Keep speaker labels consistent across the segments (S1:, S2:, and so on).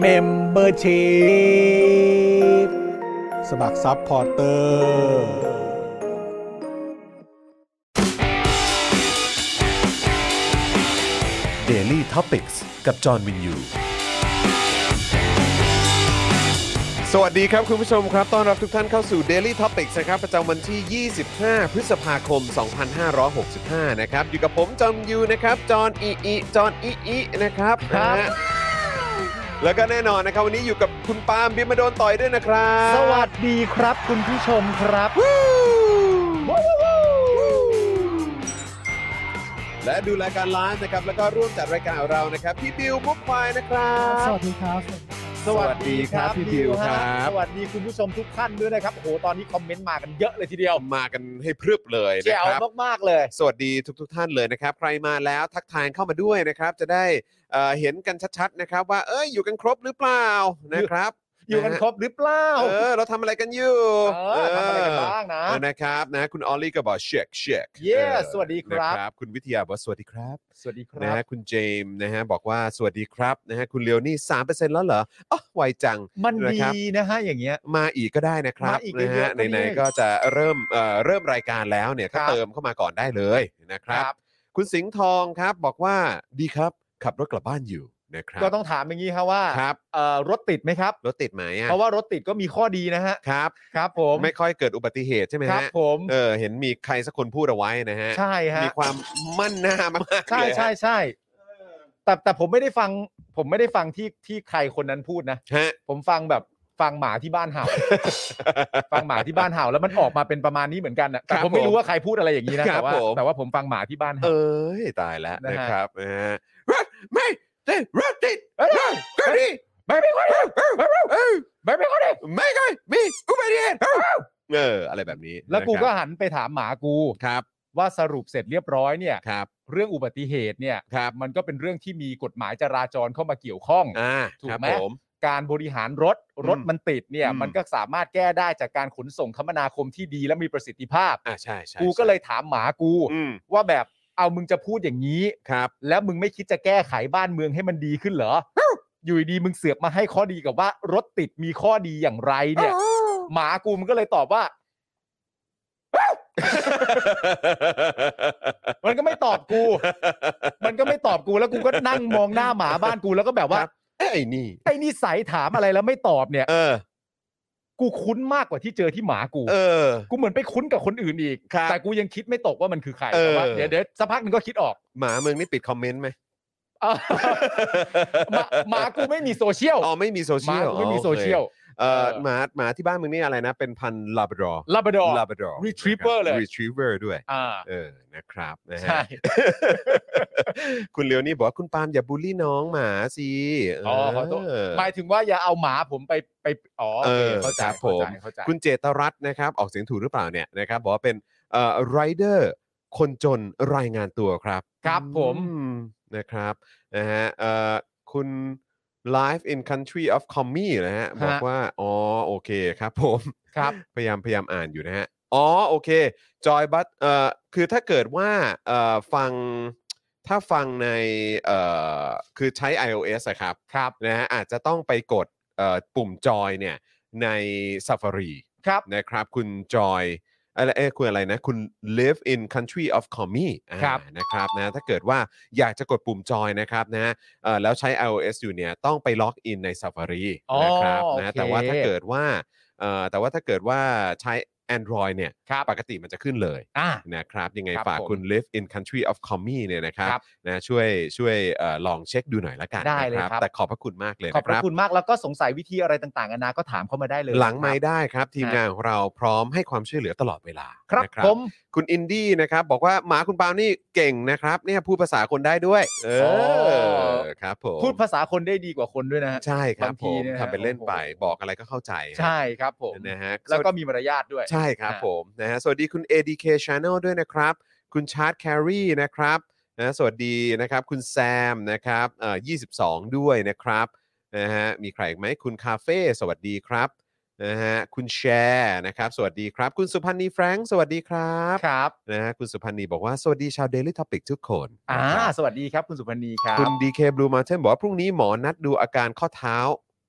S1: เมมเบอร์ชีพสมัครซัพพอร์เตอร์
S2: Daily t o p i c กกับจอห์นวินยู
S3: สวัสดีครับ คุณผู้ชมครับ ต้อนรับทุกท่านเข้าสู่ Daily Topics นะครับ ประจำวันที่ 25 พฤษภาคม 2565 นะครับ อยู่กับผมจอมยูนะครับ จอนอีอีจอนอีอีนะครับ
S4: ครับ
S3: นะฮะแล้วก็แน่นอนนะครับ วันนี้อยู่กับคุณปาล์มบิมมาโดนต่อยด้วยนะครับ
S4: สวัสดีครับคุณผู้ชมครับ
S3: และดูรายการไลฟ์นะครับ แล้วก็ร่วมจัดรายการของเรานะครับ พี่บิวมุกควายนะครับ
S4: สวัสดีครับ
S3: สวัสดีครับพี่บิวครับ
S4: สวัสดีคุณผู้ชมทุกท่านด้วยนะครับ โอ้โห ตอนนี้คอมเมนต์มากันเยอะเลยทีเดียว
S3: มากันให้พรึบเลยนะ
S4: แจ๋
S3: ควรับ
S4: มากๆเลย
S3: สวัสดีทุกทท่านเลยนะครับ ใครมาแล้วทักทายเข้ามาด้วยนะครับ จะได้เอ่อเห็นกันชัดๆนะครับ ว่าเอ้ยอยู่กันครบหรือเปล่านะครับ
S4: อยู่กันครบหรือเปล่า
S3: เออเราทำอะไรกันอยู่
S4: เออทำอะไรกันบ้างนะ
S3: เออนะครับนะคุณออลลี่ก็บอกเช็คเช็ค
S4: Yes สวัสดีครับ
S3: คุณวิทยาบอกสวัสดีครับ
S4: สวัสดีค
S3: นะ
S4: รั
S3: ฮะ
S4: บ
S3: คุณเจมส์นะฮะบอกว่าสวัสดีครับนะฮะคุณเลโอนี่สามเปอร์เซ็นต์แล้วเหรออ๋อไวจัง
S4: มัน
S3: นะ
S4: ดี
S3: ครับ
S4: นะฮะอย่างเงี้ย
S3: มาอีกก็ได้นะครับ
S4: มาอีก
S3: นะ
S4: เย
S3: ฮะ
S4: อะๆก็ดี
S3: ไหนๆก็จะเริ่มเอ่อเริ่มรายการแล้วเนี่ยก็
S4: ครับ
S3: เติมเข้ามาก่อนได้เลยนะครับ คุณสิงห์ทองครับบอกว่าดีครับ ขับรถกลับบ้านอยู่นะครับ
S4: ก็ต้องถามอย่างนี้ครับว่า
S3: ครับ
S4: เอ่อรถติดไหมครับ
S3: รถติดไหมอ่ะ
S4: เพราะว่ารถติดก็มีข้อดีนะฮะ
S3: ครับ
S4: ครับ ผม
S3: ไม่ค่อยเกิดอุบัติเหตุใช่ไหม
S4: ครับ
S3: ฮะ
S4: ผม
S3: เออเห็นมีใครสักคนพูดเอาไว้นะฮะ
S4: ใช่ฮะ
S3: มีความมั่นหน้ามากๆ
S4: ใช่
S3: เลยฮะ
S4: ใช่ใช่แต่แต่ผมไม่ได้ฟัง ผมไม่ได้ฟังที่ที่ใครคนนั้นพูดนะ
S3: ฮะ
S4: ผมฟังแบบฟังหมาที่บ้าน เห่า ฟังหมาที่บ้านเห่าแล้วมันออกมาเป็นประมาณนี้เหมือนกันนะแต่
S3: ครับ
S4: ผมไม่
S3: ผม
S4: รู้ว่าใครพูดอะไรอย่างนี้นะ
S3: ครับ
S4: แต่ว่า
S3: ผม
S4: แต่ว่าผมฟังหมาที่บ้านเห่า
S3: เอ้ย ตายแล้ว
S4: นะฮะ
S3: นะครับนะฮะรถไม่ติดรถติด
S4: เอ้ย
S3: รถก็ดี
S4: ไม่ไม่คนเดียวไม่ไม่ไม่ไม่คนเดียว
S3: ไม่ก็มีอุบัติเหตุเอออะไรแบบนี้
S4: แล้วกูก็
S3: นะ
S4: หันไปถามหมากู
S3: ครับ
S4: ว่าสรุปเสร็จเรียบร้อยเนี่ย
S3: ครับ
S4: เรื่องอุบัติเหตุเนี่ย
S3: ครับ
S4: มันก็เป็นเรื่องที่มีกฎหมายจราจรเข้ามาเกี่ยวข้อง
S3: อ่า
S4: ถูก
S3: ครับ
S4: ไหม
S3: ผม
S4: การบริหารรถรถ
S3: อืม
S4: มันติดเนี่ย
S3: อืม
S4: มันก็สามารถแก้ได้จากการขนส่งคมนาคมที่ดีและมีประสิทธิภาพ
S3: อ่าใช่ใช่
S4: กูก็เลยถามหมากู
S3: อืม
S4: ว่าแบบเอามึงจะพูดอย่างนี้
S3: ครับ
S4: แล้วมึงไม่คิดจะแก้ไขบ้านเมืองให้มันดีขึ้นเหรอ อยู่ดีๆมึงเสือกมาให้ข้อดีกับว่ารถติดมีข้อดีอย่างไรเนี่ย หมากูมันก็เลยตอบว่า มันก็ไม่ตอบกู มันก็ไม่ตอบกูแล้วกูก็นั่งมองหน้าหมาบ้านกูแล้วก็แบบว่า
S3: ครับ เอ้ยไอ้นี่
S4: ไอ้นิสัยถามอะไรแล้วไม่ตอบเนี่ย
S3: เออ
S4: กูคุ้นมากกว่าที่เจอที่หมากู
S3: เออ
S4: กูเหมือนไปคุ้นกับคนอื่นอีก
S3: ครับ
S4: แต่กูยังคิดไม่ตกว่ามันคือใคร
S3: เออ
S4: แต่ว่าเดี๋ยวเดี๋ยวสักพักหนึ่งก็คิดออก
S3: หมาเมืองนี่ปิดคอมเมนต์ไหม
S4: เออห มาหมากูไม่มีโซเชียล
S3: อ๋อไม่มีโซ
S4: ห
S3: เชี
S4: มา
S3: ยว
S4: กูไม่มีโซเชียล
S3: เออ
S4: เออ
S3: หมาหมาที่บ้านมึงนี่อะไรนะ เป็นพันลาบดอร์
S4: ลาบดอร์
S3: ลาบดอร์
S4: Retriever เลย
S3: รีทรีเวอร์ด้วย
S4: อ่า
S3: เออนะครับนะฮะ
S4: ใช่
S3: คุณเลียวนี่บอกว่าคุณปาล์มอย่าบูลลี่น้องหมาสิเ
S4: อ๋อขอโทษ
S3: เ
S4: หมายถึงว่าอย่าเอาหมาผมไปไปอ๋อโอ
S3: เ
S4: เค
S3: ออ
S4: เข้าใจ
S3: ครับผ
S4: เข้าม ใจเข้าใจ
S3: คุณเจตรัตน์นะครับ ออกเสียงถูกหรือเปล่าเนี่ยนะครับบอกว่าเป็นเอ่อไรเดอร์คนจนรายงานตัวครับ
S4: ครับผม
S3: อืนะครับนะฮะเอ่อคุณ Live in Country of Commie นะฮะบอกว่า อ๋อ โอเคครับผม
S4: ครับ
S3: พยายามพยายามอ่านอยู่นะฮะ อ๋อ โอเค จอยบัตเอ่อคือถ้าเกิดว่าเอ่อฟังถ้าฟังในเอ่อคือใช้ iOS อะครับ
S4: ครับ
S3: นะฮะอาจจะต้องไปกดเอ่อปุ่มจอยเนี่ยใน Safari
S4: ครับ
S3: นะครับคุณจอย อะไรเอ้ยคุณอะไรนะคุณ live in country of commie อ่า
S4: ครับ
S3: นะครับนะถ้าเกิดว่าอยากจะกดปุ่มจอยนะครับนะเอ่อแล้วใช้ iOS อยู่เนี่ยต้องไปล็อกอินใน Safari
S4: อ๋อ
S3: นะครับ
S4: โอ
S3: นะ
S4: เค
S3: แต่ว่าถ้าเกิดว่าเอ่อแต่ว่าถ้าเกิดว่าใช้ Android เนี่ย
S4: ครับ
S3: ปกติมันจะขึ้นเลย
S4: อ่า
S3: นะครับยังไง
S4: ครับ
S3: ฝากคุณ live in country of commie เนี่ยนะครับ
S4: ครับ
S3: นะช่วยช่วยเอ่อลองเช็คดูหน่อยละกัน
S4: ได้เลย
S3: นะครับ แต่ขอบพระคุณมากเลย
S4: ขอบ
S3: นะ
S4: พ
S3: ค
S4: ระ
S3: รับ
S4: คุณมากแล้วก็สงสัยวิธีอะไรต่างๆนานาก็ถามเข้ามาได้เลย
S3: หลังไม่
S4: ครับ
S3: ได้ครับ ทีม
S4: นะ
S3: งานของเราพร้อมให้ความช่วยเหลือตลอดเวลา
S4: ครับ
S3: นะ
S4: ผม
S3: คุณอินดี้นะครับ บอกว่าหมาคุณปาล์มนี่เก่งนะครับเนี่ยพูดภาษาคนได้ด้วย เออครับผม
S4: พูดภาษาคนได้ดีกว่าคนด้วยนะฮะ
S3: ใช่ครับ
S4: บาง
S3: ผ
S4: ที
S3: ม
S4: เนี่ย
S3: ทำเป็นเล่นไปบอกอะไรก็เข้าใจฮะ
S4: ใช่ครับผม
S3: นะฮะ
S4: แล้วก็มีมารยาทด้วย
S3: ใช่ครับ
S4: อ่า
S3: ผมนะฮะสวัสดีคุณ ADK Channel ด้วยนะครับ คุณชาร์ตแครีนะครับนะสวัสดีนะครับคุณแซมนะครับเอ่อ22 ด้วยนะครับนะฮะมีใครอีกไหมคุณคาเฟ่สวัสดีครับนะฮะคุณแชร์นะครับสวัสดีครับ คุณสุพันธ์นีแฟรงค์สวัสดีครับ
S4: ครับ
S3: นะฮะคุณสุพันธ์นีบอกว่าสวัสดีชาว Daily Topic ทุกคน
S4: อ่า
S3: นะครับ
S4: สวัสดีครับคุณสุพนีครับ
S3: คุณ DK Blue Mountain บอกว่าพรุ่งนี้หมอนัดดูอาการข้อเท้า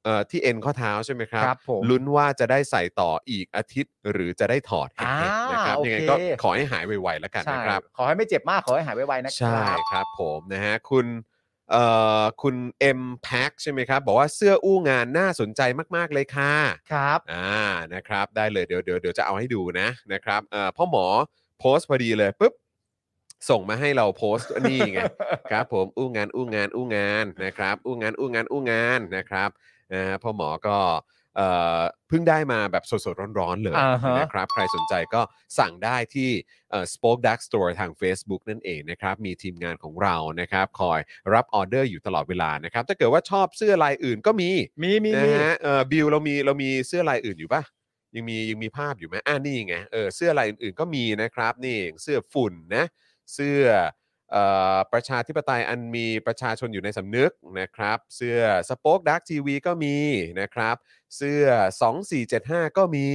S3: เอ่อที่เอ็นข้อเท้าใช่ไหมครับ
S4: ครับผม
S3: ลุ้นว่าจะได้ใส่ต่ออีกอาทิตย์หรือจะได้ถอด
S4: อ่า
S3: นะครับ
S4: โอเค
S3: ยังไงก็ขอให้หายไวๆแล้วกัน
S4: ใช่
S3: นะครับ
S4: ขอให้ไม่เจ็บมากขอให้หายไวๆนะค
S3: ใช่
S4: รับ
S3: ครับผมนะฮะคุณเอ่อคุณ M Pack ใช่ไหมครับ บอกว่าเสื้ออู้งานน่าสนใจมากๆเลยค่ะ
S4: ครับ
S3: อ่านะครับ ได้เลยเดี๋ยวเดี๋ยวเดี๋ยวจะเอาให้ดูนะนะครับเอ่อพ่อหมอโพสต์พอดีเลยปุ๊บส่งมาให้เราโพสต์นี่ไง ครับผมอู้งานอู้งานอู้งานนะครับอู้งานอู้งานอู้งานนะครับนะฮะพ่อหมอก็เอ่อเพิ่งได้มาแบบสดๆร้อนๆเลย
S4: อ่าฮะ
S3: นะครับ ใครสนใจก็สั่งได้ที่เอ่อ Spoke Dark Store ทาง Facebook นั่นเองนะครับ มีทีมงานของเรานะครับ คอยรับออเดอร์อยู่ตลอดเวลานะครับ ถ้าเกิดว่าชอบเสื้อลายอื่นก็มี
S4: มีมี
S3: นะ
S4: มี
S3: ฮะเอ่อบิวเรามีเรามีเสื้อลายอื่นอยู่ปะยังมียังมีภาพอยู่ไหมอ่านี่ไงเออเสื้อลายอื่นๆก็มีนะครับ นี่อย่างเสื้อฝุ่นนะ เสื้อเอ่อประชาธิปไตยอันมีประชาชนอยู่ในสำนึกนะครับ เสื้อสป็อคดักทีวีก็มีนะครับ เสื้อ 2475 ก็มี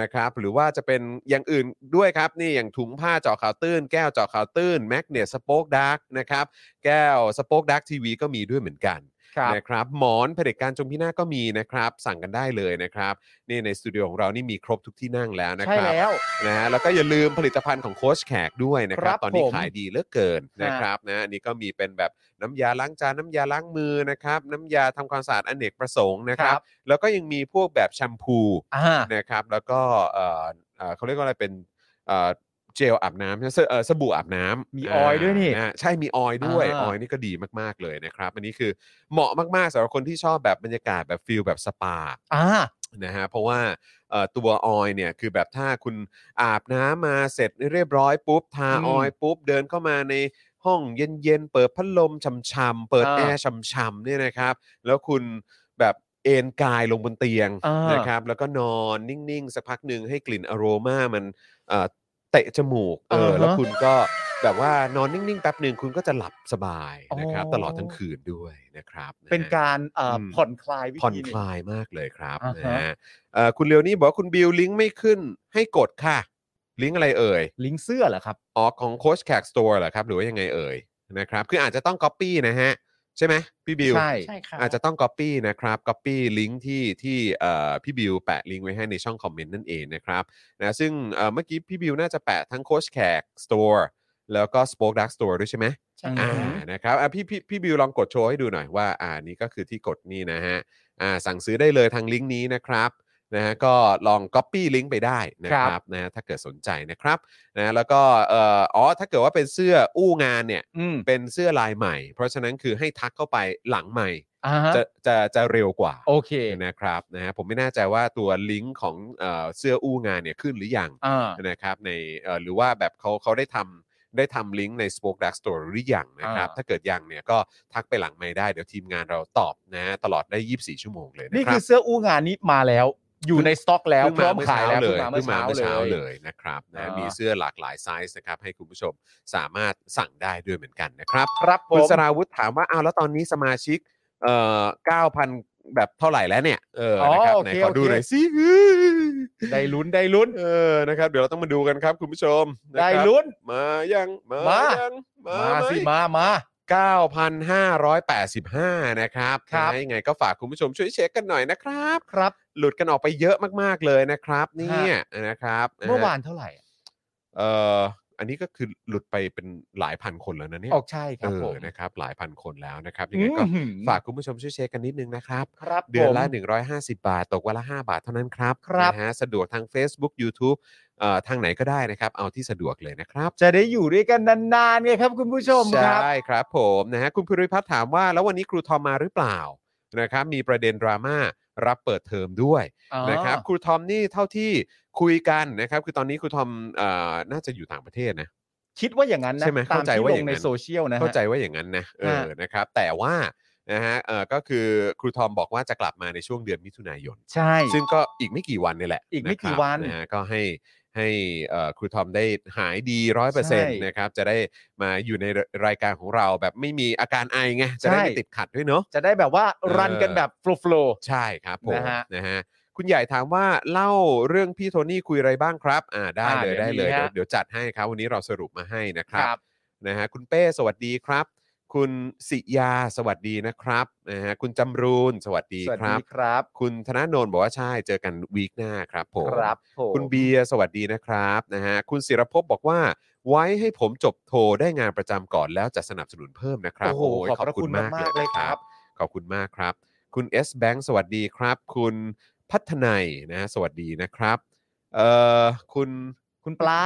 S3: นะครับ หรือว่าจะเป็นอย่างอื่นด้วยครับ นี่อย่างถุงผ้าเจาะข่าวตื้น แก้วเจาะข่าวตื้นแมกเนตสป็อคดักนะครับ แก้วสป็อคดักทีวีก็มีด้วยเหมือนกัน
S4: ครับ
S3: นะครับหมอนเผด็จการจงพินาศก็มีนะครับ สั่งกันได้เลยนะครับนี่ในสตูดิโอของเรานี่มีครบทุกที่นั่งแล้วนะ
S4: ใช่
S3: ครับ
S4: แล้ว
S3: นะฮะแล้วก็อย่าลืมผลิตภัณฑ์ของโค้ชแขกด้วยนะครั
S4: ครับ บ
S3: ตอนนี้
S4: ผม
S3: ขายดีเหลือเกินนะ
S4: ฮะ
S3: ครับนะอันนี้ก็มีเป็นแบบน้ำยาล้างจานน้ำยาล้างมือนะครับ น้ำยาทำความสะอาดอเนกประสงค์นะครับ แล้วก็ยังมีพวกแบบแชมพู
S4: อ่า
S3: นะครับ แล้วก็เอ่อเอ่อเขาเรียกว่าอะไรเป็นเอ่อเจลอาบน้ำใช่ไหมเสื้อเอ่อสบู่อาบน้ำ
S4: มีออยล์ด้วยนี่
S3: าะใช่มีออยล์ด้วย
S4: อ่า
S3: ออยล์นี่ก็ดีมากๆเลยนะครับอันนี้คือเหมาะมากๆสำหรับคนที่ชอบแบบบรรยากาศแบบฟิลแบบสปา
S4: อ่า
S3: นะฮะเพราะว่าเอ่อตัวออยเนี่ยคือแบบถ้าคุณอาบน้ำมาเสร็จเรียบร้อยปุ๊บทา
S4: อืม
S3: ออยปุ๊บเดินเข้ามาในห้องเย็นๆ เปิดพัดลมช่ำๆเปิด
S4: อ่า
S3: แอร์ช่ำๆเนี่ยนะครับ แล้วคุณแบบเอนกายลงบนเตียง
S4: อ่าน
S3: นะครับแล้วก็นอนนิ่งๆ สักพักหนึ่งให้กลิ่นอโรมามันเอ่อเตะจมูกเออ
S4: อ่าฮะ
S3: แล้วคุณก็แบบว่านอนนิ่งๆแป๊บหนึ่งคุณก็จะหลับสบายนะครับ
S4: อ๋อ
S3: ตลอดทั้งคืนด้วยนะครับะฮะ
S4: เป็นการเอ่ออ
S3: ม
S4: ผ่อนคลายวิ
S3: ผ่อนค
S4: ธีหนึ่ง
S3: ลายมากเลยครับ
S4: อ่าฮะ
S3: นะฮะเอ่อคุณเลียวนี่บอกว่าคุณบิวลิงก์ไม่ขึ้นให้กดค่ะ ลิงก์อะไรเอ่ย
S4: ลิงก์เสื้อเหรอครับ
S3: อ๋อของโค้ชแขกสโตร์เหรอครับ หรือว่ายังไงเอ่ยนะครับคืออาจจะต้อง Copy นะฮะ ใช่ไหมพี่บิว
S4: ใช่
S5: ใช่ค่ะ
S3: อาจจะต้อง Copy นะครับ Copy ลิงก์ที่ที่เอ่อพี่บิวแปะลิงก์ไว้ให้ในช่องคอมเมนต์นั่นเองนะครับนะซึ่งเอ่อเมื่อกี้พี่บิวน่าจะแปะทั้งโค้ชแขกสโตร์แล้วก็ Spoke Dark Store ด้วยใช่ไหม
S5: ใช่
S3: อ่า
S5: ค่ะ
S3: นะครับอ่ะพี่พี่พี่บิวลองกดโชว์ให้ดูหน่อยว่า อ่านี่ก็คือที่กดนี่นะฮะอ่าสั่งซื้อได้เลยทางลิงก์นี้นะครับนะฮะก็ลอง Copy ลิงก์ไปได้นะค
S4: ครั
S3: รับบ นะฮะถ้าเกิดสนใจนะครับนะแล้วก็เอ่ออ๋อถ้าเกิดว่าเป็นเสื้ออู้งานเนี่ย
S4: อืม
S3: เป็นเสื้อลายใหม่ เพราะฉะนั้นคือให้ทักเข้าไปหลังใหม่
S4: อ่าฮะ
S3: จะจะจะเร็วกว่า
S4: โอเค
S3: นะครับนะฮะผมไม่แน่ใจว่าตัวลิงก์ของเอ่อเสื้ออู้งานเนี่ยขึ้นหรือยัง
S4: อ่า
S3: นะครับในเอ่อหรือว่าแบบเขาเขาได้ทำได้ทำลิงก์ใน Spoke Dark Store หรือยังนะครับ
S4: อ่า
S3: ถ้าเกิดยังเนี่ยก็ทักไปหลังไม่ได้เดี๋ยวทีมงานเราตอบนะตลอดได้ 24 ชั่วโมงเลยนะ
S4: นี่
S3: ครั
S4: คื
S3: บ
S4: อเสื้ออู้งานนี้มาแล้ว อยู่ในสต็อกแล้ว
S3: เพิ่ง
S4: พร้อมขายแล้ว
S3: เมื่อ
S4: พิ่ง
S3: เช้าเลยเพิ่งมาเมื่อเช้า
S4: ล
S3: เลยนะครับนะ
S4: อ่า
S3: มี
S4: มี
S3: เสื้อหลากหลายไซส์นะครับ ให้คุณผู้ชมสามารถสั่งได้ด้วยเหมือนกันนะครับ
S4: ครับผ
S3: คุณ
S4: ม
S3: สราวุธถามว่าอ้าวแล้วตอนนี้สมาชิกเอ่อ9,000 แบบเท่าไหร่แล้วเนี่ย เออ
S4: อ๋อ
S3: นะครับ
S4: โอ
S3: ไหน
S4: เค
S3: ขอดู
S4: โอเค
S3: หน่อยสิ
S4: ได้ลุ้นได้ลุ้น
S3: เออนะครับเดี๋ยวเราต้องมาดูกันครับคุณผู้ชมนะ
S4: ได้
S3: ครับ
S4: ลุ้น
S3: มายังมา
S4: มา
S3: ยัง
S4: มาสิ
S3: มา
S4: มามา
S3: เก้าพันห้าร้อยแปดสิบห้านะครับ
S4: ครับ
S3: นะยังไงก็ฝากคุณผู้ชมช่วยเช็คกันหน่อยนะครับ
S4: ครับ
S3: หลุดกันออกไปเยอะมากๆเลยนะครับ เนี่ยนะครับะฮะ
S4: เมื่อวานเท่าไหร่อะ
S3: เอ่ออันนี้ก็คือหลุดไปเป็นหลายพันคนแล้วนะเนี่ย
S4: ออกใช่ค
S3: เอ
S4: รับผ
S3: อ
S4: ม
S3: นะครับหลายพันคนแล้วนะครับยังไงก็
S4: อื้อหือ
S3: ฝากคุณผู้ชมช่วยเช็คกันนิดนึงนะครับ
S4: ครับ
S3: เดือนละ
S4: ผม
S3: 150 บาท ตกวันละ 5 บาทเท่านั้นครับ
S4: ครับ
S3: นะฮะสะดวกทาง Facebook YouTube เอ่อทางไหนก็ได้นะครับ เอาที่สะดวกเลยนะครับ
S4: จะได้อยู่ด้วยกันนานๆไงครับ คุณผู้ชมครับ
S3: ใช่ครับผมนะฮะคุณภูริพัฒน์ถามว่า แล้ววันนี้ครูทอมมาหรือเปล่านะครับมีประเด็นดราม่ารับเปิดเทอมด้วยนะครับครูทอมนี่เท่าที่คุยกันนะครับคือตอนนี้ครูทอมเอ่อน่าจะอยู่ต่างประเทศนะ
S4: คิดว่าอย่างนั้นนะ
S3: ใช่ไหม
S4: ตา
S3: เข้าม ใจ
S4: ที่
S3: ว่า
S4: ล
S3: อย่าง ง
S4: ใน
S3: นั้น
S4: โซเชียลนะฮะ
S3: เข้าใจว่าอย่างนั้นนะเออ
S4: ฮะ
S3: นะครับแต่ว่านะฮะเอ่อก็คือครูทอมบอกว่าจะกลับมาในช่วงเดือนมิถุนายน
S4: ใช่
S3: ซึ่งก็อีกไม่กี่วันนี่แหละ
S4: อีกไม่กี่
S3: ะครับ
S4: วัน
S3: นะฮะก็ให้ให้เอ่อครูทอมได้หายดีร้อยเปอร์เซ็นต์นะครับ จะได้มาอยู่ในรายการของเราแบบไม่มีอาการไอไง จะได้
S4: ใช่
S3: ไม่ติดขัดด้วยเนาะ
S4: จะได้แบบว่า
S3: เออ
S4: รันกันแบบโฟล์
S3: ใช่ครับผม
S4: นะฮะ
S3: นะฮะคุณใหญ่ถามว่าเล่าเรื่องพี่โทนี่คุยอะไรบ้างครับ อ่าได้
S4: อ่า
S3: เลยได้
S4: เดี๋
S3: เลย
S4: ยว
S3: เดี๋ย
S4: มี
S3: ว
S4: ฮะ
S3: เดี๋ยวจัดให้ครับ วันนี้เราสรุปมาให้นะค
S4: ค
S3: รั
S4: รับ บ
S3: นะฮะคุณเป้สวัสดีครับ คุณสิยาสวัสดีนะครับนะฮะคุณจำรูนสวัสดี
S4: สวัส
S3: ครั
S4: ดี
S3: บ
S4: ครับ
S3: คุณธนาโนนบอกว่าใช่เจอกันวีคหน้าครับผม
S4: ครับผม
S3: คุณเบียร์สวัสดีนะครับนะฮะคุณศิรภพบอกว่า ไว้ให้ผมจบโทได้งานประจำก่อนแล้วจะสนับสนุนเพิ่มนะครับ
S4: โอ้โห
S3: ย
S4: ขอบพระคุณมากๆเลยครับ
S3: ขอบคุณมากครับ คุณ S Bank สวัสดีครับ คุณพัฒนัยนะฮะสวัสดีนะครับเอ่อคุณ
S4: คุณปลา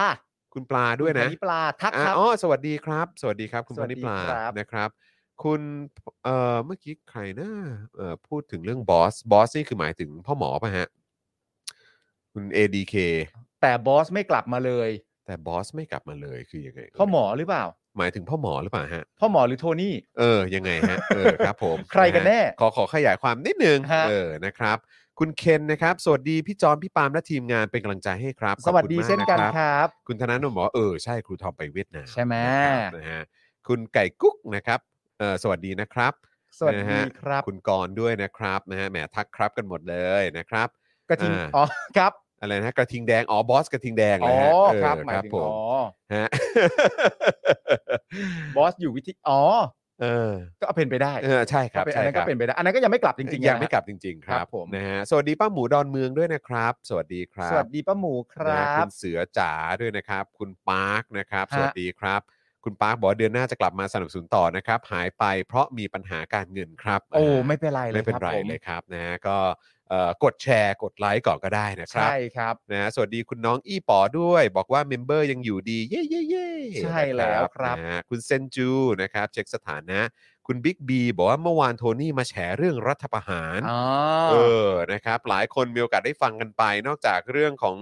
S3: คุณปลาด้วยนะ
S4: คุณปลาทัก
S3: อ่า
S4: ครับ
S3: อ๋อสวัสดีครับ สวัสดีครับ คุณ
S4: ส
S3: พ
S4: วัสดี
S3: นิปลา
S4: ครับ
S3: นะครับ คุณเอ่อเมื่อกี้ใครนะเอ่อพูดถึงเรื่องบอสบอสนี่คือหมายถึงพ่อหมอป่ะฮะคุณ ADK
S4: แต่บอสไม่กลับมาเลย
S3: แต่บอสไม่กลับมาเลยคือยังไงเย
S4: พ่อหมอหรือเปล่า
S3: หมายถึงพ่อหมอหรือเปล่าฮะ
S4: พ่อหมอหรือโทนี่
S3: เออ ยังไงฮะ เออครับผม
S4: ใครกันะ
S3: ฮะ
S4: แน่
S3: ขอขอขยายความนิดนึง
S4: ฮะ
S3: เออนะครับ คุณเคนนะครับ สวัสดีพี่จอมพี่ปาล์มและทีมงานเป็นกำลังใจให้ครับ
S4: สวัสดี
S3: ขอบคุณมาก
S4: เช่นกันะครับ ครับ
S3: คุณธนาโนมบอกว่าเออใช่ครูทอมไปเวียดนาม
S4: ใช่ไหม
S3: นะครับนะฮะคุณไก่กุ๊กนะครับเออสวัสดีนะครับ
S4: สวัส
S3: นะ
S4: ดี
S3: ฮะ
S4: ครับ
S3: คุณกรณ์ด้วยนะครับนะฮะแหมทักครับกันหมดเลยนะครับ
S4: กระทิง
S3: อ่า
S4: อ๋อครับ
S3: อะไรนะกระทิงแดงอ๋อบอสกระทิงแดง
S4: อ๋
S3: นะ
S4: อ
S3: ฮะเออ
S4: ครับหมายถึง
S3: ผม
S4: อ๋อ
S3: ฮะ
S4: บอสอยู่วิธีอ๋อ
S3: เออ
S4: ก็เป็นไปได้
S3: เออใช่ครับ
S4: ก็เป็นอั
S3: ใช่
S4: นนั้น
S3: ค
S4: ก็
S3: รับ
S4: เป็นไปได้อันนั้นก็ยังไม่กลับจริงๆนะ
S3: ยังไม่กลับจริง ๆ ครั
S4: ครับ บผม
S3: นะฮะสวัสดีป้าหมูดอนเมืองด้วยนะครับ สวัสดีครับ
S4: สวัสดีป้าหมูค
S3: นะ
S4: รั
S3: คุ
S4: บ
S3: ณเสือจ๋าด้วยนะครับ คุณปาร์คนะครับ
S4: ฮะ
S3: สวัสดีครับ คุณปาร์คบอกว่าเดือนหน้าจะกลับมาสนับสนุนต่อนะครับ หายไปเพราะมีปัญหาการเงินครับ
S4: โอ้
S3: า
S4: ไม่เป็นไรเลย
S3: ไม่เป็นไร
S4: คบผม
S3: เลยครับนะฮะก็เอ่อกดแชร์กดไลค์ก่อนก็ได้นะครับ
S4: ใช่ครับ
S3: นะฮะสวัสดีคุณน้องอี้ปอด้วย บอกว่าเมมเบอร์ยังอยู่ดีเย่เย่เย่
S4: ใช่แล้วครับ
S3: นะฮะคุณเซนจูนะครับเช็คสถานะ คุณบิ๊กบีบอกว่าเมื่อวานโทนี่มาแฉเรื่องรัฐประหาร
S4: อ๋อ
S3: เออ นะครับ หลายคนมีโอกาสได้ฟังกันไป นอกจากเรื่องของ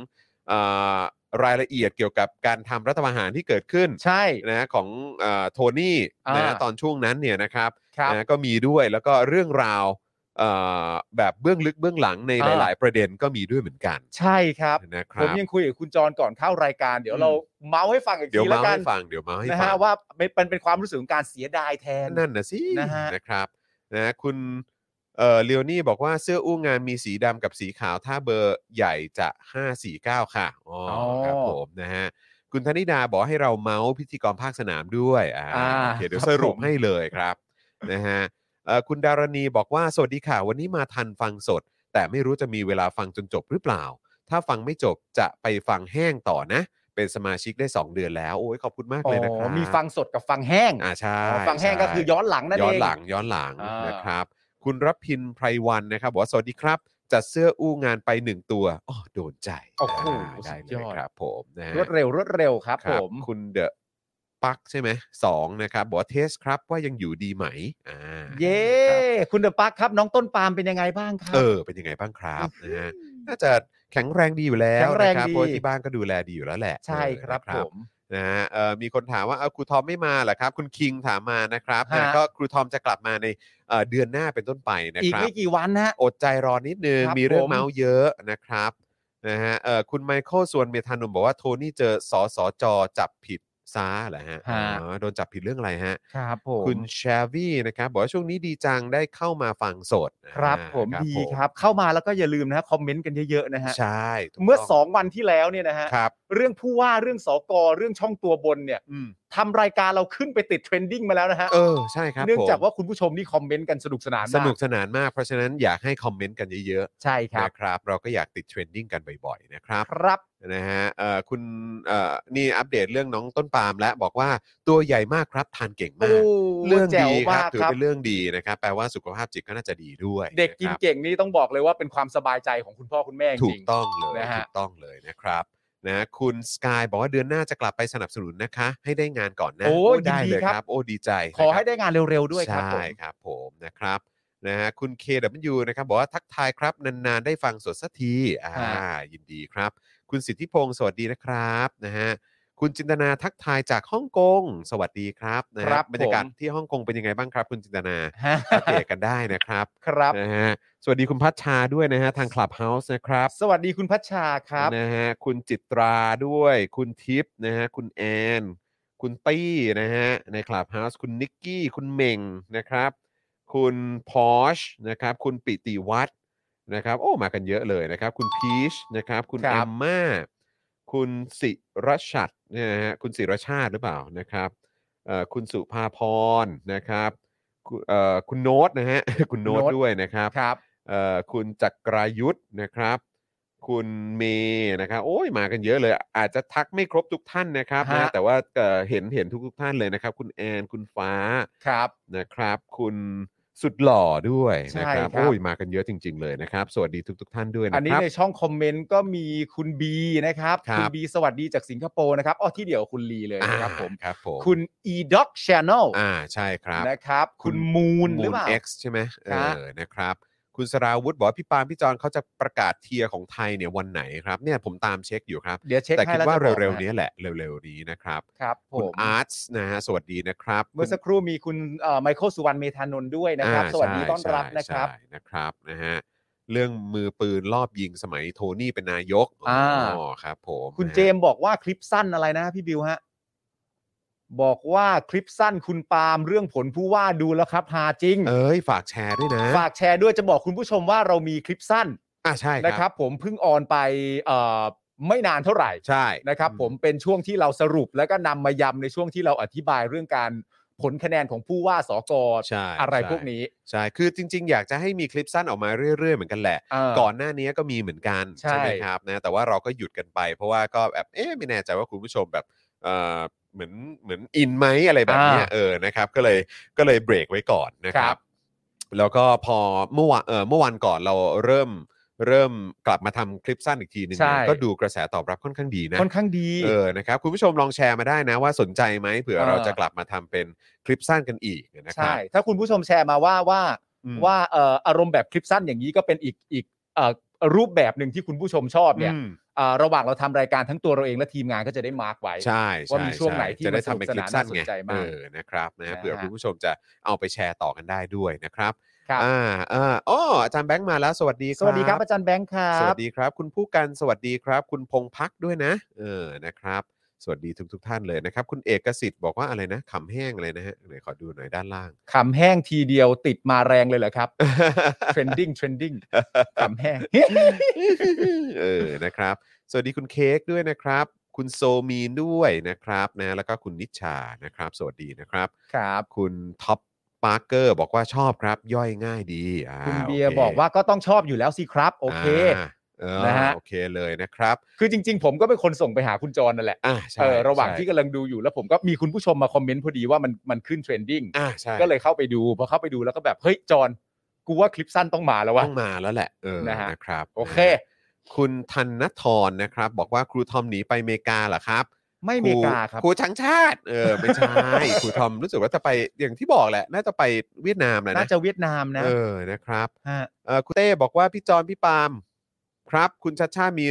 S3: เออรายละเอียดเกี่ยวกับการทำรัฐประหารที่เกิดขึ้น
S4: ใช่
S3: นะของเออโทนี่นะ
S4: อ่า
S3: ตอนช่วงนั้นเนี่ยนะครับ
S4: ครับ
S3: นะก็มีด้วยแล้วก็เรื่องราวเอ่อแบบเบื้องลึกเบื้องหลังใน
S4: อ่า
S3: หลาย ๆ ประเด็นก็มีด้วยเหมือนกัน
S4: ใช่ครับ
S3: นะค
S4: ผ
S3: รั
S4: ม
S3: บ
S4: ยังคุยกับคุณจรก่อนเข้ารายการ เดี๋ยว
S3: อืม
S4: เราเมาส์ให้ฟังอีก
S3: เดี๋ยว
S4: ที
S3: มา
S4: แล้วกัน
S3: ให้ฟังเดี๋ยวมาให้
S4: นะ
S3: ฟั
S4: ฮะ
S3: ง
S4: ว่าเป็นเป็นเป็นความรู้สึกของการเสียดายแทน
S3: นั่นนะสิ
S4: นะฮะ
S3: ครับนะคุณเอ่อเลโอนี่บอกว่าเสื้ออู้งานมีสีดำกับสีขาวถ้าเบอร์ใหญ่จะ 549 ค่ะอ๋ออ
S4: อ
S3: ครับผมนะฮะคุณธนิดาบอกให้เราเมาส์พิธีกรภาคสนามด้วยอ่า
S4: อ่า
S3: โอเคเดี๋ยว
S4: ครับ
S3: สรุป
S4: ผม
S3: ให้เลยครับ นะฮะเอ่อคุณดารณีบอกว่า สวัสดีค่ะ วันนี้มาทันฟังสด แต่ไม่รู้จะมีเวลาฟังจนจบหรือเปล่า ถ้าฟังไม่จบจะไปฟังแห้งต่อนะ เป็นสมาชิกได้สองเดือนแล้วโอ้ยขอบคุณมาก
S4: อ๋
S3: เลยนะครับ
S4: อมีฟังสดกับฟังแห้ง
S3: อ่าใช่
S4: อ๋อฟังแห้งก็คือ
S3: ใช่
S4: ย้อนหลังนั่น
S3: ย้
S4: เอ
S3: อง นหลังย้อนหลัง
S4: อ่าน
S3: นะครับ คุณรับพินไพรวันนะครับบอกว่าสวัสดีครับ จัดเสื้ออู้งานไปหนึ่งตัวอ๋อโดนใจ
S4: โอ้โห
S3: าได้เล
S4: สุดย
S3: ย
S4: อด
S3: ครับผมนะฮะ
S4: รวดเร็วรวดเร็วครับ
S3: ค
S4: ผ
S3: รับ
S4: ม
S3: คุณเดอะปักใช่ไหมสองนะครับบอกว่าเทสครับว่ายังอยู่ดีไหมอ่า
S4: เย้
S3: ครับ
S4: คุณเดอะปักครับ น้องต้นปาล์มเป็นยังไงบ้างครั
S3: เออ เป็นยังไงบ้างครับนะฮะน่าจะแข็งแรงดีอยู่แล้
S4: แข็
S3: ว
S4: งแรง
S3: นะครับ
S4: ดี
S3: เพราะว่าที่บ้านก็ดูแลดีอยู่แล้วแหละ
S4: ใช่ครับ
S3: เออนะ
S4: ผม
S3: นะฮะเอ่อมีคนถามว่าเอาครูทอมไม่มาเหรอครับ คุณคิงถามมานะครับ
S4: ฮะ
S3: นะก็ครูทอมจะกลับมาในเอ่อเดือนหน้าเป็นต้นไปนะ
S4: อีก
S3: ครับ
S4: ไม่กี่วันนะฮะ
S3: อดใจรอนิดนึง
S4: ครับ
S3: มีเรื่อง
S4: ผม
S3: เมาส์เยอะนะครับนะฮะเอ่อคุณไมเคิลส่วนเมธานนท์บอกว่าโทนี่เจอสอสอจอจับผิดซ้าเหรอฮะอ๋อโดนจับผิดเรื่องอะไรฮะ
S4: ครับผม
S3: คุณแชวี่นะครับ บอกว่าช่วงนี้ดีจังได้เข้ามาฟังสด
S4: ครับ
S3: อ่า
S4: ผมดีครับ เข้ามาแล้วก็อย่าลืมนะฮะคอมเมนต์กันเยอะๆนะฮะ
S3: ใช่ถูก
S4: เมื่อ
S3: ต้
S4: สองวันที่แล้วเนี่ยนะฮะ
S3: ครับ
S4: เรื่องผู้ว่าเรื่องสกเรื่องช่องตัวบนเนี่ย
S3: อืม
S4: ทำรายการเราขึ้นไปติดเทรนดิ้งมาแล้วนะฮะ
S3: เออใช่ครับ
S4: เนื่องจาก
S3: ผม
S4: ว่าคุณผู้ชมนี่คอมเมนต์กันสนุกสนานมาก
S3: สนุกสนานมากเพราะฉะนั้นอยากให้คอมเมนต์กันเยอะ
S4: ใช่ค
S3: ๆ
S4: รับ
S3: นะครับเราก็อยากติดเทรนดิ้งกันบ่อยๆนะครับ
S4: ครับ
S3: นะฮะเอ่อคุณเอ่อนี่อัปเดตเรื่องน้องต้นปาล์มและบอกว่าตัวใหญ่มากครับทานเก่งมาก เรื่อง
S4: แจ๋ว
S3: ดีค
S4: มา
S3: รับ
S4: ก
S3: ถือ
S4: ครับ
S3: เป็นเรื่องดีนะครับ แปลว่าสุขภาพจิตก็น่าจะดีด้วย
S4: เด็กกิน
S3: นะครับ
S4: เก่งนี่ต้องบอกเลยว่าเป็นความสบายใจของคุณพ่อคุณแม่จ
S3: ถู
S4: ริ
S3: ก
S4: ง
S3: ต้องเลย
S4: นะฮะ
S3: ถูกต้องเลยนะครับนะคุณสกายบอกว่าเดือนหน้าจะกลับไปสนับสนุนนะคะ ให้ได้งานก่อนนะ
S4: โอ้ยยิน
S3: ได้
S4: ดี
S3: เลย
S4: ค
S3: ค
S4: รั
S3: รับ บ โอ้ดีใจ
S4: ขอให้
S3: นะครับ
S4: ได้งานเร็วๆด้วยครับผ
S3: ใช่
S4: ม
S3: ครับผมนะครับนะฮะคุณ KW นะครับบอกว่าทักทายครับนานๆได้ฟังสดสักทีอ่า
S4: ฮะ
S3: ยินดีครับ คุณสิทธิพงศ์สวัสดีนะครับนะฮะคุณจินตนาทักทายจากฮ่องกงสวัสดีครับนะฮะ
S4: ครับ
S3: บรรยากาศ
S4: ผม
S3: ที่ฮ่องกงเป็นยังไงบ้างครับ คุณจินตนา
S4: ฮะ
S3: อัปเดตกันได้นะครับ
S4: ครับ
S3: นะฮะสวัสดีคุณพัชชาด้วยนะฮะทางคลับเฮาส์นะครับ
S4: สวัสดีคุณพัชชาครับ
S3: นะฮะคุณจิตราด้วย คุณทิพย์นะฮะคุณแอนคุณตี้นะฮะในคลับเฮาส์คุณนิกกี้คุณเม่งนะครับ คุณพอชนะครับคุณปิติวัตรนะครับ โอ้มากันเยอะเลยนะครับ คุณพีชนะครับ คุณ
S4: ครั
S3: แอบ มมาคุณสิรชัดเนี่ยนะฮะคุณสิรชาติหรือเปล่านะครับเอ่อคุณสุภาพรนะครับ คุณเอ่อคุณโน้ตนะฮะ คุณโน้ต
S4: โน้ต
S3: ด้วยนะครับ
S4: ครับ
S3: เอ่อคุณจักรายุทธ์นะครับ คุณเมย์นะครับ โอ้ยมากันเยอะเลย อาจจะทักไม่ครบทุกท่านนะครับนะ
S4: ฮะ
S3: แต่ว่าเอ่อเห็นเห็นทุกๆท่านเลยนะครับ คุณแอนคุณฟ้า
S4: ครับ
S3: นะครับ คุณสุดหล่อด้วยนะครับ
S4: ใช่ครับ
S3: โอ้ยมากันเยอะจริง ๆ เลยนะครับ สวัสดีทุก ๆ ท่านด้วย
S4: อั
S3: นะ
S4: นนี้
S3: ครับ
S4: ในช่องคอมเมนต์ก็มีคุณบีนะครับ
S3: ครับ
S4: ณบีสวัสดีจากสิงคโปร์นะครับอ้อที่เดียวกับคุณลีเลย
S3: อ่า
S4: นะครับผม
S3: ครับผม
S4: คุณ e d o c Channel
S3: อ่าใช่ครับ
S4: นะครับ คุณ
S3: คุณ
S4: มูนห
S3: มู
S4: รือ
S3: ล
S4: เปล่า
S3: เอ็กซ์ใช่ไหมเอ
S4: ครับ
S3: อนะครับ คุณสราวุธบอกว่าพี่ปาล์มพี่จอนเขาจะประกาศเทียร์ของไทยเนี่ยวันไหนครับเนี่ยผมตามเช็คอยู่ครับ
S4: เดี๋ยวเช็ค
S3: แต่
S4: ให้
S3: คิด
S4: แล้ว
S3: ว่า
S4: จะบอก
S3: เร็วๆ
S4: ะ
S3: นี้แหละเร็วๆนี้นะครับ
S4: ครับผ
S3: คุณ
S4: ม
S3: อาร์ตนะฮะสวัสดีนะครับ
S4: เมื่อสักครู่มีคุณไมเคิลสุวรรณเมธานนท์ด้วยนะครับ
S3: อ่า
S4: สวัสดี
S3: ใช่
S4: ต้อนรับ
S3: ใช่
S4: นะครับ
S3: ใช่นะครับนะฮะเรื่องมือปืนรอบยิงสมัยโทนี่เป็นนายก
S4: อ่า
S3: อครับผม
S4: คุณ
S3: นะฮะ
S4: เจมส์บอกว่าคลิปสั้นอะไรนะพี่บิวฮะ บอกว่าคลิปสั้นคุณปาล์มเรื่องผลผู้ว่าดูแล้วครับฮาจริง
S3: เอ้ยฝากแชร์ด้วยนะ
S4: ฝากแชร์ด้วยจะบอกคุณผู้ชมว่าเรามีคลิปสั้น
S3: อ่าใช่
S4: นะครับ ผมเพิ่งออนไปเอ่อไม่นานเท่าไหร่
S3: ใช่
S4: นะครับ ผมเป็นช่วงที่เราสรุปแล้วก็นำมายำในช่วงที่เราอธิบายเรื่องการผลคะแนนของผู้ว่าสก
S3: ใช่
S4: อะไรพวก
S3: ใช่
S4: นี้
S3: ใช่คือจริง ๆ อยากจะให้มีคลิปสั้นออกมาเรื่อยๆเหมือนกันแหละ
S4: เออ
S3: ก่อนหน้านี้ก็มีเหมือนกัน
S4: ใช่
S3: ไหมครับนะแต่ว่าเราก็หยุดกันไป เพราะว่าก็แบบเอ๊ะไม่แน่ใจว่าคุณผู้ชมแบบเอ่อเหมือนเหมือนอินไหมอะไรแบบเนี้ย
S4: อ่า
S3: เออนะครับก็เลยก็เลยเบรกไว้ก่อนนะค
S4: ค
S3: รั
S4: รับ บ
S3: แล้วก็พอเมื่อวานเออเมื่อวันก่อนเราเริ่มเริ่มกลับมาทำคลิปสั้นอีกทีหนึง
S4: ใช่
S3: เนี่ยก็ดูกระแสตอบรับค่อนข้างดีนะ
S4: ค่อนข้างดี
S3: เออนะครับคุณผู้ชมลองแชร์มาได้นะว่าสนใจไหมเผื่อเรา
S4: เออ
S3: จะกลับมาทำเป็นคลิปสั้นกันอีกนะครั
S4: ใช่
S3: บ
S4: ถ้าคุณผู้ชมแชร์มาว่าว่า
S3: อืม
S4: ว่าเอ่ออารมณ์แบบคลิปสั้นอย่างนี้ก็เป็นอีกอีกเอ่อรูปแบบหนึ่งที่คุณผู้ชมชอบเนี่ย
S3: อืม
S4: เอ่อระหว่างเราทำรายการทั้งตัวเราเองและทีมงานก็จะได้มาร์กไว้
S3: ใช่
S4: ว่ามี
S3: ใ
S4: ช่วงไหนที่
S3: จะได้
S4: มันส
S3: ทำ
S4: นุก
S3: เป็น
S4: ส
S3: คลิ
S4: นาน
S3: ปสั้น
S4: น่าสน
S3: ไง
S4: ใจมาก
S3: เออนะครับนะฮะ
S4: นะฮะ
S3: เผื่อคุณผู้ชมจะเอาไปแชร์ต่อกันได้ด้วยนะครับ
S4: ครับ
S3: อ่าอ่าอ๋ออาจารย์แบงค์มาแล้วสวัสดีครับ
S4: สวัสดีครับอาจารย์แบงค์ครั
S3: สวั
S4: บ
S3: สดีครับ คุณผู้กันสวัสดีครับ คุณพงพักด้วยนะ เออนะครับ สวัสดีทุกทท่านเลยนะครับ คุณเอกสิทธิ์บอกว่าอะไรนะขำแห้งอะไรนะฮะไหนขอดูหน่อยด้านล่าง
S4: ขำแห้งทีเดียวติดมาแรงเลยเหรอ ครับ เทรนดิ้งเทรนดิ้งขำแห้ง
S3: เออนะครับ สวัสดีคุณเค้กด้วยนะครับ คุณโซมีนด้วยนะครับนะแล้วก็คุณนิชชานะครับ สวัสดีนะครับ
S4: ครับ
S3: คุณท็อปปาร์เกอร์บอกว่าชอบครับ ย่อยง่ายดีอ่า
S4: คุณเบียร์
S3: โ
S4: บอกว่าก็ต้องชอบอยู่แล้วสิครับ โอเค
S3: าเออ
S4: นะฮะ
S3: โอเคเลยนะครับ
S4: คือจริง ๆ ผมก็เป็นคนส่งไปหาคุณจรนั่นแหละ
S3: อ่าใช่
S4: เออระหว่าง
S3: ใช่
S4: ที่กำลังดูอยู่แล้วผมก็มีคุณผู้ชมมาคอมเมนต์พอดีว่ามันมันขึ้นเทรนดิ้ง
S3: อ่าใช่
S4: ก็เลยเข้าไปดูพอเข้าไปดูแล้วก็แบบเฮ้ยจอนกูว่าคลิปสั้นต้องมาแล้ววะ
S3: ต้องมาแล้วแหละเออ
S4: นะฮะ
S3: นะครับ
S4: โอเค
S3: นะฮะคุณธันนทรนะครับ บอกว่าครูทอมหนีไปอเมริกาเหรอครับ
S4: ไม่เมกาครับ
S3: ครูช้างชาติเออไม่ใช่ ครูทอมรู้สึกว่าจะไปอย่างที่บอกแหละ น่าจะไปเวียดนามแหละ
S4: น่า
S3: นะ
S4: จะเวียดนามนะ
S3: เออนะครับ
S4: ฮะ
S3: เอ่อคุณเต้บอกว่าพี่จอนพี่ปาล์มครับ คุณชัดชาติมี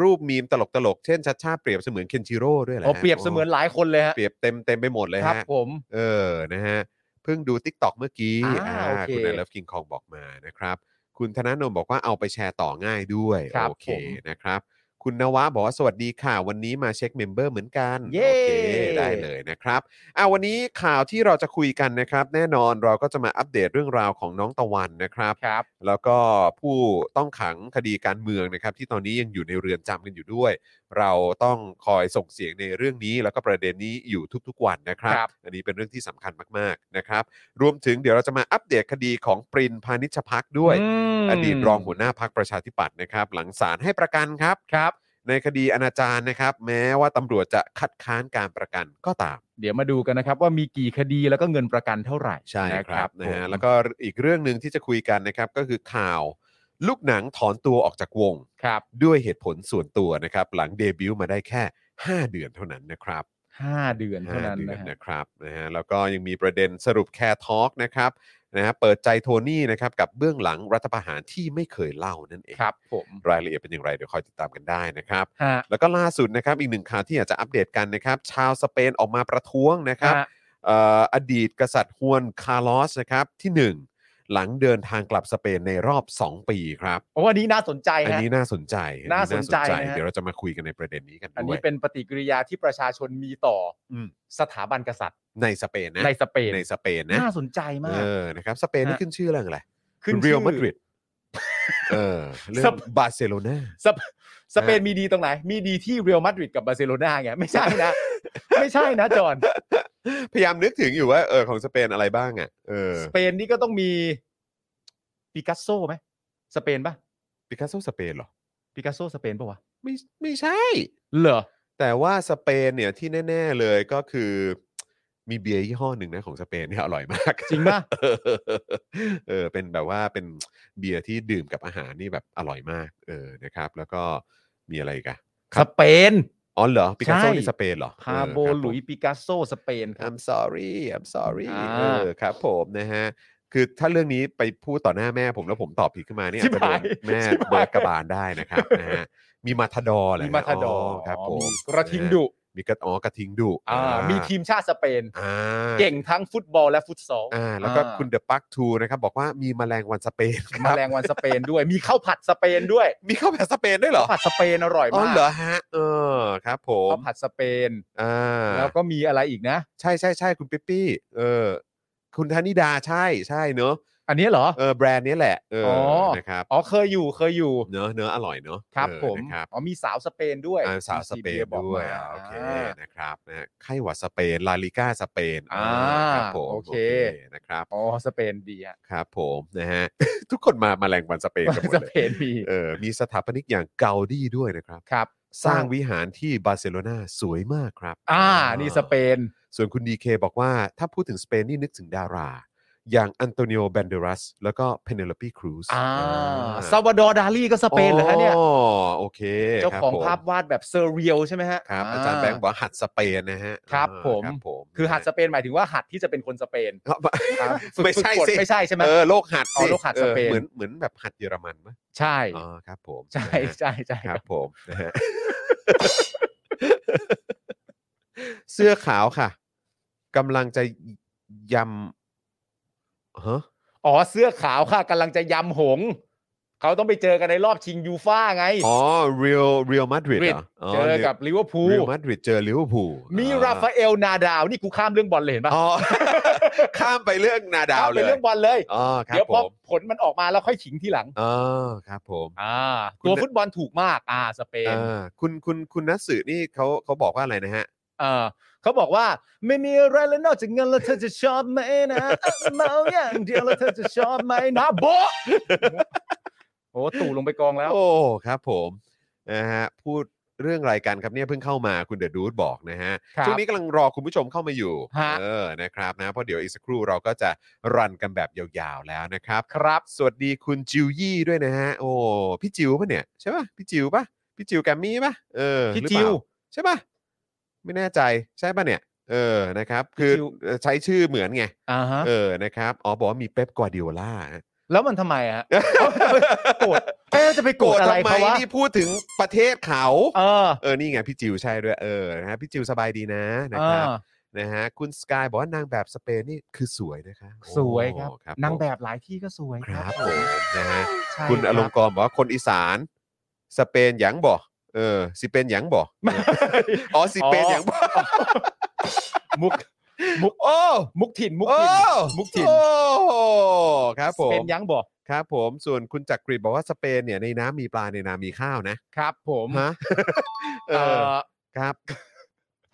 S3: รูปมีมตลกตลกๆเช่นชัดชาติเปรียบเสมือนเคนชิโร่ด้วยแหละ
S4: โอ้เปรียบเสมือนหลายคนเลยฮะ
S3: เปรียบเต็มเต็มไปหมดเลย
S4: ครับ
S3: ฮะ
S4: ผม
S3: เออนะฮะเพิ่งดู t ิ k t o k เมื่อกี้
S4: อ่า
S3: อ่า
S4: โอเค
S3: คุณไอเลิฟกิงคองบอกมานะครับ คุณธนาโนมบอกว่าเอาไปแชร์ต่อง่ายด้วย
S4: ครับ
S3: โอเค
S4: ผม
S3: นะครับ คุณนวะบอกว่าสวัสดีค่ะ วันนี้มาเช็คเมมเบอร์เหมือนกัน
S4: เย้
S3: โอเคได้เลยนะครับอ่าวันนี้ข่าวที่เราจะคุยกันนะครับ แน่นอนเราก็จะมาอัปเดตเรื่องราวของน้องตะวันนะครับ
S4: ครับ
S3: แล้วก็ผู้ต้องขังคดีการเมืองนะครับ ที่ตอนนี้ยังอยู่ในเรือนจำกันอยู่ด้วย เราต้องคอยส่งเสียงในเรื่องนี้ แล้วก็ประเด็นนี้อยู่ทุกๆวันนะครับ
S4: ครับ
S3: อันนี้เป็นเรื่องที่สำคัญมากๆนะครับ รวมถึงเดี๋ยวเราจะมาอัปเดตคดีของปรินพานิชพักด้วย
S4: ม
S3: อดีตรองหัวหน้าพักประชาธิปัตย์นะครับ หลังศาลให้ประกันครับ
S4: ครับ
S3: ในคดีอนาจารนะครับ แม้ว่าตำรวจจะคัดค้านการประกันก็ตาม
S4: เดี๋ยวมาดูกันนะครับว่ามีกี่คดีแล้วก็เงินประกันเท่าไหร่
S3: ใช่ครับนะฮะ
S4: ผม
S3: แล้วก็อีกเรื่องหนึ่งที่จะคุยกันนะครับ ก็คือข่าวลูกหนังถอนตัวออกจากวง
S4: ครับ
S3: ด้วยเหตุผลส่วนตัวนะครับ หลังเดบิวต์มาได้แค่ 5 เดือนเท่านั้นนะครับ
S4: ห้าเดือนเท่า
S3: 5
S4: นั้น
S3: เดือน
S4: นะฮะ
S3: นะครับนะฮะแล้วก็ยังมีประเด็นสรุปแคร์ทอล์กนะครับนะฮะเปิดใจโทนี่นะครับกับเบื้องหลังรัฐประหารที่ไม่เคยเล่านั่นเอง
S4: ครับผม
S3: รายละเอียดเป็นอย่างไรเดี๋ยวคอยติดตามกันได้นะครับ
S4: ฮะ
S3: แล้วก็ล่าสุดนะครับอีกหนึ่งข่าวที่อยากจะอัปเดตกันนะครับ ชาวสเปนออกมาประท้วงนะครับ
S4: ฮะ
S3: เอ่ออดีตกษัตริย์ฮวนคาร์ลอสนะครับที่หนึ่งหลังเดินทางกลับสเปนในรอบ 2 ปีครับ
S4: โอ้อันนี้น่าสนใจ
S3: อัน
S4: ฮะ
S3: นี้น่าสนใจอั
S4: น่าสนใจนะฮะ
S3: เดี๋ยวเราจะมาคุยกันในประเด็นนี้กัน
S4: อัน
S3: ด้ว
S4: นี้
S3: ย
S4: เป็นปฏิกิริยาที่ประชาชนมีต่ออ
S3: ม
S4: สถาบันกษัตริย์
S3: ในสเปนนะ
S4: ในสเปน
S3: ในสเปนนะ
S4: น่าสนใจมาก
S3: เออนะครับสเปนนี่
S4: ฮะ
S3: ขึ้นชื่อเรื่องอะไร
S4: ขึ้น
S3: เรียล
S4: ชื่อ
S3: มาดริดเออเรื่อง
S4: สเป
S3: บาร์เซโลนา
S4: สเปสเปนมีดีตรงไหน มีดีที่เรอัลมาดริดกับบาร์เซโลนาไงไม่ใช่ นะ ไม่ใช่นะจอห์น
S3: พยายามนึกถึงอยู่ว่าเออของสเปนอะไรบ้างอ่ะเออ
S4: สเปนนี่ก็ต้องมีปิกัสโซไหมสเปนปะ
S3: ปิกัสโซสเปนเหรอ
S4: ปิกัสโซสเปนปะวะ
S3: ไม่ไม่ใช่
S4: เหรอ
S3: แต่ว่าสเปนเนี่ยที่แน่ ๆเลยก็คือ มีเบียร์ยี่ห้อหนึ่งนะของสเปนที่อร่อยมาก
S4: จริงปะ
S3: เออเป็นแบบว่าเป็นเบียร์ที่ดื่มกับอาหารนี่แบบอร่อยมากเออนะครับ แล้วก็มีอะไรอีกัน
S4: สเปน
S3: อ๋อเหรอปิกัสโซ
S4: ใช่
S3: นี่สเปนเหรอ
S4: พาโบ
S3: เออครับ
S4: หลุ
S3: ผ
S4: ย
S3: ม
S4: ส์ปิกัสโซสเปนครับ
S3: I'm sorry I'm sorry
S4: อ่า
S3: เออครับผมนะฮะ คือถ้าเรื่องนี้ไปพูดต่อหน้าแม่ผมแล้วผมตอบผิดขึ้นมาเนี่ย
S4: ชิ
S3: อาจ
S4: บ
S3: จะโด
S4: หาย
S3: นแม่
S4: ชิบหาย
S3: เบิร์ดกระบาลได้นะครับนะฮะมีมาทาดอร์แหละ
S4: มีมาทาดอร์
S3: ครับผ
S4: มี
S3: ม
S4: กระทิงดุ
S3: มีกระอ๋อกระทิงดุ
S4: อ่ามีทีมชาติสเปน
S3: อ่า
S4: เก่งทั้งฟุตบอลและฟุตซอล
S3: อ่าแล้วก็
S4: อ่า
S3: คุณเดอะปักทูนะครับ บอกว่ามีแมลงวันสเปนค
S4: แม
S3: รับ
S4: ลงวันสเปนด้วย มีข้าวผัดสเปนด้วย
S3: มีข้าวผัดสเปนด้วยเหรอ
S4: ข้าวผัดสเปนอร่อย
S3: อ๋อ
S4: มาก
S3: เหรอฮะเออครับผม
S4: ข้าวผัดสเปน
S3: อ่า
S4: แล้วก็มีอะไรอีกนะ
S3: ใช่ใช่ใช่คุณปิ๊ปปี้เออคุณธนิดาใช่ใช่เนอะ
S4: อันนี้เหรอ
S3: เออแบรนด์นี้แหละเออ
S4: อ
S3: นะครับ
S4: อ๋อเคยอยู่เคยอยู่
S3: เนอะเนอะอร่อยเนอะ
S4: ครับ
S3: เออ
S4: ผม
S3: นะครับ
S4: อ๋อมีสาวสเปนด้วย
S3: อ่าสาวส
S4: ที่
S3: เปน
S4: บีร์บอก
S3: ด้วย
S4: มา
S3: อ่าโอเคนะครับนะไข้หวัดสเปนลาลิก้าสเปน
S4: อ่า
S3: ครับผม
S4: โอเค
S3: นะครับ
S4: อ๋อสเปนดีอะ
S3: ครับผมนะฮะ ทุกคนมาแมลงวันสเปนกันหมด
S4: ส
S3: เลย
S4: เปนดี
S3: เออมีสถาปนิกอย่างเกาดีด้วยนะครับ
S4: ครับ
S3: สร้างวิหารที่บาร์เซโลนาสวยมากครับ
S4: อ่านี่สเปน
S3: ส่วนคุณดีเคบอกว่าถ้าพูดถึงสเปนนี่นึกถึงดารา อย่างอันโตนิโอแบนเดรัส แล้วก็เพเนล p ปีครูซ
S4: อ่าซาวาดอร์ดาลีก็สเปนเหรอฮะเนี่ย
S3: อ๋อโอเค
S4: เจ้า
S3: ครับ
S4: ของ
S3: ผม
S4: ภาพวาดแบบเซอร์เรียลใช่ไหมฮะ
S3: ครับ อาจารย์แบงค์บอกว่าหัดสเปนนะฮะ
S4: ครับ
S3: อ่า
S4: ผม
S3: ผม
S4: คือหัดสเปนหมายถึงว่าหัดที่จะเป็นคนสเปน
S3: ครับ
S4: ฝึก
S3: ไม่ใช่
S4: ฝึกกด
S3: สิ
S4: ไม่ใช่ใช่ไหม
S3: เออโลกหัด
S4: อ๋อโลกหัดสเปน
S3: ออเหมือนเหมือนแบบหัดเยอรมันไหม
S4: ใช่
S3: อ๋อครับผม
S4: ใช่
S3: นะฮะ
S4: ใช่ใช่
S3: ครับผมนะฮะ เสื้อขาวค่ะกำลังจะยำฮะ
S4: อ๋อเสื้อขาวค่ะกำลังจะยำหงส์เขาต้องไปเจอกันในรอบชิงยูฟ่าไง
S3: อ๋อ real real madrid เหร
S4: Madrid
S3: อ
S4: เจอกับลิเวอร์พูล
S3: รียลมาดริดเจอลิเวอร์พูล
S4: มี
S3: อ่
S4: ราฟาเอลนาดาว นี่กูข้ามเรื่องบอลเลยเห็นปะ
S3: อ๋อ ข้ามไปเรื่องนาดาว
S4: ข้ม
S3: เล
S4: ไป
S3: ย
S4: เรื่องบอลเลย
S3: อ๋อครับ
S4: เดี๋ยว
S3: ผ
S4: พอ
S3: ม
S4: ผลมันออกมาแล้วค่อยขิงทีหลัง
S3: อ๋อครับผม
S4: อ่า ตัวฟุตบอลถูกมาก อ่า สเปน
S3: อ่าคุณคุณคุณนัทสืนี่เขาเขาบอกว่าอะไรนะฮะ
S4: เออเขาบอกว่าไม่มีอะไรแล้วนอกจากเงินแล้วเธอจะชอบไหมนะเออเมาอย่างเดียวแล้วเธอจะชอบไหม นะโบะโอ้ตู่ลงไปกองแล้ว
S3: โอ้ครับผมนะฮะพูดเรื่องรายการครับเนี่ยเพิ่งเข้ามาคุณเดอะดูดบอกนะฮะ
S4: ครับ
S3: ช่วงนี้กำลังรอคุณผู้ชมเข้ามาอยู่
S4: ฮะ
S3: เออนะครับนะเพราะเดี๋ยวอีกสักครู่เราก็จะรันกันแบบยาวๆแล้วนะครับ
S4: ครับ
S3: สวัสดีคุณจิวยี่ด้วยนะฮะ โอ้พี่จิวปะเนี่ยใช่ปะพี่จิวปะพี่จิวแกรมมี่ปะเออ
S4: พี่
S3: หรือ
S4: จิ
S3: เป
S4: ว
S3: ล่าใช่ปะไม่แน่ใจใช่ปะเนี่ย เออนะครับ คือ
S4: พี่จิว
S3: เอ่อใช้ชื่อเหมือนไง
S4: อ่าฮะ
S3: เออนะครับอ๋อบอกว่ามีเป๊ปกัวดิโอล่าฮะ
S4: แล้วมันทำไม อะฮะ โกรธเอ๊ะจะไปโกรธอะไร
S3: ทำ
S4: เขาวะ
S3: ที่พูดถึงประเทศเขา
S4: เออ
S3: เออ นี่ไงพี่จิวใช่ด้วยเออนะฮะพี่จิวสบายดีนะนะ
S4: เอ
S3: ครับ
S4: อ
S3: นะฮะคุณสกายบอกว่านางแบบสเปนนี่คือสวยนะคะโอ้
S4: สวยครับ
S3: ครับ
S4: นางแบ
S3: ผม
S4: บหลายที่ก็สวย
S3: ครับผมนะฮะ
S4: ใช่
S3: คุณอลง
S4: ค
S3: กรณ์บอกว่าคนอีสาน สเปนหยังบอก เออสิเป็นหยังบ่อ๋อสิเป็นหยังบ่
S4: มุกมุก
S3: โอ้
S4: มุกถิ่นมุก
S3: โอ้
S4: ถิ่นมุกถิ่น
S3: โอ้ครับผม
S4: เป็นยังบอก
S3: ครับผมส่วนคุณจักรีบอกว่าสเปนเนี่ยในน้ำมีปลาในนามีข้าวนะครับ
S4: ผม
S3: ฮะเอ
S4: เอ่
S3: อ
S4: อ
S3: ครับ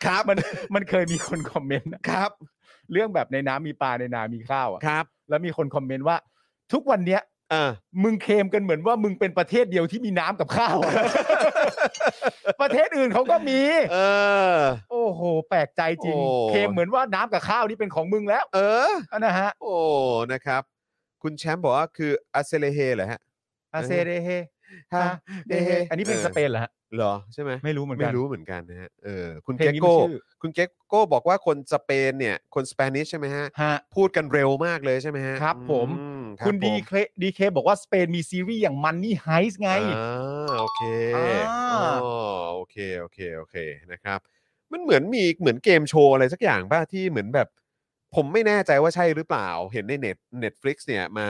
S3: ครับ
S4: มันมันเคยมีคนคอมเมน ต์นะครับ เรื่องแบบในน้ำมีปลาในนามีข้าวอ่ะ
S3: ครับ
S4: แล้วมีคนคอมเมนต์ว่า ทุกวันเนี้ย
S3: เออ
S4: มึงเคลมกันเหมือนว่ามึงเป็นประเทศเดียวที่มีน้ำกับข้าวอะ ประเทศอื่นเขาก็มี
S3: เออ
S4: โอ้โห แปลกใจจริง
S3: โอ้
S4: เคลมเหมือนว่าน้ำกับข้าวนี่เป็นของมึงแล้ว
S3: เออ
S4: นะฮะ
S3: โอ้นะครับ คุณแชมป์บอกว่าคืออาเซเลเฮเหรอฮะ
S4: อาเซเดเฮ
S3: ฮะ
S4: เดเฮอันนี้เป็นสเปนเหรอฮะ
S3: เหรอใช่ไหม
S4: ไม่รู้เหมือน
S3: ไม่
S4: กัน
S3: รู้เหมือนกันนะฮะเออคุณ
S4: เพล
S3: เก
S4: ง
S3: ก
S4: นี้
S3: โก้
S4: มันชื่อ
S3: คุณเกกโก้บอกว่าคนสเปนเนี่ย คนสเปนิชใช่ไหมฮะ
S4: ฮะ
S3: พูดกันเร็วมากเลยใช่ไหมฮะ
S4: ครับผม
S3: อืรับ
S4: คุณ
S3: ผ
S4: ดี
S3: ม
S4: เคดีเคบอกว่าสเปนมีซีรีส์อย่างมันนี่ไฮส์ไง
S3: อ่าโอเค
S4: อ่า
S3: อ๋อโอเค โอเค โอเค นะครับ มันเหมือนมีเหมือนเกมโชว์อะไรสักอย่างป่ะ ที่เหมือนแบบ ผมไม่แน่ใจว่าใช่หรือเปล่า เห็นในเน็ต Netflix เนี่ยมา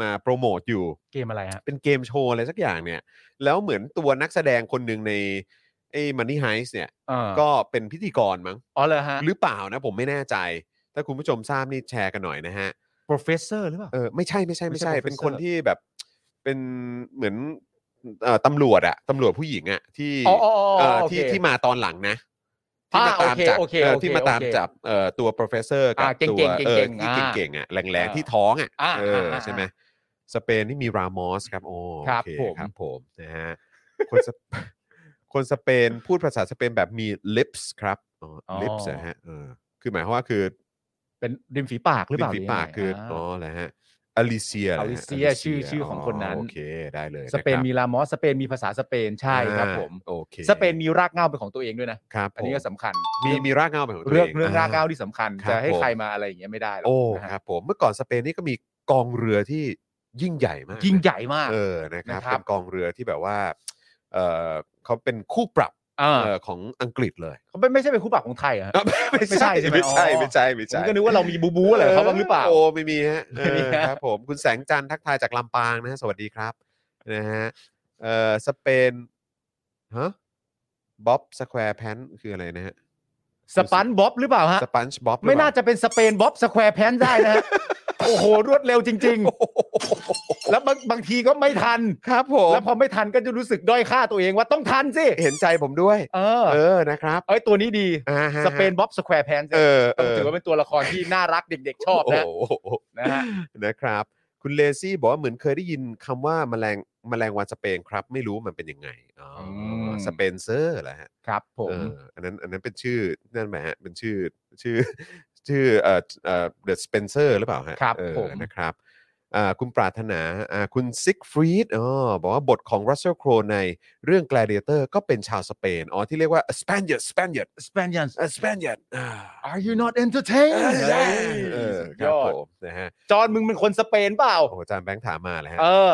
S3: มาโปรโมทอยู่
S4: เกมอะไรฮะ
S3: เป็นเกมโชว์อะไรสักอย่างเนี่ย แล้วเหมือนตัวนักแสดงคนหนึ่งในไอ้มันนี่ไฮส์เนี่ย
S4: เออ
S3: ก็เป็นพิธีกรมั้ง
S4: อ๋อเลยฮะ
S3: หรือเปล่านะ ผมไม่แน่ใจ ถ้าคุณผู้ชมทราบนี่แชร์กันหน่อยนะฮะ
S4: โปรเฟสเซอร์หรือเปล่า
S3: เออไม่ใช่ไม่ใช่ไม่ใช่
S4: ไม่ใช่ professor
S3: เป็นคนที่แบบเป็นเหมือนเอ่อตำรวจอะตำรวจผู้หญิงอะที่
S4: อ๋ออ๋ออ๋อ
S3: เอ่อ
S4: โอเค
S3: ที่ที่มาตอนหลังนะที่
S4: อ่า
S3: มาตาม
S4: โอเค
S3: จับ
S4: โอเค
S3: เอ่อ
S4: โอเค
S3: ที่มาตาม
S4: โอเค
S3: จับเอ่อตัว professor กับ
S4: อ่าเก่งๆ
S3: ตัวเออ
S4: เก่งๆ
S3: ที่
S4: อ่า
S3: เก่งๆอะแรง
S4: อ่า
S3: ๆที่ท้องอะ
S4: อ่า
S3: เอออา ใช่ไหมสเปนนี่มีรามอสครับโอ้
S4: ครับ
S3: โอเค
S4: ผม
S3: ครับผมนะฮะคนสเป คนสเปนพูดภาษาสเปนแบบมี lips ครับอ๋อ lips อะฮะเออคือหมายความว่าคือ
S4: เป็นริมฝีปากหรือเปล่า
S3: ริมฝีปาก
S4: หรื
S3: คืออง
S4: ยัไง
S3: อ๋
S4: อ่า
S3: อแหละฮะอลิเซีย
S4: อลิเซียชื่อชื่อของคนนั้น
S3: โอเคได้เลยะ
S4: สเปน
S3: ครับ
S4: มีลามอสสเปนมีภาษาสเปนใช่ครับ
S3: อ่า
S4: ผม
S3: โอเค
S4: สเปนมีรากเหง้าเป็นของตัวเองด้วยนะ
S3: ครับ
S4: อันนี้
S3: ผ
S4: ก็สำคัญ
S3: มีมีรากเหงาแบบของตัว
S4: เรื่อง
S3: ง
S4: เรื่องรากเหง้า
S3: อ่
S4: ที่สำคัญ
S3: ครับ
S4: จะให้
S3: ผม
S4: ใครมาอะไรอย่างเงี้ยไม่ได้หรอก
S3: โอ้
S4: นะฮะ
S3: ครับผมเมื่อก่อนสเปนนี่ก็มีกองเรือที่ยิ่งใหญ่มาก
S4: ยิ่งใหญ่มาก
S3: เออนะครับ
S4: นะครับ
S3: เป็นกองเรือที่แบบว่าเออเขาเป็นคู่ปรับ
S4: อ่า
S3: เอ่อของอังกฤษเลย
S4: เขาไม่ไม่ใช่เป็นคู่ปรับของไทยเหรอฮะ
S3: อ่ะไม่ใช่
S4: ไม่ใช่ใช่ไหม
S3: ไม่ใช่
S4: อ๋อ
S3: ไม่ใช่ไม่
S4: ผม
S3: ใช่
S4: ก็นึกว่าเรามีบูบูอะไรกับเขาบ้างหรือเปล่า
S3: โอ้ไม่มีฮะเอ
S4: ไม่มี
S3: อ
S4: ฮะ
S3: ครับผมคุณแสงจันทร์ทักทายจากลำปางนะฮะสวัสดีครับนะฮะเออสเปนฮะบ๊อบสแควร์แพนคืออะไรนะฮะ
S4: สปันบ๊อบหรือเปล่าฮะ
S3: สปันช์บ๊อบ
S4: ไม่น่าจะเป็นสเปนบ๊อบสแควร์แพนได้นะฮะ โอ้โห รวดเร็วจริง ๆ แล้วบางบางทีก็ไม่ทัน
S3: ครับผ
S4: แล้
S3: ม
S4: วพอไม่ทันก็จะรู้สึกด้อยค่าตัวเองว่าต้องทันสิ
S3: เห็นใจผมด้วย
S4: เออ
S3: เออนะครับ
S4: เอ้ยตัวนี้ดี
S3: อ่าฮะ
S4: สเปนบ๊อบสแควร์แพน
S3: เออเอ
S4: ต้อง
S3: อ
S4: ถือว่าเป็นตัวละครที่น่ารักเด็กๆ ชอบนะ
S3: โโห
S4: นะฮะ
S3: นะครับ คุณเลซี่บอกว่าเหมือนเคยได้ยินคำว่าแมลงแมลงวันสเปนครับ ไม่รู้มันเป็นยังไงอ๋ออ
S4: ม
S3: สเปนเซอร์แหละฮะ
S4: ครับผม
S3: เอออันนั้นอันนั้นเป็นชื่อนั่นไหมฮะเป็นชื่อชื่อ ชื่อเอ่อเอ่อเดอะสเปนเซอร์หรือเปล่าฮะ
S4: ครับ
S3: เออ
S4: ผม
S3: นะครับอ่าคุณปรารถนาอ่าคุณซิกฟรีดอ๋อบอกว่าบทของรัสเซลโครในเรื่อง Gladiator ก็เป็นชาวสเปนอ๋อที่เรียกว่า Spaniard Spaniard
S4: Spaniards
S3: Spaniard อ่า
S4: Are you not entertained
S3: เออ
S4: สุด
S3: ค
S4: ย
S3: รับ
S4: อด
S3: ผมนะฮะ
S4: จอห์นมึงเป็นคนสเปนเปล่า
S3: โอ้โหอาจารย์แบงค์ถามมา เลยฮะ
S4: เออ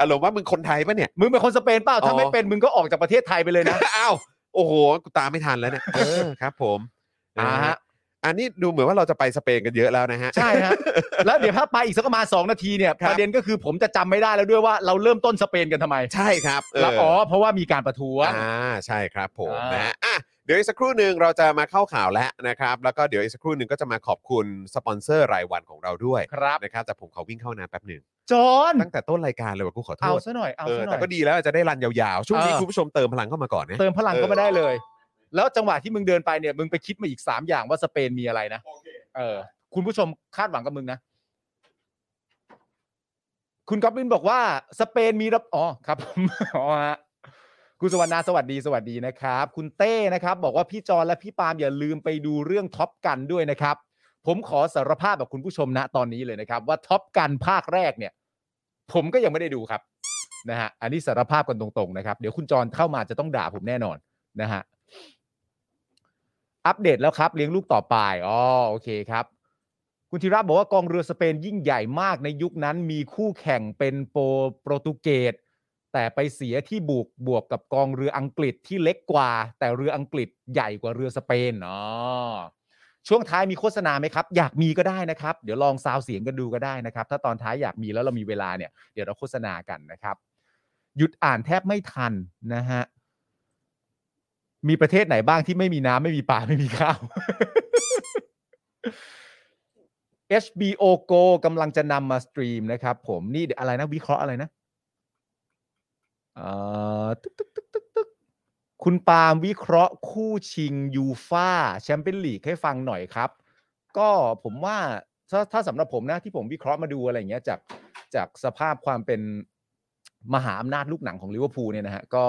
S3: อารมณ์ว่ามึงคนไทยปะ เนี่ย
S4: มึงเป็นคนสเปนเปล่า ถ้า
S3: อ๋อ
S4: ไม่เป็นมึงก็ออกจากประเทศไทยไปเลยนะ
S3: อ้าวโอ้โหกูตามไม่ทันแล้วเนี่ยเออครับผม
S4: อ่าฮะ
S3: อันนี้ดูเหมือนว่าเราจะไปสเปนกันเยอะแล้วนะฮะ
S4: ใช่ฮะ แล้วเดี๋ยวถ้าไปอีกสักประมาณ 2 นาทีเนี่ย
S3: ครั
S4: ป
S3: บ
S4: ระเด็นก็คือผมจะจำไม่ได้แล้วด้วยว่าเราเริ่มต้นสเปนกันทำไม
S3: ใช่ครับเ
S4: แล้วอ๋อ เพราะว่ามีการประท้วง
S3: อ่าใช่ครับผม
S4: อ่าน
S3: นะฮะอ่ะเดี๋ยวอีกสักครู่หนึ่งเราจะมาเข้าข่าวแล้วนะครับ แล้วก็เดี๋ยวอีกสักครู่หนึ่งก็จะมาขอบคุณสปอนเซอร์รายวันของเราด้วย
S4: ครับ
S3: นะครับแต่ผมขอวิ่งเข้าน้ำแป๊บหนึ่ง
S4: จอห์น
S3: ตั้งแต่ต้นรายการเลยว่ะกูขอโท
S4: เอา
S3: ษ
S4: ซะหน่อย เอา
S3: เออ
S4: ซะหน่
S3: แต่
S4: อย
S3: ก็ดีแล้วจะได้รันยาวๆช่วงนี้
S4: เออ
S3: คุณผู้ชมเติมพลังเข้ามาก่อนนะ
S4: เติมพลัง
S3: เออ
S4: เข้ามาได้เลย แล้วจังหวะที่มึงเดินไปเนี่ย มึงไปคิดมาอีก 3 อย่างว่าสเปนมีอะไรนะ เออ คุณผู้ชมคาดหวังกับมึงนะ คุณก๊อบลินบอกว่าสเปนมีระอ๋อครับ อ๋อฮะ คุณสวรรณาสวัสดีสวัสดีนะครับ คุณเต้นะครับ บอกว่าพี่จอนและพี่ปาล์มอย่าลืมไปดูเรื่องท็อปกันด้วยนะครับ ผมขอสารภาพกับคุณผู้ชมณตอนนี้เลยนะครับ ว่าท็อปกันภาคแรกเนี่ย ผมก็ยังไม่ได้ดูครับนะฮะอันนี้สารภาพกันตรงๆนะครับ เดี๋ยวคุณจอนเข้ามาจะต้องด่าผมแน่นอนนะฮะอัปเดตแล้วครับ เลี้ยงลูกต่อไปอ๋อโอเคครับ คุณธีระบอกว่ากองเรือสเปนยิ่งใหญ่มากในยุคนั้นมีคู่แข่งเป็นโปรโปรตุเกสแต่ไปเสียที่บุกบวกกับกองเรืออังกฤษที่เล็กกว่า แต่เรืออังกฤษใหญ่กว่าเรือสเปนอ๋อช่วงท้ายมีโฆษณาไหมครับ อยากมีก็ได้นะครับ เดี๋ยวลองซาวเสียงกันดูก็ได้นะครับ ถ้าตอนท้ายอยากมีแล้วเรามีเวลาเนี่ย เดี๋ยวเราโฆษณากันนะครับ หยุดอ่านแทบไม่ทันนะฮะ มีประเทศไหนบ้างที่ไม่มีน้ำไม่มีป่า ไม่มีข้าว HBO Go กำลังจะนำมาสตรีมนะครับผมนี่เดี๋ยวอะไรนะ วิเคราะห์อะไรนะเอ่อตึ๊กตึ๊กตึ๊กตึ๊กตึ๊กคุณปาล์มวิเคราะห์คู่ชิงยูฟ่าแชมเปี้ยนลีกให้ฟังหน่อยครับ ก็ผมว่าถ้าถ้าสำหรับผมนะที่ผมวิเคราะห์มาดูอะไรอย่างเงี้ยจากจากสภาพความเป็นมหาอำนาจลูกหนังของลิเวอร์พูลเนี่ยนะฮะก็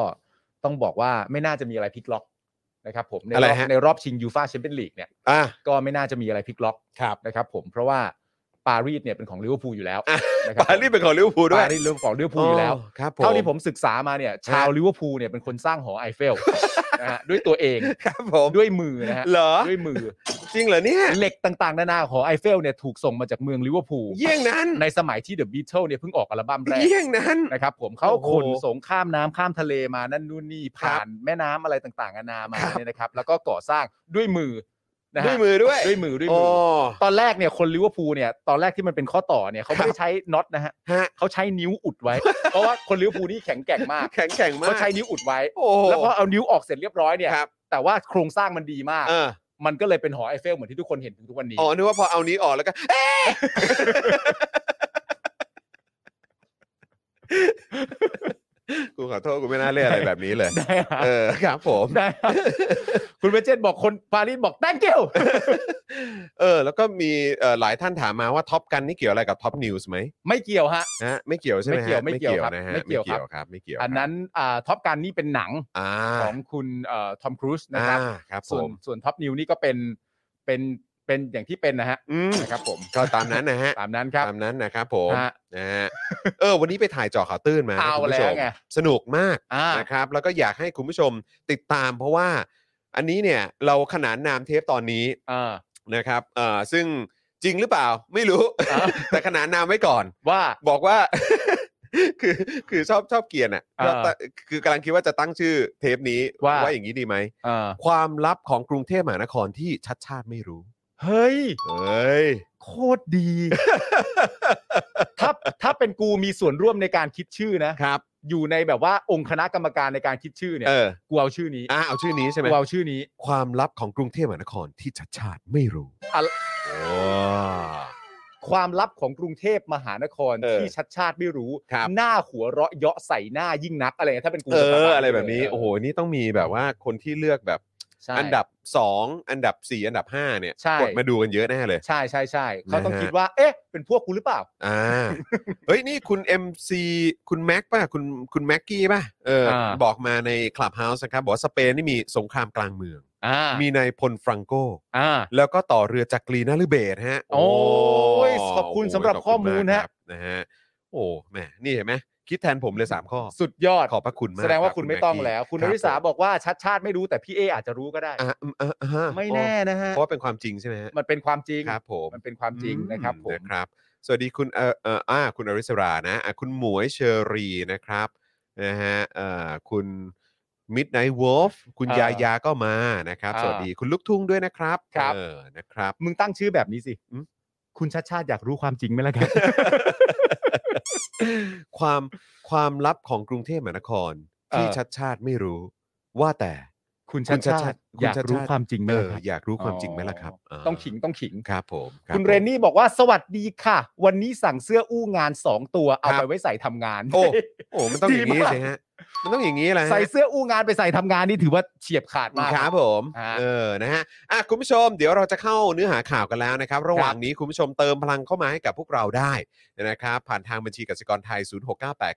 S4: ต้องบอกว่าไม่น่าจะมีอะไรพลิกล็อกนะครับผมใน
S3: อะไร
S4: รอบ
S3: ฮะ
S4: ในรอบชิงยูฟ่าแชมเปี้ยนลีกเนี่ย
S3: อ่ะ
S4: ก็ไม่น่าจะมีอะไรพลิกล็อก
S3: ครับ
S4: นะครับผมเพราะว่าปารีสเนี่ยเป็นของลิเวอร์พูลอยู่แล้ว
S3: อ่ะ
S4: นะครับ
S3: ปารีสเป็นของลิเวอร์พูลด้วย
S4: ปารีสเรื่องของลิเวอร์พูลอยู่แล้ว
S3: ครับผม
S4: เท่าที่ผมศึกษามาเนี่ยชาว
S3: ฮะ
S4: ลิเวอร์พูลเนี่ยเป็นคนสร้างหอไอเฟล นะฮะด้วยตัวเอง
S3: ครับผม
S4: ด้วยมือนะฮะ
S3: เหรอ
S4: ด้วยมือ
S3: จริงเหรอเนี่ย
S4: เหล็กต่างๆ นานาหอไอเฟลเนี่ยถูกส่งมาจากเมืองลิเวอร์พูล
S3: เยี่ยงนั้น
S4: ในสมัยที่เดอะบีเทิลเนี่ยเพิ่งออกอัลบั้มแรก
S3: เยี่ยงนั้น
S4: นะครับผมเขา
S3: โอ้โห
S4: ขนส่งข้ามน้ำข้ามทะเลมานั่นนู่นนี่ผ่านแม่น้ำอะไรต่างๆนานามา
S3: ครับ
S4: เนี่ยนะครับ แล้วก็ก่อสร้างด้วยมือนะฮะ
S3: ด้วยมือด้วย
S4: ด้วยมือด้วย
S3: โอ้
S4: มือ ตอนแรกเนี่ยคนลิเวอร์พูลเนี่ยตอนแรกที่มันเป็นข้อต่อเนี่ยเขาไม่ได้ใช้น็อตนะฮะ
S3: ฮะ
S4: เขาใช้นิ้วอุดไว้ เพราะว่าคนลิเวอร์พูลนี่แข็งแกร่งมาก
S3: แข็งแกร่งมา
S4: เขา
S3: ก
S4: ใช้นิ้วอุดไว้
S3: โอ้โห
S4: แล้วพอเอานิ้วออกเสร็จเรียบร้อยเนี่ย
S3: ครับ
S4: แต่ว่าโครงสร้างมันดีมาก
S3: เออ
S4: มันก็เลยเป็นหอไอเฟลเหมือนที่ทุกคนเห็นถึงทุกวันนี้
S3: อ๋อนึกว่าพอเอานี้ออกแล้วก็เอ๊ะกูขอโทษกูไม่น่าเล่นอะไรแบบนี้เลย
S4: ได้ฮะ
S3: เออครับผม
S4: ได้ ฮะคุณเวเจนบอกคนปารีสบอก thank you
S3: เออแล้วก็มีเอ่อหลายท่านถามมาว่าท็อปกันนี่เกี่ยวอะไรกับท็อปนิวส์ไหม
S4: ไม่เกี่ยวฮะ
S3: นะฮะไม่เกี่ยวใช่ไหม
S4: ไม่เกี่ยว
S3: ฮะ
S4: ไม่เกี่ยวครับ
S3: นะฮะ
S4: ไม่
S3: ไม่
S4: เกี่
S3: เกี่ย
S4: ยว ว
S3: ครับ ไม่เกี่ยว
S4: อันนั้นท็อปการนี่เป็นหนัง
S3: อ่า
S4: ของคุณทอมครูซนะ
S3: อ่า
S4: ครับ
S3: ครับผ
S4: ส่วน
S3: ม
S4: ส่วนท็อปนิวนี่ก็เป็นเป็นเป็นอย่างที่เป็นนะฮะ
S3: อืม
S4: นะครับผม
S3: ก็ตามนั้นนะฮะ
S4: ตามนั้นครับ
S3: ตามนั้นนะครับผม
S4: ฮะ
S3: นะฮะเออวันนี้ไปถ่ายเจอข่าวตื้นมานะ
S4: เอา
S3: คุณผู้
S4: แล้
S3: ช
S4: ว
S3: ม
S4: ไง
S3: สนุกมาก
S4: อ่า
S3: นะครับแล้วก็อยากให้คุณผู้ชมติดตามเพราะว่าอันนี้เนี่ยเราขนานนามเทปตอนนี้
S4: อ่า
S3: นะครับเอ่อซึ่งจริงหรือเปล่าไม่รู้
S4: อ่า
S3: แต่ขนานนามไว้ก่อน
S4: ว่า
S3: บอกว่า คือคือชอบชอบเกียร์นอ่ะ
S4: อ่า
S3: ก็ตะคือกำลังคิดว่าจะตั้งชื่อเทปนี้
S4: ว่า
S3: ว่าอย่างนี้ดีไหม
S4: เอ่า
S3: ความลับของกรุงเทพมหานครที่ชัดชาติไม่รู้
S4: เฮ้ย
S3: เอ้ย
S4: โคตรดี ถ้าถ้าเป็นกูมีส่วนร่วมในการคิดชื่อนะครับ อยู่ในแบบว่าองค์คณะกรรมการในการคิดชื่อเนี่ย
S3: เออ
S4: กูเอาชื่อนี้
S3: อ่ะเอาชื่อนี้ใช่ไหม
S4: กูเอาชื่อนี้
S3: ความลับของกรุงเทพมหานครที่ชัดชาติไม่รู้
S4: อะ
S3: โอ้
S4: ความลับของกรุงเทพมหานคร
S3: เออ
S4: ที่ชัดชาติไม่รู้
S3: ครับ
S4: หน้าหัวเราะเยาะใส่หน้ายิ่งนักอะไรเงี้ยถ้าเป็นกู
S3: เอ
S4: จปมา
S3: อ
S4: ณ
S3: อะไรแบบนี้ โอ้โห นี่ต้องมีแบบว่าคนที่เลือกแบบ
S4: ใช่
S3: อันดับ 2 อันดับ 4 อันดับ 5 เนี่ย
S4: ใช่
S3: กดมาดูกันเยอะแน่เลย
S4: ใช่ใช่ใช่เขาต้อง
S3: นะฮะ
S4: คิดว่า เอ๊ะ เป็นพวกกูหรือเปล่า
S3: อ่า เฮ้ย นี่คุณ MC คุณแม็กป่ะ คุณคุณแม็กกี้ป่ะ เออ
S4: อ่า
S3: บอกมาในคลับเฮาส์นะครับ บอกว่าสเปนนี่มีสงครามกลางเมือง
S4: อ่า
S3: มีนายพลฟรังโก
S4: อ่า
S3: แล้วก็ต่อเรือจากกรีนาลือเบตฮะ
S4: โอ้ยขอบคุณสำหรับ
S3: โย
S4: ข้อมูล
S3: ข
S4: ฮะ
S3: บคุณากครับนะฮะ โอ้แหมนี่เห็นไหมคิดแทนผมเลย 3 ข้อ
S4: สุดยอด
S3: ขอบพระคุณมาก
S4: แสดงว่า
S3: รับ
S4: คุณไม่ต้อง
S3: แกกี้
S4: แล้ว คุณน
S3: รับ
S4: ริสา
S3: ผม
S4: บอกว่าชัดชาติไม่รู้แต่พี่เออาจจะรู้ก็ได้
S3: อ่ะอืมอ่ะอ่ะฮะ
S4: ไม่แน่นะฮะ
S3: เพราะว่าเป็นความจริงใช่ไหมฮะ
S4: มันเป็นความจริง
S3: ครับผม
S4: มันเป็นความจริงนะครับผ
S3: อื
S4: ม
S3: นะครับ สวัสดีคุณเอ่อเอ่ออ่าคุณอริสรานะอ่ะคุณหมวยเชอรีนะครับนะฮะเอ่อคุณ Midnight Wolf คุณ
S4: อ่าย
S3: ยายาก็มานะครับ
S4: อ่า
S3: สวัสดีคุณลูกทุ่งด้วยนะครับ
S4: ครับ
S3: เออนะครับ
S4: มึงตั้งชื่อแบบนี้สิ
S3: อืม
S4: คุณชัดชาติอยากรู้ความจริงไหมล่ะครับ
S3: ความความลับของกรุงเทพมหานคร ที่
S4: เออ
S3: ชัดชาติไม่รู้ ว่าแต่
S4: คุณชัดชาติ
S3: คุณ
S4: อ
S3: ชัดชา
S4: ยาก
S3: ติ
S4: รู้ความจริงไหม
S3: เอ
S4: ล่ะ
S3: อ
S4: ครับ
S3: อยากรู้ความจริงไหมล่ะครับ
S4: อ๋อา ต้องขิงต้องขิง
S3: ครับผมบ
S4: คุณ
S3: ผม
S4: เรนนี่บอกว่าสวัสดีค่ะ วันนี้สั่งเสื้ออู้งานสองตัวเอา
S3: ครั
S4: ไป
S3: บ
S4: ไว้ใส่ทำงาน
S3: โอ้โอ้มันต้องอย่างนี้
S4: ดีมาก
S3: สิฮะมันต้องอย่างนี้แหละฮะ
S4: ใส่เสื้ออู้งานไปใส่ทำงานนี่ถือว่าเฉียบขาดมาก
S3: ครับผม
S4: ฮะ
S3: เออนะฮะอ่ะคุณผู้ชมเดี๋ยวเราจะเข้าเนื้อหาข่าวกันแล้วนะครับ ระหว่างนี้คุณผู้ชมเติมพลังเข้ามาให้กับพวกเราได้นะครับผ่านทางบัญชีกสิกรไทย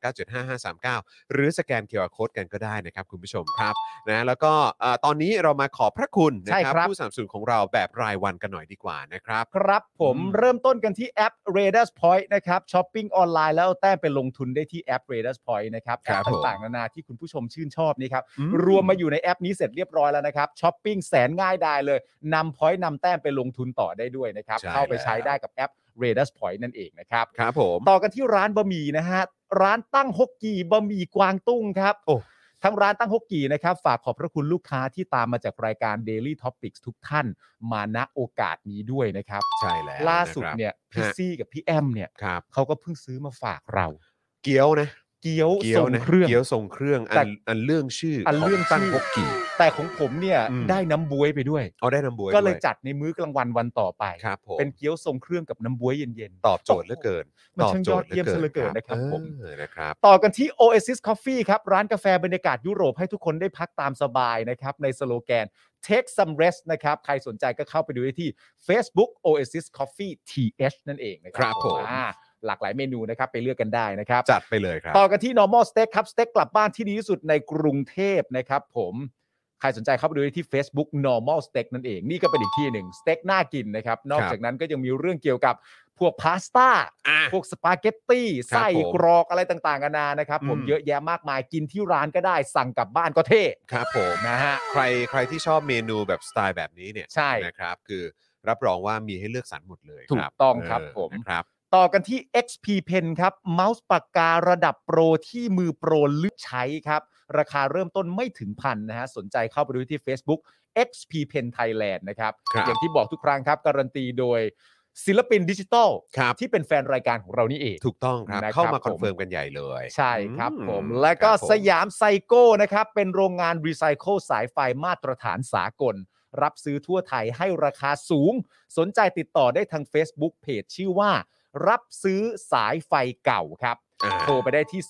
S3: 0698975539 หรือสแกนเคอร์โคดกันก็ได้นะครับคุณผู้ชมครับนะแล้วก็เอ่อตอนนี้เรามาขอบพระคุณนะ
S4: ใช่
S3: ค
S4: ครั
S3: รับ บผู้สนับสนุนของเราแบบรายวันกันหน่อยดีกว่านะครับ
S4: ครับผม
S3: อืม
S4: เริ่มต้นกันที่แอป r a d a r s Point นะครับช้อปปิ้งออนไลน์แล้วเอาแต้มไปลงทุนได้ที่แอป r a d a r s Point นะครับแอปต่างๆนานาที่คุณผู้ชมชื่นชอบนี่ครับ
S3: อื
S4: รวมมาอยู่ในแอปนี้เสร็จเรียบร้อยแล้วนะครับช้อปปิ้งแสนง่ายดายเลยนำ point นำแต้มไปลงทุนต่อได้ด้วยนะครับ
S3: ใช่
S4: เข้าไปใช้ได้กับแอป r a d a r s Point นั่นเองนะครับ
S3: ครับผม
S4: ต่อกันที่ร้านบะหมี่นะฮะร้านตั้งฮกกีบะหมี่กวางตุ้งครับ
S3: โอ้
S4: ทั้งร้านตั้งฮกกีนะครับ ฝากขอบพระคุณลูกค้าที่ตามมาจากรายการ Daily Topics ทุกท่าน มาณโอกาสนี้ด้วยนะครับ
S3: ใช่แล้ว
S4: ล่าสุด
S3: ะครับ
S4: เนี่ยพี่
S3: ฮะ
S4: ซี่กับพี่แอมเนี่ย
S3: ครับ
S4: เขาก็เพิ่งซื้อมาฝากเรา
S3: เกี๊ยวนะ
S4: เกี๊ยว
S3: เกี๊ย
S4: ทร
S3: ว
S4: ง
S3: นะ
S4: เครื่อง
S3: เกี๊ยวทรงเครื่องอั
S4: แต่
S3: นอันเรื่องชื่อ
S4: อั
S3: อั
S4: นเรื่อง
S3: ตั้ง
S4: ชื่อ
S3: ฮกกี่
S4: แต่ของผมเนี่ย
S3: อืม
S4: ได้น้ำบวยไปด้วย
S3: เอาได้น้ำบวย
S4: ก็เลย
S3: ด้ว
S4: จัดในมื้อกลางวันวันต่อไป
S3: ครับผม
S4: เป็นเกี๊ยวทรงเครื่องกับน้ำบวยเย็น
S3: ตอบโจทย์เหลือเกิน
S4: มัน
S3: ตอบ
S4: ช่าง
S3: โจ
S4: ยอ
S3: ท
S4: ด
S3: ย์
S4: เยี่ยมซะเหลือเกินนะครับผม
S3: เออนะครับ
S4: ต่อกันที่ Oasis Coffee ครับ ร้านกาแฟบรรยากาศยุโรปให้ทุกคนได้พักตามสบายนะครับ ในสโลแกน Take some rest นะครับ ใครสนใจก็เข้าไปดูได้ที่ Facebook Oasis Coffee TH นั่นเองนะครั
S3: ครับผม
S4: อ่าหลากหลายเมนูนะครับ ไปเลือกกันได้นะครับ
S3: จัดไปเลยครับ
S4: ต่อกันที่ normal steak ครับ สเต็กกลับบ้านที่ดีที่สุดในกรุงเทพนะครับผม ใครสนใจเข้าไปดูได้ที่ Facebook normal steak นั่นเอง นี่ก็เป็นอีกที่หนึ่ง สเต็กน่ากินนะครับ นอ
S3: ค
S4: ก
S3: รับ
S4: จากนั้นก็ยังมีเรื่องเกี่ยวกับพวกพาสต้า
S3: อ่ะ
S4: พวกสปาเกตตี้
S3: ครั
S4: ไส้
S3: บผม
S4: กรอกอะไรต่างๆกันานานะครับ ผม
S3: อืม
S4: เยอะแยะมากมายกินที่ร้านก็ได้ สั่งกลับบ้านก็เท่
S3: ครับผม
S4: นะฮะ
S3: ใครใครที่ชอบเมนูแบบสไตล์แบบนี้เนี่ย
S4: ใช่
S3: นะครับ คือรับรองว่ามีให้เลือกสรรหมดเลย
S4: ถูกต้อง
S3: เ
S4: ครับผม
S3: นะครับ
S4: ต่อกันที่ XP Pen ครับ เมาส์ปากการะดับโปรที่มือโปรเลือกใช้ครับ ราคาเริ่มต้นไม่ถึงพันนะฮะ สนใจเข้าไปดูที่ Facebook XP Pen Thailand นะครับ
S3: ครับ
S4: อย่างที่บอกทุกครั้งครับ การันตีโดยศิลปินดิจิทัล
S3: ครับ
S4: ที่เป็นแฟนรายการของเรานี่เอง
S3: ถูกต้องครับ
S4: นะครับ
S3: เข้ามา
S4: ผม
S3: คอนเฟิร์มกันใหญ่เลย
S4: ใช่ครับ
S3: อื
S4: ผม และก็
S3: ครับผม
S4: สยามไซโก้นะครับ เป็นโรงงานรีไซเคิลสายไฟมาตรฐานสากล รับซื้อทั่วไทยให้ราคาสูง สนใจติดต่อได้ทาง Facebook เพจชื่อว่า รับซื้อสายไฟเก่าครับ
S3: อ่า
S4: โทรไปได้ที่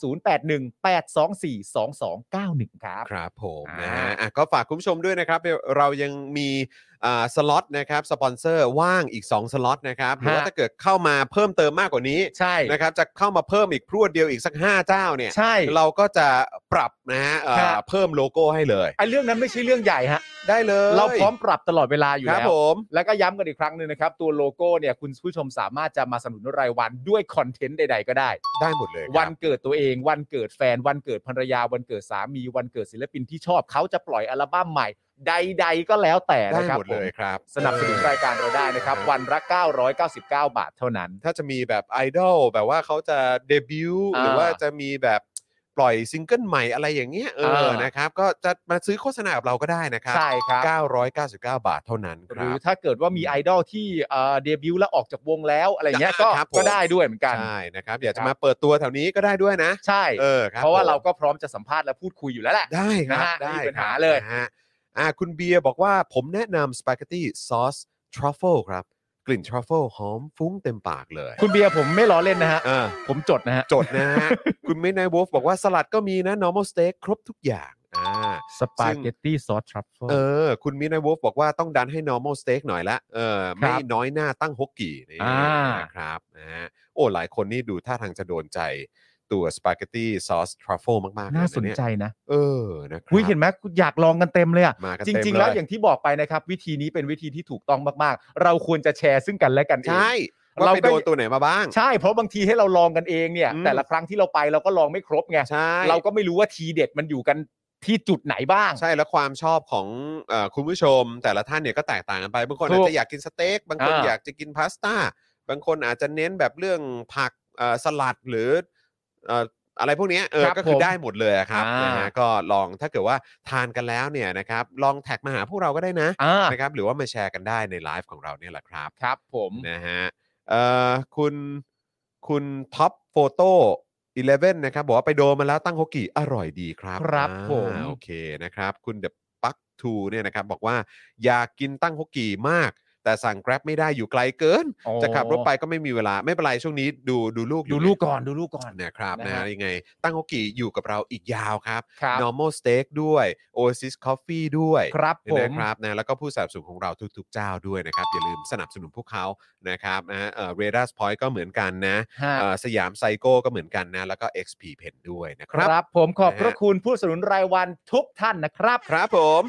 S4: 0818242291 ครับ
S3: ครับผม
S4: อ่าน
S3: นะฮะอ่ะก็ฝากคุณผู้ชมด้วยนะครับ เรายังมีอ่าสล็อตนะครับ สปอนเซอร์ว่างอีก 2 สล็อตนะครับหรือว่า
S4: ฮะ
S3: ถ้าเกิดเข้ามาเพิ่มเติมมากกว่านี้
S4: ใช่
S3: นะครับจะเข้ามาเพิ่มอีกพรวดเดียวอีกสัก 5 เจ้าเนี่ย
S4: ใช่
S3: เราก็จะปรับนะฮะเอ่อ
S4: ครับ
S3: เพิ่มโลโก้ให้เลย
S4: ไอ้เรื่องนั้นไม่ใช่เรื่องใหญ่ฮะ
S3: ได้เลย
S4: เราพร้อมปรับตลอดเวลาอยู่
S3: ครับ
S4: แล้ว
S3: ผม
S4: แล้วก็ย้ำกันอีกครั้งหนึ่งนะครับ ตัวโลโก้เนี่ยคุณผู้ชมสามารถจะมาสนับสนุนรายวันด้วยคอนเทนต์ใด ๆ ก็ได้
S3: ได้หมดเลยครับ
S4: วันเกิดตัวเอง วันเกิดแฟน วันเกิดภรรยา วันเกิดสามี วันเกิดศิลปินที่ชอบเขาจะปล่อยอัลบั้มใหม่ ใด ๆ ก็แล้วแต่
S3: ได้
S4: นะครับ
S3: หมดเลย
S4: ผม
S3: ครับ
S4: สนับสนุนรายการเราได้นะครับ วันละ999 บาทเท่านั้น
S3: ถ้าจะมีแบบไอดอลแบบว่าเขาจะเดบิวต์
S4: อ่า
S3: หรือว่าจะมีแบบปล่อยซิงเกิลใหม่อะไรอย่างเงี้ยเออ
S4: อ่าน
S3: นะครับ ก็จะมาซื้อโฆษณากับเราก็ได้นะครับ
S4: ใช่ครับ
S3: 999 บาทเท่านั้นค
S4: หรื
S3: รั
S4: อบ ถ้าเกิดว่ามีไอดอลที่เอ่อเดบิวต์แล้วออกจากวงแล้วอะไรเงี้ยก็
S3: ครับผม
S4: ก็ได้ด้วยเหมือนกัน
S3: ใช่นะครับ อยาก
S4: ค
S3: จะ
S4: รับ
S3: มาเปิดตัวแถวนี้ก็ได้ด้วยนะ
S4: ใช่
S3: เออครับ
S4: เพราะว่า
S3: ผม
S4: เราก็พร้อมจะสัมภาษณ์และพูดคุยอยู่แล้วแหละ
S3: ได้ครับ
S4: นะฮะ
S3: ได้
S4: ไม่มีปัญ
S3: ครับ
S4: หาเลย
S3: นะฮะอ่าคุณเบียร์บอกว่าผมแนะนำสปาเกตตี้ซอสทรัฟเฟิลครับ กลิ่นทรัฟเฟิลหอมฟุ้งเต็มปากเลย
S4: คุณเบียร์ผมไม่ล้อเล่นนะฮะ
S3: เออ
S4: ผมจดนะฮะ
S3: จดนะ ฮะ คุณไม่นายวอฟบอกว่าสลัดก็มีนะ normal steak ครบทุกอย่างอ่า
S4: สปาเกตตี้ซอสทรัฟเฟิล
S3: เออ คุณมินายวูฟบอกว่าต้องดันให้ normal steak หน่อยละ เออ ไม่
S4: ครับ
S3: น้อยหน้าตั้งฮกกี่นี่
S4: อ่าน
S3: นะครับนะฮะโอ้ หลายคนนี่ดูท่าทางจะโดนใจตัวสปาเกตตี้ซอสทรัฟเฟิลมากๆเลยะ
S4: น่าสน
S3: เย
S4: ใจนะ
S3: เออ นะครั
S4: อุ้ยเห็นไหมอยากลองกันเต็มเลยอะ
S3: มากัน
S4: จ
S3: เต็ม
S4: ริง ๆ แล้ว
S3: เ
S4: อย่างที่บอกไปนะครับ วิธีนี้เป็นวิธีที่ถูกต้องมากๆ เราควรจะแชร์ซึ่งกันและกันเอง
S3: ใช่เรา
S4: เรา
S3: ไป
S4: ก็
S3: โดนตัวไหนมาบ้าง
S4: ใช่เพราะบางทีให้เราลองกันเองเนี่ย
S3: อืม
S4: แต่ละครั้งที่เราไปเราก็ลองไม่ครบไง
S3: ใช่
S4: เราก็ไม่รู้ว่าทีเด็ดมันอยู่กันที่จุดไหนบ้าง
S3: ใช่แล้วความชอบของเอ่อคุณผู้ชม แต่ละท่านเนี่ยก็แตกต่างกันไปบางคน
S4: ถู
S3: อาจ
S4: ก
S3: จะอยากกินสเต็กบางคน
S4: อ่า
S3: อยากจะกินพาสต้าบางคนอาจจะเน้นแบบเรื่องผักเอ่อสลัดหรือเอ่ออะไรพวกเนี้ยเออ
S4: ครับ
S3: ก็คือ
S4: ผม
S3: ได้หมดเลยอะครับ
S4: อ่าน
S3: นะฮะก็ลองถ้าเกิดว่าทานกันแล้วเนี่ยนะครับลองแท็กมาหาพวกเราก็ได้นะ
S4: อ่า
S3: นะครับหรือว่ามาแชร์กันได้ในไลฟ์ของเราเนี่ยแหละครับ
S4: ครับ ผม
S3: นะฮะเอ่อคุณคุณท็อปโฟโต้11 นะครับ บอกว่าไปโดนมาแล้วตั้งฮกกี้อร่อยดีครับ
S4: ครับ
S3: อ่า
S4: ผม
S3: โอเคนะครับ คุณเดปักทูเนี่ยนะครับ บอกว่าอยากกินตั้งฮกกี้มาก แต่สั่ง Grab ไม่ได้อยู่ไกลเกิน จะขับรถไปก็ไม่มีเวลาไม่เป็นไรช่วงนี้ดูดูลูกอยู่
S4: ดูลูกก่อนดูลูกก่อน
S3: นะครับนะ
S4: นะฮะ
S3: ฮะยังไง ตั้งฮกกี้อยู่กับเราอีกยาวครับ
S4: ครับ
S3: normal steak ด้วย oasis coffee ด้วย
S4: ครับผม
S3: นะครับนะแล้วก็ผู้สนับสนุนของเราทุกๆเจ้าด้วยนะครับ อย่าลืมสนับสนุนพวกเขานะครับนะเรดาร์สพอยต์ก็เหมือนกันนะ
S4: ฮะ
S3: เอ่อสยามไซโก้ก็เหมือนกันนะ แล้วก็ XP Pen ด้วยนะค
S4: ค
S3: รั
S4: รับผมขอบพ
S3: นะ
S4: ระ
S3: ฮะ
S4: คุณผู้สนับสนุนรายวันทุกท่านนะครับ
S3: ครับผม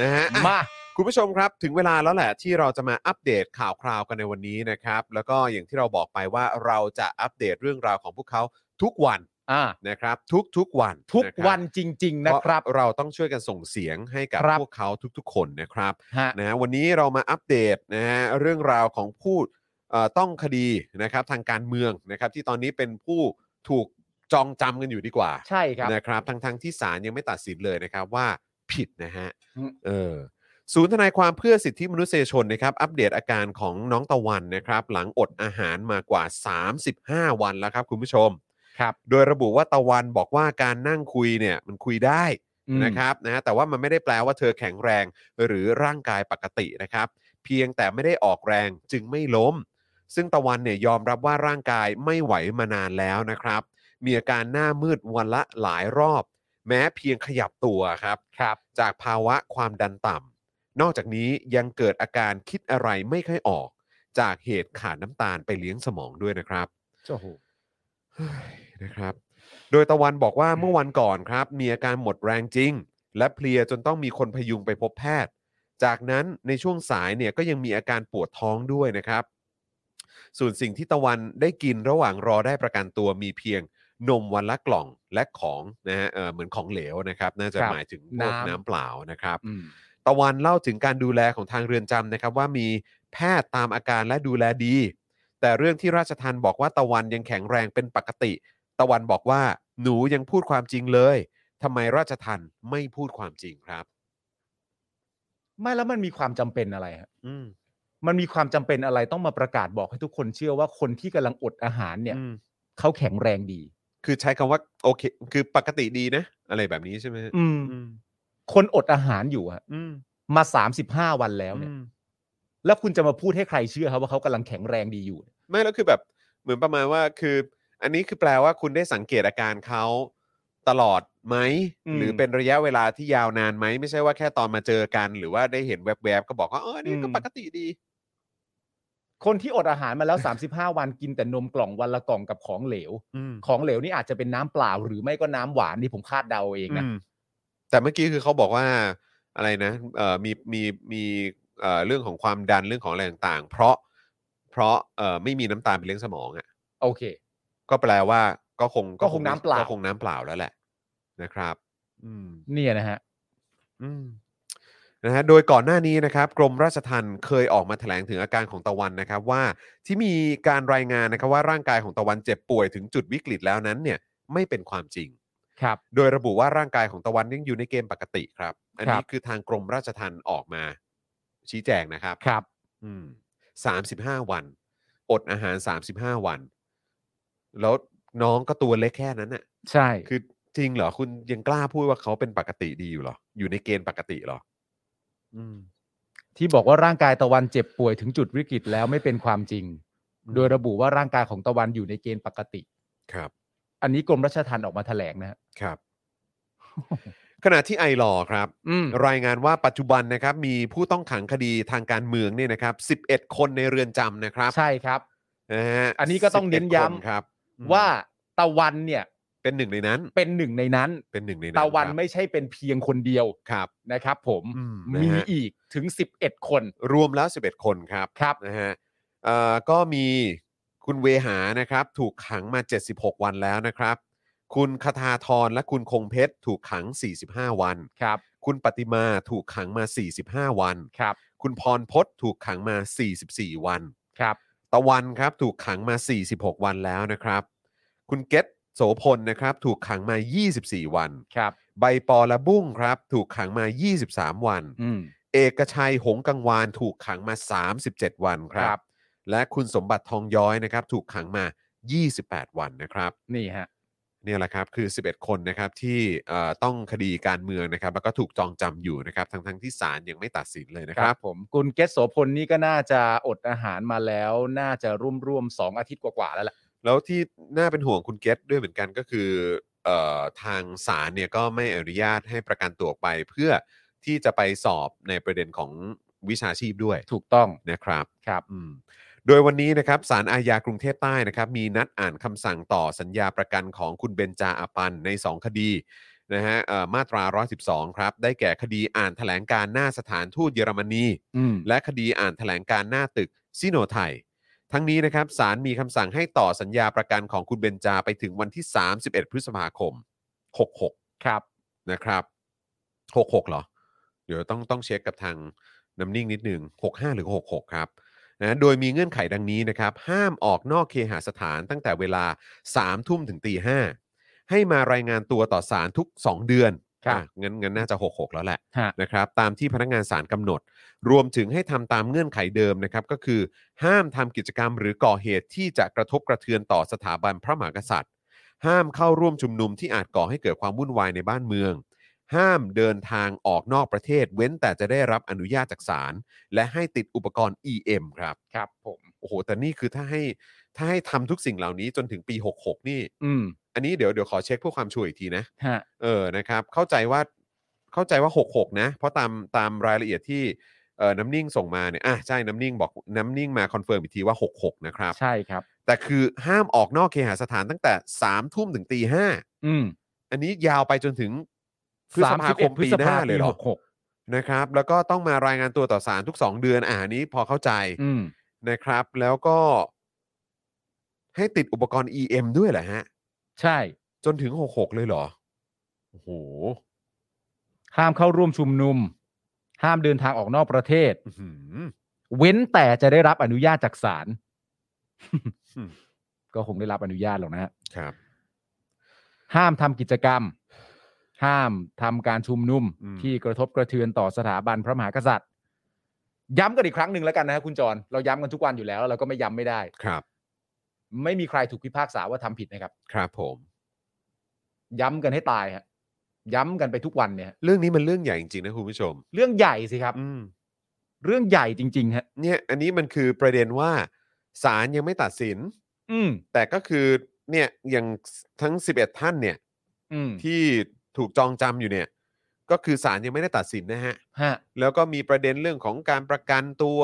S3: นะฮะอ่ะ
S4: มา
S3: คุณผู้ชมครับ ถึงเวลาแล้วแหละที่เราจะมาอัปเดตข่าวคราวกันในวันนี้นะครับ แล้วก็อย่างที่เราบอกไปว่าเราจะอัปเดตเรื่องราวของพวกเขาทุกวัน
S4: อ่า
S3: นะครับ ทุกทุกๆวัน
S4: ทุก
S3: ะครับ
S4: วันจริง ๆ นะครับ
S3: เพาเราต้องช่วยกันส่งเสียงให้กับ
S4: ครับ
S3: พวกเขาทุกๆ คนนะครับ
S4: ฮะ
S3: นะฮะวันนี้เรามาอัปเดตนะฮะเรื่องราวของผู้เอ่อต้องคดีนะครับทางการเมืองนะครับ ที่ตอนนี้เป็นผู้ถูกจองจำกันอยู่ดีกว่า
S4: ใช่ครับ
S3: นะครับทั้งทั้งๆที่ศาลยังไม่ตัดสินเลยนะครับว่าผิดนะฮะ
S4: อืม
S3: เออศูนย์ทนายความเพื่อสิทธิมนุษยชนนะครับ อัปเดตอาการของน้องตะวันนะครับ หลังอดอาหารมากว่า 35 วันแล้วครับคุณผู้ชม
S4: ครับ
S3: โดยระบุว่าตะวันบอกว่าการนั่งคุยเนี่ยมันคุยได้
S4: อืม
S3: นะครับนะแต่ว่ามันไม่ได้แปลว่าเธอแข็งแรงหรือร่างกายปกตินะครับ เพียงแต่ไม่ได้ออกแรงจึงไม่ล้ม ซึ่งตะวันเนี่ยยอมรับว่าร่างกายไม่ไหวมานานแล้วนะครับ มีอาการหน้ามืดวันละหลายรอบ แม้เพียงขยับตัวครับ
S4: ครับ
S3: จากภาวะความดันต่ำ นอกจากนี้ยังเกิดอาการคิดอะไรไม่ค่อยออก จากเหตุขาดน้ำตาลไปเลี้ยงสมองด้วยนะครับ
S4: โอ้โห
S3: เฮ้ยนะครับ โดยตะวันบอกว่าเมื่อวันก่อนครับ มีอาการหมดแรงจริง และเพลียจนต้องมีคนพยุงไปพบแพทย์ จากนั้นในช่วงสายเนี่ยก็ยังมีอาการปวดท้องด้วยนะครับ ส่วนสิ่งที่ตะวันได้กินระหว่างรอได้ประกันตัวมีเพียงนมวันละกล่องและของนะฮะเอ่อเหมือนของเหลวนะครับ น่าจะ
S4: ครับ
S3: หมายถึงพวก
S4: น้ำ
S3: น้ำเปล่านะครับ
S4: อืม
S3: ตะวันเล่าถึงการดูแลของทางเรือนจำนะครับว่ามีแพทย์ตามอาการและดูแลดี แต่เรื่องที่ราชทันบอกว่าตะวันยังแข็งแรงเป็นปกติ ตะวันบอกว่าหนูยังพูดความจริงเลยทำไมราชทันไม่พูดความจริงครับ
S4: ไม่แล้วมันมีความจำเป็นอะไรฮะ
S3: อืม
S4: มันมีความจำเป็นอะไรต้องมาประกาศบอกให้ทุกคนเชื่อว่าคนที่กำลังอดอาหารเนี่ย
S3: อืม
S4: เขาแข็งแรงดี
S3: คือใช้คำว่าโอเค คือปกติดีนะ อะไรแบบนี้ใช่ไหมฮะ
S4: อืม
S3: อืม
S4: คนอดอาหารอยู่อะ
S3: อืม
S4: มาสามสิบห้าวันแล้วเนี่ย
S3: อืม
S4: แล้วคุณจะมาพูดให้ใครเชื่อครับว่าเขากำลังแข็งแรงดีอยู่
S3: ไม่แล้วคือแบบเหมือนประมาณว่าคือ อันนี้คือแปลว่าคุณได้สังเกตอาการเขาตลอดไหม
S4: อืม
S3: หรือเป็นระยะเวลาที่ยาวนานไหม ไม่ใช่ว่าแค่ตอนมาเจอกัน หรือว่าได้เห็นแวบๆก็บอกว่าเออนี่ก็
S4: อืม
S3: ปกติดี
S4: คนที่อดอาหารมาแล้ว 35 วันกินแต่นมกล่องวันละกล่องกับของเหลว
S3: อืม
S4: ของเหลวนี่อาจจะเป็นน้ำเปล่าหรือไม่ก็น้ำหวานนี่ผมคาดเดาเองนะ
S3: แต่เมื่อกี้คือเขาบอกว่าอะไรนะเอ่อมีมีมีเอ่อเรื่องของความดันเรื่องของอะไรต่างๆ เพราะเพราะเอ่อไม่มีน้ำตาลไปเลี้ยงสมองอ่ะ
S4: โอเค
S3: ก็แปลว่าก็คง
S4: ก็คงน้ำเปล่า
S3: ก็คงน้ำเปล่าแล้วแหละนะครับ อืม
S4: เนี่ยนะฮะ
S3: อืมนะฮะโดยก่อนหน้านี้นะครับ กรมราชทัณฑ์เคยออกมาแถลงถึงอาการของตะวันนะครับ ว่าที่มีการรายงานนะครับว่าร่างกายของตะวันเจ็บป่วยถึงจุดวิกฤตแล้วนั้นเนี่ยไม่เป็นความจริง
S4: ครับ
S3: โดยระบุว่าร่างกายของตะวันยังอยู่ในเกณฑ์ปกติครับ อันนี้คือทางกรมราชทัณฑ์ออกมา ชี้แจงนะครับ
S4: ครับ
S3: อืมสามสิบห้าวัน อดอาหารสามสิบห้าวัน แล้วน้องก็ตัวเล็กแค่นั้นน่ะ
S4: ใช่
S3: คือจริงเหรอ คุณยังกล้าพูดว่าเขาเป็นปกติดีอยู่เหรอ อยู่ในเกณฑ์ปกติเหรอ อืม
S4: ที่บอกว่าร่างกายตะวันเจ็บป่วยถึงจุดวิกฤตแล้วไม่เป็นความจริง
S3: อืม
S4: โดยระบุว่าร่างกายของตะวันอยู่ในเกณฑ์ปกติ
S3: ครับ
S4: อันนี้กรมราชทัณฑ์ออกมาแถลงนะฮะ
S3: ครับ ขณะที่ไอรอว์ครับ
S4: อืม
S3: รายงานว่าปัจจุบันนะครับ มีผู้ต้องขังคดีทางการเมืองเนี่ยนะครับ 11 คนในเรือนจำนะครับ
S4: ใช่ครับ
S3: นะฮะ
S4: อันนี้ก็ต้องเน้นย้ำ
S3: 11คครับอืม
S4: ว่าตะวันเนี่ย
S3: เป็นหนึ่งในนั้น
S4: เป็นหนึ่งในนั้น
S3: เป็นหนึ่งในนั้น
S4: ตะวัน
S3: ครับ
S4: ไม่ใช่เป็นเพียงคนเดียว
S3: ครับ
S4: นะครับ ผม
S3: อืมนะฮะ
S4: มีอีกถึง 11 คน
S3: รวมแล้ว 11 คนครับ
S4: ครับ
S3: นะฮะเอ่อก็มีคุณเวหานะครับ ถูกขังมา 76 วันแล้วนะครับ คุณคทาธรและคุณคงเพชรถูกขัง 45 วัน
S4: ครับ
S3: คุณปฏิมาถูกขังมา 45 วัน
S4: ครับ
S3: คุณพรพศถูกขังมา 44 วัน
S4: ครับ
S3: ตะวันครับถูกขังมา 46 วันแล้วนะครับ คุณเกตโสพลนะครับถูกขังมา 24 วัน
S4: ครับ
S3: ใบปอและบุ้งครับ ถูกขังมา 23 วัน
S4: อืม
S3: เอกชัยหงกังวานถูกขังมา 37 วันครั
S4: ครับ บ
S3: และคุณสมบัติทองย้อยนะครับ ถูกขังมา 28 วันนะครับ
S4: นี่ฮะ
S3: เนี่ยแหละครับคือ 11 คนนะครับที่เอ่อต้องคดีการเมืองนะครับ แล้วก็ถูกจองจำอยู่นะครับ ทั้งทั้งๆที่ศาลยังไม่ตัดสินเลยนะ
S4: ค
S3: ค
S4: รั
S3: รั
S4: บบ ผมคุณเกศโสพลนี่ก็น่าจะอดอาหารมาแล้ว น่าจะร่วมร่วมๆสองอาทิตย์กว่าๆแล้วแหละ
S3: แล้วที่น่าเป็นห่วงคุณเกตด้วยเหมือนกันก็คือเอ่อทางศาลเนี่ยก็ไม่อนุญาตให้ประกันตัวออกไป เพื่อที่จะไปสอบในประเด็นของวิชาชีพด้วย
S4: ถูกต้อง
S3: นะครับ
S4: ครับ
S3: อืมโดยวันนี้นะครับศาลอาญากรุงเทพใต้นะครับ มีนัดอ่านคำสั่งต่อสัญญาประกันของคุณเบนจาอาปันใน 2 คดีนะฮะเอ่อมาตรา 112 ครับ ได้แก่คดีอ่านแถลงการหน้าสถานทูตเยอรมนี
S4: อืม
S3: และคดีอ่านแถลงการหน้าตึกซิโนไทย ทั้งนี้นะครับศาลมีคำสั่งให้ต่อสัญญาประกันของคุณเบนจาไปถึงวันที่ 31 พฤษภาคม 66
S4: ครับ
S3: นะครับ 66 เหรอ เดี๋ยวต้องต้องเช็คกับทางน้ำนิ่งนิดนึง 65 หรือ 66 ครับนะโดยมีเงื่อนไขดังนี้นะครับ ห้ามออกนอกเคหสถานตั้งแต่เวลา 3 ทุ่มถึงตี5ให้มารายงานตัวต่อศาลทุก 2 เดือน
S4: ครับ
S3: อ่ะงั้นงั้นน่าจะ 66 แล้วแหละ
S4: ฮะ
S3: นะครับตามที่พนักงานศาลกำหนด รวมถึงให้ทำตามเงื่อนไขเดิมนะครับ ก็คือ ห้ามทำกิจกรรมหรือก่อเหตุที่จะกระทบกระเทือนต่อสถาบันพระมหากษัตริย์ ห้ามเข้าร่วมชุมนุมที่อาจก่อให้เกิดความวุ่นวายในบ้านเมือง ห้ามเดินทางออกนอกประเทศ เว้นแต่จะได้รับอนุญาตจากศาลและให้ติดอุปกรณ์ EM ครับ
S4: ครับผม
S3: โอ้โหแต่นี่คือถ้าให้ถ้าให้ทำทุกสิ่งเหล่านี้จนถึงปี 66 นี่
S4: อืม
S3: อันนี้เดี๋ยวเดี๋ยวขอเช็คเพื่อความชัวร์อีกทีนะ
S4: ฮะ
S3: เออ นะครับ เข้าใจว่า เข้าใจว่า 66 นะ เพราะตาม ตามรายละเอียดที่เอ่อน้ำนิ่งส่งมาเนี่ย อ่ะ ใช่ น้ำนิ่งบอก น้ำนิ่งมาคอนเฟิร์มอีกทีว่า 66 นะครับ
S4: ใช่ครับ
S3: แต่คือห้ามออกนอกเคหสถานตั้งแต่ 3 ทุ่มถึงตีห้า
S4: อืม
S3: อันนี้ยาวไปจนถึงพฤษภาคม
S4: 31พฤ
S3: ปี
S4: ษ
S3: ห
S4: ภา
S3: น้า
S4: คม
S3: เลยเหร
S4: ห
S3: อก
S4: หก
S3: นะครับ แล้วก็ต้องมารายงานตัวต่อศาลทุก 2 เดือน อ่าอันนี้พอเข้าใจ
S4: อืม
S3: นะครับ แล้วก็ ให้ติดอุปกรณ์ EM ด้วยเหรอฮะ
S4: ใช่
S3: จนถึง 66 เลยเหรอ โอ้โห
S4: ห้ามเข้าร่วมชุมนุม ห้ามเดินทางออกนอกประเทศ
S3: อื้อหือ
S4: เว้นแต่จะได้รับอนุญาตจากศาล
S3: อืม
S4: ก็คงได้รับอนุญาตหรอกนะฮะ
S3: ครับ
S4: ห้ามทำกิจกรรม ห้ามทำการชุมนุม
S3: อืม
S4: ที่กระทบกระเทือนต่อสถาบันพระมหากษัตริย์ ย้ำกันอีกครั้งหนึ่งแล้วกันนะฮะคุณจร เราย้ำกันทุกวันอยู่แล้ว เราก็ไม่ย้ำไม่ได้
S3: ครับ
S4: ไม่มีใครถูกพิพากษาว่าทำผิดนะครับ
S3: ครับผม
S4: ย้ำกันให้ตายฮะย้ำกันไปทุกวันเนี่ยฮะ
S3: เรื่องนี้มันเรื่องใหญ่จริงๆนะคุณผู้ชม
S4: เรื่องใหญ่สิครับ
S3: อืม
S4: เรื่องใหญ่จริง ๆ ฮะ
S3: เนี่ย อันนี้มันคือประเด็นว่าศาลยังไม่ตัดสิน
S4: อืม
S3: แต่ก็คือเนี่ยอย่างทั้ง 11 ท่านเนี่ย
S4: อืม
S3: ที่ถูกจองจำอยู่เนี่ย ก็คือศาลยังไม่ได้ตัดสินนะฮะ
S4: ฮะ
S3: แล้วก็มีประเด็นเรื่องของการประกันตัว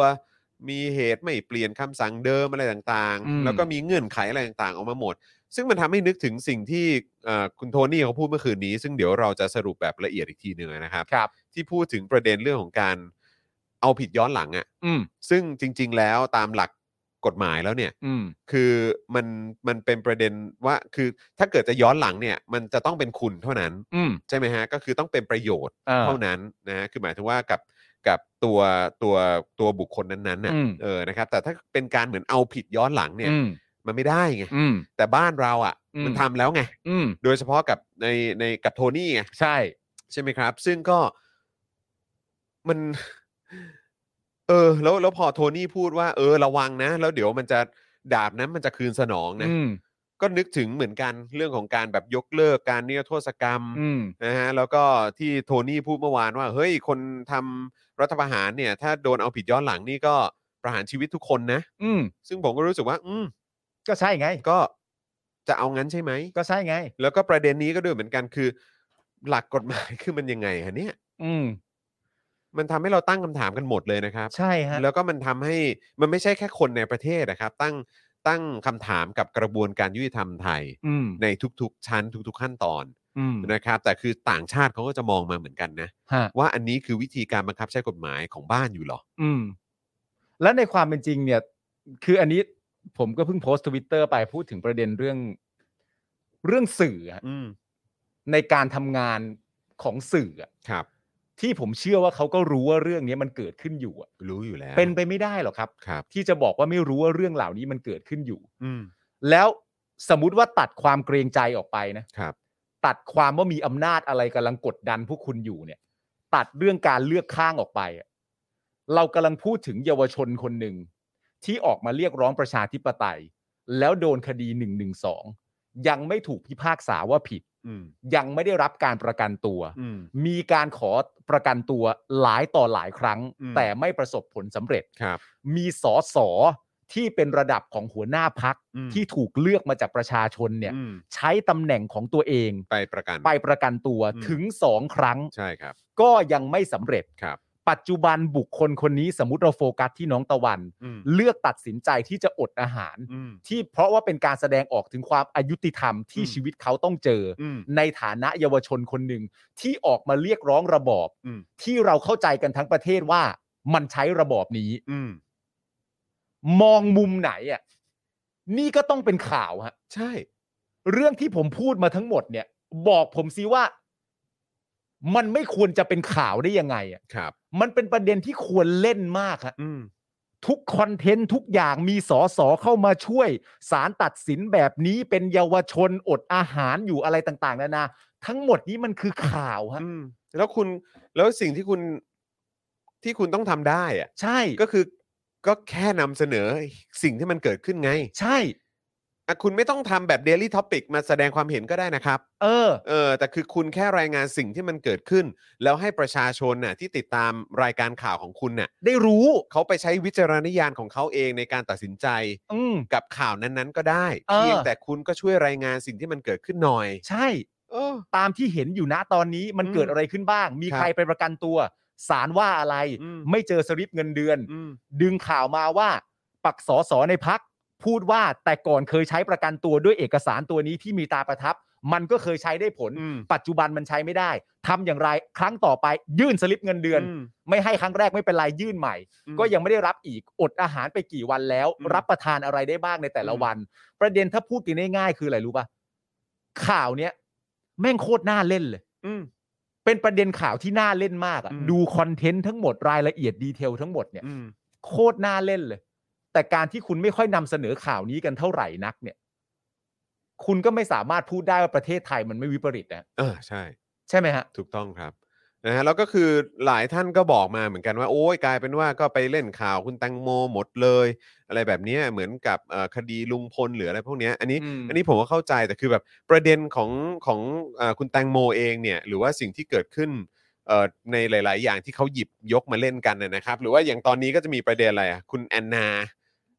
S3: มีเหตุไม่เปลี่ยนคำสั่งเดิมอะไรต่าง
S4: อืม
S3: ๆ แล้วก็มีเงื่อนไขอะไรต่างๆ ออกมาหมด ซึ่งมันทำให้นึกถึงสิ่งที่เอ่อคุณโทนี่เขาพูดเมื่อคืนนี้ ซึ่งเดี๋ยวเราจะสรุปแบบละเอียดอีกทีหนึ่งนะครับ
S4: ครับ
S3: ที่พูดถึงประเด็นเรื่องของการเอาผิดย้อนหลังอะ่ะ
S4: อืม
S3: ซึ่งจริง ๆ แล้วตามหลักกฎหมายแล้วเนี่ย
S4: อืม
S3: คือมันมันเป็นประเด็นว่าคือถ้าเกิดจะย้อนหลังเนี่ย มันจะต้องเป็นคุณเท่านั้น
S4: อืม
S3: ใช่ไหมฮะ ก็คือต้องเป็นประโยชน์
S4: อ่
S3: เท่านั้นนะฮะคือหมายถึงว่ากับกับตัวตัวตัวบุคคลนั้นๆน่ะ
S4: อืม
S3: เออนะครับ แต่ถ้าเป็นการเหมือนเอาผิดย้อนหลังเนี่ย
S4: อืม
S3: มันไม่ได้ไง
S4: อืม
S3: แต่บ้านเราอะ่ะ
S4: อืม
S3: มันทำแล้วไง
S4: อืม
S3: โดยเฉพาะกับในในกับโทนี่ไง
S4: ใช่
S3: ใช่ไหมครับ ซึ่งก็มัน เออ แล้วแล้วพอโทนี่พูดว่า เออระวังนะ แล้วเดี๋ยวมันจะดาบนั้นมันจะคืนสนองนะ
S4: อืม
S3: ก็นึกถึงเหมือนกันเรื่องของการแบบยกเลิกการนิรโทษกรรม
S4: อืม
S3: นะฮะแล้วก็ที่โทนี่พูดเมื่อวานว่า เฮ้ยคนทำรัฐประหารเนี่ย ถ้าโดนเอาผิดย้อนหลังนี่ก็ประหารชีวิตทุกคนนะ
S4: อืม
S3: ซึ่งผมก็รู้สึกว่า อืม
S4: ก็ใช่ไง
S3: ก็จะเอางั้นใช่ไหม
S4: ก็ใช่ไง
S3: แล้วก็ประเด็นนี้ก็ด้วยเหมือนกันคือ หลักกฎหมาย คือมันยังไงฮะเนี่ย
S4: อืม
S3: มันทำให้เราตั้งคำถามกันหมดเลยนะครับ
S4: ใช่ฮะ
S3: แล้วก็มันทำให้มันไม่ใช่แค่คนในประเทศนะครับ ตั้งตั้งคำถามกับกระบวนการยุติธรรมไทย
S4: อืม
S3: ในทุก ๆ ชั้นทุก ๆ ขั้นตอน
S4: อืม
S3: นะครับ แต่คือต่างชาติเขาก็จะมองมาเหมือนกันนะ
S4: ฮะ
S3: ว่าอันนี้คือวิธีการบังคับใช้กฎหมายของบ้านอยู่เหรอ
S4: อืม และในความเป็นจริงเนี่ย คืออันนี้ผมก็เพิ่งโพสต์ทวิตเตอร์ไปพูดถึงประเด็นเรื่อง เรื่องสื่ออะ
S3: อืม
S4: ในการทำงานของสื่ออะ
S3: ครับ
S4: ที่ผมเชื่อว่าเขาก็รู้ว่าเรื่องนี้มันเกิดขึ้นอยู่อะ
S3: รู้อยู่แล้ว
S4: เป็นไปไม่ได้หรอกครับ
S3: ครับ
S4: ที่จะบอกว่าไม่รู้ว่าเรื่องเหล่านี้มันเกิดขึ้นอยู่
S3: อืม
S4: แล้วสมมติว่าตัดความเกรงใจออกไปนะ
S3: ครับ
S4: ตัดความว่ามีอำนาจอะไรกำลังกดดันพวกคุณอยู่เนี่ย ตัดเรื่องการเลือกข้างออกไปอะเรากำลังพูดถึงเยาวชนคนหนึ่ง ที่ออกมาเรียกร้องประชาธิปไตย แล้วโดนคดีหนึ่งหนึ่งสองยังไม่ถูกพิพากษาว่าผิด
S3: อืม
S4: ยังไม่ได้รับการประกันตัว
S3: อืม
S4: มีการขอประกันตัวหลายต่อหลายครั้ง
S3: อืม
S4: แต่ไม่ประสบผลสำเร็จ
S3: ครับ
S4: มีสอสอที่เป็นระดับของหัวหน้าพัก
S3: อืม
S4: ที่ถูกเลือกมาจากประชาชนเนี่ย
S3: อืม
S4: ใช้ตำแหน่งของตัวเอง
S3: ไปประกัน
S4: ไปประกันตัว
S3: อืม
S4: ถึงสองครั้ง
S3: ใช่ครับ
S4: ก็ยังไม่สำเร็จ
S3: ครับ
S4: ปัจจุบันบุคคลคนนี้สมมติเราโฟกัสที่น้องตะวัน
S3: อืม
S4: เลือกตัดสินใจที่จะอดอาหาร
S3: อืม
S4: ที่เพราะว่าเป็นการแสดงออกถึงความอายุติธรรมที่
S3: อืม
S4: ชีวิตเขาต้องเจออ
S3: อืม
S4: ในฐานะเยาวชนคนหนึ่งที่ออกมาเรียกร้องระบอบ
S3: อืม
S4: ที่เราเข้าใจกันทั้งประเทศว่ามันใช้ระบอบนี้
S3: อืม
S4: มองมุมไหนอ่ะนี่ก็ต้องเป็นข่าวฮะ
S3: ใช่
S4: เรื่องที่ผมพูดมาทั้งหมดเนี่ย บอกผมซิว่า มันไม่ควรจะเป็นข่าวได้ยังไงอ่ะ
S3: ครับ
S4: มันเป็นประเด็นที่ควรเล่นมากฮะ
S3: อืม
S4: ทุกคอนเทนต์ทุกอย่างมีสอสอเข้ามาช่วยสารตัดสินแบบนี้เป็นเยาวชนอดอาหารอยู่อะไรต่างๆนานาทั้งหมดนี้มันคือข่าวฮะ
S3: อืมแล้วคุณแล้วสิ่งที่คุณที่คุณต้องทำได้อ่ะ
S4: ใช่
S3: ก็คือก็แค่นำเสนอสิ่งที่มันเกิดขึ้นไง
S4: ใช่
S3: อ่ะคุณไม่ต้องทำแบบ Daily Topic มาแสดงความเห็นก็ได้นะครับ
S4: เออ
S3: เออแต่คือคุณแค่รายงานสิ่งที่มันเกิดขึ้น แล้วให้ประชาชนน่ะที่ติดตามรายการข่าวของคุณน่ะ
S4: ได้รู้
S3: เขาไปใช้วิจารณญาณของเขาเองในการตัดสินใจ
S4: อืม
S3: กับข่าวนั้นๆ ก็ได้
S4: เออ
S3: เพียงแต่คุณก็ช่วยรายงานสิ่งที่มันเกิดขึ้นหน่อย
S4: ใช่
S3: เออ
S4: ตามที่เห็นอยู่นะตอนนี้มัน
S3: อืม
S4: เกิดอะไรขึ้นบ้าง มี
S3: ครับ
S4: ใครไปประกันตัวศาลว่าอะไร
S3: อืม
S4: ไม่เจอสลิปเงินเดือน
S3: อืม
S4: ดึงข่าวมาว่า ปักสอสอในพัก พูดว่าแต่ก่อนเคยใช้ประกันตัวด้วยเอกสารตัวนี้ที่มีตราประทับ มันก็เคยใช้ได้ผล
S3: อืม
S4: ปัจจุบันมันใช้ไม่ได้ทำอย่างไรครั้งต่อไป ยื่นสลิปเงินเดือน
S3: ม
S4: ไม่ให้ครั้งแรกไม่เป็นไรยื่นใหม่
S3: อืม
S4: ก็ยังไม่ได้รับอีกอดอาหารไปกี่วันแล้ว
S3: อืม
S4: รับประทานอะไรได้บ้างในแต่ละวัน ประเด็นถ้าพูดกันง่ายๆคืออะไรรู้ป่ะข่าวเนี้ยแม่งโคตรน่าเล่นเลย
S3: อืม
S4: เป็นประเด็นข่าวที่น่าเล่นมากอะ
S3: อืม
S4: ดูคอนเทนต์ทั้งหมดรายละเอียดดีเทลทั้งหมดเนี่ย
S3: อืม
S4: โคตรน่าเล่นเลย แต่การที่คุณไม่ค่อยนำเสนอข่าวนี้กันเท่าไหร่นัก เนี่ย คุณก็ไม่สามารถพูดได้ว่าประเทศไทยมันไม่วิปริตนะ
S3: เออใช่
S4: ใช่ไหมฮะ
S3: ถูกต้องครับนะฮะแล้วก็คือหลายท่านก็บอกมาเหมือนกันว่า โอ้ยกลายเป็นว่าก็ไปเล่นข่าวคุณแตงโมหมดเลย อะไรแบบเนี้ยเหมือนกับเอ่อคดีลุงพลหรืออะไรพวกเนี้ยอันนี้
S4: อืม
S3: อันนี้ผมก็เข้าใจแต่คือแบบประเด็นของของเออคุณแตงโมเองเนี่ยหรือว่าสิ่งที่เกิดขึ้นเอ่อในหลาย ๆ อย่างที่เขาหยิบยกมาเล่นกันนะนะครับ หรือว่าอย่างตอนนี้ก็จะมีประเด็นอะไรอะคุณแอนนา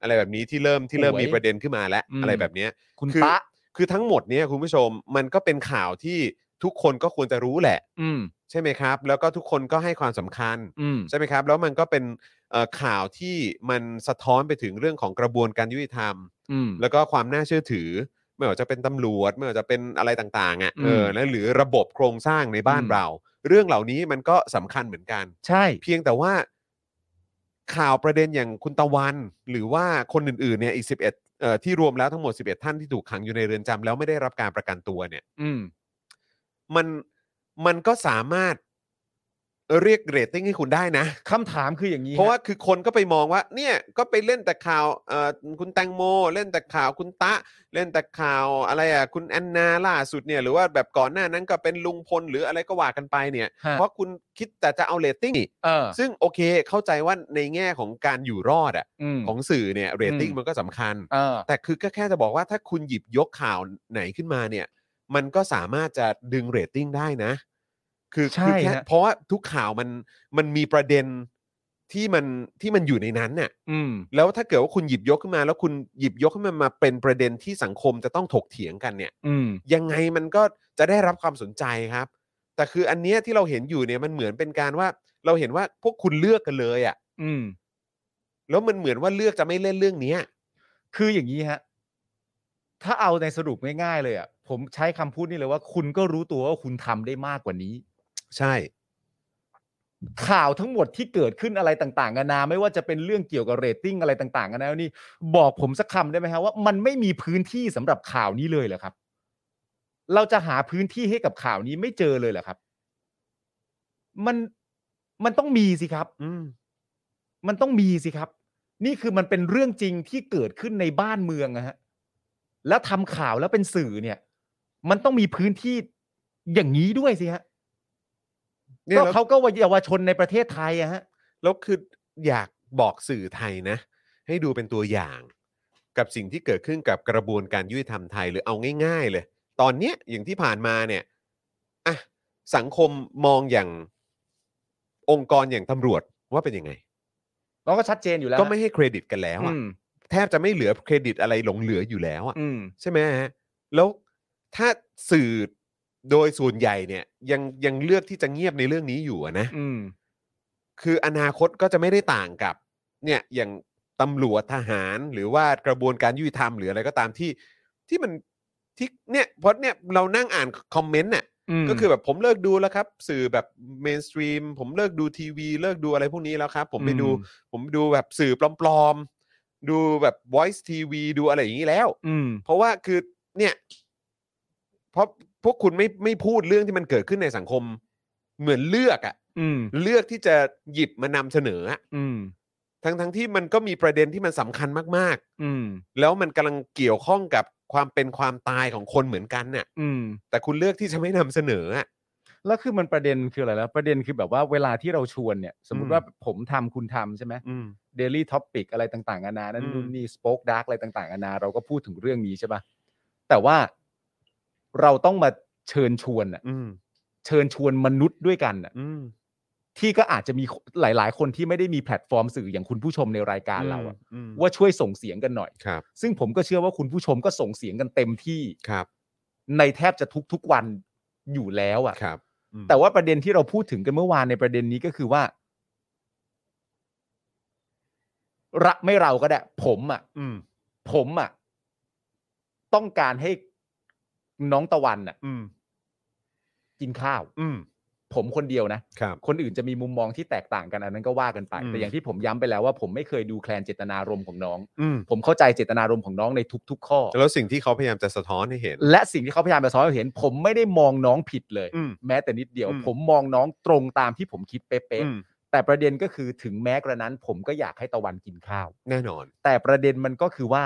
S3: อะไรแบบนี้ที่เริ่มที่เริ่มมีประเด็นขึ้นมาแล้วอะไรแบบเนี้ย
S4: คุณ
S3: คือ
S4: ตะ
S3: คือทั้งหมดเนี่ยคุณผู้ชมมันก็เป็นข่าวที่ทุกคนก็ควรจะรู้แหละ
S4: อืม
S3: ใช่ไหมครับ แล้วก็ทุกคนก็ให้ความสำคัญ
S4: อืม
S3: ใช่ไหมครับ แล้วมันก็เป็นเอ่อข่าวที่มันสะท้อนไปถึงเรื่องของกระบวนการยุติธรรม
S4: อืม
S3: แล้วก็ความน่าเชื่อถือ ไม่ว่าจะเป็นตำรวจ ไม่ว่าจะเป็นอะไรต่างๆอ่ะ
S4: อืม
S3: เออและหรือระบบโครงสร้างในบ้าน
S4: อืม
S3: เรา เรื่องเหล่านี้มันก็สำคัญเหมือนกัน
S4: ใช่
S3: เพียงแต่ว่าข่าวประเด็นอย่างคุณตะวัน หรือว่าคนอื่นๆเนี่ยอีก 11เอ่อที่รวมแล้วทั้งหมด 11 ท่านที่ถูกขังอยู่ในเรือนจำแล้วไม่ได้รับการประกันตัวเนี่ย
S4: อืม
S3: มันมันก็สามารถเรียกเรตติ้งให้คุณได้นะ
S4: คำถามคืออย่างนี้
S3: เพราะว่า
S4: ฮ
S3: คือคนก็ไปมองว่า เนี่ยก็ไปเล่นแต่ข่าวเอ่อคุณแตงโม เล่นแต่ข่าวคุณตะ เล่นแต่ข่าวอะไรอ่ะคุณแอนนาล่าสุดเนี่ยหรือว่าแบบก่อนหน้านั้นก็เป็นลุงพลหรืออะไรก็ว่ากันไปเนี่ย
S4: ฮะ
S3: เพราะคุณคิดแต่จะเอาเรตติ้งนี่
S4: เออ
S3: ซึ่งโอเคเข้าใจว่าในแง่ของการอยู่รอดอ่ะ
S4: อืม
S3: ของสื่อเนี่ยเรตติ้งมันก็สำคัญ
S4: เออ
S3: แต่คือก็แค่จะบอกว่าถ้าคุณหยิบยกข่าวไหนขึ้นมาเนี่ย มันก็สามารถจะดึงเรตติ้งได้นะ คือ
S4: ใช่
S3: คือแค่
S4: ฮะ
S3: เพราะว่าทุกข่าวมันมันมีประเด็นที่มันที่มันอยู่ในนั้นน่ะ
S4: อืม
S3: แล้วถ้าเกิดว่าคุณหยิบยกขึ้นมา แล้วคุณหยิบยกขึ้นมามาเป็นประเด็นที่สังคมจะต้องถกเถียงกันเนี่ย
S4: อืม
S3: ยังไงมันก็จะได้รับความสนใจครับ แต่คืออันเนี้ยที่เราเห็นอยู่เนี่ยมันเหมือนเป็นการว่าเราเห็นว่าพวกคุณเลือกกันเลยอะ่ะ
S4: อืม
S3: แล้วมันเหมือนว่าเลือกจะไม่เล่นเรื่องเนี้ย
S4: คืออย่างนี้ฮะ ถ้าเอาในสรุปง่ายๆเลยอ่ะ ผมใช้คำพูดนี่เลยว่า คุณก็รู้ตัวว่าคุณทำได้มากกว่านี้
S3: ใช่
S4: ข่าวทั้งหมดที่เกิดขึ้นอะไรต่างๆกันานาไม่ว่าจะเป็นเรื่องเกี่ยวกับเรตติ้งอะไรต่างๆกันานานี่บอกผมสักคำได้ไหมฮะว่ามันไม่มีพื้นที่สำหรับข่าวนี้เลยเหรอครับ เราจะหาพื้นที่ให้กับข่าวนี้ไม่เจอเลยเหรอครับ มันมันต้องมีสิครับ
S3: อืม
S4: มันต้องมีสิครับ นี่คือมันเป็นเรื่องจริงที่เกิดขึ้นในบ้านเมืองนะฮะแล้วทำข่าวแล้วเป็นสื่อเนี่ย มันต้องมีพื้นที่อย่างนี้ด้วยสิฮะ
S3: เนี่ย
S4: ก็
S3: แล้ว
S4: เขาก็เยาวชนในประเทศไทยอะฮะ
S3: แล้วคืออยากบอกสื่อไทยนะ ให้ดูเป็นตัวอย่างกับสิ่งที่เกิดขึ้นกับกระบวนการยุติธรรมไทยหรือเอาง่าย ๆ เลย ตอนเนี้ยอย่างที่ผ่านมาเนี่ยอ่ะสังคมมองอย่างองค์กรอย่างตำรวจว่าเป็นยังไง
S4: เราก็ชัดเจนอยู่แล้ว
S3: ก็ไม่ให้เครดิตกันแล้วอะ
S4: อืม
S3: แทบจะไม่เหลือเครดิตอะไรหลงเหลืออยู่แล้วอะ
S4: อืม
S3: ใช่ไหมฮะแล้วถ้าสื่อโดยส่วนใหญ่เนี่ยยังยังเลือกที่จะเงียบในเรื่องนี้อยู่อะนะ
S4: อืม
S3: คืออนาคตก็จะไม่ได้ต่างกับเนี่ยอย่างตำรวจทหารหรือว่ากระบวนการยุติธรรมหรืออะไรก็ตามที่ที่มันที่เนี่ยเพราะเนี่ยเรานั่งอ่านคอมเมนต์เนี่ยก็คือแบบผมเลิกดูแล้วครับ สื่อแบบเมนสตรีมผมเลิกดูทีวี เลิกดูอะไรพวกนี้แล้วครับ ผมไปดู
S4: อืม
S3: ผมดูแบบสื่อปลอมๆ ดูแบบ Voice TV ดูอะไรอย่างนี้แล้ว
S4: อืม
S3: เพราะว่าคือเนี่ยเพราะพวกคุณไม่ไม่พูดเรื่องที่มันเกิดขึ้นในสังคมเหมือนเลือกอะ
S4: อืม
S3: เลือกที่จะหยิบมานำเสนออะ
S4: อืม
S3: ทั้งทั้งที่มันก็มีประเด็นที่มันสำคัญมาก
S4: อืม
S3: ๆ แล้วมันกำลังเกี่ยวข้องกับความเป็นความตายของคนเหมือนกันน่ะ
S4: อืม
S3: แต่คุณเลือกที่จะไม่นำเสนออะ
S4: แล้วคือมันประเด็นคืออะไรแล้วประเด็นคือแบบว่าเวลาที่เราชวนเนี่ย สมม
S3: อื
S4: ติ
S3: ม
S4: ว่าผมทำคุณทำใช่ไหม
S3: อืม
S4: เดลี่ท็อปิกอะไรต่างๆนานานั่น
S3: อืม
S4: นู่นนี่สป็อคดาร์กอะไรต่างๆนานาเราก็พูดถึงเรื่องนี้ใช่ปะแต่ว่าเราต้องมาเชิญชวนอะ
S3: อืม
S4: เชิญชวนมนุษย์ด้วยกันอะ
S3: อืม
S4: ที่ก็อาจจะมีหลาย ๆ คนที่ไม่ได้มีแพลตฟอร์มสื่ออย่างคุณผู้ชมในรายการเราอะ
S3: อืม
S4: ว่าช่วยส่งเสียงกันหน่อย
S3: ครับ
S4: ซึ่งผมก็เชื่อว่าคุณผู้ชมก็ส่งเสียงกันเต็มที่
S3: ครับ
S4: ในแทบจะทุก ๆ วันอยู่แล้วอะ
S3: ครับอืม
S4: แต่ว่าประเด็นที่เราพูดถึงกันเมื่อวานในประเด็นนี้ก็คือว่าระไม่เราก็ได้ ผมอะ
S3: อืม
S4: ผมอะต้องการให้น้องตะวันอะ
S3: อืม
S4: กินข้าว
S3: อืม
S4: ผมคนเดียวนะ
S3: ครับ
S4: คนอื่นจะมีมุมมองที่แตกต่างกันอันนั้นก็ว่ากันไป
S3: อืม
S4: แต่อย่างที่ผมย้ำไปแล้วว่าผมไม่เคยดูแคลนเจตนารมณ์ของน้อง
S3: อืม
S4: ผมเข้าใจเจตนารมณ์ของน้องในทุก ๆ ข้อ
S3: แล้วสิ่งที่เขาพยายามจะสะท้อนให้เห็น
S4: และสิ่งที่เขาพยายามจะสอนให้เห็น ผมไม่ได้มองน้องผิดเลย
S3: อืม
S4: แม้แต่นิดเดียว
S3: อืม
S4: ผมมองน้องตรงตามที่ผมคิดเป๊ะ
S3: อืม
S4: ๆแต่ประเด็นก็คือถึงแม้กระนั้น ผมก็อยากให้ตะวันกินข้าว
S3: แน่นอน
S4: แต่ประเด็นมันก็คือว่า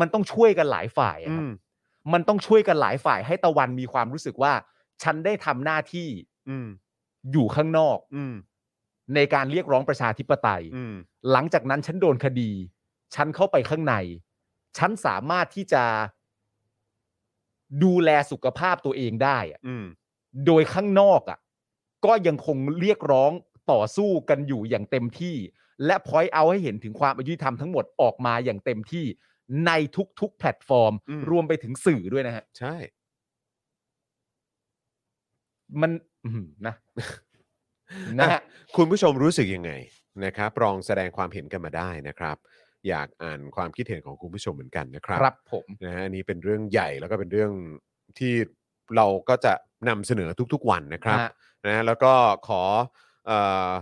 S4: มันต้องช่วยกันหลายฝ่ายอะ
S3: อื
S4: ครับ
S3: ม
S4: มันต้องช่วยกันหลายฝ่าย ให้ตะวันมีความรู้สึกว่า ฉันได้ทำหน้าที่
S3: อืม
S4: อยู่ข้างนอก
S3: อืม
S4: ในการเรียกร้องประชาธิปไตย
S3: อืม
S4: หลังจากนั้นฉันโดนคดี ฉันเข้าไปข้างใน ฉันสามารถที่จะดูแลสุขภาพตัวเองได้อะ
S3: อืม
S4: โดยข้างนอกอ่ะ ก็ยังคงเรียกร้องต่อสู้กันอยู่อย่างเต็มที่ และพอยเอาให้เห็นถึงความอายุธรรมทั้งหมดออกมาอย่างเต็มที่ในทุกๆ แพลตฟอร์ม รวมไปถึงสื่อด้วยนะฮะ
S3: ใช่
S4: มันอื้อหือ นะ นะฮะ
S3: คุณผู้ชมรู้สึกยังไงนะครับลองแสดงความเห็นกันมาได้นะครับ อยากอ่านความคิดเห็นของคุณผู้ชมเหมือนกันนะครับ
S4: ครับผม
S3: นะฮะอันนี้เป็นเรื่องใหญ่แล้วก็เป็นเรื่องที่เราก็จะนำเสนอทุกๆวันนะครับ
S4: ฮะ
S3: นะฮะแล้วก็ขอเออ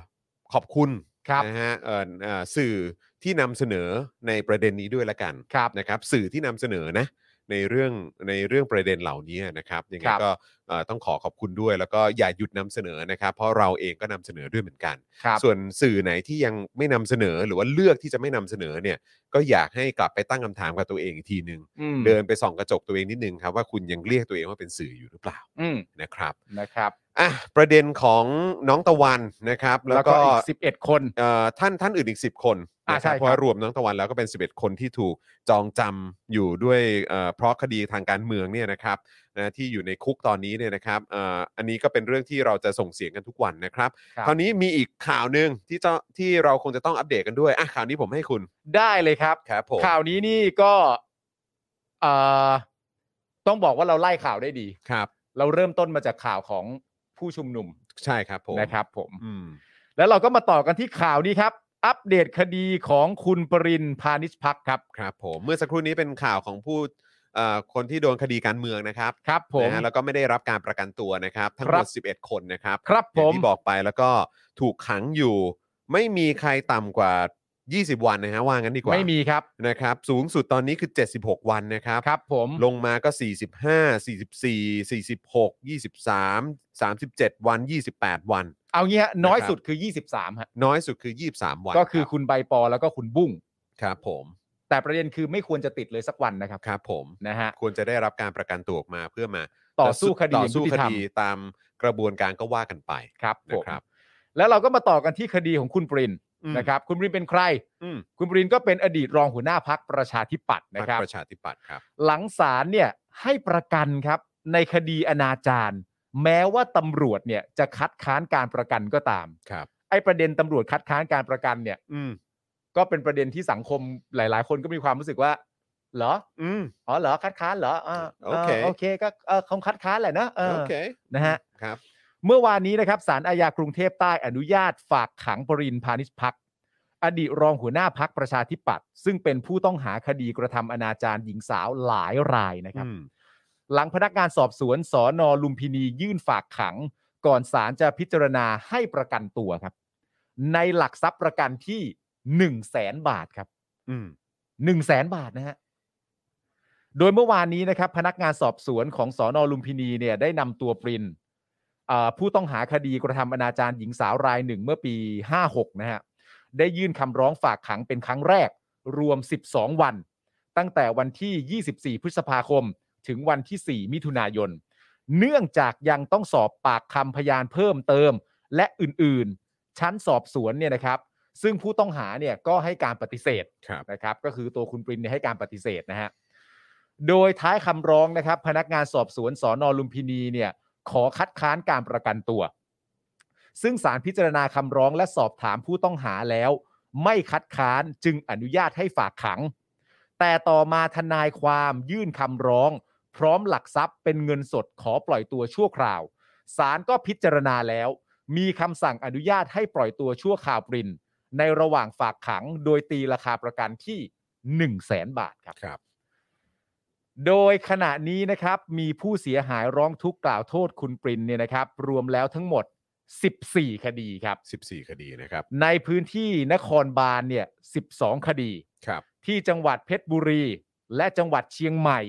S3: ขอบคุณ
S4: ครับ
S3: นะฮะเอ่อเอ่อสื่อที่นำเสนอในประเด็นนี้ด้วยละกัน
S4: ครับ
S3: นะครับสื่อที่นำเสนอนะในเรื่องในเรื่องประเด็นเหล่านี้นะครับยังไง
S4: ครับ
S3: ก็เอ่อต้องขอขอบคุณด้วย แล้วก็อย่าหยุดนำเสนอนะครับ เพราะเราเองก็นำเสนอด้วยเหมือนกัน
S4: ครับ
S3: ส่วนสื่อไหนที่ยังไม่นำเสนอหรือว่าเลือกที่จะไม่นำเสนอเนี่ยก็อยากให้กลับไปตั้งคำถามกับตัวเองอีกทีหนึ่ง
S4: อืม
S3: เดินไปส่องกระจกตัวเองนิดนึงครับว่าคุณยังเรียกตัวเองว่าเป็นสื่ออยู่หรือเปล่า
S4: อืม
S3: นะครับ
S4: นะครับ
S3: อ่ะประเด็นของน้องตะวันนะครับ แล้วก็
S4: อีสิบเอ็ดคน
S3: เอ่อท่านท่านอื่นอีก 10 คน
S4: อ่ะ
S3: นะค
S4: ใช่
S3: รับ
S4: ครับ
S3: เพราะว่ารวมน้องตะวันแล้วก็เป็น 11 คนที่ถูกจองจำอยู่ด้วยเอ่อเพราะคดีทางการเมืองเนี่ยนะครับนะที่อยู่ในคุกตอนนี้เนี่ยนะครับเอ่ออันนี้ก็เป็นเรื่องที่เราจะส่งเสียงกันทุกวันนะครับ
S4: ครับ
S3: คราวนี้มีอีกข่าวหนึ่งที่เจ้าที่เราคงจะต้องอัปเดตกันด้วยอ่ะข่าวนี้ผมให้คุณ
S4: ได้เลยครับ
S3: ครับผม
S4: ข่าวนี้นี่ก็เอ่อต้องบอกว่าเราไล่ข่าวได้ดี
S3: ครับ
S4: เราเริ่มต้นมาจากข่าวของผู้ชุมนุม
S3: ใช่ครับผม
S4: นะครับ ผม
S3: อืม
S4: แล้วเราก็มาต่อกันที่ข่าวนี้ครับ อัปเดตคดีของคุณปรินพานิชพักครับ
S3: ครับผมเมื่อสักครู่นี้เป็นข่าวของผู้เอ่อคนที่โดนคดีการเมืองนะครับ
S4: ครับ ผม
S3: นะฮะแล้วก็ไม่ได้รับการประกันตัวนะครับ ทั้งห
S4: ค
S3: ม
S4: รั
S3: ด
S4: บ
S3: 11 คนนะครับ
S4: ครับ
S3: อ
S4: ผ
S3: ย่าง
S4: ม
S3: ที่บอกไปแล้วก็ถูกขังอยู่ ไม่มีใครต่ำกว่า 20 วันนะฮะว่างั้นดีกว่า
S4: ไม่มีครับ
S3: นะครับ สูงสุดตอนนี้คือ 76 วันนะครับ
S4: ครับ ผม
S3: ลงมาก็ 45 44 46 23 37 วัน 28 วัน
S4: เอางี้ฮะน้อย
S3: นะครับ
S4: สุดคือ 23ฮะ
S3: น้อยสุดคือ 23 วัน
S4: ก็คือ
S3: รับ
S4: คุณใบปอแล้วก็คุณบุ้ง
S3: ครับผม
S4: แต่ประเด็นคือไม่ควรจะติดเลยสักวันนะครับ
S3: ครับผม
S4: นะฮะ
S3: ควรจะได้รับการประกันตัวออกมาเพื่อมา
S4: ต่อสู้คดี
S3: ต่อ
S4: อย่าง
S3: สู้
S4: ยุ
S3: ค
S4: ติธรรม
S3: ดีตามกระบวนการก็ว่ากันไป
S4: ครับผ
S3: นะ
S4: ม
S3: ครับ
S4: แล้วเราก็มาต่อกันที่คดีของคุณปริน
S3: อืม
S4: นะครับ คุณปรินเป็นใคร
S3: อืม
S4: คุณปรินก็เป็นอดีตรองหัวหน้าพักประชาธิปัตย์
S3: พ
S4: นะ
S3: รรค
S4: ครับ
S3: ประชาธิปัตย์ครับ
S4: หลังศาลเนี่ยให้ประกันครับในคดีอนาจารแม้ว่าตำรวจเนี่ยจะคัดค้านการประกันก็ตาม
S3: ครับ
S4: ไอ้ประเด็นตำรวจคัดค้านการประกันเนี่ย
S3: อืม
S4: ก็เป็นประเด็นที่สังคมหลาย ๆ คนก็มีความรู้สึกว่า เหรอ
S3: อืม
S4: อ๋อเหรอคัดค้านเหรออ่า
S3: โอเค
S4: าโอเคก็เออคงคัดค้านแหละนะเออ
S3: โอเค
S4: นะฮะ
S3: ครับ
S4: เมื่อวานนี้นะครับศาลอาญากรุงเทพใต้อนุญาตฝากขังปรินพานิชพัก อดีตรองหัวหน้าพักประชาธิปัตย์ซึ่งเป็นผู้ต้องหาคดีกระทำอนาจารหญิงสาวหลายรายนะครับ
S3: อืม
S4: หลังพนักงานสอบสวนสอนอลุมพินียื่นฝากขัง ก่อนศาลจะพิจารณาให้ประกันตัวครับ ในหลักทรัพย์ประกันที่1นึ่งแสนบาทครับ
S3: อืม
S4: หนึ่งแสนบาทนะฮะ โดยเมื่อวานนี้นะครับ พนักงานสอบสวนของสอนอลุมพินีเนี่ยได้นำตัวปรินเอ่อผู้ต้องหาคดีกระทำอนาจารหญิงสาวรายหนึ่งเมื่อปี 56 นะฮะ ได้ยื่นคำร้องฝากขังเป็นครั้งแรก รวม 12 วัน ตั้งแต่วันที่ 24 พฤษภาคม ถึงวันที่ 4 มิถุนายน เนื่องจากยังต้องสอบปากคำพยานเพิ่มเติม และอื่นๆ ชั้นสอบสวนเนี่ยนะครับ ซึ่งผู้ต้องหาเนี่ยก็ให้การปฏิเสธ
S3: ครับ
S4: นะครับก็คือตัวคุณปรินเนี่ยให้การปฏิเสธนะฮะโดยท้ายคำร้องนะครับ พนักงานสอบสวนสอนอลุมพินีเนี่ยขอคัดค้านการประกันตัว ซึ่งสารพิจารณาคำร้องและสอบถามผู้ต้องหาแล้ว ไม่คัดค้านจึงอนุญาตให้ฝากขัง แต่ต่อมาทนายความยื่นคำร้อง พร้อมหลักทรัพย์เป็นเงินสดขอปล่อยตัวชั่วคราวศาลก็พิจารณาแล้ว มีคำสั่งอนุญาตให้ปล่อยตัวชั่วคราวปริน ในระหว่างฝากขังโดยตีราคาประกันที่1 0 0 0 0แสนบาทครับ
S3: ครับ
S4: โดยขณะนี้นะครับมีผู้เสียหายร้องทุกข์กล่าวโทษคุณปรินเนี่ยนะครับ รวมแล้วทั้งหมด 14 คดีครับ
S3: 14 คดีนะครับ
S4: ในพื้นที่นครบาลเนี่ย 12 คดี
S3: ครับ
S4: ที่จังหวัดเพชรบุรี และจังหวัดเชียงใหม่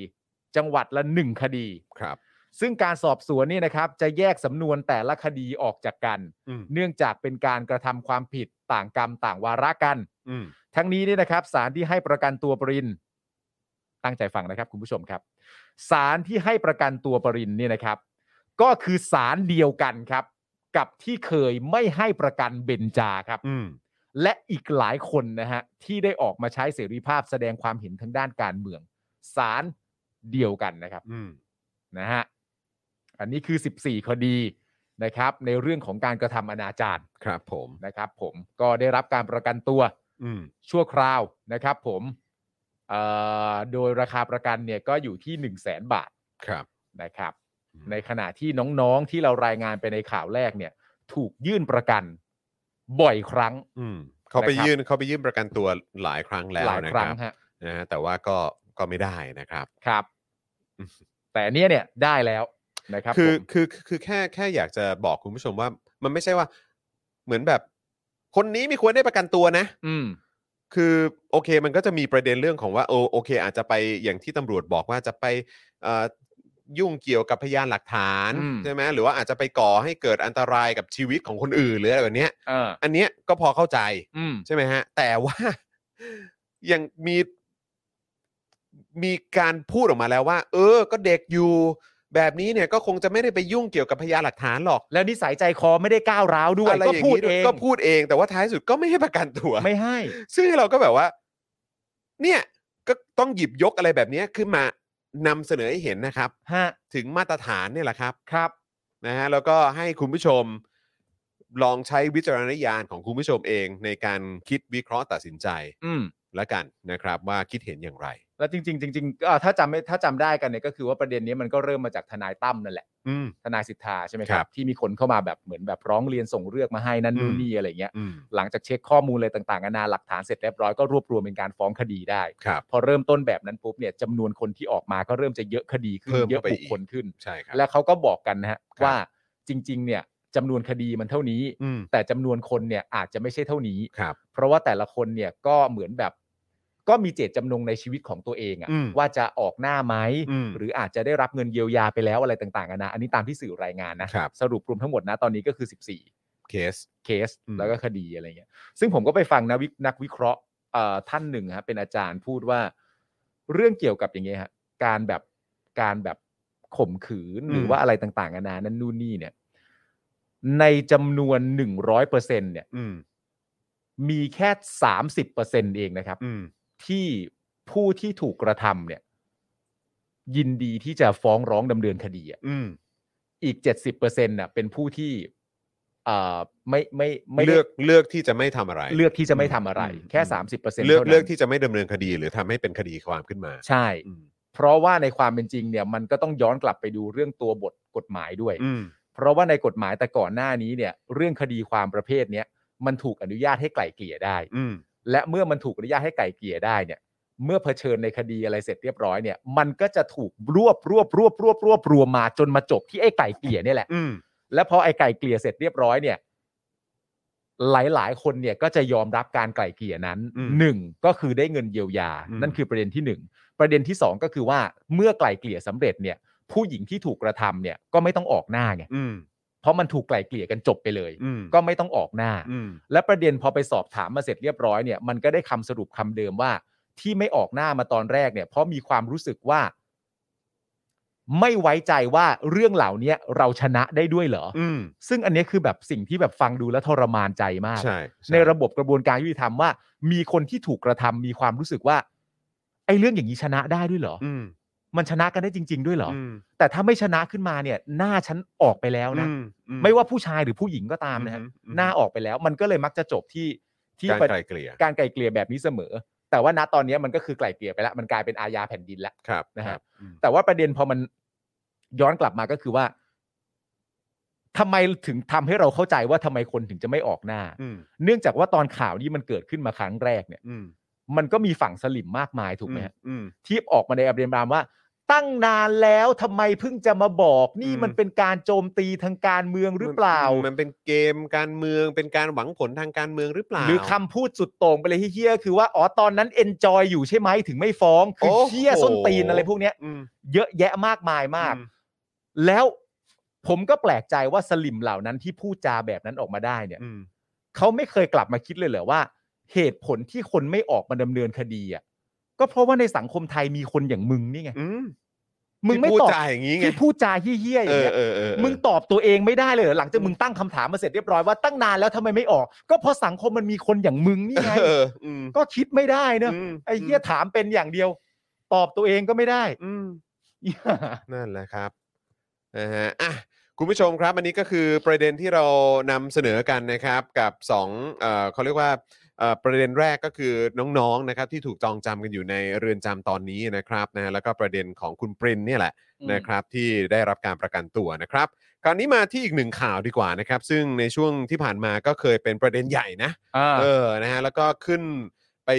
S4: จังหวัดละ 1 คดี
S3: ครับ
S4: ซึ่งการสอบสวนเนี่ยนะครับ จะแยกสำนวนแต่ละคดีออกจากกัน
S3: อืม
S4: เนื่องจากเป็นการกระทำความผิดต่างกรรมต่างวาระกัน
S3: อืม
S4: ทั้งนี้เนี่ยนะครับสารที่ให้ประกันตัวปรินตั้งใจฟังนะครับคุณผู้ชมครับสารที่ให้ประกันตัวปรินเนี่ยนะครับ ก็คือสารเดียวกันครับ กับที่เคยไม่ให้ประกันเบนจาครับ
S3: อืม
S4: และอีกหลายคนนะฮะที่ได้ออกมาใช้เสรีภาพแสดงความเห็นทางด้านการเมืองสารเดียวกันนะครับ
S3: อืม
S4: นะฮะ อันนี้คือ 14 คดีนะครับ ในเรื่องของการกระทำอนาจาร
S3: ครับผม
S4: นะครับผมก็ได้รับการประกันตัว
S3: อืม
S4: ชั่วคราวนะครับผมเอ่อโดยราคาประกันเนี่ยก็อยู่ที่ 1 0 0 0 0แบาท
S3: ครับ
S4: นะครับ
S3: อืม
S4: ในขณะที่น้องๆที่เรารายงานไปในข่าวแรกเนี่ย ถูกยื่นประกันบ่อยครั้ง
S3: อืมเขาไป
S4: นะครับ
S3: ยื่นเขาไปยื่นประกันตัวหลายครั้งแล้ว
S4: หลาย
S3: นะ
S4: ค
S3: ค
S4: รั้ง
S3: รับ
S4: ฮะ
S3: นะฮะแต่ว่าก็ก็ไม่ได้นะครับ
S4: ครับ แต่อันเนี้ยเนี่ยได้แล้วนะครับ
S3: คือ
S4: ผม
S3: คือคือคือแค่แค่อยากจะบอกคุณผู้ชมว่า มันไม่ใช่ว่า เหมือนแบบ คนนี้ไม่ควรได้ประกันตัวนะ
S4: อืม
S3: คือโอเคมันก็จะมีประเด็นเรื่องของว่าโอโอเค อาจจะไปอย่างที่ตำรวจบอกว่าจะไปเอ่อยุ่งเกี่ยวกับพยานหลักฐาน
S4: อืม
S3: ใช่ไหมหรือว่าอาจจะไปก่อให้เกิดอันตรายกับชีวิตของคนอื่นหรืออะไรแบบเนี้ย
S4: เออ
S3: อันเนี้ยก็พอเข้าใจ
S4: อืม
S3: ใช่ไหมฮะ แต่ว่า ยังมี มีการพูดออกมาแล้วว่า เออ ก็เด็กอยู่ แบบนี้เนี่ยก็คงจะไม่ได้ไปยุ่งเกี่ยวกับพยานหลักฐานหรอก
S4: แล้วนิสัยใจคอไม่ได้ก้าวร้าวด้วย
S3: อะไร
S4: ก็
S3: อย่าง
S4: พูด
S3: นี้ด้ว
S4: เอยง
S3: ก็พูดเองแต่ว่าท้ายสุดก็ไม่ให้ประกันตัว
S4: ไม่ให้
S3: ซึ่งเราก็แบบว่า เนี่ยก็ต้องหยิบยกอะไรแบบเนี้ยขึ้นมานำเสนอให้เห็นนะครับ
S4: ฮะ
S3: ถึงมาตรฐานเนี่ยแหละครับ
S4: ครับ
S3: นะฮะแล้วก็ให้คุณผู้ชม ลองใช้วิจารณญาณของคุณผู้ชมเอง ในการคิดวิเคราะห์ตัดสินใจ
S4: อืม
S3: ละกันนะครับ ว่าคิดเห็นอย่างไร
S4: แล้วจริงๆจริงๆเอ่อถ้าจำไม่ถ้าจำได้กันเนี่ยก็คือว่าประเด็นนี้มันก็เริ่มมาจากทนายตั้มนั่นแหละ
S3: อืม
S4: ทนายสิทธาใช่ไหมค
S3: ครั
S4: รับบ ที่มีคนเข้ามาแบบเหมือนแบบร้องเรียนส่งเรื่องมาให้นั่นนู่น
S3: อืม
S4: นี่อะไรเงี้ย
S3: อืม
S4: หลังจากเช็คข้อมูลอะไรต่างๆนานาหลักฐานเสร็จเรียบร้อยก็รวบรวมเป็นการฟ้องคดีได้
S3: ครับ
S4: พอเริ่มต้นแบบนั้นปุ๊บเนี่ยจำนวนคนที่ออกมาก็เริ่มจะเยอะคดีขึ้น
S3: เพิ่ม
S4: เยอะ
S3: เข้าไป
S4: บุค
S3: อีก
S4: คลขึ้น
S3: ใช่ครับ
S4: และเขาก็บอกกันนะฮะ
S3: ครับ
S4: ว่าจริง ๆ เนี่ยจำนวนคดีมันเท่านี้
S3: อืม
S4: แต่จำนวนคนเนี่ยอาจจะไม่ใช่เท่านี้
S3: ครับ
S4: เพราะว่าแต่ละคนเนี่ยก็เหมือนแบบ ก็มีเจตจำนงในชีวิตของตัวเอง
S3: อืม
S4: อะ่ะว่าจะออกหน้าไหม
S3: อืม
S4: หรืออาจจะได้รับเงินเยียวยาไปแล้วอะไรต่างๆกันานะอันนี้ตามที่สื่อรายงานนะครับ สรุปรวมทั้งหมดนะตอนนี้ก็คือ 14
S3: เคส
S4: เคส
S3: อืม
S4: แล้วก็คดีอะไรเงี้ยซึ่งผมก็ไปฟังนะวินักวิเคราะห์เอ่อท่านหนึ่งฮะเป็นอาจารย์พูดว่า เรื่องเกี่ยวกับอย่างเงี้ยฮะการแบบการแบบข่มขืนหรือว่าอะไรต่างๆกันานานั่นนู่นนี่เนี่ย ในจำนวนหนึ่งร้อยเปอร์เซ็นเนี่ย
S3: อืม
S4: มีแค่ 30เปอร์เซ็นเองนะครับ
S3: อืม
S4: ที่ผู้ที่ถูกกระทำเนี่ย ยินดีที่จะฟ้องร้องดำเนินคดีอะ
S3: อืม
S4: อีก 70เปอร์เซ็นต์น่ะเป็นผู้ที่เอ่อไม่ไม่ไม่ได้
S3: เลือกเลือกที่จะไม่ทำอะไร
S4: เลือกที่จะไม่ทำอะไร
S3: อืม
S4: แค่
S3: อืม
S4: 30เปอร์เซ็นต์
S3: เลือกเลือกที่จะไม่ดำเนินคดีหรือทำให้เป็นคดีความขึ้นมา
S4: ใช่
S3: อืม
S4: เพราะว่าในความเป็นจริงเนี่ย มันก็ต้องย้อนกลับไปดูเรื่องตัวบทกฎหมายด้วย
S3: อืม
S4: เพราะว่าในกฎหมายแต่ก่อนหน้านี้เนี่ย เรื่องคดีความประเภทเนี้ยมันถูกอนุญาตให้ไกล่เกลี่ยได้
S3: อืม
S4: และเมื่อมันถูกอนุญาตให้ไก่เกลี่ยได้เนี่ย เมื่อเผชิญในคดีอะไรเสร็จเรียบร้อยเนี่ย มันก็จะถูกรวบรวบรวบรวบรวบรวมมาจนมาจบที่ไอ้ไก่เกลี่ยเนี่ยแหละ
S3: อืม
S4: และพอไอ้ไก่เกลี่ยเสร็จเรียบร้อยเนี่ย หลายๆ คนเนี่ยก็จะยอมรับการไก่เกลี่ยนั้น
S3: อืม
S4: หนึ่งก็คือได้เงินเยียวยา
S3: อืม
S4: นั่นคือประเด็นที่หนึ่งประเด็นที่สองก็คือว่าเมื่อไก่เกลี่ยสำเร็จเนี่ย ผู้หญิงที่ถูกกระทำเนี่ยก็ไม่ต้องออกหน้าไง
S3: อืม
S4: เพราะมันถูกไก่เกลี่ยกันจบไปเลย
S3: อืม
S4: ก็ไม่ต้องออกหน้า
S3: อืม
S4: และประเด็นพอไปสอบถามมาเสร็จเรียบร้อยเนี่ยมันก็ได้คำสรุปคำเดิมว่า ที่ไม่ออกหน้ามาตอนแรกเนี่ย เพราะมีความรู้สึกว่า ไม่ไว้ใจว่าเรื่องเหล่านี้เราชนะได้ด้วยเหรออ
S3: อืม
S4: ซึ่งอันนี้คือแบบสิ่งที่แบบฟังดูแล้วทรมานใจมาก
S3: ใช่ช่
S4: ในระบบกระบวนการยุติธรรมว่า มีคนที่ถูกกระทำมีความรู้สึกว่าไอ้เรื่องอย่างนี้ชนะได้ด้วยเหรอ
S3: อืม
S4: มันชนะกันได้จริง ๆ ด้วยเหรอ
S3: อืม
S4: แต่ถ้าไม่ชนะขึ้นมาเนี่ย หน้าฉันออกไปแล้วนะ
S3: อือื
S4: ไม่ว่าผู้ชายหรือผู้หญิงก็ตามนะฮะ
S3: อือืม
S4: หน้าออกไปแล้ว มันก็เลยมักจะจบที่ที่
S3: การ
S4: ประ
S3: ไกลเกลี่ย
S4: การไกลเกลี่ยแบบนี้เสมอ แต่ว่าณตอนนี้มันก็คือไกลเกลี่ยไปแล้วมันกลายเป็นอาญาแผ่นดินแล้ว
S3: ครับ
S4: นะ
S3: ค
S4: ฮะ
S3: รับอืม
S4: แต่ว่าประเด็นพอมันย้อนกลับมาก็คือว่าทำไมถึงทำให้เราเข้าใจว่าทำไมคนถึงจะไม่ออกหน้า
S3: อืม
S4: เนื่องจากว่าตอนข่าวนี้มันเกิดขึ้นมาครั้งแรกเนี่ย
S3: อืม
S4: มันก็มีฝั่งสลิมมากมายถูกไหมฮะ
S3: อืม
S4: ที่ออกมาในประเด็นรามว่า ตั้งนานแล้วทำไมเพิ่งจะมาบอก นี่
S3: อืม
S4: มันเป็นการโจมตีทางการเมืองหรือเปล่า
S3: มันเป็นเกมการเมืองเป็นการหวังผลทางการเมืองหรือเปล่า
S4: หรือคำพูดสุดโต่งไปเลยที่เฮี้ยคือว่าอ๋อตอนนั้นเอนจอยอยู่ใช่ไหมถึงไม่ฟ้องคือ
S3: โอ้โห
S4: เฮี้ยส้นตีนอะไรพวกเนี้ย
S3: อืม
S4: เยอะแยะมากมายมาก
S3: อืม
S4: แล้วผมก็แปลกใจว่าสลิมเหล่านั้นที่พูดจาแบบนั้นออกมาได้เนี่ย
S3: อืม
S4: เขาไม่เคยกลับมาคิดเลยเหรอว่า เหตุผลที่คนไม่ออกมาดำเนินคดีอ่ะก็เพราะว่าในสังคมไทยมีคนอย่างมึงนี่ไง
S3: อืม
S4: มึงไม่
S3: ที่พูด
S4: ตอบ
S3: จาอย่างนี้ไง
S4: ที่พูดจาเฮี้ยๆอ
S3: เอย่างอ
S4: เงี้ย
S3: เออเออ
S4: มึงตอบตัวเองไม่ได้เลยเหรอหลังจากมึงตั้งคำถามมาเสร็จเรียบร้อยว่าตั้งนานแล้วทำไมไม่ออก ก็เพราะสังคมมันมีคนอย่างมึงนี่ไง
S3: เอออืม
S4: ก็คิดไม่ได้เนอะ
S3: ม
S4: ไอ้เฮี้ยถามเป็นอย่างเดียว ตอบตัวเองก็ไม่ได้
S3: อืม
S4: เหี้ย
S3: นั่นแหละครับนะฮะอ่ะคุณผู้ชมครับอันนี้ก็คือประเด็นที่เรานำเสนอกันนะครับกับ2เอ่อเขาเรียกว่าเอ่อประเด็นแรกก็คือน้องๆนะครับที่ถูกจองจำกันอยู่ในเรือนจำตอนนี้นะครับนะฮะแล้วก็ประเด็นของคุณปรินเนี่ยแหละ
S4: อืม
S3: นะครับที่ได้รับการประกันตัวนะครับคราวนี้มาที่อีกหนึ่งข่าวดีกว่านะครับ ซึ่งในช่วงที่ผ่านมาก็เคยเป็นประเด็นใหญ่นะเออนะฮะแล้วก็ขึ้นไป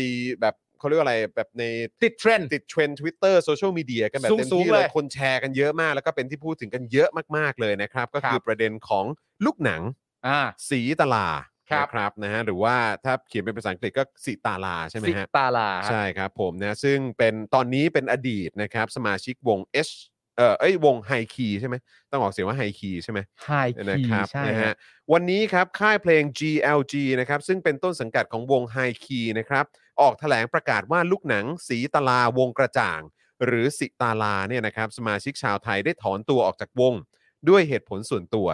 S3: แบบเขาเรียกว่าอะไรแบบใน
S4: ติดเทรนด์
S3: ติดเทรนด์ทวิตเตอร์โซเชียลมีเดียกันแบบเต็ม
S4: สูง
S3: ที่
S4: ๆ
S3: เล
S4: เลย ย
S3: คนแชร์กันเยอะมาก แล้วก็เป็นที่พูดถึงกันเยอะมากๆเลยนะครับ ก็คือ
S4: ครับ
S3: ประเด็นของลูกหนัง
S4: อ่า
S3: สีตลา
S4: ครั
S3: นะ
S4: บ
S3: ครับนะฮะหรือว่าถ้าเขียนเป็นภาษาอังกฤษก็สีตาลาใช่ไหมฮะ
S4: สิตาลา
S3: ใช่ครับผมนะซึ่งเป็นตอนนี้เป็นอดีตนะครับ สมาชิกวง H เอ่อเอ้ยวงไฮคีใช่ไหมต้องออกเสียงว่าไฮคีใช่ไหม
S4: ไฮคี
S3: นะครับ
S4: ใช่
S3: นะ
S4: ฮะ
S3: ฮะวันนี้ครับค่ายเพลง GLG นะครับซึ่งเป็นต้นสังกัดของวง High Key นะครับออกแถลงประกาศว่าลูกหนังสีตาลาวงกระจ่าง หรือสิตาลาเนี่ยนะครับสมาชิกชาวไทยได้ถอนตัวออกจากวง ด้วยเหตุผลส่วนตัว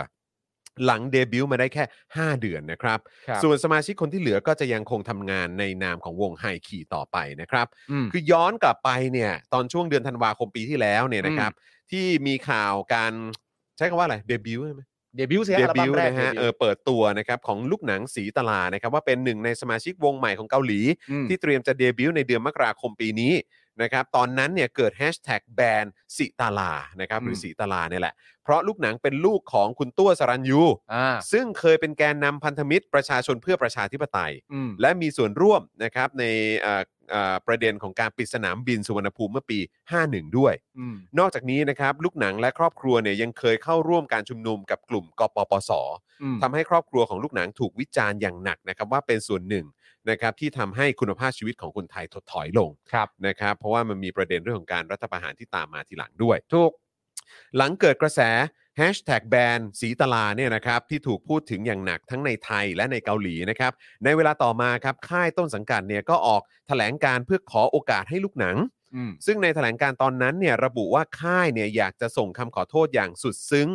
S3: หลังเดบิวต์มาได้แค่ 5 เดือนนะครับ
S4: ครับ
S3: ส่วนสมาชิกคนที่เหลือก็จะยังคงทำงานในนามของวงไฮคีต่อไปนะครับ
S4: อืม
S3: คือย้อนกลับไปเนี่ยตอนช่วงเดือนธันวาคมปีที่แล้วเนี่ยนะครับ ที่มีข่าวการใช้คำว่าอะไรเดบิวต์ใช่ไหม
S4: เดบิวต์เสีย
S3: เด
S4: อัลบั้
S3: บิว
S4: ม
S3: ต์
S4: แรก
S3: นะฮะเออเปิดตัวนะครับของลูกหนังสีตลานะครับว่าเป็นหนึ่งในสมาชิกวงใหม่ของเกาหลี
S4: ที่
S3: ที่เตรียมจะเดบิวต์ในเดือนมกราคมปีนี้นะครับตอนนั้นเนี่ยเกิดแฮชแท็กแบนสีตลานะครับหรือ
S4: ม
S3: สีตลาเนี่ยแหละ เพราะลูกหนังเป็นลูกของคุณตัวสรัญยู
S4: อ่า
S3: ซึ่งเคยเป็นแกนนำพันธมิตรประชาชนเพื่อประชาธิปไตย
S4: อืม
S3: และมีส่วนร่วมนะครับในเอ่อเอ่อประเด็นของการปิดสนามบินสุวรรณภูมิเมื่อปี 51 ด้วย
S4: อืม
S3: นอกจากนี้นะครับลูกหนังและครอบครัวเนี่ยยังเคยเข้าร่วมการชุมนุมกับกลุ่มกปปส
S4: อืม
S3: ทำให้ครอบครัวของลูกหนังถูกวิจารณ์อย่างหนักนะครับว่าเป็นส่วนหนึ่งนะครับที่ทำให้คุณภาพชีวิตของคนไทยถดถอยลง
S4: ครับ
S3: นะครับ เพราะว่ามันมีประเด็นเรื่องของการรัฐประหารที่ตามมาทีหลังด้วย
S4: ถูก
S3: หลังเกิดกระแสแฮชแท็กแบนสีตลาเนี่ยนะครับที่ถูกพูดถึงอย่างหนักทั้งในไทยและในเกาหลีนะครับ ในเวลาต่อมาครับค่ายต้นสังกัดเนี่ยก็ออกแถลงการเพื่อขอโอกาสให้ลูกหนัง
S4: อืม
S3: ซึ่งในแถลงการตอนนั้นเนี่ยระบุว่าค่ายเนี่ยอยากจะส่งคำขอโทษอย่างสุดซึ้ง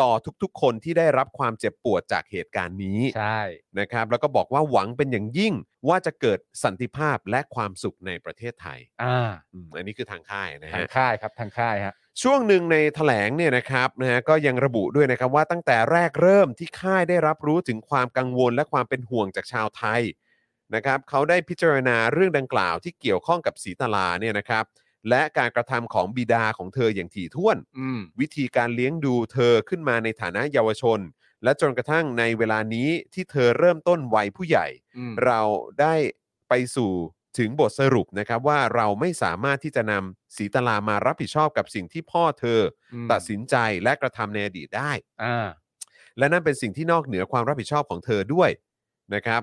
S3: ต่อทุกๆ คนที่ได้รับความเจ็บปวดจากเหตุการณ์นี้
S4: ใช่
S3: นะครับ แล้วก็บอกว่าหวังเป็นอย่างยิ่งว่าจะเกิดสันติภาพและความสุขในประเทศไทย
S4: อ่า
S3: อืมอันนี้คือทางค่ายนะ
S4: ทาง
S3: ฮะ
S4: ค่ายครับทางค่ายฮะ
S3: ช่วงหนึ่งในแถลงเนี่ยนะครับนะฮะก็ยังระบุด้วยนะครับว่าตั้งแต่แรกเริ่มที่ค่ายได้รับรู้ถึงความกังวลและความเป็นห่วงจากชาวไทยนะครับเขาได้พิจารณาเรื่องดังกล่าวที่เกี่ยวข้องกับสีตลาเนี่ยนะครับ และการกระทำของบิดาของเธออย่างถี่ถ้วน
S4: อืม
S3: วิธีการเลี้ยงดูเธอขึ้นมาในฐานะเยาวชน และจนกระทั่งในเวลานี้ที่เธอเริ่มต้นวัยผู้ใหญ่
S4: อืม
S3: เราได้ไปสู่ถึงบทสรุปนะครับว่าเราไม่สามารถที่จะนำสีตลามารับผิดชอบกับสิ่งที่พ่อเธออตัดสินใจและกระทำในอดีตได้
S4: อ่า
S3: และนั่นเป็นสิ่งที่นอกเหนือความรับผิดชอบของเธอด้วยนะครับ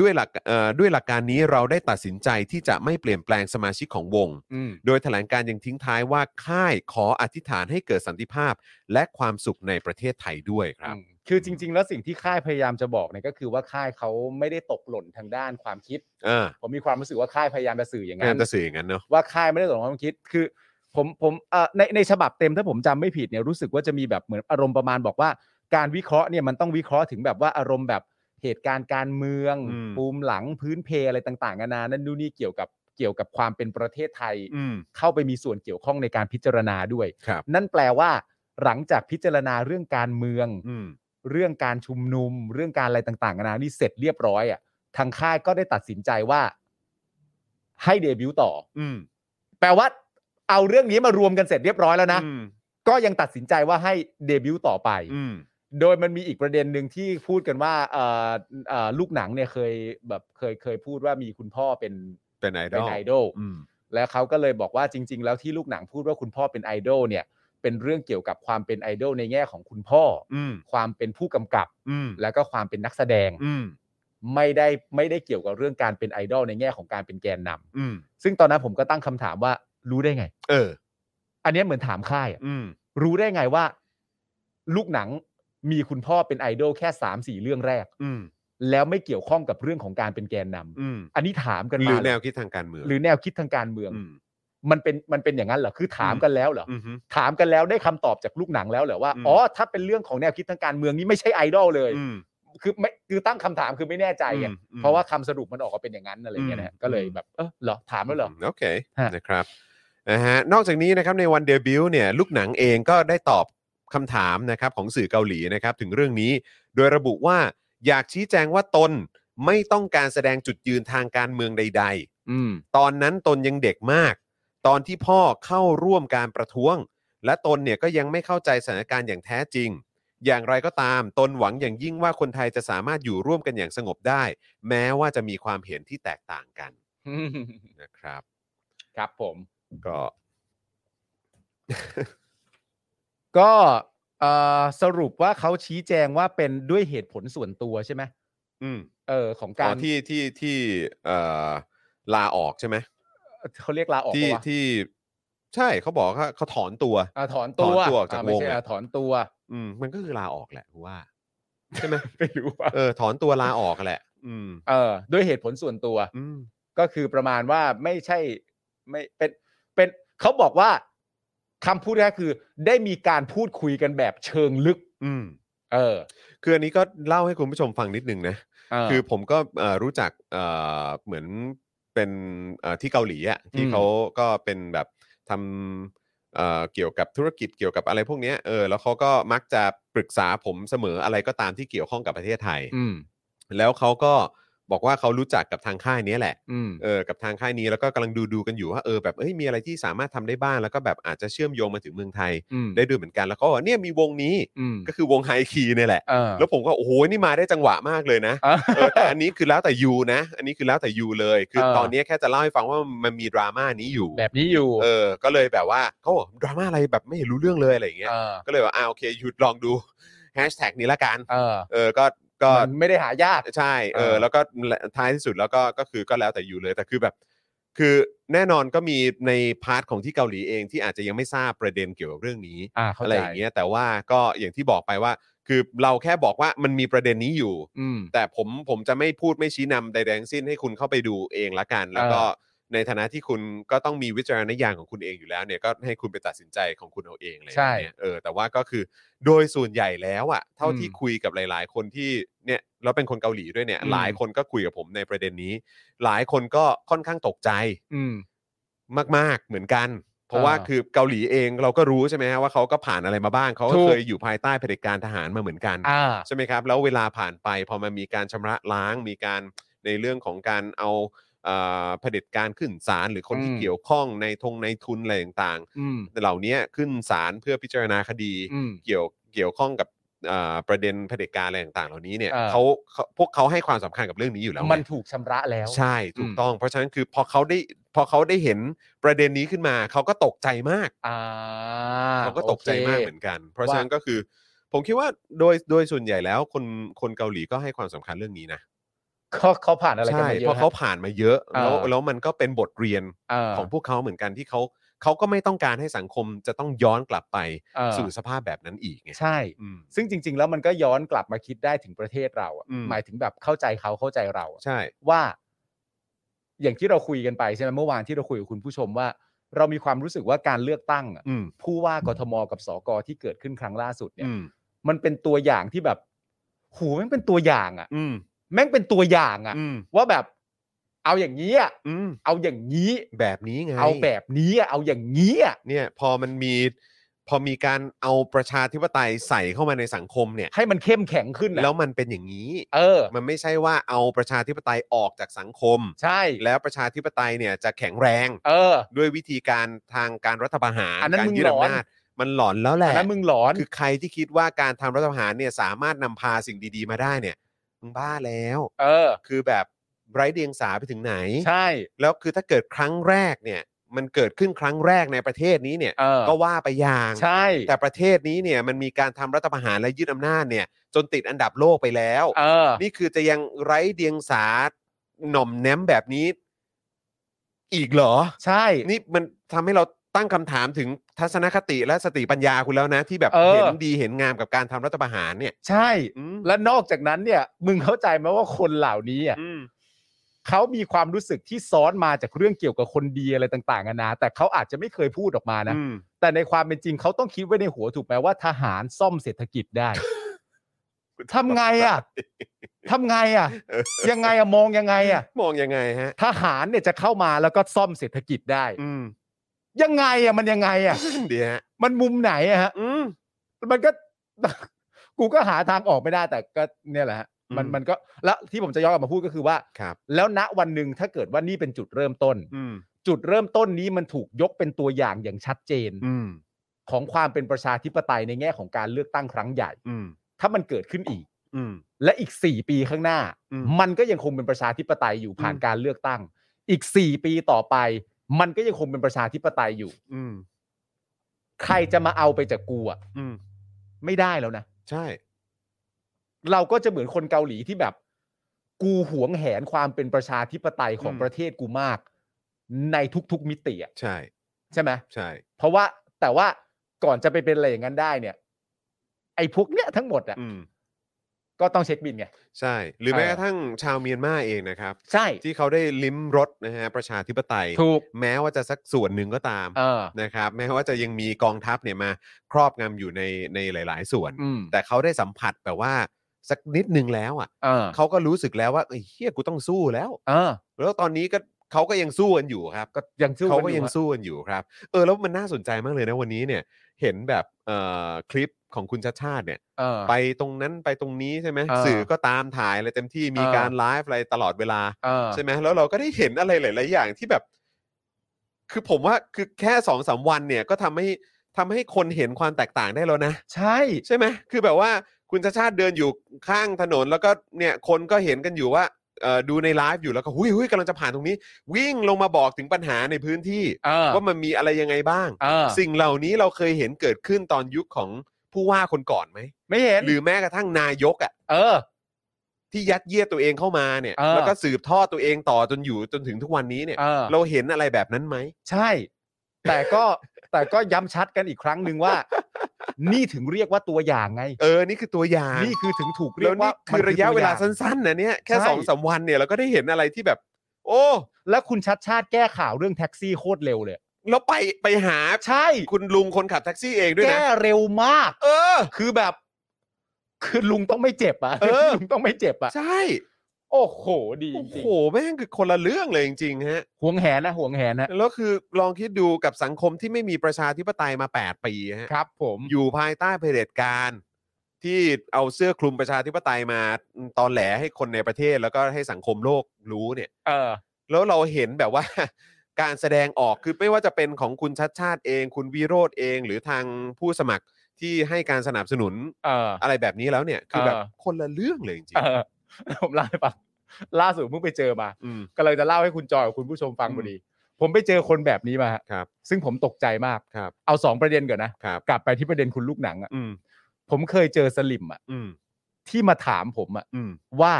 S3: ด้วยหลักเอ่อด้วยหลักการนี้เราได้ตัดสินใจที่จะไม่เปลี่ยนแปลงสมาชิกของวง
S4: อืม
S3: โดยแถลงการยังทิ้งท้ายว่าค่ายขออธิษฐานให้เกิดสันติภาพ และความสุขในประเทศไทยด้วยครับ
S4: อืมคือจริง ๆ แล้วสิ่งที่ค่ายพยายามจะบอกเนี่ยก็คือว่าค่ายเขาไม่ได้ตกหล่นทางด้านความคิด
S3: เออ
S4: ผมมีความรู้สึกว่าค่ายพยายามจะสื่ออย่าง
S3: งาน
S4: นั้น
S3: จะสื่ออย่างนั้นเนาะ
S4: ว่าค่ายไม่ได้ตกหล่นทางความคิด คือ ผมผมเอ่อในในฉบับเต็มถ้าผมจำไม่ผิดเนี่ยรู้สึกว่าจะมีแบบเหมือนอารมณ์ประมาณบอกว่า การวิเคราะห์เนี่ยมันต้องวิเคราะห์ถึงแบบว่าอารมณ์แบบเหตุการณ์การเมือง
S3: อืม
S4: ปูมหลังพื้นเพอะไรต่างๆนานานั่นนู่นนี่เกี่ยวกับเกี่ยวกับความเป็นประเทศไทย
S3: อืม
S4: เข้าไปมีส่วนเกี่ยวข้องในการพิจารณาด้วย
S3: ครับ
S4: นั่นแปลว่า หลังจากพิจารณาเรื่องการเมือง
S3: อืม
S4: เรื่องการชุมนุม เรื่องการอะไรต่างๆนานานี่เสร็จเรียบร้อยอ่ะทางค่ายก็ได้ตัดสินใจว่า ให้เดบิวต์ต่อ
S3: อืม
S4: แปลว่า เอาเรื่องนี้มารวมกันเสร็จเรียบร้อยแล้วนะ
S3: อืม
S4: ก็ยังตัดสินใจว่าให้เดบิวต์ต่อไป
S3: อืม
S4: โดยมันมีอีกประเด็นหนึ่งที่พูดกันว่าเอ่อเอ่อลูกหนังเนี่ยเคยแบบเคยเคยพูดว่ามีคุณพ่อเป็น
S3: เป็นไอด
S4: เป็น
S3: อล
S4: ไอดอล
S3: อืม
S4: แล้วเขาก็เลยบอกว่าจริง ๆ แล้วที่ลูกหนังพูดว่าคุณพ่อเป็นไอดอลเนี่ย เป็นเรื่องเกี่ยวกับความเป็นไอดอลในแง่ของคุณพ่ออ
S3: อืม
S4: ความเป็นผู้กำกับ
S3: อืม
S4: แล้วก็ความเป็นนักแสดง
S3: อืม
S4: ไม่ได้ไม่ได้เกี่ยวกับเรื่องการเป็นไอดอลในแง่ของการเป็นแกนนำ
S3: อืม
S4: ซึ่งตอนนั้นผมก็ตั้งคำถามว่ารู้ได้ไง
S3: เออ
S4: อันเนี้ยเหมือนถามค่ายอะ
S3: อืม
S4: รู้ได้ไงว่า ลูกหนังมีคุณพ่อเป็นไอดอลแค่สามสี่เรื่องแรก
S3: อืม
S4: แล้วไม่เกี่ยวข้องกับเรื่องของการเป็นแกนนำ
S3: อืม
S4: อันนี้ถามกัน
S3: ห
S4: มา
S3: รือ
S4: เหร
S3: แนวคิดทางการเมือง
S4: หรือแนวคิดทางการเมือง
S3: อืม
S4: มันเป็นมันเป็นอย่างนั้นเหรอคือถาม
S3: อืม
S4: กันแล้วเหรอ
S3: อืมฮึ
S4: ถามกันแล้วได้คำตอบจากลูกหนังแล้วเหรอว่า
S3: อืม
S4: อ๋อถ้าเป็นเรื่องของแนวคิดทางการเมืองนี่ไม่ใช่ไอดอลเลย
S3: อืม
S4: คือไม่คือตั้งคำถามคือไม่แน่ใจไง
S3: อืมอืม
S4: เพราะว่าคำสรุปมันออกมาเป็นอย่างนั้นอะไรเงี้ยนะฮะ
S3: อืม
S4: ก็เลยแบบเออเหรอถามแล้วเหรอ
S3: มโอเค
S4: ฮะ
S3: นะครับนะฮะนอกจากนี้นะครับในวันเดบิวต์เนี่ยลูกหนังเองก็ได้ตอบคำถามนะครับของสื่อเกาหลีนะครับถึงเรื่องนี้ โดยระบุว่าอยากชี้แจงว่าตนไม่ต้องการแสดงจุดยืนทางการเมืองใด
S4: อืม
S3: ๆ ตอนนั้นตนยังเด็กมาก ตอนที่พ่อเข้าร่วมการประท้วง และตนเนี่ยก็ยังไม่เข้าใจสถานการณ์อย่างแท้จริง อย่างไรก็ตามตนหวังอย่างยิ่งว่าคนไทยจะสามารถอยู่ร่วมกันอย่างสงบได้ แม้ว่าจะมีความเห็นที่แตกต่างกันนะครับ
S4: ครับผม
S3: ก็
S4: ก็เอ่อสรุปว่าเขาชี้แจงว่าเป็นด้วยเหตุผลส่วนตัวใช่ไหม
S3: อืม
S4: เออของ
S3: กา
S4: การ
S3: รที่ที่ที่เอ่อลาออกใช่ไหม
S4: เขาเรียกลาออก
S3: ที่
S4: ปะวะ
S3: ที่ใช่เขาบอกว่าเขาถอนตัว
S4: อ่าถอนตัว
S3: ถอนตัวออกจาก
S4: อ่ไม่ใช่
S3: วงอะ
S4: อ่าถอนตัว
S3: อืมมันก็คือลาออกแหละกูว่า ใช่ไหม
S4: ไม่รู้ว่า
S3: เออถอนตัวลาออกแหละ อืม
S4: เออด้วยเหตุผลส่วนตัว
S3: อืม
S4: ก็คือประมาณว่าไม่ใช่ไม่เป็นเป็นเขาบอกว่าคำพูดแรกคือ ได้มีการพูดคุยกันแบบเชิงลึก
S3: อืม
S4: เออ
S3: คืออันนี้ก็เล่าให้คุณผู้ชมฟังนิดนึงนะ
S4: เอ
S3: คือผมก็เอ่อรู้จักเอ่อเหมือนเป็นเอ่อที่เกาหลีอ่ะที่
S4: อืม
S3: เขาก็เป็นแบบทำเอ่อเกี่ยวกับธุรกิจเกี่ยวกับอะไรพวกเนี้ยเออแล้วเขาก็มักจะปรึกษาผมเสมออะไรก็ตามที่เกี่ยวข้องกับประเทศไทย
S4: อืม
S3: แล้วเขาก็บอกว่าเขารู้จักกับทางค่ายเนี้ยแหละ
S4: อืม
S3: เออกับทางค่ายนี้แล้วก็กำลังดูดูๆกันอยู่ว่าเออแบบเอ้ยมีอะไรที่สามารถทำได้บ้างแล้วก็แบบอาจจะเชื่อมโยงมาถึงเมืองไทย
S4: อืม
S3: ได้ด้วยเหมือนกันแล้วก็บอกว่าเนี่ยมีวงนี้
S4: อืม
S3: ก็คือวงไฮคีเนี่ยแหละ
S4: เออ
S3: แล้วผมก็โอ้โหนี่มาได้จังหวะมากเลยนะ
S4: เออ
S3: เออแต่อันนี้คือแล้วแต่ยูนะ อันนี้คือแล้วแต่ยูเลย คือ
S4: เออ
S3: ตอนนี้แค่จะเล่าให้ฟังว่ามันมีดราม่านี้อยู่
S4: แบบนี้อยู่
S3: เออ ก็เลยแบบว่าเขาบอกดราม่าอะไรแบบไม่เห็นรู้เรื่องเลยอะไรอย่างเงี้ย
S4: เออ
S3: ก็เลยว่าอ่าโอเคหยุดลองดูแฮชแท็กนี้ละกัน
S4: เออ
S3: เออ ก็ ก็
S4: มันไม่ได้หายาก
S3: ใช่ เออ
S4: เออ
S3: แล้วก็ท้ายที่สุดแล้วก็ ก็คือก็แล้วแต่ยูเลย แต่คือแบบ คือแน่นอนก็มีในพาร์ทของที่เกาหลีเองที่อาจจะยังไม่ทราบประเด็นเกี่ยวกับเรื่องนี้
S4: อ่าเข้า
S3: อะไร
S4: ใจ
S3: อย่างเงี้ย แต่ว่าก็อย่างที่บอกไปว่า คือเราแค่บอกว่ามันมีประเด็นนี้อยู่
S4: อืม
S3: แต่ผมผมจะไม่พูดไม่ชี้นำใดๆทั้งสิ้นให้คุณเข้าไปดูเองละกัน แล้วก็ในฐานะที่คุณก็ต้องมีวิจารณญาณของคุณเองอยู่แล้วเนี่ยก็ให้คุณไปตัดสินใจของคุณเอาเองเลย
S4: ใช่
S3: เนี่ยเออแต่ว่าก็คือโดยส่วนใหญ่แล้วอะเท่าที่
S4: อืม
S3: คุยกับหลาย ๆ คนที่เนี่ยเราเป็นคนเกาหลีด้วยเนี่ย
S4: อืม
S3: หลายคนก็คุยกับผมในประเด็นนี้ หลายคนก็ค่อนข้างตกใจ
S4: อืม
S3: มาก ๆ เหมือนกัน เพราะว่า
S4: อ่า
S3: คือเกาหลีเองเราก็รู้ใช่ไหมฮะว่าเขาก็ผ่านอะไรมาบ้างเขาก็
S4: ถูก
S3: เคยอยู่ภายใต้เผด็จการทหารมาเหมือนกัน
S4: อ่า
S3: ใช่ไหมครับ แล้วเวลาผ่านไปพอมันมีการชำระล้างมีการในเรื่องของการเอาเอ่อเผด็จการขึ้นศาลหรือคนที่
S4: อืม
S3: เกี่ยวข้องในทงในทุนอะไรต่าง
S4: อืม
S3: ๆ เหล่านี้ขึ้นศาลเพื่อพิจารณาคดี
S4: อืม
S3: เกี่ยวเกี่ยวข้องกับเอ่อประเด็นเผด็จการอะไรต่าง ๆ เหล่านี้เนี่ย
S4: เออ
S3: เขาเขาพวกเขาให้ความสำคัญกับเรื่องนี้อยู่แล้วไง
S4: มันถูกชำระแล้ว
S3: ใช่ถูก
S4: อืม
S3: ต้อง เพราะฉะนั้นคือพอเขาได้พอเขาได้เห็นประเด็นนี้ขึ้นมาเขาก็ตกใจมาก
S4: อ่า
S3: เขาก็ตกใจมากเหมือน
S4: โค
S3: กัน เพราะฉะนั้นก็คือ ผมคิดว่าโดยโดยส่วนใหญ่แล้วคนคนเกาหลีก็ให้ความสำคัญเรื่องนี้นะ
S4: เขาเขาผ่านอะไรกัน
S3: ใช่
S4: มาเย
S3: เพ
S4: อะ
S3: ราะเขา
S4: ฮ
S3: ผ่านมาเยอะแล้ว
S4: เออ
S3: แล้วมันก็เป็นบทเรียน
S4: เ
S3: ของพวกเขาเหมือนกันที่เขาเขาก็ไม่ต้องการให้สังคมจะต้องย้อนกลับไป
S4: เออ
S3: สู่สภาพแบบนั้นอีกไง
S4: ใช่
S3: อืม
S4: ซึ่งจริง ๆ แล้วมันก็ย้อนกลับมาคิดได้ถึงประเทศเราอะ
S3: อืม
S4: หมายถึงแบบเข้าใจเขาเข้าใจเราอะ
S3: ใช่
S4: ว่า อย่างที่เราคุยกันไปใช่ไหมเมื่อวานที่เราคุยกับคุณผู้ชมว่า เรามีความรู้สึกว่าการเลือกตั้งอะ
S3: อืม
S4: ผู้ว่ากทมกับสกที่เกิดขึ้นครั้งล่าสุดเนี่ย
S3: อืม
S4: มันเป็นตัวอย่างที่แบบโหแม่งเป็นตัวอย่างอะ
S3: อืม
S4: แม่งเป็นตัวอย่างอะ
S3: อืม
S4: ว่าแบบ เอาอย่างนี้อะ
S3: อืม
S4: เอาอย่างนี้
S3: แบบนี้ไง
S4: เอาแบบนี้อะเอาอย่างนี้อะ
S3: เนี่ยพอมันมีพอมีการเอาประชาธิปไตยใส่เข้ามาในสังคมเนี่ย
S4: ให้มันเข้มแข็งขึ้นอะ
S3: แล้วมันเป็นอย่างนี้
S4: เออ
S3: มันไม่ใช่ว่าเอาประชาธิปไตยออกจากสังคม
S4: ใช่
S3: แล้วประชาธิปไตยเนี่ยจะแข็งแรง
S4: เออ
S3: ด้วยวิธีการทางการรัฐประหาร
S4: อันนั้น
S3: การ
S4: มึง
S3: ยึด
S4: หลอน
S3: อำนาจมันหลอนแล้วแห
S4: อั
S3: ละ
S4: นนั้นมึงหลอน
S3: คือใครที่คิดว่าการทำรัฐประหารเนี่ยสามารถนำพาสิ่งดี ๆ มาได้เนี่ยมึงบ้าแล้ว
S4: เออ
S3: คือแบบไร้เดียงสาไปถึงไหน
S4: ใช่
S3: แล้วคือถ้าเกิดครั้งแรกเนี่ยมันเกิดขึ้นครั้งแรกในประเทศนี้เนี่ย
S4: เออ
S3: ก็ว่าไปอย่าง
S4: ใช่
S3: แต่ประเทศนี้เนี่ยมันมีการทำรัฐประหารและยึดอำนาจเนี่ย จนติดอันดับโลกไปแล้ว
S4: เออ
S3: นี่คือจะยังไร้เดียงสาหน่อมแนมแบบนี้ อีกเหรอ
S4: ใช่
S3: นี่มันทำให้เราตั้งคำถามถึงทัศนคติและสติปัญญาคุณแล้วนะ ที่แบบ
S4: เออ
S3: เห็นดีเห็นงามกับการทำรัฐประหารเนี่ย
S4: ใช่
S3: อืม
S4: และนอกจากนั้นเนี่ย มึงเข้าใจไหมว่าคนเหล่านี้อะ
S3: อืม
S4: เขามีความรู้สึกที่ซ้อนมาจากเรื่องเกี่ยวกับคนดีอะไรต่างๆนานาแต่เขาอาจจะไม่เคยพูดออกมานะ
S3: อืม
S4: แต่ในความเป็นจริงเขาต้องคิดไว้ในหัวถูกไหมว่าทหารซ่อมเศรษฐกิจ ได้ ทำไงอ่ะทำไงอ่ะ
S3: เออ
S4: ยังไงอ่ะมองยังไงอ่ะ
S3: มองยังไงฮะ
S4: ทหารเนี่ยจะเข้ามาแล้วก็ซ่อมเศรษฐกิจได้
S3: อืม
S4: ยังไงอ่ะมันยังไงอ่ะ
S3: เดี๋ยวฮะ
S4: มันมุมไหนอะฮะ
S3: อืม
S4: มันก็ กูก็หาทางออกไม่ได้แต่ก็เนี่ยแหละฮะมัน
S3: อืม
S4: มันก็แล้วที่ผมจะย้อนกลับมาพูดก็คือว่า
S3: ครับ
S4: แล้วณวันหนึ่งถ้าเกิดว่านี่เป็นจุดเริ่มต้น
S3: อืม
S4: จุดเริ่มต้นนี้มันถูกยกเป็นตัวอย่างอย่างชัดเจน
S3: อืม
S4: ของความเป็นประชาธิปไตยในแง่ของการเลือกตั้งครั้งใหญ่
S3: อืม
S4: ถ้ามันเกิดขึ้นอีก
S3: อืม
S4: และอีก 4 ปีข้างหน้า
S3: อืม
S4: มันก็ยังคงเป็นประชาธิปไตยอยู่ผ่าน
S3: อืม
S4: การเลือกตั้ง อีก 4 ปีต่อไป มันก็ยังคงเป็นประชาธิปไตยอยู่
S3: อืม
S4: ใครจะมาเอาไปจากกูอ่ะ
S3: อืม
S4: ไม่ได้แล้วนะ
S3: ใช่
S4: เราก็จะเหมือนคนเกาหลีที่แบบ กูหวงแหนความเป็นประชาธิปไตยของ
S3: อืม
S4: ประเทศกูมาก ในทุกๆมิติอะ
S3: ใช่
S4: ใช่ไหม
S3: ใช่
S4: เพราะว่าแต่ว่าก่อนจะไปเป็นอะไรอย่างนั้นได้เนี่ย ไอ้พวกเนี้ยทั้งหมดอะ
S3: อืม
S4: ก็ต้องเช็คบินไง
S3: ใช่ หรือแม้
S4: เออ
S3: กระทั่งชาวเมียนมาเองนะครับ
S4: ใช่
S3: ที่เขาได้ลิ้มรสนะฮะประชาธิปไตย
S4: ถูก
S3: แม้ว่าจะสักส่วนหนึ่งก็ตาม
S4: เออ
S3: นะครับ แม้ว่าจะยังมีกองทัพเนี่ยมาครอบงำอยู่ในในหลาย ๆ ส่วน
S4: อืม
S3: แต่เขาได้สัมผัสแบบว่าสักนิดนึงแล้วอ่ะ
S4: เออ
S3: เขาก็รู้สึกแล้วว่าเอ้ยเฮียกูต้องสู้แล้ว
S4: เออ
S3: แล้วตอนนี้ก็เขาก็ยังสู้กันอยู่ครับ
S4: ก็ยังสู้นอ
S3: เขา
S4: อะ
S3: ก็ยังสู้กันอยู่ครับ เออแล้วมันน่าสนใจมากเลยนะวันนี้เนี่ย เห็นแบบเอ่อคลิปของคุณชาติชาติเนี่ย
S4: เออ
S3: ไปตรงนั้นไปตรงนี้ใช่ไหม
S4: เออ
S3: สื่อก็ตามถ่ายอะไรเต็มที่มี
S4: เออ
S3: การไลฟ์อะไรตลอดเวลา
S4: เออ
S3: ใช่ไหมแล้วเราก็ได้เห็นอะไรหลาย ๆ อย่างที่แบบ คือผมว่าคือแค่สองสามวันเนี่ยก็ทำให้ทำให้คนเห็นความแตกต่างได้แล้วนะ
S4: ใช่
S3: ใช่ไหมคือแบบว่าคุณชาติชาติเดินอยู่ข้างถนน แล้วก็เนี่ยคนก็เห็นกันอยู่ว่าเอ่อดูในไลฟ์อยู่แล้วก็หุยหุยกำลังจะผ่านตรงนี้ วิ่งลงมาบอกถึงปัญหาในพื้นที่
S4: เออ
S3: ว่ามันมีอะไรยังไงบ้าง
S4: เออ
S3: สิ่งเหล่านี้เราเคยเห็นเกิดขึ้นตอนยุคของผู้ว่าคนก่อนไหม
S4: ไม่เห็น
S3: หรือแม้กระทั่งนายกอ่ะ
S4: เออ
S3: ที่ยัดเยียดตัวเองเข้ามาเนี่ย
S4: เออ
S3: แล้วก็สืบทอดตัวเองต่อจนอยู่จนถึงทุกวันนี้เนี่ย
S4: เออ
S3: เราเห็นอะไรแบบนั้นไหม
S4: ใช่ แต่ก็ แต่ก็ย้ำชัดกันอีกครั้งหนึ่งว่า นี่ถึงเรียกว่าตัวอย่างไง
S3: เออ นี่คือตัวอย่าง
S4: นี่คือถึงถูกเรี
S3: แล้
S4: ยว ก
S3: นี่
S4: ว่า
S3: คือระยะเวลา
S4: มันคือตัวอย่าง
S3: สั้น ๆ นะเนี่ย แค่
S4: ใช่
S3: สองสามวันเนี่ยเราก็ได้เห็นอะไรที่แบบ โอ้
S4: แล้วคุณชัดชาติแก้ข่าวเรื่องแท็กซี่โคตรเร็วเลย
S3: แล้วไปไปหา
S4: ใช่
S3: คุณลุงคนขับแท็กซี่เองด้วยนะ
S4: แก้เร็วมาก
S3: เออ
S4: คือแบบ คือลุงต้องไม่เจ็บอ่ะ
S3: เออ
S4: ลุงต้องไม่เจ็บอ่ะ
S3: ใช่
S4: โอ้โห ดีจ
S3: โอ้
S4: ริ
S3: โห
S4: ง
S3: แม่งคือคนละเรื่องเลยจริงๆฮะ
S4: ๆห่วงแหนนะห่วงแหนนะ
S3: แล้วคือลองคิดดูกับสังคมที่ไม่มีประชาธิปไตยมา 8 ปีฮะ
S4: ครับ ผม
S3: อยู่ภายใต้เผด็จการ ที่เอาเสื้อคลุมประชาธิปไตยมาตอนแหลให้คนในประเทศแล้วก็ให้สังคมโลกรู้เนี่ย
S4: เออ
S3: แล้วเราเห็นแบบว่า การแสดงออกคือไม่ว่าจะเป็นของคุณชัดชาติเอง คุณวิโรธเอง หรือทางผู้สมัครที่ให้การสนับสนุน
S4: เออ
S3: อะไรแบบนี้แล้วเนี่ย คือแบบ
S4: เออ
S3: คนละเรื่องเลยจริง
S4: เออผมเล่าให้ฟังล่าสุดเพิ่งไปเจอมา
S3: ๆืม
S4: กำลังจะเล่าให้คุณจอยกับคุณผู้ชมฟัง
S3: อืม
S4: พอดี ผมไปเจอคนแบบนี้มาฮะ
S3: ครับ
S4: ซึ่งผมตกใจมาก
S3: ครับ
S4: เอาสองประเด็นก่อนนะ
S3: ครับ
S4: กลับไปที่ประเด็นคุณลูกหนังอะ่ะ
S3: อืม
S4: ผมเคยเจอสลิมอะ่ะ
S3: อืม
S4: ที่มาถามผมอะ่ะ
S3: อืม
S4: ว่า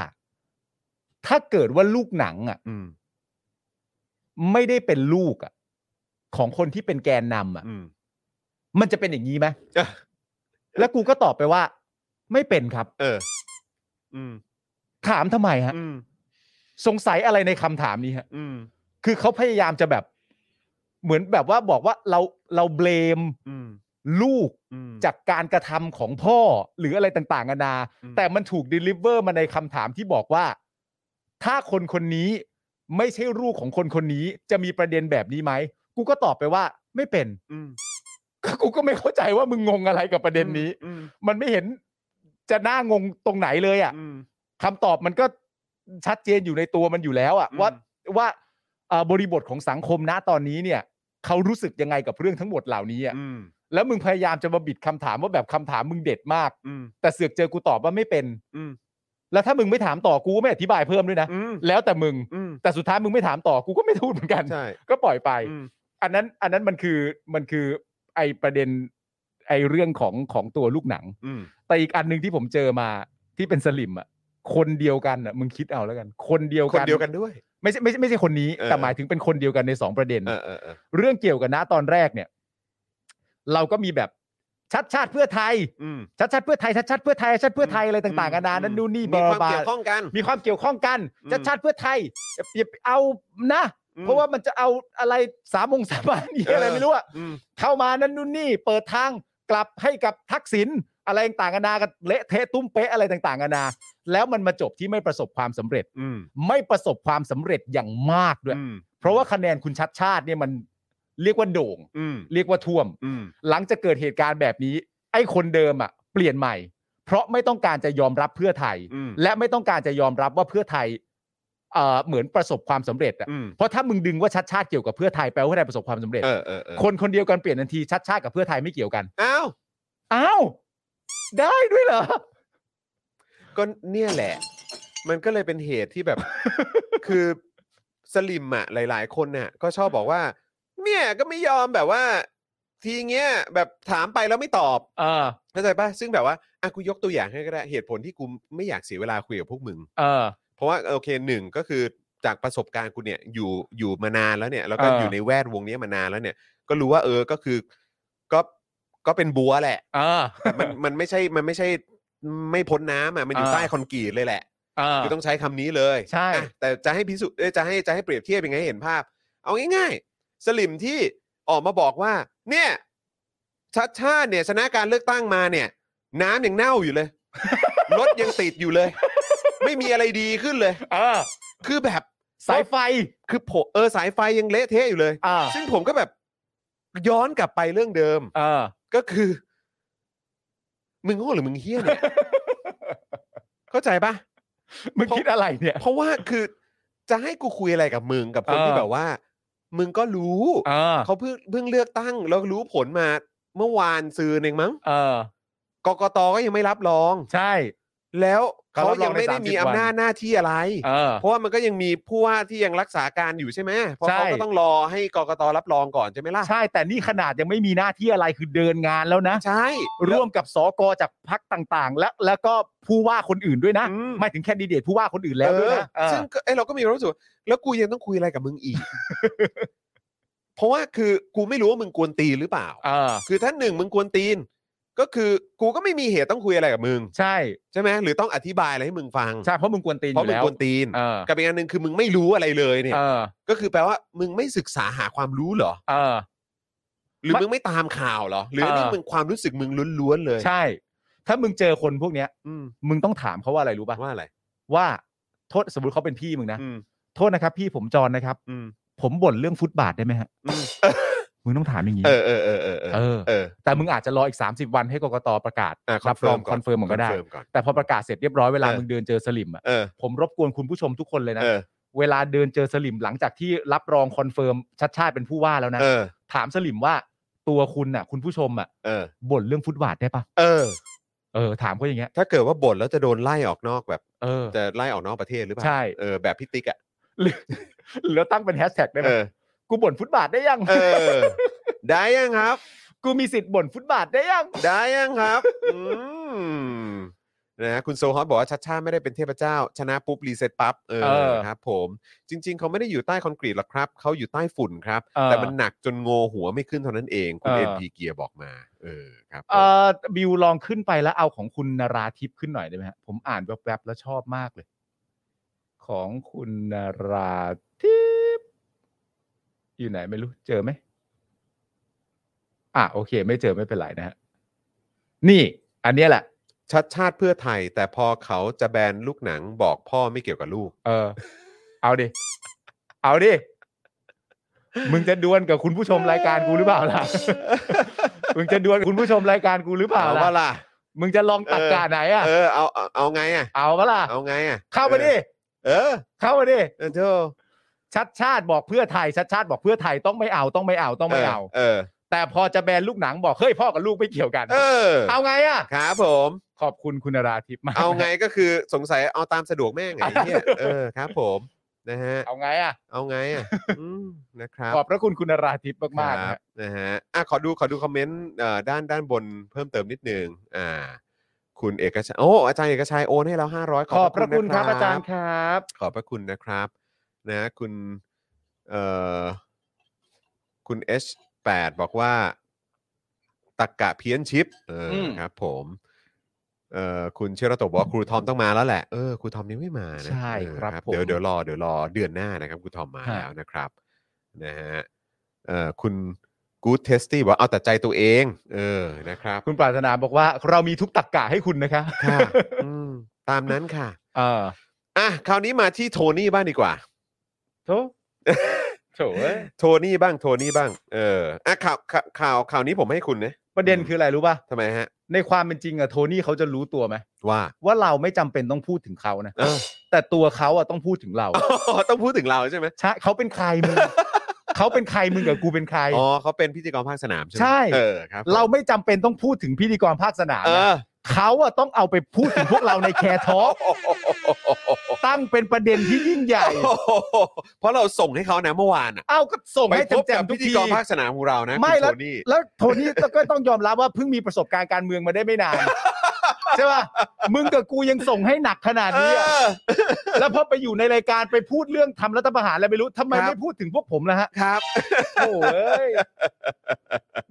S4: ถ้าเกิดว่าลูกหนังอะ่ะ
S3: อืม
S4: ไม่ได้เป็นลูกอะ่ะของคนที่เป็นแกนนำอ่ะ
S3: อืม
S4: มันจะเป็นอย่างนี้ไหม
S3: เออ
S4: แล้วกูก็ตอบไปว่า ไม่เป็นครับ
S3: เออ อืม
S4: ถามทำไมฮะ
S3: อืม
S4: สงสัยอะไรในคำถามนี้ฮะ
S3: อืม
S4: คือเขาพยายามจะแบบ เหมือนแบบว่าบอกว่าเราเราเบลม
S3: อืม
S4: ลูก
S3: อืม
S4: จากการกระทำของพ่อหรืออะไรต่างๆนานา
S3: อืม
S4: แต่มันถูกดลิเวอร์มาในคำถามที่บอกว่า ถ้าคนคนนี้ไม่ใช่ลูกของคนคนนี้จะมีประเด็นแบบนี้ไหมกูก็ตอบไปว่าไม่เป็น
S3: อืม
S4: กูก็ไม่เข้าใจว่ามึงงงอะไรกับประเด็นนี้
S3: อืม
S4: มันไม่เห็นจะน่างงตรงไหนเลยอ่ะ
S3: อืม
S4: คำตอบมันก็ชัดเจนอยู่ในตัวมันอยู่แล้วอ่ะ
S3: อืม
S4: ว่าว่าเอ่อบริบทของสังคมนะตอนนี้เนี่ยเขารู้สึกยังไงกับเรื่องทั้งหมดเหล่านี้อ่ะ
S3: อืม
S4: แล้วมึงพยายามจะมาบิดคำถามว่าแบบคำถามมึงเด็ดมาก
S3: อืม
S4: แต่เสือกเจอกูตอบว่าไม่เป็น
S3: อืม
S4: แล้วถ้ามึงไม่ถามต่อกูก็ไม่อธิบายเพิ่มด้วยนะ
S3: อืม
S4: แล้วแต่มึง
S3: อืม
S4: แต่สุดท้ายมึงไม่ถามต่อกูก็ไม่พูดเหมือนกัน
S3: ใช่
S4: ก็ปล่อยไป
S3: อืม
S4: อันนั้นอันนั้นมันคือมันคือไอประเด็นไอเรื่องของของตัวลูกหนัง
S3: อืม
S4: แต่อีกอันหนึ่งที่ผมเจอมาที่เป็นสลิมอ่ะคนเดียวกันอ่ะมึงคิดเอาแล้วกัน คนเดียว
S3: คน
S4: กัน
S3: เดียวกันด้วย
S4: ไม่ใช่ไม่ใช่ไม่ใช่คนนี้
S3: เออ
S4: แต่หมายถึงเป็นคนเดียวกันในสองประเด็น
S3: เออเออเออ
S4: เรื่องเกี่ยวกับนะตอนแรกเนี่ย เราก็มีแบบชัดชาติเพื่อไทย
S3: อืม
S4: ชัดชาติเพื่อไทยชัดชาติเพื่อไทยชัดชาติเพื่อไทยอะไรต่างๆกันานานั่นนู่นนี่บ
S3: มี
S4: ลา
S3: ความ
S4: บลา
S3: เกี่ยวข้องกัน
S4: มีความเกี่ยวข้องกัน
S3: อืม
S4: ชัดชาติเพื่อไทยอย่าอย่าเอานะ
S3: อืม
S4: เพราะว่ามันจะเอาอะไรสามองสามานนี่
S3: เอออ
S4: อะไรไม่รู้อะ
S3: อืม
S4: เข้ามานั่นนู่นนี่ เปิดทางกลับให้กับทักษิณอะไรต่างกันานากันเละเทะตุ้มเป๊ะอะไรต่างกันานา แล้วมันมาจบที่ไม่ประสบความสำเร็จ
S3: อืม
S4: ไม่ประสบความสำเร็จอย่างมากด้วย
S3: อืม
S4: เพราะว่าคะแนนคุณชัดชาติเนี่ยมันเรียกว่าโด่ง
S3: อืม
S4: เรียกว่าท่วม
S3: อืม
S4: หลังจากเกิดเหตุการณ์แบบนี้ ไอ้คนเดิมอ่ะ เปลี่ยนใหม่ เพราะไม่ต้องการจะยอมรับเพื่อไทย
S3: อืม
S4: และไม่ต้องการจะยอมรับว่าเพื่อไทยเอ่อเหมือนประสบความสำเร็จอะ
S3: อืม
S4: เพราะถ้ามึงดึงว่าชัดชาติเกี่ยวกับเพื่อไทยแปลว่าเพื่อไทยประสบความสำเร็จ
S3: เออเออเออ
S4: คนคนเดียวกันเปลี่ยนทันทีชัดชาติกับเพื่อไทยไม่เกี่ยวกัน
S3: อ้าว
S4: อ้าว ได้ด้วยเหรอ
S3: ก็เนี่ยแหละ มันก็เลยเป็นเหตุที่ แบบ คือสลิมอ่ะหลาย ๆ คนน่ะ ก็ชอบบอกว่า เนี่ยก็ไม่ยอมแบบว่า ทีเงี้ยแบบถามไปแล้วไม่ตอบ
S4: เออ
S3: เข้าใจป่ะ ซึ่งแบบว่าอ่ะกูยกตัวอย่างให้ก็ได้ เหตุผลที่กูไม่อยากเสียเวลาคุยกับพวกมึง
S4: เออ
S3: เพราะว่าโอเคหนึ่งก็คือจากประสบการณ์กูเนี่ยอยู่อยู่มานานแล้วเนี่ย แล้วก็
S4: เออ
S3: อ
S4: อ
S3: ยู่ในแวดวงนี้มานานแล้วเนี่ย ก็รู้ว่าเออก็คือก็ก็เป็นบัวแหละ
S4: เออ
S3: แต่มัน มันไม่ใช่มันไม่ใช่ไม่พ้นน้ำอ่ะมันอยู่
S4: เออ
S3: ใต้คอนกรีตเลยแหละ
S4: เออ
S3: คือต้องใช้คำนี้เลย
S4: ใช่
S3: อ่ะแต่จะให้พิสูจน์เอ้ยจะให้จะให้เปรียบเทียบยังไงให้เห็นภาพ เอาง่ายๆ สลิมที่ออกมาบอกว่า เนี่ยชัดชาติเนี่ยชนะการเลือกตั้งมาเนี่ย น้ำยังเน่าอยู่เลย รถยังติดอยู่เลย ไม่มีอะไรดีขึ้นเลย
S4: เออ
S3: คือแบบ
S4: สายไฟ
S3: คือผมเออสายไฟยังเละเทะอยู่เลย
S4: อ่า
S3: ซึ่งผมก็แบบย้อนกลับไปเรื่องเดิม
S4: เออ
S3: ก็คือ มึงโง่หรือมึงเฮี้ย เนี่ย เข้าใจปะ
S4: มึงคิดอะไรเนี่ย
S3: เพราะว่าคือจะให้กูคุยอะไรกับมึงกับคน
S4: เออ
S3: ที่แบบว่า มึงก็รู้
S4: เออ
S3: เขาเพิ่งเพิ่งเลือกตั้ง แล้วรู้ผลมาเมื่อวานซืนเองมั้ง
S4: เออ
S3: กกตก็ยังไม่รับรอง
S4: ใช่
S3: แล้วเขา
S4: เขารับร
S3: ยั
S4: อง ง
S3: ไม่ได้
S4: ใน30
S3: มีอำนาจ
S4: วัน
S3: หน้าที่อะไร
S4: เออ
S3: เพราะว่ามันก็ยังมีผู้ว่าที่ยังรักษาการอยู่ใช่ไหมเพราะ
S4: ใช่
S3: เขาก็ต้องรอให้กกตรับรองก่อนใช่ไหมล่ะ
S4: ใช่ แต่นี่ขนาดยังไม่มีหน้าที่อะไรคือเดินงานแล้วนะ
S3: ใช่
S4: ร่วมกับสกจากพักต่างๆ และแล้วก็ผู้ว่าคนอื่นด้วยนะ
S3: อืม
S4: ไม่ถึงแคนดิเดตผู้ว่าคนอื่นแล้วด้วยนะ
S3: เออ
S4: เออ
S3: ซึ่งก็เอ้ยเราก็มีความรู้สึกว่าแล้วกูยังต้องคุยอะไรกับมึง อีก เพราะว่าคือกูไม่รู้ว่ามึงกวนตีนหรือเปล่า
S4: เออ
S3: คือถ้าหนึ่งมึงกวนตีน ก็คือกูก็ไม่มีเหตุต้องคุยอะไรกับมึง
S4: ใช่
S3: ใช่ไหมหรือต้องอธิบายอะไรให้มึงฟัง
S4: ใช่ เพราะมึงกวนตีนอ
S3: เพราะมึ
S4: ยู่
S3: ง
S4: แล้ว
S3: กวนตีน
S4: เออ
S3: กับอีกอันหนึ่งคือมึงไม่รู้อะไรเลยเนี่ย
S4: เออ
S3: ก็คือแปลว่ามึงไม่ศึกษาหาความรู้เหรอ
S4: เออ
S3: หรือ
S4: ไม่
S3: มึงไม่ตามข่าวเหรอ หรือ
S4: เออ
S3: นี่มึงความรู้สึกมึงล้วนๆเลย
S4: ใช่ ถ้ามึงเจอคนพวกเนี้ย
S3: อืม
S4: มึงต้องถามเขาว่าอะไรรู้ป่ะ
S3: ว่าอะไร
S4: ว่าโทษสมมติเขาเป็นพี่มึงนะ
S3: อืม
S4: โทษนะครับ พี่ผมจอนนะครับ
S3: อืม
S4: ผมบ่นเรื่องฟุตบาทได้ไหมฮะ
S3: อืม
S4: มึงต้องถามอย่างนี้
S3: เออเออเออเออเออ
S4: เออ
S3: เออ
S4: แต่มึงอาจจะรออีก 30 วันให้กกตประกาศ
S3: อ่ะ
S4: รับรองคอนเฟิร์มของก็ได้
S3: คอนเฟิร์มก่อน
S4: แต่พอประกาศเสร็จเรียบร้อยเวลา
S3: เออ
S4: มึงเดินเจอสลิมอ่ะ
S3: เออ
S4: ผมรบกวนคุณผู้ชมทุกคนเลยนะ
S3: เออ
S4: เวลาเดินเจอสลิมหลังจากที่รับรองคอนเฟิร์มชัดชาติเป็นผู้ว่าแล้วนะ
S3: เออ
S4: ถามสลิมว่าตัวคุณน่ะ คุณผู้ชมอ่ะ
S3: เออ
S4: บ่นเรื่องฟุตบาทได้ปะ
S3: เออ
S4: เออถามเขาอย่างเงี้ย
S3: ถ้าเกิดว่าบ่นแล้วจะโดนไล่ออกนอกแบบ
S4: เออ
S3: จะไล่ออกนอกประเทศหรือเปล่า
S4: ใช่
S3: เออ แบบพิติกอ่ะ
S4: หรือหรือตั้งเป็นแฮชแท็กได้ไหม
S3: เออ
S4: กูบ่นฟุตบาทได้ยัง
S3: เออ ได้ยังครับ
S4: กูมีสิทธิ์บ่นฟุตบาทได้ยัง
S3: ได้ยังครับอืมนะคุณโซฮอตบอกว่าชัดชาติไม่ได้เป็นเทพเจ้า ชนะปุ๊บรีเซ็ตปั๊บเอ
S4: เอ
S3: อ
S4: อ
S3: ครับ ผม จริง ๆ เขาไม่ได้อยู่ใต้คอนกรีตหรอกครับ เขาอยู่ใต้ฝุ่นครับ
S4: เออ
S3: แต่มันหนักจนโงหัวไม่ขึ้นเท่านั้นเองคุณ
S4: เอ
S3: เอ็
S4: อ
S3: นพีเกียร์บอกมา เออครับผม
S4: เออบิวลองขึ้นไปแล้วเอาของคุณนราทิพย์ขึ้นหน่อยได้ไหมฮะผมอ่านแวบๆแล้วชอบมากเลย ของคุณนราทิพย์อยู่ไหนไม่รู้เจอไหม อ่ะโอเค ไม่เจอไม่เป็นไรนะฮะนี่ อันเนี้ยแหละ
S3: ชัดชาติเพื่อไทย แต่พอเขาจะแบนลูกหนังบอกพ่อไม่เกี่ยวกับลูก
S4: เออ เอาดิ เอาดิ มึงจะดวลกับคุณผู้ชมรายการกูหรือเปล่า ล่ะ มึงจะดวลกับคุณผู้ชมรายการกูหรือเปล่า
S3: เอาว่า
S4: ล่ะ
S3: ล่ะ
S4: มึงจะลองตักกะไหนอ่ะ
S3: เออเอาเอาเอาไงอ่ะ
S4: เอาปะล่ะ
S3: เอาไงอ่ะ
S4: เข้ามาดิ
S3: เออ
S4: เข้ามาดิ
S3: เออเธอ
S4: ชัดชาติบอกเพื่อไทย ชัดชาติบอกเพื่อไทยต้องไม่เอาต้องไม่เอาต้องไม่เอา
S3: เออ
S4: แต่พอจะแบนลูกหนังบอกเฮ้ยพ่อกับลูกไม่เกี่ยวกัน
S3: เออ
S4: เอาไงอ่ะ
S3: ครับผม
S4: ขอบคุณคุณนราทิพย์มาก
S3: เอาไงก็คือสงสัยเอาตามสะดวกแม่งไงเนี่ยเออครับผมนะฮะ
S4: เอาไงอ่ะ
S3: เอาไงอ่ะอืมนะครับ
S4: ขอบพระคุณคุณนราทิพย์มาก
S3: ค
S4: ๆนะ
S3: รั
S4: ฮะ
S3: บนะฮะอ่ะขอดูขอดูคอมเมนต์เอ่อด้านด้านบนเพิ่มเติมนิดนึงอ่า คุณเอกชัยโอ้อาจารย์เอกชัยโอนให้เรา500
S4: ขอบพระคุณครับ
S3: น
S4: อาจารย์ครับ
S3: ขอบพระคุณนะครับนะคุณเอ่อคุณ H8 บอกว่าตักกะเพี้ยนชิปเอออ
S4: ม
S3: ครับผมเอ่อคุณเชยรโตะบอกว่าครูทอมต้องมาแล้วแหละเออครูทอมยังไม่มา นะ
S4: ใช่ครับ
S3: เออ
S4: ผม
S3: เดี๋ยวเดี๋ยวรอเดี๋ยวรอเดือนหน้านะครับคุณทอมมา
S4: ฮะ
S3: แล้วนะครับนะฮะเอ่อคุณกู๊ดเทสตี้บอกว่าเอาแต่ใจตัวเอง เออนะครับ
S4: คุณปรารถนาบอกว่าเรามีทุกตักกะให้คุณนะคะ
S3: ค่ะอืมตามนั้นค่ะ
S4: เออ
S3: อ่ะคราวนี้มาที่โทนี่บ้างดีกว่า
S4: โถโถเอ้ย
S3: โทนี่บ้างโทนี่บ้าง เอออ่ะข่าวข่าวข่าวข่าวนี้ผมให้คุณนะ
S4: ประเด็นคืออะไรรู้ป่ะ
S3: ทำไมฮะ
S4: ในความเป็นจริงอะโทนี่เขาจะรู้ตัวไหม
S3: ว่า
S4: ว่าเราไม่จำเป็นต้องพูดถึงเขานะ
S3: เออ
S4: แต่ตัวเขาอะต้องพูดถึงเรา
S3: ต้อง พูดถึงเราใช่ไหม
S4: ใช่เขาเป็นใครมึง เขาเป็นใครมึงกับกูเป็นใคร
S3: อ๋อเขาเป็นพิธีกรภาคสนามใช่ไหม
S4: ใช่
S3: เออครับผม
S4: เราไม่จำเป็นต้องพูดถึงพิธีกรภาคสนาม
S3: เอ
S4: นะ
S3: อ
S4: เขาอะต้องเอาไปพูดถึงพวกเราในแคร์ทอ ล์กตั้งเป็นประเด็นที่ยิ่งใหญ่
S3: โอ้โห เพราะเราส่งให้เขานะเมื่อวานอ่ะ
S4: เอ้าก็ส่งให้
S3: พบ
S4: แจ
S3: กับ
S4: มๆทุ
S3: พิ
S4: ก
S3: ธี
S4: ที
S3: กรภาคสนามของเรานะ
S4: ไม่
S3: คุณ
S4: แล้
S3: โท
S4: ว
S3: นี่
S4: แล้วโทนี่ก็ต้องยอมรับว่าเพิ่งมีประสบการณ์การเมืองมาได้ไม่นาน ใช่ป่ะมึงกับกูยังส่งให้หนักขนาด
S3: เอ
S4: นี้อะ
S3: อ
S4: แล้วพอไปอยู่ในรายการไปพูดเรื่องทำรัฐประหารอะไรไม่รู้ทำไม
S3: ครับ
S4: ไม่พูดถึงพวกผมล่ะฮะ
S3: ครับ
S4: โอ้ย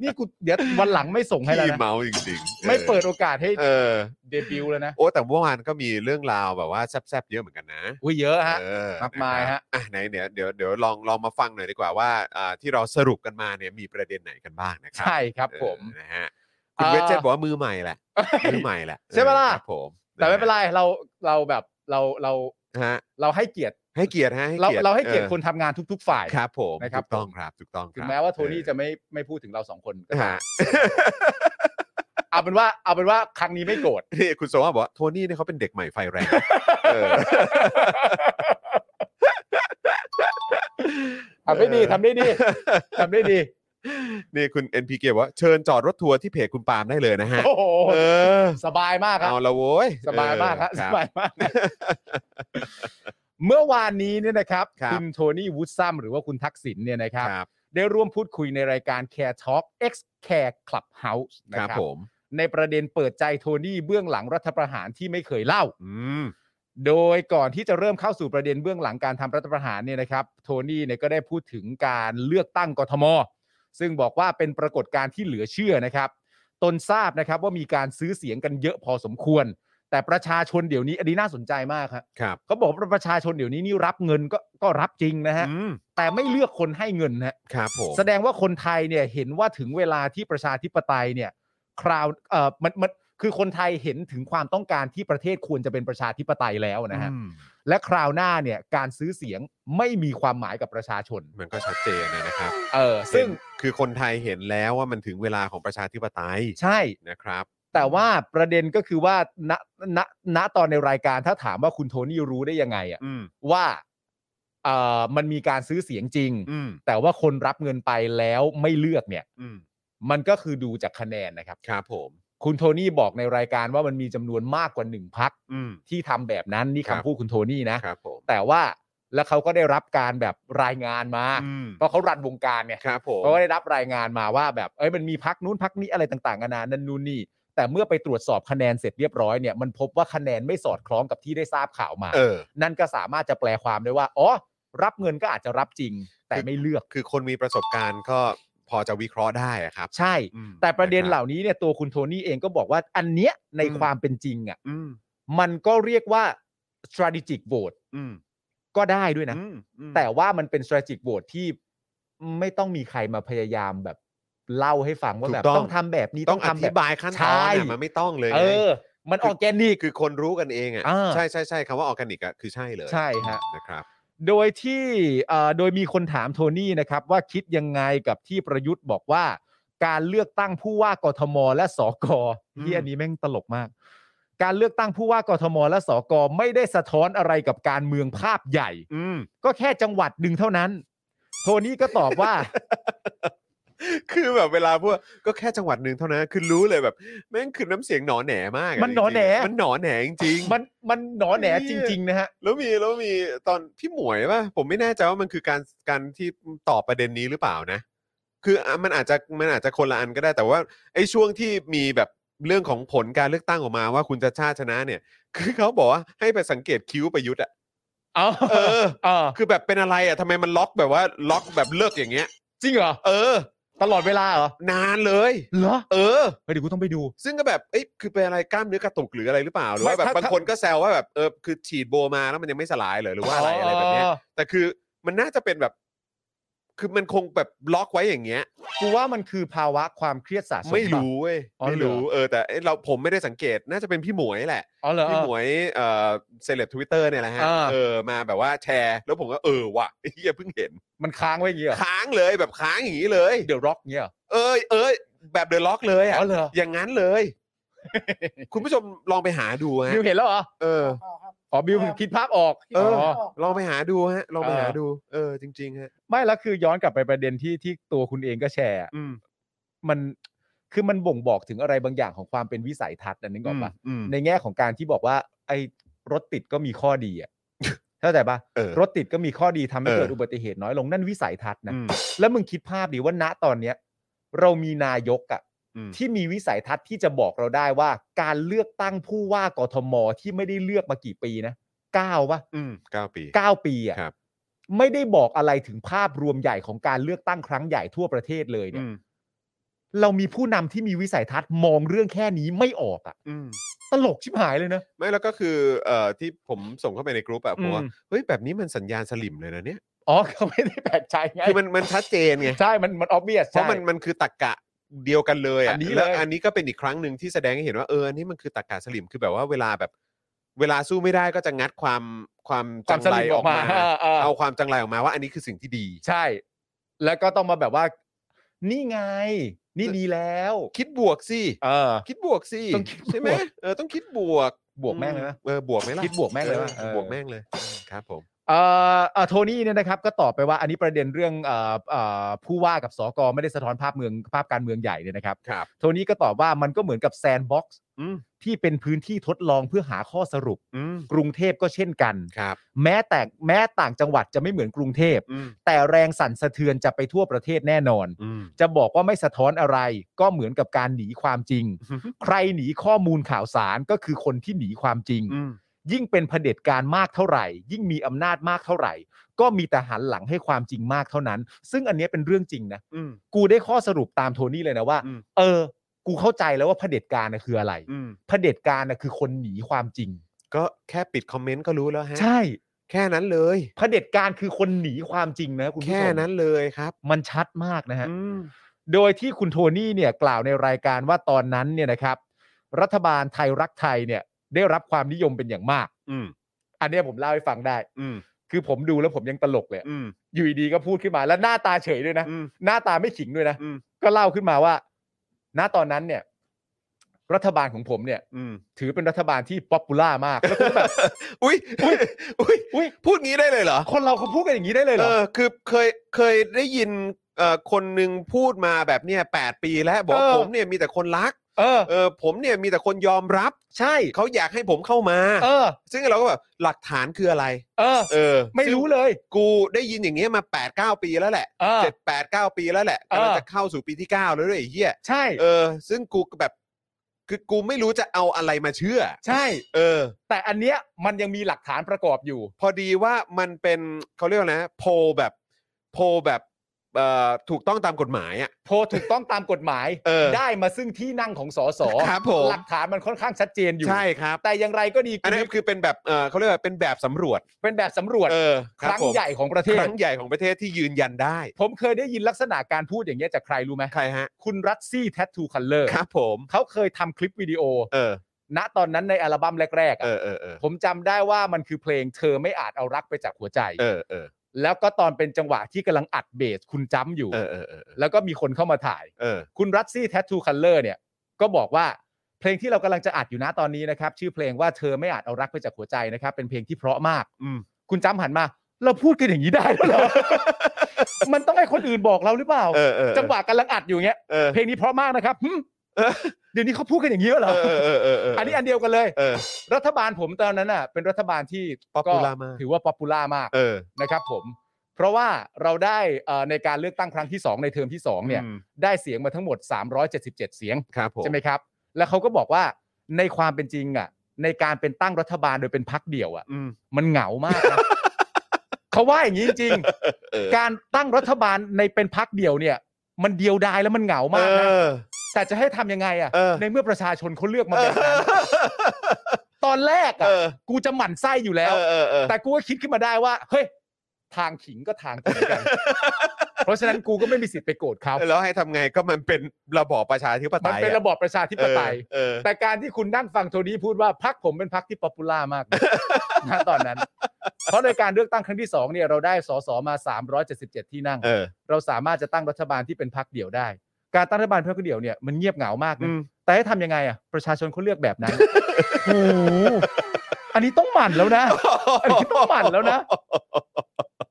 S4: นี่กูเดี๋ยววันหลังไม่ส่งให้แล้ว
S3: พี่
S4: นะ
S3: เมาจริงๆออ
S4: ไม่เปิดโอกาสให้
S3: เออ
S4: เดบิวต์แล้วนะ
S3: โอ้แต่เมื่อวานก็มีเรื่องราวแบบว่าแซบๆเยอะเหมือนกันนะ
S4: อุ้ยเยอะฮะ
S3: เออ
S4: มากมาย
S3: นครับอ่ะไหนเนี่ยเดี๋ยวเดี๋ยวลองลองมาฟังหน่อยดีกว่าว่าอ่าที่เราสรุปกันมาเนี่ยมีประเด็นไหนกันบ้างนะครั
S4: ใช่ครับ
S3: เออ
S4: ผม
S3: นะฮะคุณ
S4: อ่า
S3: เวจเจตบอกว่ามือใหม่ แหละมือใหม่แหละ
S4: ใช่ปะล่ะ
S3: เออครับผม
S4: แต่ไม่เป็นไรเราเราแบบเราเรา
S3: นะฮะ
S4: เราให้เกียรติ
S3: ให้เกียรติฮะให้
S4: เรา
S3: เกียรติ
S4: เราให้เกียรติ
S3: ออ
S4: คนทำงานทุก ๆ ฝ่าย
S3: ครับผม
S4: นะครับ
S3: ถูกต้องครับถูกต้องครับ
S4: ถึงแม้ว่าโทนี่จะ
S3: เอ
S4: ไม่ไม่พูดถึงเราสองคน
S3: อ
S4: ก็ตาม
S3: ฮะ
S4: เอาเป็นว่าเอาเป็นว่าครั้งนี้ไม่โกรธ
S3: นี่คุณโซว่าบอกว่าโทนี่เนี่ยเขาเป็นเด็กใหม่ไฟแรง เออ
S4: ทำได้ดีทำได้ดีทำได้ ดี
S3: นี่คุณ NPK บอกว่าเชิญจอดรถทัวร์ที่เพจคุณปาล์มได้เลยนะฮะ
S4: โอ้โห
S3: เออ
S4: สบายมากครับ
S3: เอาละโว้ย
S4: สบายมากครับ
S3: เออ
S4: สบายมาก เมื่อวานนี้เนี่ยนะครับ
S3: ครับ
S4: ณโทนี่วูดซัมหรือว่าคุณทักษิณเนี่ยนะครับ
S3: ครับ
S4: ได้ร่วมพูดคุยในรายการ Care Talk X Care Clubhouse นะ
S3: ค
S4: ค
S3: รั
S4: รั
S3: บบ ผม
S4: ในประเด็นเปิดใจโทนี่เบื้องหลังรัฐประหารที่ไม่เคยเล่า
S3: อืม
S4: โดยก่อนที่จะเริ่มเข้าสู่ประเด็นเบื้องหลังการทำรัฐประหารเนี่ยนะครับ โทนี่เนี่ยก็ได้พูดถึงการเลือกตั้งกทม ซึ่งบอกว่าเป็นปรากฏการณ์ที่เหลือเชื่อนะครับ ตนทราบนะครับว่ามีการซื้อเสียงกันเยอะพอสมควร แต่ประชาชนเดี๋ยวนี้อันนี้น่าสนใจมากครับ
S3: ครับ
S4: เขาบอกว่าประชาชนเดี๋ยวนี้นี่รับเงินก็ก็รับจริงนะฮะ
S3: อืม
S4: แต่ไม่เลือกคนให้เงินนะฮะ
S3: ครับผม
S4: แสดงว่าคนไทยเนี่ยเห็นว่าถึงเวลาที่ประชาธิปไตยเนี่ยคราวเอ่อมันมันคือคนไทยเห็นถึงความต้องการที่ประเทศควรจะเป็นประชาธิปไตยแล้วนะฮะ
S3: อืม
S4: และคราวหน้าเนี่ยการซื้อเสียงไม่มีความหมายกับประชาชน
S3: มันก็ชัดเจนเลยนะครับ
S4: เออ ซึ่ง
S3: เห็นคือคนไทยเห็นแล้วว่ามันถึงเวลาของประชาธิปไตย
S4: ใช่
S3: นะครับ
S4: แต่ว่าประเด็นก็คือว่าณณณตอนในรายการถ้าถามว่าคุณโทนี่รู้ได้ยังไงอะ
S3: อืม
S4: ว่าเออมันมีการซื้อเสียงจริง
S3: อืม
S4: แต่ว่าคนรับเงินไปแล้วไม่เลือกเนี่ย
S3: อืม
S4: มันก็คือดูจากคะแนนนะครับ
S3: ครับผม
S4: คุณโทนี่บอกในรายการว่ามันมีจำนวนมากกว่าหนึ่งพัก
S3: อืม
S4: ที่ทำแบบนั้นนี่
S3: ครับ
S4: คำพูดคุณโทนี่นะ
S3: ครับผม
S4: แต่ว่าแล้วเขาก็ได้รับการแบบรายงานมา
S3: อืม
S4: เพราะเขารันวงการไง
S3: ครับผม
S4: เขาก็ได้รับรายงานมาว่าแบบเอ้ยมันมีพักนู้นพักนี้อะไรต่างๆนานานั่นนู่นนี่ แต่เมื่อไปตรวจสอบคะแนนเสร็จเรียบร้อยเนี่ยมันพบว่าคะแนนไม่สอดคล้องกับที่ได้ทราบข่าวมา
S3: เออ
S4: นั่นก็สามารถจะแปลความได้ว่า อ๋อ รับเงินก็อาจจะรับจริง แต่ไม่เลือก
S3: คือคนมีประสบการณ์ก็พอจะวิเคราะห์ได้อะครับ
S4: ใช่
S3: อืม
S4: แต่ประเด็นเห
S3: คบ
S4: ล่านี้เนี่ยตัวคุณโทนี่เองก็บอกว่าอันเนี้ยใน
S3: อืม
S4: ความเป็นจริงอ่ะ
S3: อืม
S4: มันก็เรียกว่า strategic vote
S3: อืม
S4: ก็ได้ด้วยนะ
S3: อืมอืม
S4: แต่ว่ามันเป็น strategic vote ที่ไม่ต้องมีใครมาพยายามแบบ เล่าให้ฟังว่าแบบ
S3: ถูกต้อง
S4: ต้องทำแบบนี้
S3: ต้องอ
S4: ทำแบ
S3: ธิ
S4: บ
S3: บายขั้นตอน
S4: ใช่
S3: น่ะมันไม่ต้องเลย
S4: เอ
S3: ไง
S4: อ มันออร์แกนิก
S3: คือคนรู้กันเองอ่ะ
S4: อ่า
S3: ใช่ใช่ใช่คำว่าออร์แกนิกอ่ะคือใช่เลย
S4: ใช่ฮะ
S3: นะครับ
S4: โดยที่เอ่อโดยมีคนถามโทนี่นะครับว่าคิดยังไงกับที่ประยุทธ์บอกว่า การเลือกตั้งผู้ว่ากทม และสก
S3: อืม
S4: ที่อันนี้แม่งตลกมาก การเลือกตั้งผู้ว่ากทม และสกไม่ได้สะท้อนอะไรกับการเมืองภาพใหญ่
S3: อืม
S4: ก็แค่จังหวัดหนึ่งเท่านั้น โทนี่ก็ตอบว่า
S3: คือแบบเวลาพวกก็แค่จังหวัดหนึ่งเท่านั้น คือรู้เลยแบบแม่งคือน้ำเสียงหนอแหน มากะ
S4: มันหนอแหน
S3: จริงๆมันหนอแหนจริงๆ
S4: มันมันหนอแหน
S3: เหี้
S4: จ
S3: ย
S4: ริง ๆ นะฮะ
S3: แล้วมีแล้วมีตอนพี่หมวยป่ะผมไม่แน่ใจว่ามันคือการการที่ตอบประเด็นนี้หรือเปล่านะ คืออ่ะมันอาจจะมันอาจจะคนละอันก็ได้แต่ว่าไอ้ช่วงที่มีแบบเรื่องของผลการเลือกตั้งออกมาว่าคุณจะชาติชนะเนี่ย คือเขาบอกว่าให้ไปสังเกตคิ้วประยุทธ์อ่ะ
S4: เอา
S3: เออ
S4: เออ
S3: คือแบบเป็นอะไรอ่ะทำไมมันล็อกแบบว่าล็อกแบบเลิกอย่างเงี้ย
S4: จริงเหรอ
S3: เออ
S4: ตลอดเวลาเหรอ
S3: นานเลย
S4: เหรอ
S3: เออ
S4: เฮ้ยเดี๋ยวกูต้องไปดู
S3: ซึ่งก็แบบเอ้ยคือเป็นอะไรกล้ามเนื้อกระตุกหรืออะไรหรือเปล่า หรือว่า
S4: ไม่
S3: แบบ
S4: ถ้า
S3: บาง
S4: ถ้า
S3: คนก็แซวว่าแบบเออคือฉีดโบมาแล้วมันยังไม่สลายเหรอหรือว่าอะไรอะไรแบบเนี้ย
S4: อ๋อ
S3: แต่คือมันน่าจะเป็นแบบ คือมันคงแบบล็อกไว้อย่างเงี้ย
S4: กูว่ามันคือภาวะความเครียดสะสม
S3: ไม่
S4: ปะ
S3: รู้เว้ย
S4: อ๋อ
S3: ไม่
S4: เหรอ
S3: รู้เออแต่เอ้ยเราผมไม่ได้สังเกตน่าจะเป็นพี่หมวยแหละ
S4: อ๋อเหรอ
S3: พี่หมวยเอ่อเซเลบทวิตเตอร์เนี่ยแหละฮะ
S4: อ่า
S3: เออมาแบบว่าแชร์ แล้วผมก็เออว่ะเฮียเพิ่งเห็น
S4: มันค้างไว้อย่างเงี้ยเหรอ
S3: ค้างเลยแบบค้างอย่างนี้เลย
S4: เดี๋ยวร็อกเงี้ยเหรอ
S3: เออเออแบบเดอะล็อกเลยอ่ะ
S4: อ๋อเหรอ
S3: อย่างนั้นเลย คุณผู้ชมลองไปหาดูฮะ
S4: บิวเห็นแล้วเหรอ
S3: เออ
S5: ต่อครับ
S4: อ๋อบิวคิดภาพออก
S3: เออ
S4: อ
S3: ลองไปหาดูฮะ ลองไป
S4: เออ
S3: หาดู เออ จริง ๆ ฮะ
S4: ไม่แล้วคือย้อนกลับไปประเด็นที่ที่ตัวคุณเองก็แชร์อะ
S3: อืม
S4: มันคือมันบ่งบอกถึงอะไรบางอย่างของความเป็นวิสัยทัศน์นะนึกออกปะ
S3: อืม
S4: ในแง่ของการที่บอกว่า ไอ้รถติดก็มีข้อดี อ่ะ เข้าใจปะ
S3: เออ
S4: รถติดก็มีข้อดีทำให้
S3: เออ
S4: เกิดอุบัติเหตุน้อยลงนั่นวิสัยทัศน์นะ
S3: อืม
S4: แล้วมึงคิดภาพดิว่าณตอนเนี้ย เรามีนายกอ่ะ
S3: อืม
S4: ที่มีวิสัยทัศน์ที่จะบอกเราได้ว่า การเลือกตั้งผู้ว่ากทมที่ไม่ได้เลือกมากี่ปีนะเก้าปะ
S3: อืมเก้าปี
S4: 9 ปีอ่ะ
S3: ครับ
S4: ไม่ได้บอกอะไรถึงภาพรวมใหญ่ของการเลือกตั้งครั้งใหญ่ทั่วประเทศเลยเนี่
S3: อื
S4: ย
S3: ม
S4: เรามีผู้นำที่มีวิสัยทัศน์มองเรื่องแค่นี้ไม่ออกอ่ะ
S3: อืม
S4: ตลกชิบหายเลยนะ
S3: ไม่แล้วก็คือ เอ่อ ที่ผมส่งเข้าไปในกรุ๊ปอะผมว่า
S4: อืม
S3: เฮ้ย แบบนี้มันสัญญาณสลิมเลยนะเนี่ย
S4: อ๋อเขาไม่ได้แปลกใจไง
S3: คือมันมันชัดเจนไง
S4: ใช่มันมันออบเบียส
S3: เพราะมันมันคือตรกกะเดียวกันเลย
S4: อั
S3: อะ
S4: นนี้
S3: แล้ว
S4: เลย
S3: อันนี้ก็เป็นอีกครั้งหนึ่งที่แสดงให้เห็นว่า เออ อันนี้มันคือตรกกะสลิม คือแบบว่าเวลาแบบ เวลาสู้ไม่ได้ก็จะงัดความความ
S4: ค
S3: จั
S4: วาม
S3: ง
S4: ส
S3: ไร
S4: ลิม
S3: อ
S4: อ
S3: อ
S4: อก ก
S3: มา
S4: มาเออ
S3: เอาความจังไรออกมาว่า อันนี้คือสิ่งที่ดี
S4: ใช่ แล้วก็ต้องมาแบบว่า นี่ไง นี่ดีแล้ว
S3: คิดบวกสิ
S4: เออ
S3: คิดบวกสิ
S4: ต้องคิดบวก
S3: ใช่ไหมเออต้องคิดบวก
S4: บวกแม่งเลย
S3: อื
S4: นะ
S3: เออบวกไหมล่ะ
S4: คิดบวกแม่งเลยนะ
S3: อ
S4: เอ
S3: อ
S4: อ
S3: บวกแม่งเลยครับผม
S4: เอ่อเอ่อโทนี่เนี่ยนะครับก็ตอบไปว่าอันนี้ประเด็นเรื่องเอ่อเอ่อผู้ว่ากับสกไม่ได้สะท้อนภาพเมืองภาพการเมืองใหญ่เนี่ยนะครับ
S3: ครับ
S4: โทนี่ก็ตอบว่ามันก็เหมือนกับแซนด์บ็อกซ์
S3: อืม
S4: ที่เป็นพื้นที่ทดลองเพื่อหาข้อสรุป
S3: อืม
S4: กรุงเทพก็เช่นกัน
S3: ครับ
S4: แม้แต่แม้ต่างจังหวัดจะไม่เหมือนกรุงเทพ
S3: อืม
S4: แต่แรงสั่นสะเทือนจะไปทั่วประเทศแน่นอน
S3: อืม
S4: จะบอกว่าไม่สะท้อนอะไร ก็เหมือนกับการหนีความจริง ใครหนีข้อมูลข่าวสารก็คือคนที่หนีความจริง
S3: อืม
S4: ยิ่งเป็นเผด็จการมากเท่าไหร่ ยิ่งมีอำนาจมากเท่าไหร่ ก็มีแต่หันหลังให้ความจริงมากเท่านั้น ซึ่งอันเนี้ยเป็นเรื่องจริงนะ
S3: อืม
S4: กูได้ข้อสรุปตามโทนี่เลยนะว่า
S3: อืม
S4: เออ กูเข้าใจแล้วว่าเผด็จการนะคืออะไร
S3: อืม
S4: เผด็จการนะคือคนหนีความจริง
S3: ก็แค่ปิดคอมเมนต์ก็รู้แล้วฮะ
S4: ใช่
S3: แค่นั้นเลย
S4: เผด็จการคือคนหนีความจริงนะคุณผู้ชม
S3: แค่นั้นเลยครับ
S4: มันชัดมากนะฮะ
S3: อืม
S4: โดยที่คุณโทนี่เนี่ยกล่าวในรายการว่าตอนนั้นเนี่ยนะครับ รัฐบาลไทยรักไทยเนี่ย ได้รับความนิยมเป็นอย่างมาก
S3: อืม
S4: อันเนี้ยผมเล่าให้ฟังได้
S3: อืม
S4: คือผมดูแล้วผมยังตลกเลย
S3: อืม
S4: อยู่ดีๆก็พูดขึ้นมาแล้วหน้าตาเฉยด้วยนะ
S3: อืม
S4: หน้าตาไม่ขิงด้วยนะ
S3: อืม
S4: ก็เล่าขึ้นมาว่า ณตอนนั้นเนี่ย รัฐบาลของผมเนี่ย
S3: อืม
S4: ถือเป็นรัฐบาลที่ป๊อปปูล่ามาก แล้วก็แบบ
S3: อุ้ยอุ้ยอุ้ย
S4: อุ้ย
S3: พูดงี้ได้เลยเหรอ
S4: คนเราเขาพูดกันอย่างนี้ได้เลยเหร
S3: เอ
S4: อ
S3: อคือเคยเคยได้ยินเอ่อคนหนึ่งพูดมาแบบเนี้ยแปดปีแล้วบอกว่า
S4: เออ
S3: ผมเนี่ยมีแต่คนรัก
S4: เออ
S3: เออผมเนี่ยมีแต่คนยอมรับ
S4: ใช่
S3: เขาอยากให้ผมเข้ามา
S4: เออ
S3: ซึ่งเราก็แบบหลักฐานคืออะไร
S4: เออ
S3: เออ
S4: ไม่รู้
S3: ซึ่ง
S4: เลย
S3: กูได้ยินอย่างเงี้ยมา8ปดเปีแล้วแหละ
S4: เออ
S3: เจ็ดแปดเก้าปีแล้วแหละ
S4: เออ
S3: กำลังจะเข้าสู่ปีที่ 9 แล้วด้วยไอ้เหี้ย
S4: ใช่
S3: เออ ซึ่งกูก็แบบคือกูไม่รู้จะเอาอะไรมาเชื่อ
S4: ใช่
S3: เออ
S4: แต่อันเนี้ยมันยังมีหลักฐานประกอบอยู่
S3: พอดีว่ามันเป็นเขาเรียกว่านะโพลแบบโพลแบบ เอ่อถูกต้องตามกฎหมายอ่ะ
S4: โพลถูกต้องตามกฎหมาย
S3: เออ
S4: ได้มาซึ่งที่นั่งของสส
S3: ครับผม
S4: หลักฐานมันค่อนข้างชัดเจนอยู่
S3: ใช่ครับ
S4: แต่อย่างไรก็ดี
S3: อันนั้นคือเป็นแบบเอ่อเขาเรียกว่าเป็นแบบสำรวจ
S4: เป็นแบบสำรวจ
S3: เออ
S4: ครั้ง
S3: ผม
S4: ใหญ่ของประเท
S3: ค
S4: ศ
S3: รั้งใหญ่ของประเทศที่ยืนยันได้
S4: ผมเคยได้ยินลักษณะการพูดอย่างเงี้ยจากใครรู้ไหม
S3: ใครฮะ
S4: คุณรัตซี่แท t ทูคัลเลอร์
S3: ครับผม
S4: เขาเคยทำคลิปวิดีโอ
S3: เออ
S4: ณตอนนั้นในอัลบั้มแรกๆ
S3: เอ
S4: อะ
S3: อเออเออ
S4: ผมจำได้ว่ามันคือเพลงเธอไม่อาจเอารักไปจากหัวใจ
S3: เออเออ
S4: แล้วก็ตอนเป็นจังหวะที่กำลังอัดเบสคุณจ้ำอยู่
S3: เออเออเออ
S4: แล้วก็มีคนเข้ามาถ่าย
S3: เออ
S4: คุณรัตซี่แท t ทูคัลเลอร์เนี่ยก็บอกว่าเพลงที่เรากำลังจะอัดอยู่นะตอนนี้นะครับ ชื่อเพลงว่าเธอไม่อาจเอารักไปจากหัวใจนะครับ เป็นเพลงที่เพราะมาก
S3: อืม
S4: คุณจ้ำหันมา เราพูดกันอย่างนี้ได้ด้วยเหรอ มันต้องให้คนอื่นบอกเราหรือเปล่า
S3: เออเออ
S4: จังหวะกำลังอัดอยู่เงี้ย
S3: เออ
S4: เพลงนี้เพราะมากนะครับหึ
S3: เออ
S4: เดี๋ยวนี้เขาพูดกันอย่างนี้เหร
S3: เอ
S4: อ
S3: อเออเออเออ
S4: อั
S3: อั
S4: นนี้อันเดียวกันเลย
S3: เออ
S4: รัฐบาลผมตอนนั้นน่ะเป็นรัฐบาลที่
S3: Popular มาก
S4: ถือว่าป๊อปปูล่ามาก
S3: เออ
S4: นะครับผม เพราะว่าเราได้เอ่อในการเลือกตั้งครั้งที่ 2 ในเทอมที่ 2 เนี่ย
S3: อืม
S4: ได้เสียงมาทั้งหมด 377 เสียง
S3: ครับผม
S4: ใช่ไหมครับ แล้วเขาก็บอกว่าในความเป็นจริงอ่ะ ในการเป็นตั้งรัฐบาลโดยเป็นพักเดี่ยวอ่ะ
S3: อืม
S4: มันเหงามากนะ เขาว่าอย่างนี้จริง
S3: เออ
S4: ๆการตั้งรัฐบาลในเป็นพักเดี่ยวเนี่ย มันเดียวดายแล้วมันเหงามาก
S3: เอ
S4: นะ
S3: อ
S4: แต่จะให้ทำยังไงอ่ะ
S3: เออ
S4: ในเมื่อประชาชนเขาเลือกมาแบบนั้นตอนแรก
S3: เอ
S4: อ่ะ
S3: อ
S4: กูจะหมั่นไส้อยู่แล้ว
S3: เออเออเออ
S4: แต่กูก็คิดขึ้นมาได้ว่า เฮ้ย ทางขิงก็ทางขิง กัน เพราะฉะนั้นกูก็ไม่มีสิทธิ์ไปโกรธเขา
S3: แล้วให้ทำไงก็มันเป็นระบอบประชาธิปไต
S4: มัน
S3: ย
S4: เป็นระบอบประชาธิปไตย
S3: เออเออ
S4: แต่การที่คุณนั่งฟังโทนี่พูดว่าพักผมเป็นพักที่ป๊อปปูล่ามากนะ ณตอนนั้น เพราะในการเลือกตั้งครั้งที่ 2 เนี่ยเราได้สสมา 377 ที่นั่ง
S3: เออ
S4: เราสามารถจะตั้งรัฐบาลที่เป็นพักเดี่ยวได้ การตั้งรัฐบาลพักเดี่ยวเนี่ยมันเงียบเหงามากนะ
S3: อืม
S4: แต่ให้ทำยังไงอ่ะประชาชนเขาเลือกแบบนั้น โอ้โหอันนี้ต้องหมั่นแล้วนะ อันนี้ต้องหมั่นแล้วนะ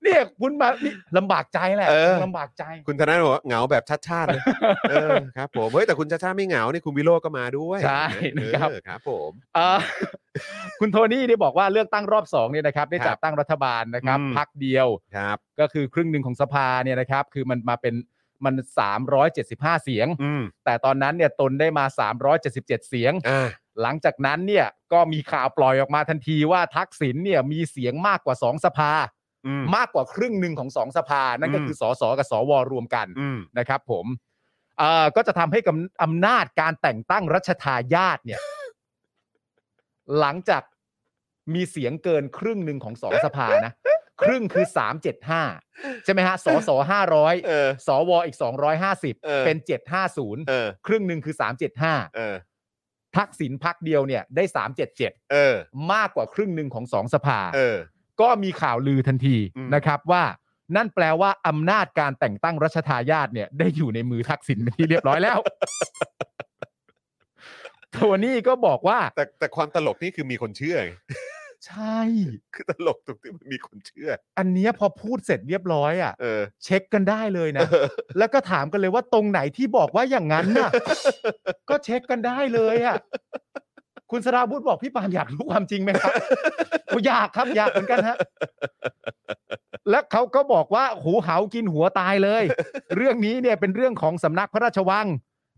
S4: เนี่ยคุณมานี่ลำบากใจแหละ
S3: เออ
S4: ลำบากใจ
S3: คุณธนาบอกว่าเหงาแบบชัดชาติเลยเออครับผมเฮ้ยแต่คุณชาติชาติไม่เหงานี่คุณวิโรจน์ก็มาด้วย
S4: ใช่นะครับ
S3: เออครับผม
S4: เอ่อ คุณโทนี่ได้บอกว่าเลือกตั้งรอบ2เนี่ยนะครับ ได้จัดตั้งรัฐบาลนะครับพักเดียว
S3: ครับ
S4: ก็คือครึ่งหนึ่งของสภาเนี่ยนะครับ คือมันมาเป็นมัน 375 เสียง
S3: อืม
S4: แต่ตอนนั้นเนี่ยตนได้มา 377 เสียง
S3: อ่า
S4: หลังจากนั้นเนี่ยก็มีข่าวปล่อยออกมาทันทีว่าทักษิณเนี่ยมีเสียงมากกว่า 2 สภา
S3: อืม
S4: มากกว่าครึ่งหนึ่งของ 2 สภา นั่นก็
S3: อืม
S4: คือสสกับสวรวมกัน
S3: อืม
S4: นะครับผมเอ่อก็จะทำให้กำอำนาจการแต่งตั้งรัชทายาทเนี่ย หลังจากมีเสียงเกินครึ่งหนึ่งของสองสภานะ ครึ่งคือ 375 ใช่ไหมฮะสสห้าร้อย
S3: เออ
S4: สวอีก 250
S3: เออ
S4: เป็น 750
S3: เออ
S4: ครึ่งหนึ่งคือ
S3: เออ
S4: 375 ทักษิณพักเดียวเนี่ยได้
S3: เออ
S4: 377 มากกว่าครึ่งหนึ่งของสองสภา
S3: เออ
S4: ก็มีข่าวลือทันที
S3: อืม
S4: นะครับว่านั่นแปลว่าอำนาจการแต่งตั้งรัชทายาทเนี่ย ได้อยู่ในมือทักษิณเป็นที่เรียบร้อยแล้ว โทนี่ก็บอกว่า
S3: แต่แต่ความตลกนี่คือมีคนเชื่อไง
S4: ใช่
S3: คือตลกตรงที่มันมีคนเชื่อ
S4: อันเนี้ยพอพูดเสร็จเรียบร้อยอ่ะ
S3: เออ
S4: เช็คกันได้เลยนะ แล้วก็ถามกันเลยว่าตรงไหนที่บอกว่าอย่างนั้น น่ะ ก็เช็คกันได้เลยอ่ะ คุณสราวุธบอกพี่ปาล์มอยากรู้ความจริงไหมครับ โอ้อยากครับอยากเหมือนกัน ฮะ และเขาก็บอกว่าหูเหากินหัวตายเลย เรื่องนี้เนี่ยเป็นเรื่องของสำนักพระราชวัง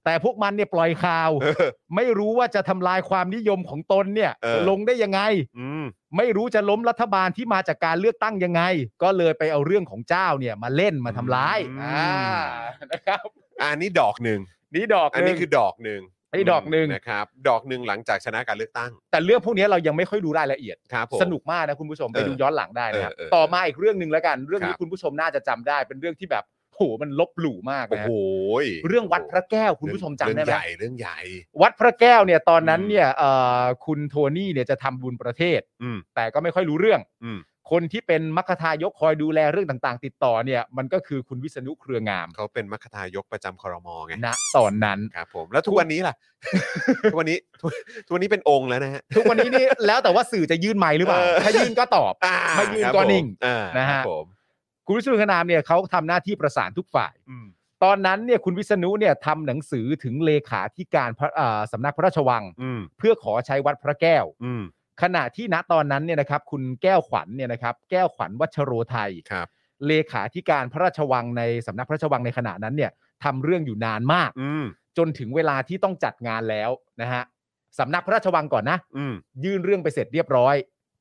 S4: แต่พวกมันเนี่ยปล่อยข่าว
S3: เออ
S4: ไม่รู้ว่าจะทำลายความนิยมของตนเนี่ย
S3: เออ
S4: ลงได้ยังไง
S3: อืม
S4: ไม่รู้จะล้มรัฐบาลที่มาจากการเลือกตั้งยังไง ก็เลยไปเอาเรื่องของเจ้าเนี่ยมาเล่นมาทำร้ายอ่านะครับ
S3: อะอันนี้ดอกหนึ่ง
S4: นี่ดอก
S3: อันนี้
S4: หง
S3: คือดอกหนึ่ง
S4: อันนี้ดอกหนึ่ง
S3: นะครับ ดอกหนึ่งหลังจากชนะการเลือกตั้ง
S4: แต่เรื่องพวกนี้เรายังไม่ค่อยดูรายละเอียด
S3: ครับผม
S4: สนุกมากนะคุณผู้ชมไปดู
S3: เออ
S4: ย้อนหลังได้นะครับ
S3: เออเออ
S4: ต่อมาอีกเรื่องหนึ่งแล้วกัน เรื่อง
S3: ค
S4: นี้
S3: รับ
S4: คุณผู้ชมน่าจะจำได้ เป็นเรื่องที่แบบโหมันลบหลู่มาก
S3: โอ้
S4: นะ
S3: โห
S4: เรื่องวัดพระแก้วคุณผู้ชมจำได้
S3: เรื่
S4: ไหม
S3: องใหญ่เรื่องใหญ่
S4: วัดพระแก้วเนี่ยตอนนั้น
S3: อืม
S4: เนี่ยเอ่อคุณโทนี่เนี่ยจะทำบุญประเทศ
S3: อืม
S4: แต่ก็ไม่ค่อยรู้เรื่อง
S3: อืม
S4: คนที่เป็นมัคคทายกคอยดูแลเรื่องต่าง ๆ ติดต่อเนี่ย มันก็คือคุณวิษณุเครืองาม
S3: เขาเป็นมัคทายกประจำครมไง
S4: ณตอนนั้น
S3: ครับผม แล้วทุกวันนี้ล่ะ ทุกวันนี้ ทุกทุกวันนี้เป็นองค์แล้วนะฮะ
S4: ทุกวันนี้นี่ แล้วแต่ว่าสื่อจะยื่นไมค์หรือเปล่า
S3: เออ
S4: ถ้ายื่นก็ตอบ
S3: อ่
S4: ไม่ยืน
S3: ครับ
S4: ก็
S3: ผ
S4: นิ่ง
S3: อ่า
S4: นะ
S3: ค
S4: ฮะ
S3: รับผม
S4: คุณวิษณุเครืองามเนี่ยเขาทำหน้าที่ประสานทุกฝ่าย
S3: อืม
S4: ตอนนั้นเนี่ยคุณวิษณุเนี่ยทำหนังสือถึงเลขาธิการพระเอ่อสำนักพระราชวัง
S3: อืม
S4: เพื่อขอใช้วัดพระแก้ว
S3: อืม
S4: ขณะที่ณตอนนั้นเนี่ยนะครับ คุณแก้วขวัญเนี่ยนะครับ แก้วขวัญวัชโรไทย
S3: ครับ
S4: เลขาธิการพระราชวังในสำนักพระราชวังในขณะนั้นเนี่ยทำเรื่องอยู่นานมาก
S3: อืม
S4: จนถึงเวลาที่ต้องจัดงานแล้วนะฮะสำนักพระราชวังก่อนนะ
S3: อืม
S4: ยื่นเรื่องไปเสร็จเรียบร้อย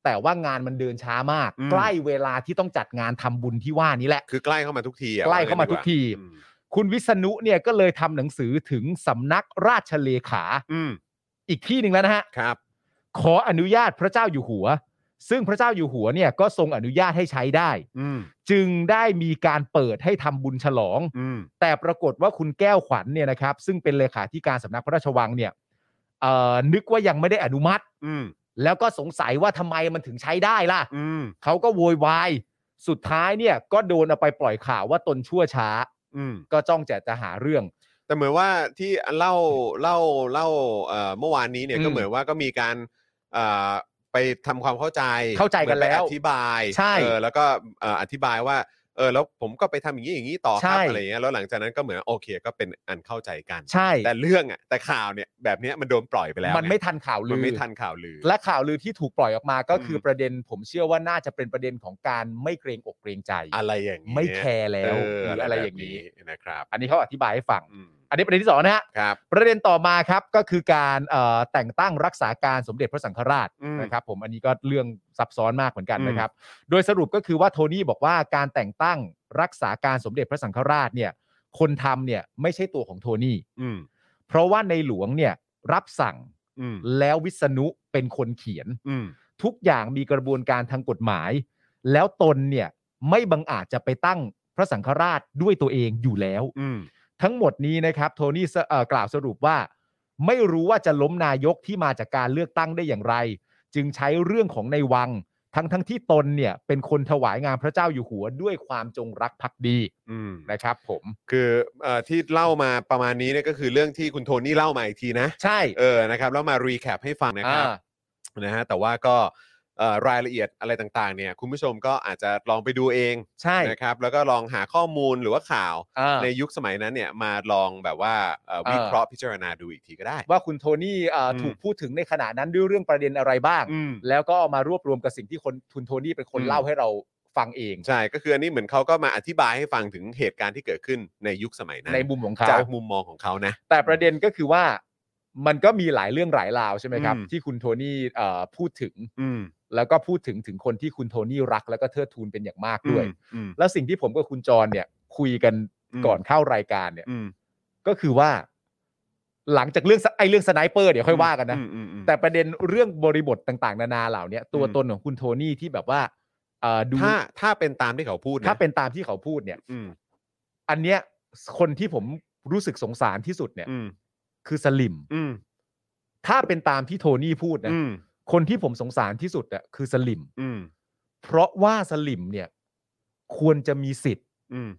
S4: แต่ว่างานมันเดินช้ามาก
S3: อืม
S4: ใกล้เวลาที่ต้องจัดงานทำบุญที่ว่านี้แหละ
S3: คือใกล้เข้ามาทุกทีอะ
S4: ใกล้เข้ามาทุกที
S3: อืม
S4: คุณวิษณุเนี่ยก็เลยทำหนังสือถึงสำนักราชเลขา
S3: อืม
S4: อีกที่หนึ่งแล้วนะฮะ
S3: ครับ
S4: ขออนุญาตพระเจ้าอยู่หัว ซึ่งพระเจ้าอยู่หัวเนี่ยก็ทรงอนุญาตให้ใช้ได้
S3: อืม
S4: จึงได้มีการเปิดให้ทำบุญฉลอง
S3: อืม
S4: แต่ปรากฏว่าคุณแก้วขวัญเนี่ยนะครับ ซึ่งเป็นเลขาธิการสำนักพระราชวังเนี่ยเอ่อนึกว่ายังไม่ได้อนุมัติ
S3: อืม
S4: แล้วก็สงสัยว่าทำไมมันถึงใช้ได้ล่ะ
S3: อืม
S4: เขาก็โวยวาย สุดท้ายเนี่ยก็โดนเอาไปปล่อยข่าวว่าตนชั่วช้า
S3: อืม
S4: ก็จ้องจะจะหาเรื่อง
S3: แต่เหมือนว่าที่เล่าเล่าเล่าเอ่อเมื่อวานนี้เนี่ย
S4: อืม
S3: ก็เหมือนว่าก็มีการเอ่อไปทำความเข้าใจ
S4: เข้าใจกัน
S3: หมือไป
S4: แล้ว
S3: อธิบาย
S4: ใช่
S3: เออแล้วก็เอ่ออธิบายว่าเออแล้วผมก็ไปทำอย่างนี้อย่างนี้ต่อค
S4: ใช่
S3: รับอะไรเงี้ยแล้วหลังจากนั้นก็เหมือนโอเคก็เป็นอันเข้าใจกัน
S4: ใช่
S3: แต่เรื่องอ่ะแต่ข่าวเนี่ยแบบเนี้ยมันโดนปล่อยไปแล้ว
S4: มันไม่ทันข่าวลื
S3: มัน
S4: อ
S3: ไม่ทันข่าวลือ
S4: และข่าวลือที่ถูกปล่อยออกมาก็คืออ
S3: ม
S4: ประเด็น ผมเชื่อว่าน่าจะเป็นประเด็นของการไม่เกรงอกเกรงใจ
S3: อะไรอย่างนี้ย
S4: ไม่แคร์แล้ว
S3: เห
S4: รืออะไรอย่างนี้
S3: นี้นะครับ
S4: อันนี้เขาอธิบายให้ฟัง
S3: อืม
S4: อันนี้ประเด็นที่สองนะฮะ
S3: ครับ
S4: ประเด็นต่อมาครับก็คือการเอ่อแต่งตั้งรักษาการสมเด็จพระสังฆราช
S3: อืม
S4: นะครับ ผมอันนี้ก็เรื่องซับซ้อนมากเหมือนกัน
S3: อืม
S4: นะครับ โดยสรุปก็คือว่าโทนี่บอกว่าการแต่งตั้งรักษาการสมเด็จพระสังฆราชเนี่ยคนทำเนี่ยไม่ใช่ตัวของโทนี่
S3: อืม
S4: เพราะว่าในหลวงเนี่ยรับสั่ง
S3: อืม
S4: แล้ววิษณุเป็นคนเขียน
S3: อืม
S4: ทุกอย่างมีกระบวนการทางกฎหมาย แล้วตนเนี่ยไม่บังอาจจะไปตั้งพระสังฆราชด้วยตัวเองอยู่แล้ว
S3: อืม
S4: ทั้งหมดนี้นะครับโทนี่สเอ่อกล่าวสรุปว่า ไม่รู้ว่าจะล้มนายกที่มาจากการเลือกตั้งได้อย่างไร จึงใช้เรื่องของในวัง ทั้งทั้งที่ตนเนี่ยเป็นคนถวายงานพระเจ้าอยู่หัวด้วยความจงรักภักดี
S3: อืม
S4: นะครับ ผม
S3: คือเอ่อที่เล่ามาประมาณนี้เนี่ยก็คือเรื่องที่คุณโทนี่เล่ามาอีกทีนะ
S4: ใช่
S3: เออนะครับแล้วมารีแคปให้ฟังนะครับ
S4: อ่า
S3: นะฮะแต่ว่าก็เอ่อรายละเอียดอะไรต่างๆเนี่ยคุณผู้ชมก็อาจจะลองไปดูเอง
S4: ใช่
S3: นะครับแล้วก็ลองหาข้อมูลหรือว่าข่าว
S4: อ่า
S3: ในยุคสมัยนั้นเนี่ยมาลองแบบว่าเอ่อ
S4: อ่า
S3: วิเคราะห์พิจารณาดูอีกทีก็ได้
S4: ว่าคุณโทนี่เอ่ออ
S3: ม
S4: ถูกพูดถึงในขณะนั้นด้วยเรื่องประเด็นอะไรบ้าง
S3: อืม
S4: แล้วก็เอามารวบรวมกับสิ่งที่คนทุนโทนี่เป็นคน
S3: อืม
S4: เล่าให้เราฟังเอง
S3: ใช่ก็คืออันนี้เหมือนเขาก็มาอธิบายให้ฟังถึงเหตุการณ์ที่เกิดขึ้นในยุคสมัยนั้น
S4: ในมุมของเขา
S3: จากมุมมองของเขานะ
S4: แต่ประเด็นก็คือว่ามันก็มีหลายเรื่องหลายราวใช่ไหมครับ
S3: อืม
S4: ที่คุณโทนี่เอ่อพูดถึง
S3: อืม
S4: แล้วก็พูดถึงถึงคนที่คุณโทนี่รักแล้วก็เทิดทูนเป็นอย่างมากด้วย
S3: อืม
S4: แล้วสิ่งที่ผมกับคุณจรเนี่ย คุยกันก่อนเข้ารายการเนี่ย
S3: อืม
S4: ก็คือว่า หลังจากเรื่องไอ้เรื่องสไนเปอร์เดี๋ยวค่อยว่ากันนะ
S3: อืมอืมอืม
S4: แต่ประเด็นเรื่องบริบทต่างๆ นานาเหล่าเนี้ยตัว
S3: อืม
S4: ตนของคุณโทนี่ที่แบบว่าเอ่อดู
S3: ถ้าถ้าเป็นตามที่เขาพูด
S4: ถ้า
S3: นะ
S4: เป็นตามที่เขาพูดเนี่ย
S3: อืม
S4: อันเนี้ยคนที่ผมรู้สึกสงสารที่สุดเนี่ย
S3: อืม
S4: คือสลิม
S3: อืม
S4: ถ้าเป็นตามที่โทนี่พูดนะ
S3: อืม
S4: คนที่ผมสงสารที่สุดอะคือสลิม
S3: อืม
S4: เพราะว่าสลิมเนี่ย ควรจะมีสิทธิ์
S3: อืม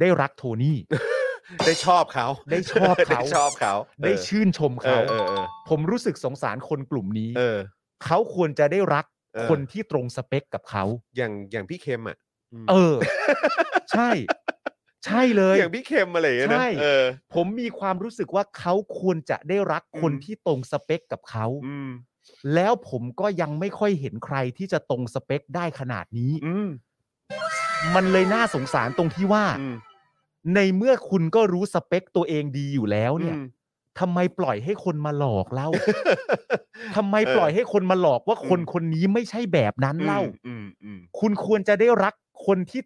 S4: ได้รักโท นี่
S3: ได้ชอบเขา
S4: ได้ชอบ เขา
S3: ได้ชอบเขา
S4: ได้ชื่นชม
S3: เอ
S4: เขา
S3: อเออเออ
S4: ผมรู้สึกสงสารคนกลุ่มนี้
S3: เออ
S4: เขาควรจะได้รัก
S3: เออ
S4: คนที่ตรงสเปคกับเขา
S3: อย่างอย่างพี่เค็มอ่ะม
S4: เออ ใช่ ใช่เลย
S3: อย่างพี่เค็มอะไรอย่างเงี้ยนะ
S4: ใช่
S3: เออ
S4: ผมมีความรู้สึกว่าเขาควรจะได้รักคน
S3: อืม
S4: ที่ตรงสเปคกับเขา
S3: อืม
S4: แล้วผมก็ยังไม่ค่อยเห็นใครที่จะตรงสเปคได้ขนาดนี้
S3: อืม
S4: มันเลยน่าสงสารตรงที่ว่า
S3: อืม
S4: ในเมื่อคุณก็รู้สเปคตัวเองดีอยู่แล้วเนี่ย
S3: อืม
S4: ทำไมปล่อยให้คนมาหลอก เล่า ทำไม
S3: เออ
S4: ปล่อยให้คนมาหลอกว่า
S3: อืม
S4: คนคนนี้ไม่ใช่แบบนั้นเล่า
S3: อืมอืม
S4: คุณควรจะได้รักคนที่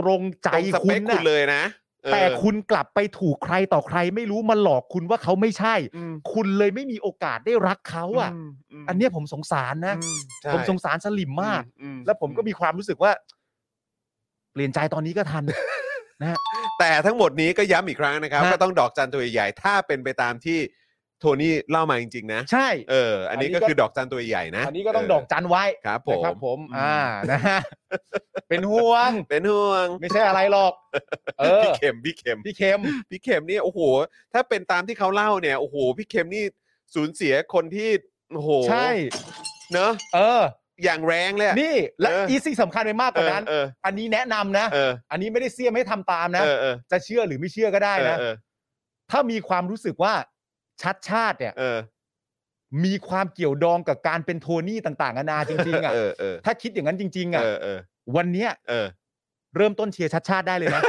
S4: ตรงใจ
S3: ตรงส
S4: คุ
S3: เป
S4: ณ
S3: คคุ
S4: นะ
S3: ณเลยนะเออ
S4: แต่คุณกลับไปถูกใครต่อใคร ไม่รู้มาหลอกคุณว่าเขาไม่ใช่
S3: อืม
S4: คุณเลยไม่มีโอกาสได้รักเขาอ่ะ
S3: มม
S4: อันเนี้ยผมสงสารนะ
S3: อืใช่
S4: ผมสงสารสลิมมาก
S3: อื
S4: แล้วผมก็มีความรู้สึกว่า เปลี่ยนใจตอนนี้ก็ทั น นะฮะ
S3: แต่ทั้งหมดนี้ก็ย้ำอีกครั้งนะครับ
S4: ฮะ
S3: ก็ต้องดอกจันตัวใหญ่ๆถ้าเป็นไปตามที่โทนี่เล่ามาจริงๆนะ
S4: ใช่
S3: เออ อันนี้
S4: อันนี้
S3: ก็
S4: ก็
S3: คือดอกจันตัวใหญ่ๆนะ
S4: อันนี้ก็ต้อง
S3: เ
S4: ดอกจันไว้
S3: ครับผม
S4: นะครับผม อ่า นะฮะเป็นห่วง
S3: เป็นห่วง
S4: ไม่ใช่อะไรหรอก เออ
S3: พี่เข็มพี่เข็ม
S4: พี่เค็ม
S3: พี่เข็มนี่โอ้โห ถ้าเป็นตามที่เขาเล่าเนี่ยโอ้โหพี่เข็มนี่สูญเสียคนที่โอ้โห
S4: ใช่
S3: เนอะ
S4: เออ
S3: อย่างแรงเลยอะ
S4: นี่และ
S3: เอออี
S4: อีสิ่งสำคัญไปมากก
S3: เอ
S4: ว่า
S3: อ
S4: นั้น
S3: เออ
S4: อันนี้แนะนำนะ
S3: เออ
S4: อันนี้ไม่ได้เสียมให้ทำตามนะ
S3: เออเออ
S4: จะเชื่อหรือไม่เชื่อก็ได้นะ
S3: เออ
S4: ถ้ามีความรู้สึกว่าชัดชาติเนี่ย
S3: เออ
S4: มีความเกี่ยวดองกับการเป็นโทนี่ต่างๆนานาจริงๆอ่ะ
S3: เออเออ
S4: ถ้าคิดอย่างนั้นจริงๆอ่ะ
S3: เออเออ
S4: วันเนี้ย
S3: เออ
S4: เริ่มต้นเชียร์ชัดชาติได้เลยนะ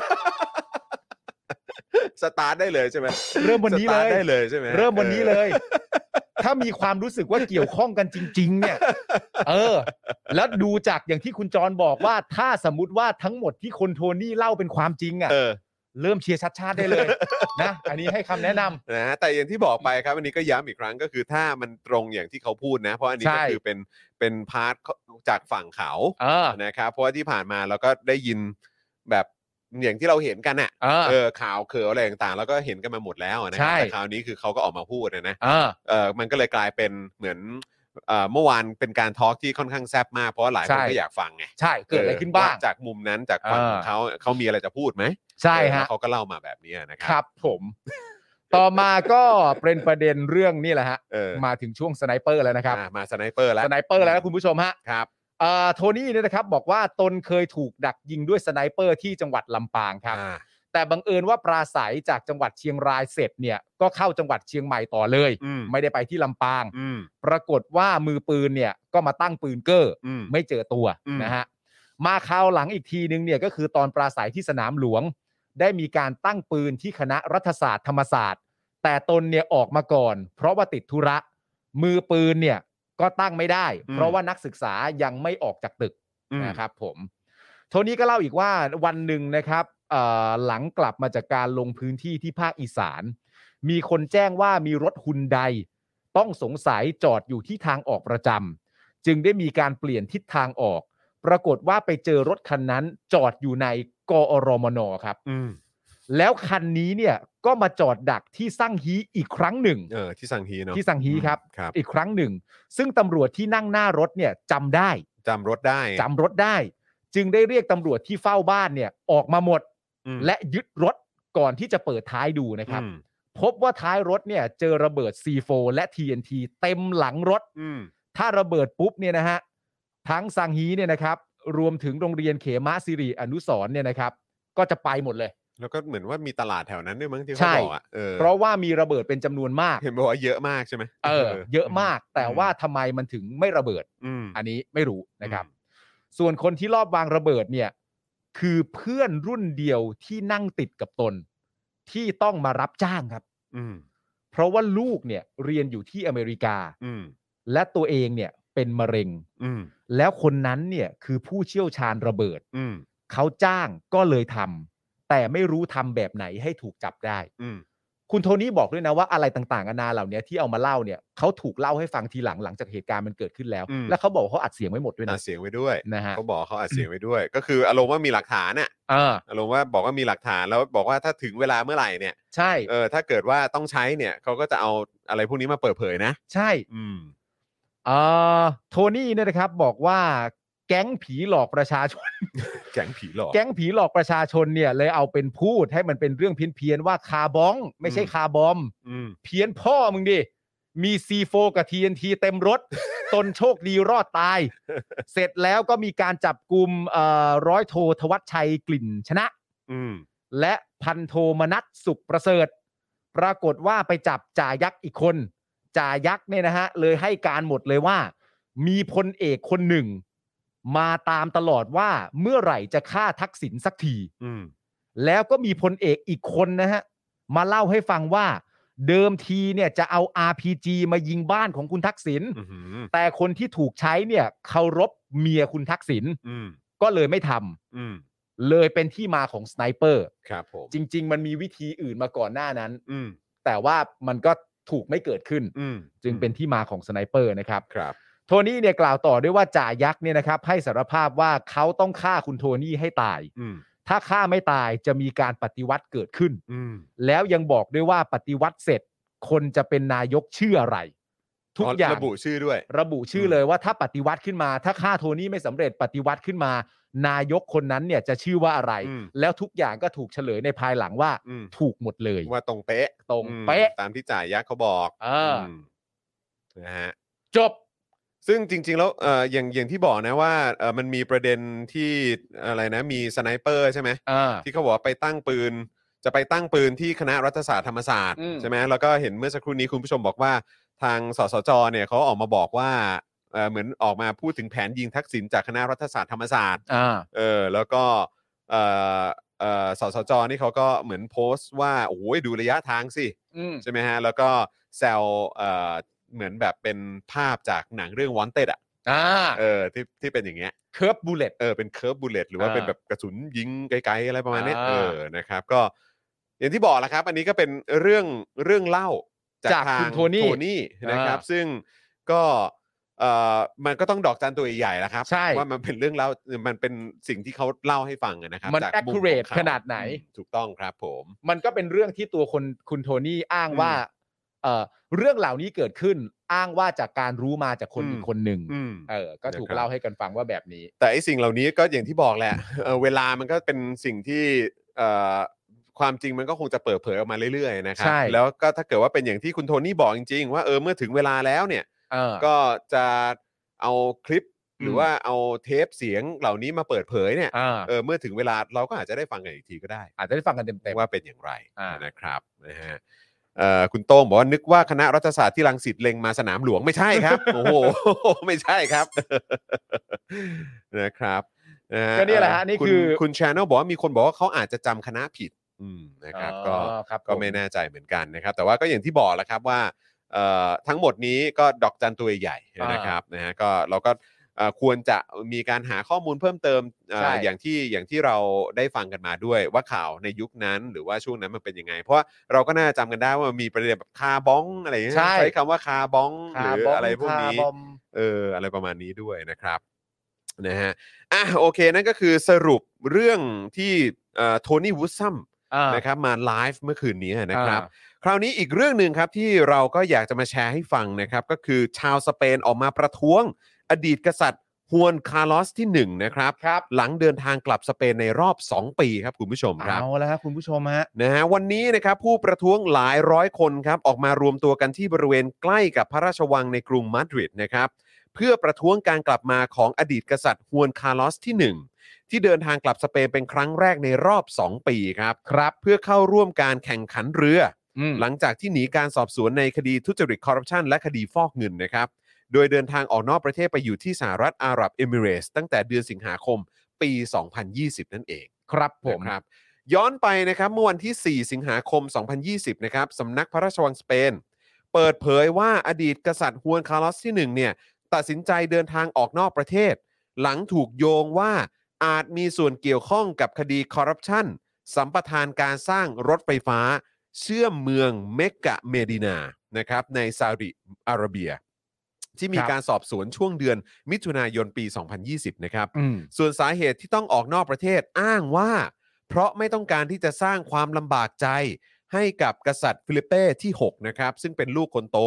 S3: สตาร์ทได้เลยใช่ไหม
S4: เริ่มวันนี้
S3: ส
S4: เล
S3: ตาร์
S4: ย
S3: ทได้เลยใช่ไหม
S4: เริ่มวันนี้เลย ถ้ามีความรู้สึกว่าเกี่ยวข้องกันจริง ๆ เนี่ย เออ แล้วดูจากอย่างที่คุณจรบอกว่า ถ้าสมมติว่าทั้งหมดที่คนโทนี่เล่าเป็นความจริงอ่ะ
S3: เออ
S4: เริ่มเชียร์ชัดชาติได้เลย นะ อันนี้ให้คำแนะนำ
S3: นะฮะแต่อย่างที่บอกไปครับอันนี้ก็ย้ำอีกครั้งก็คือถ้ามันตรงอย่างที่เขาพูดนะ เพราะอันนี้
S4: ใช่
S3: ก็คือเป็นเป็นพาร์ทจากฝั่งเขา
S4: เออ
S3: นะครับเพราะว่าที่ผ่านมาเราก็ได้ยินแบบอย่างที่เราเห็นกันน่ะ
S4: เออ
S3: เออข่าวเขืออะไรต่างๆ แล้วก็เห็นกันมาหมดแล้วนะค
S4: ใช่
S3: รัแต่คราวนี้คือเขาก็ออกมาพูดนะนะ
S4: เออ
S3: เออมันก็เลยกลายเป็นเหมือนเอ่อเมื่อวานเป็นการทอล์กที่ค่อนข้างแซ่บมากเพราะว่าหลายคน
S4: ใช่
S3: ก็อยากฟังไง
S4: ใช่เกิดอะไรขึ้นบ้าง
S3: ว่จากมุมนั้นจากฝั่ง
S4: เออ
S3: ของเขาเขามีอะไรจะพูดไหม
S4: ใช่
S3: เออแล้
S4: ฮะ
S3: วเขาก็เล่ามาแบบนี้นะค
S4: ครับ รับผม ต่อมาก็เป็นประเด็นเรื่องนี่แหละฮะ
S3: เออ
S4: มาถึงช่วงสไนเปอร์แล้วนะครับ
S3: อ่ะมาสไนเปอร์แล้ว
S4: สไนเปอร์แล้วนะคุณผู้ชมฮะ
S3: ครับ
S4: เอ่อโทนี่เนี่ยนะครับ บอกว่าตนเคยถูกดักยิงด้วยสไนเปอร์ที่จังหวัดลำปางครับ
S3: อ่า
S4: แต่บังเอิญว่าปราศัยจากจังหวัดเชียงรายเสร็จเนี่ย ก็เข้าจังหวัดเชียงใหม่ต่อเลย
S3: อืม
S4: ไม่ได้ไปที่ลำปาง
S3: อืม
S4: ปรากฏว่ามือปืนเนี่ยก็มาตั้งปืนเกอร์
S3: อืม
S4: ไม่เจอตัว
S3: อืม
S4: นะฮะ มาคราวหลังอีกทีนึงเนี่ยก็คือตอนปราศัยที่สนามหลวง ได้มีการตั้งปืนที่คณะรัฐศาสตร์ธรรมศาสตร์ แต่ตนเนี่ยออกมาก่อน เพราะว่าติดธุระ มือปืนเนี่ยก็ตั้งไม่ได้ เพราะว่านักศึกษายังไม่ออกจากตึก
S3: อืม
S4: นะครับผมโทนี่ก็เล่าอีกว่าวันหนึ่งนะครับเอ่อหลังกลับมาจากการลงพื้นที่ที่ภาคอีสาน มีคนแจ้งว่ามีรถฮุนไดต้องสงสัยจอดอยู่ที่ทางออกประจำจึงได้มีการเปลี่ยนทิศทางออก ปรากฏว่าไปเจอรถคันนั้นจอดอยู่ในกอรมนครับ
S3: อืม
S4: แล้วคันนี้เนี่ยก็มาจอดดักที่สั่งฮีอีกครั้งหนึ่ง
S3: เออที่สังฮีเนาะ
S4: ที่สั่งฮีครับ
S3: ครับ
S4: อีกครั้งหนึ่ง ซึ่งตำรวจที่นั่งหน้ารถเนี่ยจำได้
S3: จำรถได้
S4: จำรถได้ จึงได้เรียกตำรวจที่เฝ้าบ้านเนี่ยออกมาหมด
S3: อืม
S4: และยึดรถก่อนที่จะเปิดท้ายดูนะครับ
S3: อืม
S4: พบว่าท้ายรถเนี่ยเจอระเบิด C4 และ TNT เต็มหลังรถ
S3: อืม
S4: ถ้าระเบิดปุ๊บเนี่ยนะฮะทั้งสังฮีเนี่ยนะครับ รวมถึงโรงเรียนเขมาสิริอนุสรณ์เนี่ยนะครับ ก็จะไปหมดเลย
S3: แล้วก็เหมือนว่ามีตลาดแถวนั้นด้วยมั้งที่
S4: ใช่
S3: เขาบอกอ่ะเออ
S4: เพราะว่ามีระเบิดเป็นจำนวนมาก
S3: เห็นบอกว่าเยอะมากใช่ไหม
S4: เออเยอะมาก แต่ว่าทำไมมันถึงไม่ระเบิด
S3: อืม
S4: อันนี้ไม่รู้นะครับ
S3: อื
S4: ส่วนคนที่รอบวางระเบิดเนี่ย คือเพื่อนรุ่นเดียวที่นั่งติดกับตน ที่ต้องมารับจ้างครับ
S3: อืม
S4: เพราะว่าลูกเนี่ยเรียนอยู่ที่อเมริกา
S3: อืม
S4: และตัวเองเนี่ยเป็นมะเร็ง
S3: อืม
S4: แล้วคนนั้นเนี่ยคือผู้เชี่ยวชาญระเบิด
S3: อืม
S4: เขาจ้างก็เลยทำแต่ไม่รู้ทำแบบไหนให้ถูกจับได้
S3: อืม
S4: คุณโทนี่บอกด้วยนะว่าอะไรต่างๆนานาเหล่าเนี้ยที่เอามาเล่าเนี่ยเขาถูกเล่าให้ฟังทีหลังหลังจากเหตุการณ์มันเกิดขึ้นแล้ว แล้วเขาบอกว่าเขาอัดเสียงไว้หมดด้วย
S3: อั
S4: นะ
S3: ดเสียงไว้ด้วย
S4: นะฮะ
S3: เขาบอกเขาอัดเสียงไว้ด้วย ก็คืออารมณ์ว่ามีหลักฐานน่ะ
S4: เออ
S3: อารมณ์ว่าบอกว่ามีหลักฐานแล้วบอกว่าถ้าถึงเวลาเมื่อไหร่เนี่ย
S4: ใช่
S3: เออถ้าเกิดว่าต้องใช้เนี่ยเขาก็จะเอาอะไรพวกนี้มาเปิดเผยนะ
S4: ใช่
S3: อืม
S4: เอ่อโทนี่เนี่ยนะครับบอกว่าแก๊งผีหลอกประชาชน
S3: แก๊งผีหลอก
S4: แก๊งผีหลอกประชาชนเนี่ยเลยเอาเป็นพูดให้มันเป็นเรื่องเพี้ยนๆว่าคาร์บองไม่ใช่
S3: อืม
S4: คาร์บอม
S3: อืม
S4: เพี้ยนพ่อมึงดิ มี C4 กับ TNT เต็มรถ ตนโชคดีรอดตาย เสร็จแล้วก็มีการจับกลุ่มเอ่อร้อยโทธวัชชัยกลิ่นชนะ
S3: อืม
S4: และพันโทมนัสสุขประเสริฐ ปรากฏว่าไปจับจ่ายักษ์อีกคนจ่ายักษ์เนี่ยนะฮะ เลยให้การหมดเลยว่า มีพลเอกคนหนึ่ง มาตามตลอดว่าเมื่อไหร่จะฆ่าทักษิณสักที
S3: อืม
S4: แล้วก็มีพลเอกอีกคนนะฮะ มาเล่าให้ฟังว่า เดิมทีเนี่ยจะเอา RPG มายิงบ้านของคุณทักษิณ
S3: อืมอืม
S4: แต่คนที่ถูกใช้เนี่ยเคารพเมียคุณทักษิณ
S3: อืม
S4: ก็เลยไม่ท
S3: อืม
S4: ำเลยเป็นที่มาของสไนเปอร์
S3: ครับผม
S4: จริง ๆ มันมีวิธีอื่นมาก่อนหน้านั้น
S3: อืม
S4: แต่ว่ามันก็ถูกไม่เกิดขึ้น
S3: อืม
S4: จึงเป็นที่มาของสไนเปอร์นะครับ
S3: ครับ
S4: โทนี่เนี่ยกล่าวต่อด้วยว่าจ่ายักษ์เนี่ยนะครับ ให้สารภาพว่าเขาต้องฆ่าคุณโทนี่ให้ตาย
S3: อืม
S4: ถ้าฆ่าไม่ตายจะมีการปฏิวัติเกิดขึ้น
S3: อืม
S4: แล้วยังบอกด้วยว่าปฏิวัติเสร็จ คนจะเป็นนายกชื่ออะไร ทุกอย่าง
S3: ระบุชื่อด้วย
S4: ระบุชื่อเลยว่าถ้าปฏิวัติขึ้นมา ถ้าฆ่าโทนี่ไม่สำเร็จปฏิวัติขึ้นมา นายกคนนั้นเนี่ยจะชื่อว่าอะไร
S3: อืม
S4: แล้วทุกอย่างก็ถูกเฉลยในภายหลังว่า
S3: อืม
S4: ถูกหมดเลย
S3: ว่าตรงเป๊ะ
S4: ตรง
S3: อืม
S4: เป๊ะ
S3: ตามที่จ่ายยักษ์เขาบอก
S4: เอออื
S3: มนะฮะ
S4: จบ
S3: ซึ่งจริง ๆ แล้วเอ่ออย่างอย่างที่บอกนะว่าเอ่อมันมีประเด็นที่อะไรนะมีสไนเปอร์ใช่ไหม
S4: อ่า
S3: ที่เขาบอกว่าไปตั้งปืน จะไปตั้งปืนที่คณะรัฐศาสตร์ธรรมศาสตร์
S4: อืม
S3: ใช่ไหมแล้วก็เห็นเมื่อสักครู่นี้คุณผู้ชมบอกว่า ทางสสจเนี่ยเขาออกมาบอกว่าเอ่อเหมือนออกมาพูดถึงแผนยิงทักษิณจากคณะรัฐศาสตร์ธรรมศาสตร์
S4: อ่า
S3: เออแล้วก็เอ่อเอ่อสสจนี่เขาก็เหมือนโพสต์ว่าโอ้ยดูระยะทางสิ
S4: อืม
S3: ใช่ไหมฮะ แล้วก็แซวเอ่อ เหมือนแบบเป็นภาพจากหนังเรื่องวอนเต็ดอ่ะ
S4: อ่า
S3: เออที่ที่เป็นอย่างเงี้ย
S4: เคิร์ฟบูเลต
S3: เออเป็นเคิร์ฟบูเลตหรือว่า
S4: อ่า
S3: เป็นแบบกระสุนยิงไกลๆอะไรประมาณเนี้ย
S4: อ่า
S3: เออนะครับ ก็อย่างที่บอกแหละครับ อันนี้ก็เป็นเรื่องเรื่องเล่าจาก
S4: จาก
S3: ทาง
S4: คุณโทนี่
S3: นะครับ
S4: อ่า
S3: ซึ่งก็เออมันก็ต้องดอกจันตัวใหญ่ๆแล้วครับ
S4: ใช่
S3: ว่ามันเป็นเรื่องเล่ามันเป็นสิ่งที่เขาเล่าให้ฟังอะนะครับ
S4: มัน
S3: จากมุมของ
S4: accurate
S3: เขา
S4: ขนาดไหน
S3: อืมถูกต้องครับผม
S4: มันก็เป็นเรื่องที่ตัวคนคุณโทนี่อ้างว่าเอ่อเรื่องเหล่านี้เกิดขึ้นอ้างว่าจากการรู้มาจากคน
S3: อืม
S4: อีกคนหนึ่ง
S3: อืม
S4: เออ ก็ถูก
S3: นะครับ
S4: เล่าให้กันฟังว่าแบบนี้
S3: แต่ไอ้สิ่งเหล่านี้ก็อย่างที่บอกแหละ เอ่อเวลามันก็เป็นสิ่งที่เอ่อความจริงมันก็คงจะเปิดเผยออกมาเรื่อยๆนะครั
S4: ใช่
S3: แล้วก็ถ้าเกิดว่าเป็นอย่างที่คุณโทนี่บอกจริงๆ ว่าเออเมื่อถึงเวลาแล้วเนี่ย
S4: เออ
S3: ก็จะเอาคลิป
S4: อืม
S3: หรือว่าเอาเทปเสียงเหล่านี้มาเปิดเผยเนี่ย
S4: อ่า
S3: เออเมื่อถึงเวลาเราก็อาจจะได้ฟังกันอีกทีก็ได้
S4: อาจจะได้ฟังกันเต็ม
S3: ว่าเป็นอย่างไร
S4: อ่าน
S3: นะครับนะฮะเอ่อคุณโต้งบอกว่านึกว่าคณะรัฐศาสตร์ที่ลังสิตเล็งมาสนามหลวงไม่ใช่ ครับ โอ้โห ไม่ใช่ครับ นะครับะฮ
S4: ก็เนี่ยแหละฮะนี่
S3: ณ
S4: คือ
S3: คุณชาแนลบอกว่ามีคนบอกว่าเขาอาจจะจำคณะผิด อืม
S4: ๆ
S3: นะครับ
S4: อ๋อ
S3: ก็
S4: ครับ
S3: ก็
S4: ผ
S3: ไม่แน่ใจเหมือนกันนะครับ แต่ว่าก็อย่างที่บอกแหละครับว่าเอ่อทั้งหมดนี้ก็ดอกจันตัวใหญ่นะครับนะฮะก็เราก็เอ่อควรจะมีการหาข้อมูลเพิ่มเติมเอ่อ
S4: ใช่
S3: อย่างที่อย่างที่เราได้ฟังกันมาด้วยว่าข่าวในยุคนั้นหรือว่าช่วงนั้นมันเป็นยังไง เพราะว่าเราก็น่าจำกันได้ว่ามันมีประเด็นแบบคาร์บ้องอะไรอย่างเงี้ย
S4: ใช่
S3: ใช้คำว่าคาร์บ้อง
S4: คา
S3: หรื
S4: ร์
S3: อบ
S4: ม
S3: อะไรพวกนี้
S4: คาร์บอม
S3: เอออะไรประมาณนี้ด้วยนะครับนะฮะอ่ะโอเค นั่นก็คือสรุปเรื่องที่โทนี่วูซัมนะครับมาไลฟ์เมื่อคืนนี้นะครับ คราวนี้อีกเรื่องหนึ่งครับที่เราก็อยากจะมาแชร์ให้ฟังนะครับ ก็คือชาวสเปนออกมาประท้วง อดีตกษัตริย์ฮวนคาร์ลอสที่ 1 นะครับ
S4: ครับ
S3: หลังเดินทางกลับสเปนในรอบ 2 ปีครับคุณผู้ชมครับ
S4: เอาแล้วครับคุณผู้ชมฮะ
S3: นะฮะวันนี้นะครับผู้ประท้วงหลายร้อยคนครับออกมารวมตัวกันที่บริเวณใกล้กับพระราชวังในกรุงมาดริดนะครับเพื่อประท้วงการกลับมาของอดีตกษัตริย์ฮวนคาร์ลอสที่ 1 ที่เดินทางกลับสเปนเป็นครั้งแรกในรอบ 2 ปีครับครับเพื่อเข้าร่วมการแข่งขันเรือ
S4: อืม
S3: หลังจากที่หนีการสอบสวนในคดีทุจริตคอร์รัปชันและคดีฟอกเงินนะครับ โดยเดินทางออกนอกประเทศไปอยู่ที่สหรัฐอาหรับเอมิเรส ตั้งแต่เดือนสิงหาคมปี 2020 นั่นเอง
S4: ครับผม
S3: นะครับย้อนไปนะครับเมื่อวันที่ 4 สิงหาคม 2020 นะครับสำนักพระราชวังสเปน เปิดเผยว่าอดีตกษัตริย์ฮวนคาร์ลอสที่ 1 เนี่ย ตัดสินใจเดินทางออกนอกประเทศ หลังถูกโยงว่าอาจมีส่วนเกี่ยวข้องกับคดีคอร์รัปชันสัมปทานการสร้างรถไฟฟ้า เชื่อมเมืองเมกะเมดินานะครับในซาอุดิอาระเบีย ที่มี
S4: ครับ
S3: การสอบสวนช่วงเดือนมิถุนายนปี 2020 นะครับ
S4: อืม
S3: ส่วนสาเหตุที่ต้องออกนอกประเทศอ้างว่า เพราะไม่ต้องการที่จะสร้างความลำบากใจ ให้กับกษัตริย์ฟิลิปเป้ที่ 6 นะครับ ซึ่งเป็นลูกคนโต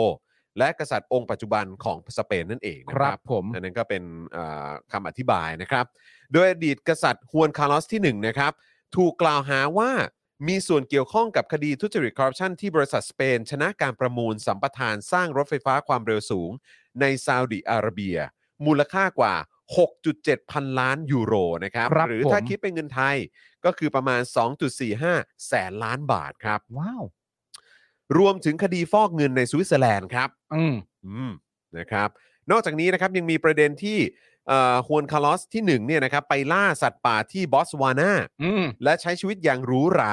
S3: และกษัตริย์องค์ปัจจุบันของสเปนนั่นเอง
S4: ค
S3: นะค
S4: รั
S3: รั
S4: บบ ผม
S3: อันนั้นก็เป็นเอ่อคำอธิบายนะครับ โดยอดีตกษัตริย์ฮวนคาร์ลอสที่ 1 นะครับ ถูกกล่าวหาว่ามีส่วนเกี่ยวข้องกับคดีทุจริตคอร์รัปชันที่บริษัทสเปน ชนะการประมูลสัมปทานสร้างรถไฟฟ้าความเร็วสูง ในซาอุดิอาระเบีย มูลค่ากว่า 6.7 พันล้านยูโรนะครับ
S4: ครับ
S3: หรือถ้า
S4: ผม
S3: คิดเป็นเงินไทยก็คือประมาณ 2.45 แสนล้านบาทครับ
S4: ว้าว
S3: รวมถึงคดีฟอกเงินในสวิตเซอร์แลนด์ครับ
S4: อืม
S3: อืมนะครับนอกจากนี้นะครับยังมีประเด็นที่เอ่อฮวนคาร์ลอสที่1เนี่ยนะครับไปล่าสัตว์ป่าที่บอตสวานา
S4: อืม
S3: และใช้ชีวิตอย่างหรูหรา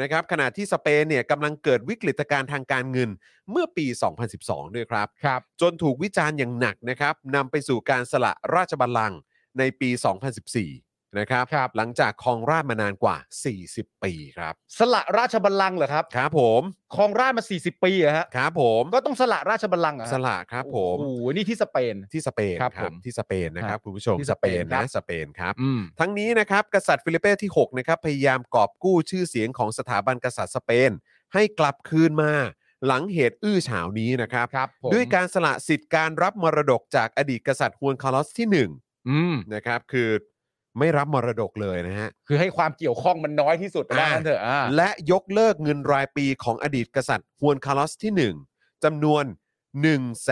S3: นะครับขณะที่สเปนเนี่ยกำลังเกิดวิกฤตการณ์ทางการเงินเมื่อปี 2012 ด้วยครับ
S4: ครับ
S3: จนถูกวิจารณ์อย่างหนักนะครับนำไปสู่การสละราชบัลลังก์ในปี 2014 นะครับ
S4: ครับ
S3: หลังจากครองราชย์มานานกว่า 40 ปีครับ
S4: สละราชบัลลังก์เหรอครับ
S3: ครับผม
S4: ครองราชย์มา 40 ปีเหรอฮะ
S3: ครับผม
S4: ก็ต้องสละราชบัลลังก์เหรอ
S3: ส
S4: ฮะ
S3: ละครับผม
S4: โอ้โห นี่ที่สเปน
S3: ที่สเปน
S4: ครับผม
S3: ที่สเปนนะครับคุณผู้ชม
S4: ที่
S3: ส
S4: ส
S3: เป
S4: เป
S3: น
S4: น
S3: นะครับ สเปนครับ
S4: อืม
S3: ทั้งนี้นะครับกษัตริย์ฟิลิปเป้ที่ 6 นะครับ พยายามกอบกู้ชื่อเสียงของสถาบันกษัตริย์สเปน ให้กลับคืนมา หลังเหตุอื้อฉาวนี้นะครับ
S4: ครับผม
S3: ด้วยการสละสิทธิ์การรับมรดกจากอดีตกษัตริย์ฮวนคาร์ลอสที่
S4: อืม
S3: 1นะครับคือไม่รับมรดกเลยนะฮะ
S4: คือให้ความเกี่ยวข้องมันน้อยที่สุด
S3: อ่า
S4: ว่างั้นเถอะอ่า
S3: และยกเลิกเงินรายปีของอดีตกษัตริย์ฮวนคาร์ลอสที่ 1จำนวน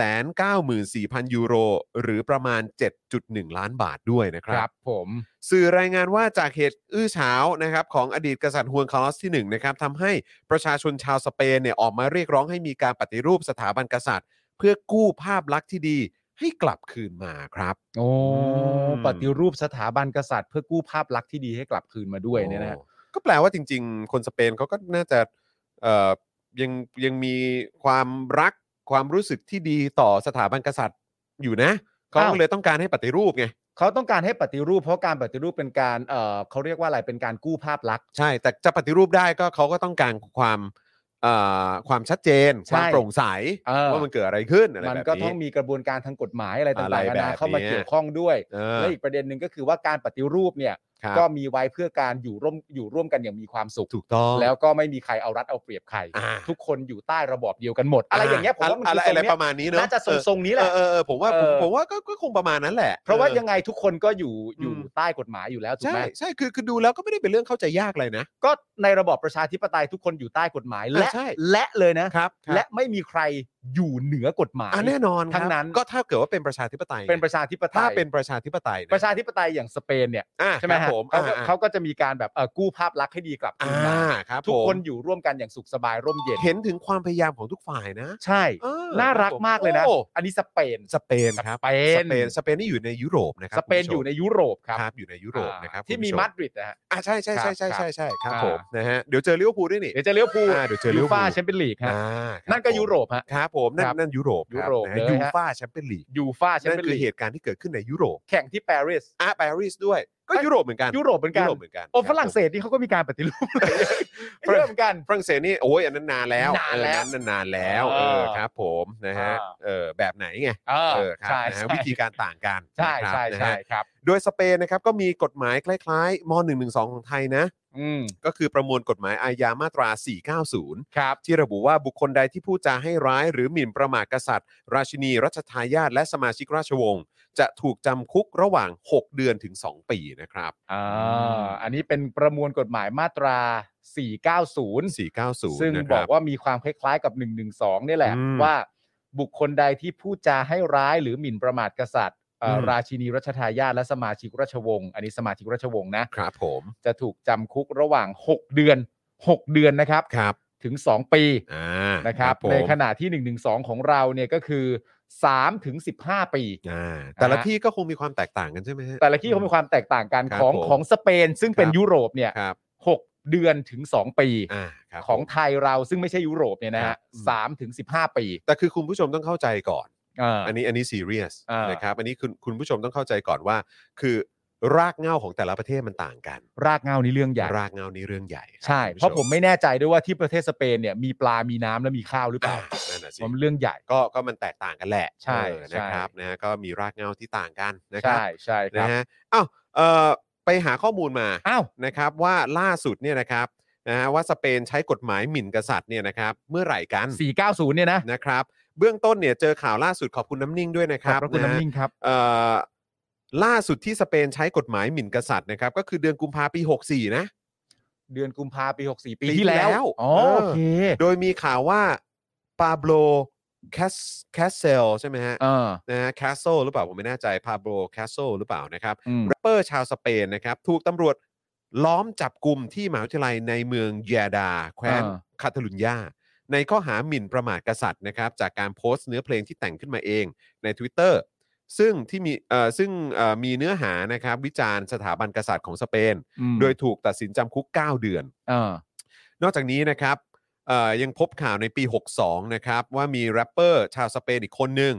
S3: 194,000 ยูโร หรือประมาณ 7.1 ล้านบาทด้วยนะค
S4: ครับ รับ ผม
S3: สื่อรายงานว่าจากเหตุอื้อฉาวนะครับของอดีตกษัตริย์ฮวนคาร์ลอสที่1นะครับทำให้ประชาชนชาวสเปนเนี่ยออกมาเรียกร้องให้มีการปฏิรูปสถาบันกษัตริย์ เพื่อกู้ภาพลักษณ์ที่ดีให้กลับคืนมาครับ
S4: โอ้
S3: ม
S4: ปฏิรูปสถาบันกษัตริย์เพื่อกู้ภาพลักษณ์ที่ดีให้กลับคืนมาด้วยเนี่ยนะฮะ
S3: โอ้ก็แปลว่าจริง ๆ คนสเปนเขาก็น่าจะเอ่อยังยังมีความรัก ความรู้สึกที่ดีต่อสถาบันกษัตริย์อยู่นะเขา
S4: อ้าว
S3: เลยต้องการให้ปฏิรูปไง
S4: เขาต้องการให้ปฏิรูปเพราะการปฏิรูปเป็นการเอ่อเขาเรียกว่าอะไรเป็นการกู้ภาพลักษณ์
S3: ใช่ แต่จะปฏิรูปได้ก็เขาก็ต้องการความเอ่อความชัดเจนค
S4: ใช่
S3: วามโปร่งใส
S4: เออ
S3: ว่ามันเกิดอะไรขึ้นอะไร
S4: มัน
S3: แบบ
S4: ก็ต้อ
S3: นี้
S4: งมีกระบวนการทางกฎหมายอะไร
S3: อะไร
S4: ต่าง
S3: แบบ
S4: ๆนานา
S3: นี้
S4: เข้ามาเกี่ยวข้องด้วย
S3: เออ
S4: และอีกประเด็นหนึ่งก็คือว่าการปฏิรูปเนี่ย
S3: ครับ
S4: ก็มีไว้เพื่อการอยู่ร่วมอยู่ร่วมกันอย่างมีความสุข
S3: ถูกต้อง
S4: แล้วก็ไม่มีใครเอารัดเอาเปรียบใคร
S3: อ่า
S4: ทุกคนอยู่ใต้ระบอบเดียวกันหมด อะไรอย่างเงี้ยผมว่ามัน
S3: อะ
S4: คื
S3: ไร
S4: อท
S3: อะไร
S4: รงเนี้
S3: ป
S4: ย
S3: ระมาณนี้เนอะ
S4: น่าจะทรงทรงนี้แหละ
S3: เออเออผมว่าผม
S4: เออ
S3: ผมว่าก็ก็คงประมาณนั้นแหละ
S4: เพราะว่า
S3: ออ
S4: ยังไงทุกคนก็อยู่อยู่
S3: อืม
S4: ใต้กฎหมายอยู่แล้วถูก
S3: ใช่
S4: ไหม
S3: ใช่คือคือดูแล้วก็ไม่ได้เป็นเรื่องเข้าใจยากเลยนะ
S4: ก็ในระบอบประชาธิปไตยทุกคนอยู่ใต้กฎหมายและ
S3: ใช่
S4: และเลยนะ
S3: ครับ
S4: และไม่มีใครอยู่เหนือกฎหมาย
S3: อ่ะแน่นอนครับ
S4: ทั้งนั้น
S3: ก็ถ้าเกิดว่าเป็นประชาธิปไตย
S4: เป็นประชาธิปไต
S3: ถ้าย เป็นประชาธิปไตย
S4: ประชาธิปไตยอย่างสเปนเนี่ย
S3: อ่ะ
S4: ใช่ไห
S3: ค
S4: ม
S3: รั
S4: ฮะ
S3: บผม
S4: เขาก็
S3: อ่ะ
S4: เขาก็จะมีการแบบเอ่อกู้ภาพลักษณ์ให้ดีกลับคืน
S3: อ่า
S4: มา
S3: ครับ
S4: ทุก
S3: ผม
S4: คนอยู่ร่วมกันอย่างสุขสบายร่มเย็น
S3: เห็นถึงความพยายามของทุกฝ่ายนะ
S4: ใช่
S3: เออ
S4: น่ารัก
S3: คบผม
S4: ากเลยนะ
S3: โอ้
S4: อันนี้สเปน
S3: สเปนครับ
S4: สเป
S3: ส
S4: น
S3: เปนสเปนนี่อยู่ในยุโรปนะครั
S4: ส
S3: บ
S4: เปน
S3: คุณผู้ชม
S4: อยู่ในยุโรปครับ
S3: ครับอยู่ในยุโรปนะครับ
S4: อ่าที่
S3: คุณ
S4: มี
S3: ผู้ช
S4: มาดริดนะฮะ
S3: อ่ะใช่ใช่ใช่ใช่
S4: ครับ
S3: ใช่ใช่ครับ
S4: อ่า
S3: ผมนะฮะเดี๋ยวเจอลิเวอร์พูลด้วยนี่
S4: เดี๋ยวจะเลี้ยวภู
S3: อ่าเดี๋ยวเจอลิเวอ
S4: ยู
S3: ร์พู
S4: ฟา
S3: ล
S4: แชมเปี้ยนลีกฮะ
S3: อ่าครับ
S4: นั่นก็
S3: ผม
S4: ยุโรปฮะ
S3: ครับผมนั่น
S4: ครับ
S3: นั่นยุโรปค
S4: ยุโรป
S3: นะ
S4: เล
S3: ฮะ
S4: ย
S3: ยู
S4: ฮะ
S3: ฟ่าแชมเปี้ยนลีก
S4: ยูฟาแชม
S3: นั่นคือ
S4: เปี้ยนลี
S3: เห
S4: ก
S3: ตุการณ์ที่เกิดขึ้นในยุโรป
S4: แข่งที่ปารีส
S3: อ่ะปารีสด้วย ก็
S4: เอ้ย
S3: ยุโรปเหมือนกัน
S4: ยุโรปเหมือนกัน
S3: ยุโรปเหมือนกัน
S4: โอ้
S3: คบ
S4: ฝรั่งเศ
S3: ผม
S4: สนี่เขาก็มีการปฏิรูปเยอะเหมือนกัน
S3: ฝรั่งเศสนี่โอ้ยอันนั้นนานแล้ว
S4: นาน
S3: เออ
S4: แล้ว
S3: นั้นนานแล้ว
S4: เอ
S3: เอ
S4: อ
S3: อครับ ผมนะฮะ
S4: อ่า
S3: เออแบบไหนไง
S4: เออ
S3: เออครับ
S4: ใช่
S3: นะฮะ
S4: ใช่
S3: วิธีการต่างกัน
S4: ใช่
S3: นะครับ
S4: ใช่
S3: นะ
S4: ใช่
S3: ฮะ
S4: ครับ
S3: โดยสเปนนะครับก็มีกฎหมายคล้ายๆม .112 ของไทยนะ
S4: อืม
S3: ก็คือประมวลกฎหมายอาญามาตรา 490
S4: ครับ
S3: ที่ระบุว่าบุคคลใดที่พูดจาให้ร้าย หรือหมิ่นประมาทกษัตริย์ ราชินี รัชทายาทและสมาชิกราชวงศ์จะถูกจำคุกระหว่าง 6 เดือนถึง 2 ปีนะครับ
S4: อ่า
S3: ม
S4: อันนี้เป็นประมวลกฎหมายมาตรา 490
S3: 490
S4: ซึ่ง
S3: นะค
S4: บ
S3: รั
S4: อกว่ามีความคล้ายๆกับ 112 นี่แหละ
S3: อืม
S4: ว่าบุคคลใดที่พูดจาให้ร้ายหรือหมิ่นประมาทกษัตริย์เอ่ออ
S3: ม
S4: ราชินีรัชทายาทและสมาชิกราชวงศ์ อันนี้สมาชิกราชวงศ์นะ
S3: ครับผม
S4: จะถูกจำคุกระหว่าง 6 เดือน 6 เดือนนะครับ
S3: ครับ
S4: ถึง 2 ปี
S3: อ่า
S4: นะครับ
S3: ผม
S4: ในขณะที่ 112 ของเราเนี่ยก็คือ3ถึง15 ปี
S3: อ่าแต่ละ
S4: นะฮะ
S3: ที่ก็คงมีความแตกต่างกันใช่ไหมฮะ
S4: แต่ละที่เขามีความแตกต่างกัน
S3: ครับ
S4: ของ
S3: ผม
S4: ของสเปน ซึ่งเป็น
S3: ครับ
S4: ยุโรปเนี่ย
S3: ครับ
S4: 6 เดือนถึง 2 ปี
S3: อ่าครับ
S4: ของ
S3: ผม
S4: ไทยเราซึ่งไม่ใช่ยุโรปเนี่ยนะ
S3: ครั
S4: ฮะ
S3: บอืม
S4: สามถึงสิบห้าปี
S3: แต่คือคุณผู้ชมต้องเข้าใจก่อน
S4: อั
S3: อัน
S4: น
S3: นี้อันนี้ซีเรียส
S4: อ่าน
S3: นะครับอันนี้คุณคุณผู้ชมต้องเข้าใจก่อนว่า คือรากเหง้าของแต่ละประเทศมันต่างกัน
S4: รากเหงานี่เรื่องใหญ่
S3: รากเหง้านี้เรื่องใหญ่คบ
S4: ใช่
S3: คุณ
S4: เพราะ
S3: ช
S4: ผมไม่แน่ใจด้วยว่าที่ประเทศสเปนเนี่ยมีปลา มีน้ำและมีข้าวหรือเป
S3: อ่า
S4: ล่า
S3: นั่นน่ะสิ
S4: ผมเรื่องใหญ่
S3: ก็ก็มันแตกต่างกันแหละ
S4: ใช่
S3: เออนะครับ
S4: ใช่
S3: นะฮะก็มีรากเหง้าที่ต่างกันนะครั
S4: ใช่ใช่ค
S3: นะ
S4: รับ
S3: ฮะอ้าวเอ่อไปหาข้อมูลมา
S4: อ้าว
S3: นะครับว่าล่าสุดเนี่ยนะครับนะฮะว่าสเปนใช้กฎหมายหมิ่นกษัตริย์เนี่ยนะครับเมื่อไหร่กัน
S4: 490 เนี่ยนะ
S3: นะครับเบื้องต้นเนี่ยเจอข่าวล่าสุดขอบคุณน้ำนิ่งด้วยนะค
S4: ขอบ
S3: รั
S4: พระคุณ
S3: บะฮะ
S4: น้ำนิ่งครับ
S3: เอ่อล่าสุดที่สเปนใช้กฎหมายหมิ่นกษัตริย์นะครับก็คือเดือนกุมภาพันธ์ปี 64 นะ
S4: เดือนกุมภาพันธ์ปี 64 ปี
S3: ปี
S4: ที่แล้
S3: แล้ว ว
S4: อ๋อ
S3: เออ
S4: โอเค
S3: โดยมีข่าวว่าปาโบลแคสเซลใช่ไหมฮะ
S4: เออ
S3: นะฮะแคสโซหรือเปล่าผมไม่แน่ใจปาโบลแคสโซหรือเปล่านะครับ
S4: อืม
S3: แรปเปอร์ชาวสเปนนะครับ ถูกตำรวจล้อมจับกลุ่มที่มหาวิทยาลัยในเมืองเยดา แคว้นคาตาลุญญา ในข้อหาหมิ่นประมาทกษัตริย์นะครับ จากการโพสต์เนื้อเพลงที่แต่งขึ้นมาเองใน Twitter ซึ่งที่มีเอ่อซึ่งเอ่อมีเนื้อหานะครับ วิจารณ์สถาบันกษัตริย์ของสเปน
S4: อืม
S3: โดยถูกตัดสินจำคุก 9 เดือน
S4: เออน
S3: อกจากนี้นะครับเอ่อยังพบข่าวในปี 62 นะครับ ว่ามีแรปเปอร์ชาวสเปนอีกคนหนึ่ง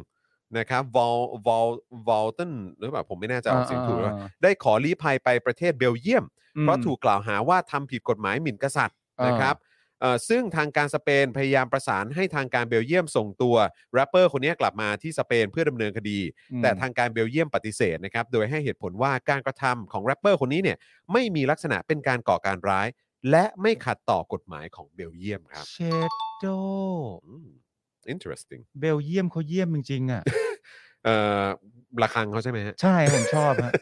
S3: นะครับวอลวอลวอลตันหรือเปล่าผมไม่แน่ใจออกเสียงถูกหรือเปล่า ได้ขอลี้ภัยไปประเทศเบลเยียม เพราะถูกกล่าวหาว่าทำผิดกฎหมายหมิ่นกษัตริย์นะครับเอ่อซึ่งทางการสเปนพยายามประสานให้ทางการเบลเยียมส่งตัวแรปเปอร์คนนี้กลับมาที่สเปนเพื่อดำเนินคดี
S4: อืม
S3: แต่ทางการเบลเยียมปฏิเสธนะครับโดยให้เหตุผลว่าการกระทำของแรปเปอร์คนนี้เนี่ยไม่มีลักษณะเป็นการก่อการร้าย และไม่ขัดต่อกฎหมายของเบลเยียมครับ
S4: เชดโด
S3: อืม interesting
S4: เบลเยียมเขาเยี่ยมจริงๆอ่ะ
S3: เอ่อระคังเขาใช่ไหมฮะ
S4: ใช่ผมชอบฮะ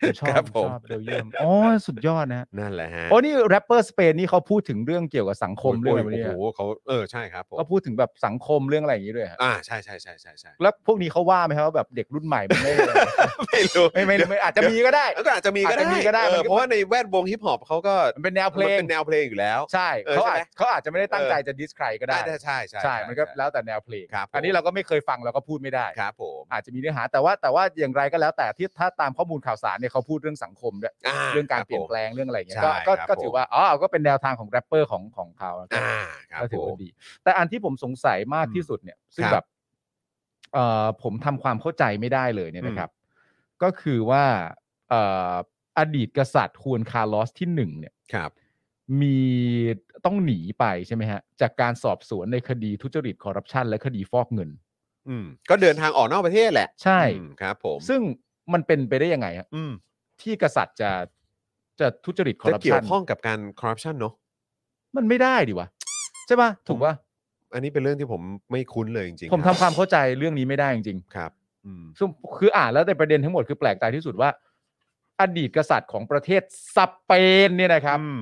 S4: ผมชอ
S3: ครับ บ
S4: ผ
S3: ผม ม
S4: ชอบเบลเยียมอ๋อสุดยอดนะฮะ
S3: นั่นแหละฮะ
S4: โอ้นี่แรปเปอร์สเปนนี่เขาพูดถึงเรื่องเกี่ยวกับสังคมเรื่องอะไรพวก
S3: โอ้
S4: นี้
S3: โหเขาเออใช่ครับผม
S4: ก็พูดถึงแบบสังคมเรื่องอะไรอย่างนี้ด้วยฮะ
S3: อ่าใช่ใช่ใช่ใช่ใช่
S4: แล้วพวกนี้เขาว่าไหมครับว่าแบบเด็กรุ่นใหม่มันไม่
S3: ไม่รู้
S4: ไม่ไม่
S3: เดี๋ยว
S4: ไม่อาจจะมีก็ได้
S3: ก็อาจจะมีก็
S4: อาจจะ
S3: ได้
S4: มีก็ได้
S3: เอ
S4: มั
S3: อ
S4: นก็
S3: เพราะว่าในแวดวงฮิปฮอปเขาก็
S4: มันเป็นแนวเพล
S3: มัน
S4: ง
S3: เป็นแนวเพลงอยู่แล้ว
S4: ใช่
S3: เออ
S4: เขา
S3: ใช่ไหม
S4: อาจเขาอาจจะไม่ได้ตั้ง
S3: เออ
S4: ใจจะดิสใครก็ได้
S3: ได้ใช่ใช่
S4: ใช่มันก็แล้วแต่แนวเพลง
S3: ครับ
S4: อันนี้เราก็ไม่เคยฟังเราก็พูดไม่ได้
S3: ครับผม
S4: อาจ จะมีเนื้อหา แต่ว่าแต่ว่าอย่างไรก็แล้วแต่ที่ถ้าตามข้อมูลข่าวสารเนี่ยเขาพูดเรื่องสังคมด้วย
S3: อ่า
S4: เรื่องการ
S3: คบ
S4: เปลี่ยน
S3: ผม
S4: แปลงเรื่องอะไรอย่างเงี้ย
S3: ใช่
S4: ก็ก็
S3: ครับผ
S4: ก็
S3: ม
S4: ถือว่าอ๋อก็เป็นแนวทางของแรปเปอร์ของของเขา
S3: อ่าครับ
S4: ก็ถือ
S3: ผ
S4: ว่าม ดี แต่อันที่ผมสงสัยมาก
S3: อืม
S4: ที่สุดเนี่ยซึ่ง
S3: ครับ
S4: แบบเอ่อผมทำความเข้าใจไม่ได้เลยเนี่ยนะครับ ก็คือว่าเอ่ออดีตกษัตริย์ควรคาร์ลอสที่หนึ่งเนี่ย
S3: ครับ
S4: มีต้องหนีไปใช่ไหมฮะ จากการสอบสวนในคดีทุจริตคอร์รัปชันและคดีฟอกเงิน
S3: อืมก็เดินทางออกนอกประเทศแหละ
S4: ใช่
S3: อืมครับ ผม
S4: ซึ่งมันเป็นไปได้ยังไงฮะ
S3: อืม
S4: ที่กษัตริย์จะจะทุจริตคอร์
S3: จะ
S4: รัป
S3: เกี่ย
S4: ชั
S3: วนข้องกับการคอร์รัปชันเนาะ
S4: มันไม่ได้ดิวะใช่ปะถูกปะ
S3: อันนี้เป็นเรื่องที่ผมไม่คุ้นเลยจริงๆ
S4: ผมทำ
S3: รับ
S4: ความเข้าใจเรื่องนี้ไม่ได้จริง
S3: ครับ อืม
S4: ๆซึ่งคืออ่านแล้วในประเด็นทั้งหมดคือแปลกใจที่สุดว่า อดีตกษัตริย์ของประเทศสเปนเนี่ยนะครับ
S3: อืม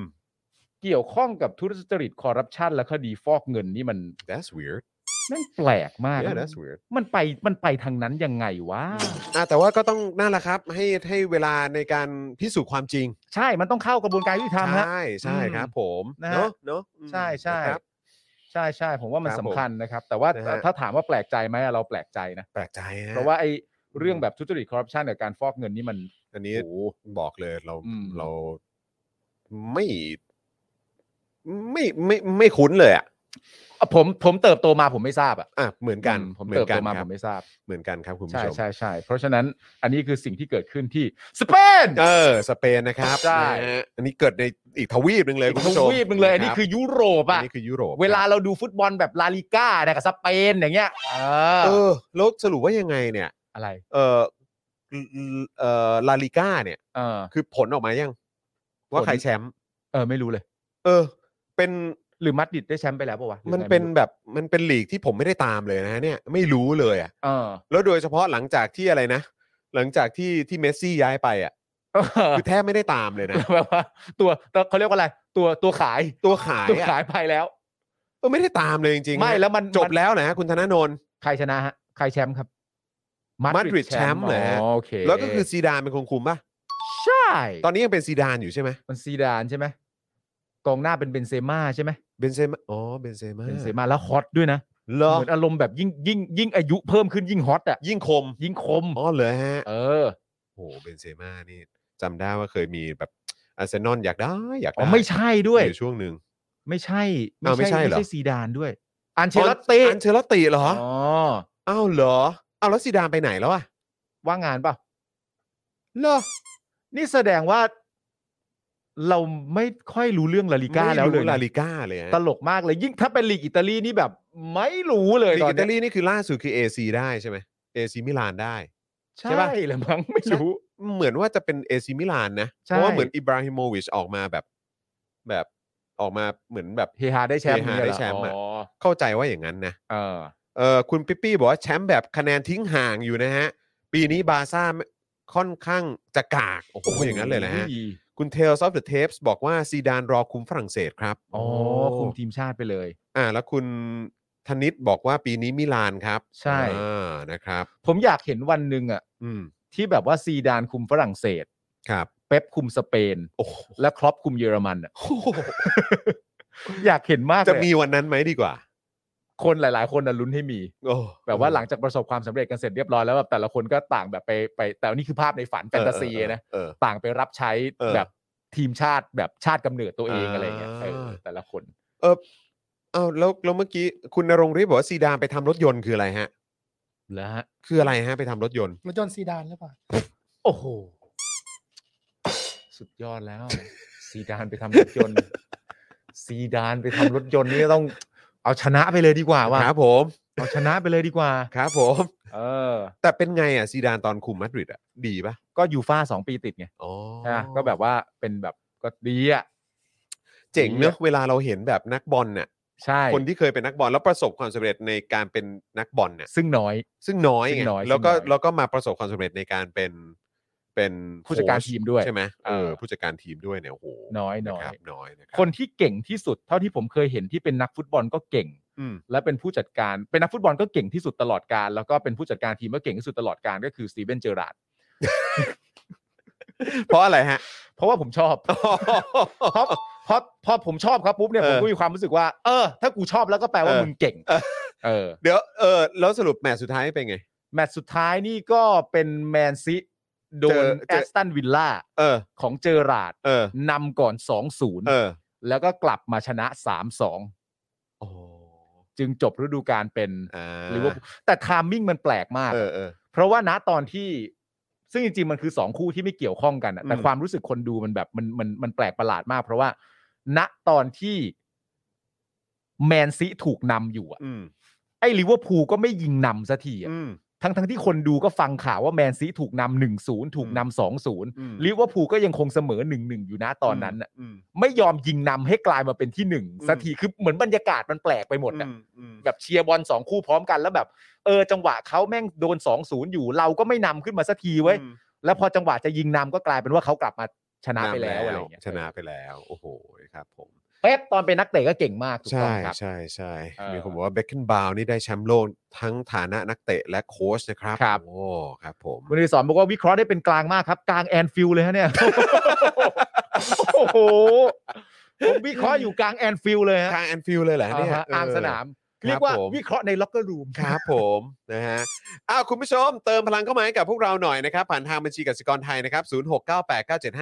S4: เกี่ยวข้องกับทุจริตคอร์รัปชันและคดีฟอกเงินนี่มัน
S3: that's weird
S4: นั่นแปลกมาก
S3: yeah that's weird
S4: มันไปมันไปทางนั้นยังไงวะ
S3: อ่ะแต่ว่าก็ต้องนั่นแหละครับ ให้ให้เวลาในการพิสูจน์ความจริง
S4: ใช่ มันต้องเข้ากระบวนการยุติธรรมฮะ
S3: ใช่ใช่ครับ ผม
S4: นะฮะ
S3: เนาะเนาะอืม
S4: ใช่ใช่
S3: นะครับ
S4: ใช่ใช่ผมว่ามั
S3: ค
S4: น
S3: รับ
S4: สำคัญนะครับ แต่ว่า
S3: นะฮะ
S4: ถ้าถามว่าแปลกใจไหมอะเราแปลกใจนะ
S3: แปลกใจฮ
S4: เพราะว่าไอ้เรื่องแบบทุจริตคอร์รัปชันกับการฟอกเงินนี่มัน
S3: อันนี้
S4: โอ้โห
S3: บอกเลยเรา
S4: อืม
S3: เราไม่ ไม่ไม่ไม่คุ้นเลยอ่ะ
S4: อ่ะผมผมเติบโตมาผมไม่ทราบอ่ะ
S3: อ่ะเหมือนกัน
S4: อืผม
S3: เหมื
S4: เติ
S3: อบ นกั
S4: โตมา
S3: ครั
S4: ผมไม่ทราบ
S3: เหมือนกันครับคุณผู้
S4: ใช่
S3: ชม
S4: ใช่ใช่เพราะฉะนั้นอันนี้คือสิ่งที่เกิดขึ้นที่สเปน
S3: เออสเปนนะครับ
S4: ใช่
S3: นะฮะอันนี้เกิดในอีกทวีปหนึ่งเลย
S4: อีก
S3: คุณ
S4: ท
S3: ผู้ชม
S4: วีปหนึ่งเลยอันนี้
S3: ะรับ
S4: คือยุโรป
S3: อั
S4: อ่ะ
S3: นนี้คือยุโรป
S4: เวลาเราดูฟุตบอลแบบลาลิก้าเนี่ยกับสเปนอย่างเงี้ยเออ
S3: เออแล้วสรุปว่ายังไงเนี่ย
S4: อะไร
S3: เออเออลาลิก้าเนี่ย
S4: เออ
S3: คือผลออกมายัง ว่า
S4: ผล
S3: ใครแชมป์
S4: เออไม่รู้เลย
S3: เออ เป็น
S4: หรือมาดริดได้แชมป์ไปแล้วปะวะหรือ
S3: มัน
S4: ไงไรู้
S3: เป็นแบบมันเป็นลีกที่ผมไม่ได้ตามเลยนะเนี่ยไม่รู้เลยอะ
S4: เออ
S3: แล้วโดยเฉพาะหลังจากที่อะไรนะ หลังจากที่ที่เมสซี่ย้ายไปอ่ะคือแทบไม่ได้ตามเลยนะ
S4: แบบว่าตัวตัวเขาเรียกว่าอะไร ตัวตัวขาย
S3: ตัวขาย
S4: ตัว
S3: อะ
S4: ขายไปแล้ว
S3: เออไม่ได้ตามเลยจริงๆ
S4: ไม่
S3: นะ
S4: แล้วมัน
S3: จบ
S4: มัน
S3: แล้วนะคุณธนาโนน
S4: ใครชนะฮะ ใครแชมป์ครับ
S3: Madrid แชมป์เหรอฮะ
S4: อ๋อโอเค
S3: แล้วก็คือซีดานเป็นคนคุมป่ะ
S4: ใช่
S3: ตอนนี้ยังเป็นซีดานอยู่ใช่ไหม
S4: มันซีดานใช่ไหมกองหน้าเป็นเบนเซม่าใช่ไหม
S3: เบนเซม่าอ๋อเบนเซม่า
S4: เบนเซม่าแล้วฮอตด้วยนะ
S3: เหรอ
S4: เหมือนอารมณ์แบบยิ่งยิ่งยิ่งอายุเพิ่มขึ้นยิ่งฮอตอ่ะ
S3: ยิ่งคม
S4: ยิ่งคม
S3: อ๋อเหรอฮะ
S4: เออ
S3: โอ้โหเบนเซม่านี่จำได้ว่าเคยมีแบบอาร์เซนอลอยากได้อยาก
S4: อ๋อ
S3: ได้
S4: ไม่ใช่ด้วย
S3: อยู่ช่วงหนึ่ง
S4: ไม่ใช่
S3: อ้าวไม่ใช่เหรอ
S4: ไม่ใช่ซีดานด้วย อันเชลอตเต้
S3: อันเชลอตติเหรอ
S4: อ๋อ
S3: อ้าวเหรออ้าวแล้วซีดานไปไหนแล้วอะ
S4: ว่างงานเปล่า
S3: เหรอ
S4: นี่แสดงว่าเราไม่ค่อยรู้เรื่องลาลิก้า
S3: ไม่
S4: แล้วเลย
S3: รู้
S4: นะ
S3: ลาลิก้าเลยฮะ
S4: ตลกมากเลยยิ่งถ้าเป็นลีกอิตาลีนี่แบบ ไม่รู้เลย
S3: ลีก
S4: ตอน
S3: อิตา
S4: เนี้
S3: ย ลีนี่คือล่าสุดคือ AC ได้ใช่ไหม AC มิลานได้
S4: ใช่เหรือมั้งไม่รู้
S3: เหมือนว่าจะเป็น AC มิลานนะ
S4: ใช่
S3: เพราะว่าเหมือนอิบราฮิโมวิชออกมาแบบ แบบออกมาเหมือนแบบ
S4: เฮฮาได้แชมป์
S3: เฮฮาได้แชมป์อะ
S4: อ๋อ
S3: เข้าใจว่าอย่างนั้นนะ
S4: เออ
S3: เออคุณปิ๊ปปี้บอกว่าแชมป์แบบคะแนนทิ้งห่างอยู่นะฮะ ปีนี้บาร์ซ่าค่อนข้างจะกาก โอ้โหอย่างนั้นเลยนะฮะ คุณ Tales of the Tapes บอกว่าซีดานรอคุมฝรั่งเศสครับ
S4: อ๋อคุมทีมชาติไปเลย
S3: อ่า แล้วคุณธนิตบอกว่าปีนี้มิลานครับ
S4: ใช่
S3: อ่านะครับ
S4: ผมอยากเห็นวันหนึ่งอ่ะ
S3: อืม
S4: ที่แบบว่าซีดานคุมฝรั่งเศส
S3: ครับ
S4: เป๊ปคุมสเปน
S3: โอ้โห
S4: และครอปคุมเยอรมันอะ อยากเห็นมากเลย
S3: จะมีวันนั้นไหมดีกว่า
S4: คนหลาย ๆ คนน่ะลุ้นให้มี
S3: โอ้
S4: แบบว่าหลังจากประสบความสำเร็จกันเสร็จเรียบร้อยแล้วแบบแต่ละคนก็ต่างแบบไปไป แต่นี่คือภาพในฝันแฟนตาซี
S3: เออเออ
S4: นะ
S3: เออ
S4: ต่างไปรับใช้
S3: เออ
S4: แบบทีมชาติแบบชาติกำเนิดตัวเอง
S3: อ่า
S4: อะไรเงี้ยเออแต่ละคน
S3: เออเอาแล้วแล้วเมื่อกี้คุณนรงค์ฤทธิ์บอกว่าซีดานไปทำรถยนต์คืออะไรฮะ
S4: แล้วฮะ
S3: คืออะไรฮะไปทำรถยนต์
S5: รถยนต์ซีดานหรือเปล่า
S4: โอ้โห สุดยอดแล้ว ซีดานไปทำรถยนต์ ซีดานไปทำรถยนต์นี่ก็ต้องเอาชนะไปเลยดีกว่าว่า
S3: ครับผม
S4: เอาชนะไปเลยดีกว่า
S3: ครับผม
S4: เออ
S3: แต่เป็นไงอ่ะซีดานตอนคุมมาดริดอ่ะดีปะ
S4: ก็ยูฟ่าสองปีติดไง
S3: อ๋อ
S4: นะก็แบบว่าเป็นแบบก็ดีอ่ะ
S3: เจ๋งเนอะเวลาเราเห็นแบบนักบอลเนี่ย
S4: ใช่
S3: คนที่เคยเป็นนักบอลแล้วประสบความสำเร็จในการเป็นนักบอลเนี่ย
S4: ซึ่งน้อย
S3: ซึ่งน้อย
S4: ซึ่
S3: ไง
S4: งน้อย
S3: แล้วก็
S4: ซึ่งน้อย
S3: แล้วก็มาประสบความสำเร็จในการเป็นเป็น
S4: ผู้จัดการ
S3: โค้ช
S4: ทีมด้วย
S3: ใช่ไหมเออ
S4: เออ
S3: ผู้จัดการทีมด้วยเนี่ยโอ้โห
S4: น้อยน้อย
S3: ครับน้อยนะครับ
S4: คนที่เก่งที่สุดเท่าที่ผมเคยเห็นที่เป็นนักฟุตบอลก็เก่ง
S3: อืม
S4: และเป็นผู้จัดการ เป็นนักฟุตบอลก็เก่งที่สุดตลอดการ แล้วก็เป็นผู้จัดการทีมก็เก่งที่สุดตลอดการก็คือสตีเวนเจอราร์ด
S3: เพราะอะไรฮะ
S4: เพราะว่าผมชอบ เพราะเพราะเพราะผมชอบครับปุ๊บเนี่ย
S3: เอ
S4: ผ
S3: อ
S4: มก็มีความรู้สึกว่า เออ ถ้ากูชอบแล้วก็แปลว่า
S3: เออ
S4: มึงเก่ง
S3: เออ
S4: เออ
S3: เดี๋ยวเออแล้วสรุปแมตช์สุดท้ายเป็นไง
S4: แมตช์สุดท้ายนี่ก็เป็นแมนซิโด
S3: เจ
S4: น
S3: อเจ
S4: แอ
S3: อ
S4: สตันวิลล่า
S3: เออ
S4: ของเจอราร์ด
S3: เออ
S4: นำก่อน
S3: เอ
S4: 2-0
S3: อ
S4: แล้วก็กลับมาชนะ 3-2
S3: โอ้
S4: จึงจบฤดูกาลเป็น
S3: อ่า
S4: ลิเวอร์พูลแต่ไทามมิ่งมันแปลกมาก
S3: เออเออ
S4: เพราะว่าณตอนที่ซึ่งจริงๆ มันคือ 2 คู่ที่ไม่เกี่ยวข้องกันอะแต่
S3: อืม
S4: ความรู้สึกคนดูมันแบบมันมันมันแปลกประหลาดมาก เพราะว่า ณตอนที่แมนซีถูกนำอยู่อะ
S3: อืม
S4: ไอ้ลิเวอร์พูลก็ไม่ยิงนำสักทีอะ
S3: อืม
S4: ทั้งทั้งที่คนดูก็ฟังข่าวว่าแมนซีถูกนำหนึ่งศูนย์ถูกนำสองศูนย์
S3: อืม
S4: ลิเวอร์พูลก็ยังคงเสมอหนึ่งหนึ่งอยู่นะตอนนั้นอะ
S3: อืม
S4: ไม่ยอมยิงนำให้กลายมาเป็นที่หนึ่งสักทีคือเหมือนบรรยากาศมันแปลกไปหมดอะ
S3: อือืม
S4: แบบเชียร์บอลสองคู่พร้อมกันแล้วแบบ เออจังหวะเขาแม่งโดนสองศูนย์อยู่ เราก็ไม่นำขึ้นมาสักทีเว้ย
S3: อืม
S4: แล้วพอจังหวะจะยิงนำก็กลายเป็นว่าเขากลับมาชนะไปแล้วอะไรอย่างเงี้ย
S3: ชนะไปแล้ว โอ้โหครับผม
S4: เป๊ปตอนเป็นนักเตะก็เก่งมากถูกต้อ
S3: ใช่
S4: งครับ
S3: ใช่ใช่
S4: เออ
S3: มีคนบอกว่าเบคเคนบาวนี่ได้แชมป์โลกทั้งฐานะนักเตะและโค้ชนะครับ
S4: ครับ
S3: โอ้ครับผม
S4: คุณอดิสอนบอกว่าวิเคราะห์ได้เป็นกลางมากครับ กลางแอนฟิลด์เลยฮะ เนี่ย โอ้โหผมวิเคราะห์อยู่กลางแอนฟิลด์เลยฮะ
S3: ทางแอนฟิลเลยแหละเนี่ย
S4: อ่าฮะอาร์ม
S3: เ
S4: สนาม
S3: ครับ
S4: เรียกว่า
S3: ผม
S4: วิเคราะห์ในล็อกเกอร์รูม
S3: ครับผมนะฮะอ้าวคุณผู้ชมเติมพลังเข้ามาให้กับพวกเราหน่อยนะครับ ผ่านทางบัญชีกสิกรไทยนะครับ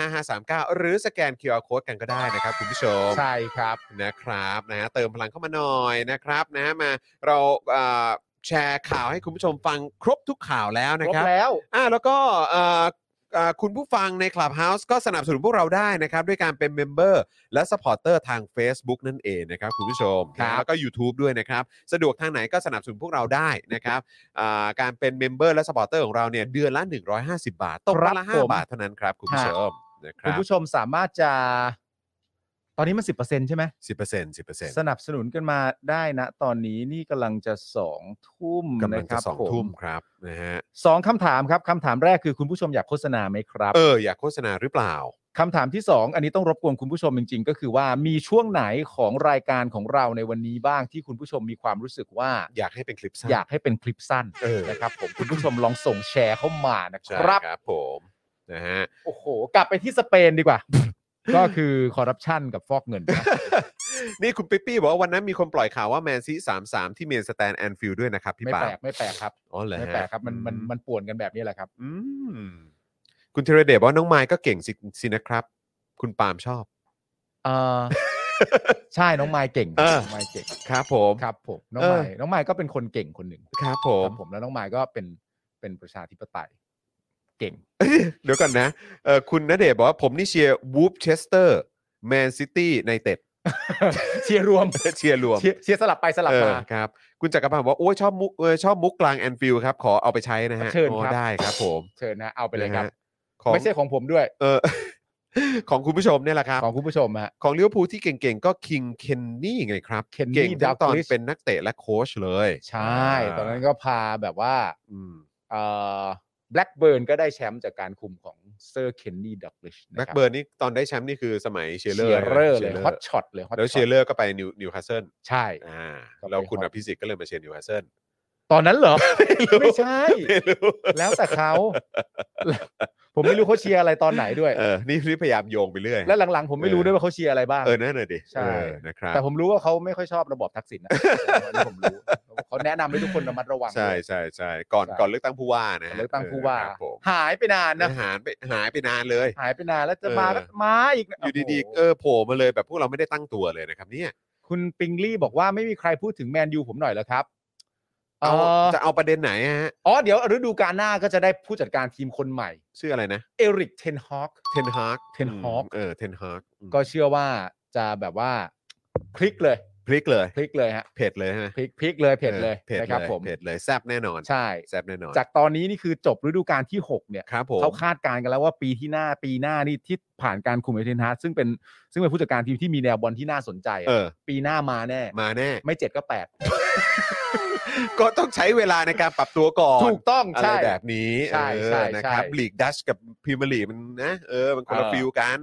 S3: 0698975539 หรือสแกน QR Code กันก็ได้นะครับคุณผู้ชม
S4: ใช่ครับ
S3: นะครับนะฮะเติมพลังเข้ามาหน่อยนะครับนะฮะมาเราเอ่อแชร์ข่าวให้คุณผู้ชมฟังครบทุกข่าวแล้วนะ
S4: ครบ
S3: ครับ
S4: แล้ว
S3: อ่าแล้วก็เอ่อเอ่อคุณผู้ฟังใน Clubhouse ก็สนับสนุนพวกเราได้นะครับ ด้วยการเป็นเมมเบอร์และสปอร์เตอร์ทาง Facebook นั่นเองนะครับ คุณผู้ชม
S4: ครับ
S3: แล้วก็ YouTube ด้วยนะครับ สะดวกทางไหนก็สนับสนุนพวกเราได้นะครับอ่าการเป็นเมมเบอร์และสปอร์เตอร์ของเราเนี่ยเดือนละ 150 บาทตกวันละ
S4: ครับผม
S3: 5 บาทเท่านั้นครับคุณผู้ชมนะค
S4: คุณ
S3: รับ
S4: ผู้ชมสามารถจะ ตอนนี้มันสิบเปอร์เซ็นต์ใช่ไหม
S3: สิบเปอร์เซ็นต์สิบเปอร์เซ็นต์
S4: สนับสนุนกันมาได้นะตอนนี้นี่กำลังจะสองทุ่ม
S3: กำลั
S4: นะ
S3: ง
S4: ค
S3: จะ
S4: รับ
S3: สอง
S4: ผ
S3: ทุ่มครับนะฮะ
S4: สองคำถามครับคำถามแรกคือคุณผู้ชมอยากโฆษณาไหมครับ
S3: เอออยากโฆษณาหรือเปล่า
S4: คำถามที่ 2 อันนี้ต้องรบกวนคุณผู้ชมจริง ๆ ก็คือว่ามีช่วงไหนของรายการของเราในวันนี้บ้างที่คุณผู้ชมมีความรู้สึกว่า
S3: อยากให้เป็นคลิปสั้น
S4: อยากให้เป็นคลิปสั้น
S3: เออ
S4: นะครับผมคุณผู้ชมลองส่งแชร์เข้ามานะค
S3: ใช่
S4: รับ
S3: ครับผมนะฮะ
S4: โอ้โห กลับไปที่สเปนดีกว่า ก็คือคอร์รัปชันกับฟอกเงิน
S3: นี่คุณปิ๊ปปี้บอกว่าวันนั้นมีคนปล่อยข่าวว่าแมนซีสามสามที่เมนสแตนแอนฟิลด์ด้วยนะครับพี่
S4: ไม่
S3: ปา
S4: แปล
S3: ล์
S4: กไม่แปลกครับ
S3: อ๋อเหรอฮะ
S4: ไม่แปลกครับมันมันมันป่วนกันแบบนี้แหละครับ
S3: อืมคุณเทเรเดชบอกว่าน้องไมค์ก็เก่งสิสินะครับ คุณปาล์มชอบ
S4: เอ อ ใช่น้องไมค์เก่ง
S3: เออ
S4: น้องไมค์เก่ง
S3: ครับผม
S4: ครับผมน้อง
S3: เอ
S4: ไม
S3: อ
S4: ค์น้องไมค์ก็เป็นคนเก่งคนหนึ่ง
S3: ครับผ
S4: ค
S3: ม
S4: รับผมแล้วน้องไมค์ก็เป็นเป็นประชาธิปไตย เก่ง
S3: เดี๋ยวก่อนนะเออคุณณเดชน์บอกว่าผมนี่เชียร์วูฟเชสเตอร์แมนซิตี้ในเต็ด
S4: เชียร์รวม
S3: เชียร์รวม
S4: เชียร์เชียร์สลับไปสลับ
S3: เอ
S4: มา
S3: อครับ คุณจักรพันธ์บอกว่าโอ้ยชอบมุกเออชอบมุกกลางแอนฟิลด์ครับ ขอเอาไปใช้นะฮะ
S4: เชิญค
S3: อ๋
S4: รับ
S3: อได้ครับผม
S4: เชิญนะเอาไปเลย
S3: นะ
S4: ค
S3: ฮะ
S4: รับ
S3: ของ
S4: ไม่ใช่ของผมด้วย
S3: เออ ของคุณผู้ชมเนี่ยแหละครับ
S4: ของคุณผู้ชมฮะ
S3: ของลิเวอร์พูลที่เก่งๆ ก็คิงเคนนี่ไงครับ
S4: Kenny
S3: เก่งทั้งตอน
S4: Dalglish
S3: เป็นนักเตะและโค้ชเลย
S4: ใช่ ตอนนั้นก็พาแบบว่า
S3: อืม
S4: เออแบล็กเบิร์นก็ได้แชมป์จากการคุมของเซอร์เคนนี่ดักลิช
S3: แบล็กเบิร์นนี่ตอนได้แชมป์นี่คือสมัยเชียร์เลอ
S4: เชี
S3: ร์
S4: ยร์เลอร์
S3: นะ
S4: เลย
S3: ชี
S4: ฮอตช็อตเลยฮอต
S3: แล้วเชียร์เลอร์ก็ไปนิวนิวคาสเซิล
S4: ใช่
S3: อ่า
S4: ก็ไป
S3: แล้วคุณอภิสิทธิ์ก็เลยมาเชียร์นิวคาสเซิล
S4: ตอนนั้นเหรอ
S3: ไม่รู้
S4: ไม่ใช่
S3: ไม่รู้
S4: แล้วแต่เขา ผมไม่รู้เขาเชียร์อะไรตอนไหนด้วย
S3: เออนี่นี่พยายามโยงไปเรื่อย
S4: และหลังๆ ผมไม่รู้ด้วยว่าเขาเชียร์อะไรบ้าง
S3: เออนั่นน่ะดิ
S4: ใช่
S3: เออนะครับ
S4: แต่ผมรู้ว่าเขาไม่ค่อยชอบระบอบทักษิณนะ อันนี้ผมรู้เขาแนะนำให้ทุกคนระมัดระวัง
S3: ใช่ใช่ใช่ก่อน
S4: ใช่
S3: ก่อนเลือกตั้งผู้ว่านะฮะ
S4: เลือกตั้งผู้ว่า
S3: เออครับผม
S4: หายไปนานนะ
S3: หายไปหายไปนานเลย
S4: หายไปนานแล้วจะมา
S3: เออ
S4: ก็มาอีกนะ
S3: อยู่ดีๆ
S4: โอ้โห
S3: เออโผล่มาเลยแบบพวกเราไม่ได้ตั้งตัวเลยนะครับเนี่ย
S4: คุณปิงลี่บอกว่าไม่มีใครพูดถึงแมนยูผมหน่อยแล้วครับเอ
S3: เอา
S4: อ
S3: จะเอาประเด็นไหนฮะ
S4: อ๋อเดี๋ยวฤดูกาลหน้าก็จะได้ผู้จัดการทีมคนใหม่
S3: ชื่ออะไรนะ
S4: เอริกเทนฮอก
S3: เทนฮาร์ก
S4: Ten Hag
S3: เออ เทนฮาร์ก
S4: ก็เชื่อว่าจะแบบว่าพลิกเลย
S3: พลิกเลย
S4: พลิกเลยฮะ
S3: เผ็ดเลยใช่ไหม
S4: พลิกพลิกเลยเผ็ดเลย
S3: ออเผ็ด
S4: นะครับผม
S3: เผ็ดเลยแซบแน่นอน
S4: ใช่
S3: แซบแน่นอน
S4: จากตอนนี้นี่คือจบฤดูกาลที่ 6 เนี่ย
S3: ครับผม
S4: เขาคาดการณ์กันแล้วว่าปีที่หน้าปีหน้านี่ที่ผ่านการคุมเอเทนฮาร์ซึ่งเป็นซึ่งเป็นผู้จัดการทีมที่มีแนวบอลที่น่าสนใจอะ
S3: เออ
S4: ปีหน้ามาแน่
S3: มาแน่
S4: ไม่เจ็ดก็แปด
S3: ก็ต้องใช้เวลาในการปรับตัวก่อน
S4: ถูกต้อง
S3: อะไร
S4: ใช่
S3: แบบนี้
S4: ใช่
S3: เออ
S4: ใช่
S3: นะครับ
S4: ใช่
S3: ลีกดัชกับพรีเมียร์ลีกมันนะ เออ มันคนละ
S4: เออ
S3: ฟิลกัน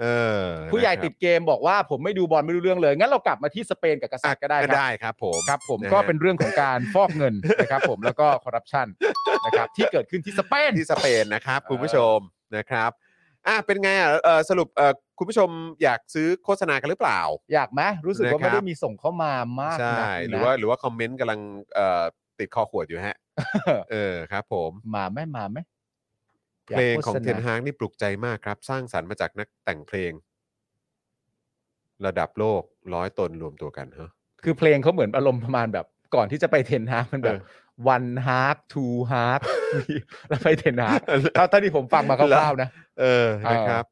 S3: เออ
S4: ผู้ใหญ่
S3: นะครับ
S4: ติดเกมบอกว่าผมไม่ดูบอลไม่รู้เรื่องเลย งั้นเรากลับมาที่สเปนกับกษัตริย์ก็ได้
S3: ก็
S4: ครับ
S3: ได้ครับผม
S4: ครับผม
S3: นะฮะ
S4: ก็เป็นเรื่องของการฟอกเงิน นะครับผมแล้วก็คอร์รัปชันนะครับที่เกิดขึ้นที่สเปน
S3: ที่สเปนนะครับ
S4: เออ
S3: คุณผู้ชมนะครับอ่ะเป็นไงอ่ะเออสรุปเออคุณผู้ชมอยากซื้อโฆษณากันหรือเปล่า
S4: อยากไหมรู้สึกว่า
S3: นะครั
S4: ไม่
S3: บ
S4: ได้มีส่งเข้ามามาก
S3: ใช่
S4: นัก
S3: ห
S4: นะ
S3: รือว่าหรือว่าคอมเมนต์กำลังเอ่อ ติดคอขวดอยู่ ฮะ เออครับผม
S4: มาไหมมาไหม
S3: เพลงของเทน
S4: ฮา
S3: ฮางนี่ปลุกใจมากครับ สร้างสรรค์มาจากนักแต่งเพลง ระดับโลกร้อยตนรวมตัวกัน ฮะ
S4: คือเพลงเขาเหมือนอารมณ์ประมาณแบบ ก่อนที่จะไปเทนฮาร์กมันแบบ
S3: เอ
S4: one half two half แล้วไปเทนฮาร์กเท่าเท่าที่ผมฟังมาคร่าวๆนะ
S3: เออ
S4: เออ
S3: นะครับ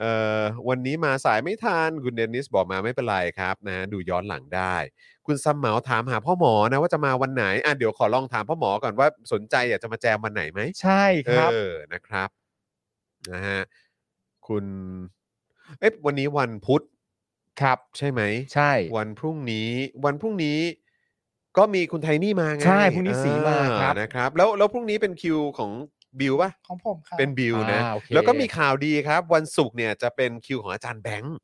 S3: เอ่อ วันนี้มาสายไม่ทัน คุณเดนนิสบอกมาไม่เป็นไรครับนะ ดูย้อนหลังได้ คุณซัมเหมาถามหาพ่อหมอนะว่าจะมาวันไหน อ่ะเดี๋ยวขอลองถามพ่อหมอก่อนว่าสนใจอยากจะมาแจมวันไหนไหม
S4: ใช่ครับ
S3: เออ นะครับ นะฮะ คุณ เอ๊ะ วันนี้วันพุธ
S4: ครับ
S3: ใช่ไหม
S4: ใช่
S3: วันพรุ่งนี้ วันพรุ่งนี้ก็มีคุณไทนี่มาไง
S4: ใช่พรุ่งนี้ศรีมา
S3: อ่
S4: ครับ
S3: นะครับ แล้วแล้วพรุ่งนี้เป็นคิวของบิวปะ
S5: ของผมค่ะ
S3: เป็นบิวนะ
S4: อ่าโอเค
S3: แล้วก็มีข่าวดีครับ วันศุกร์เนี่ยจะเป็นคิวของอาจารย์แบงค์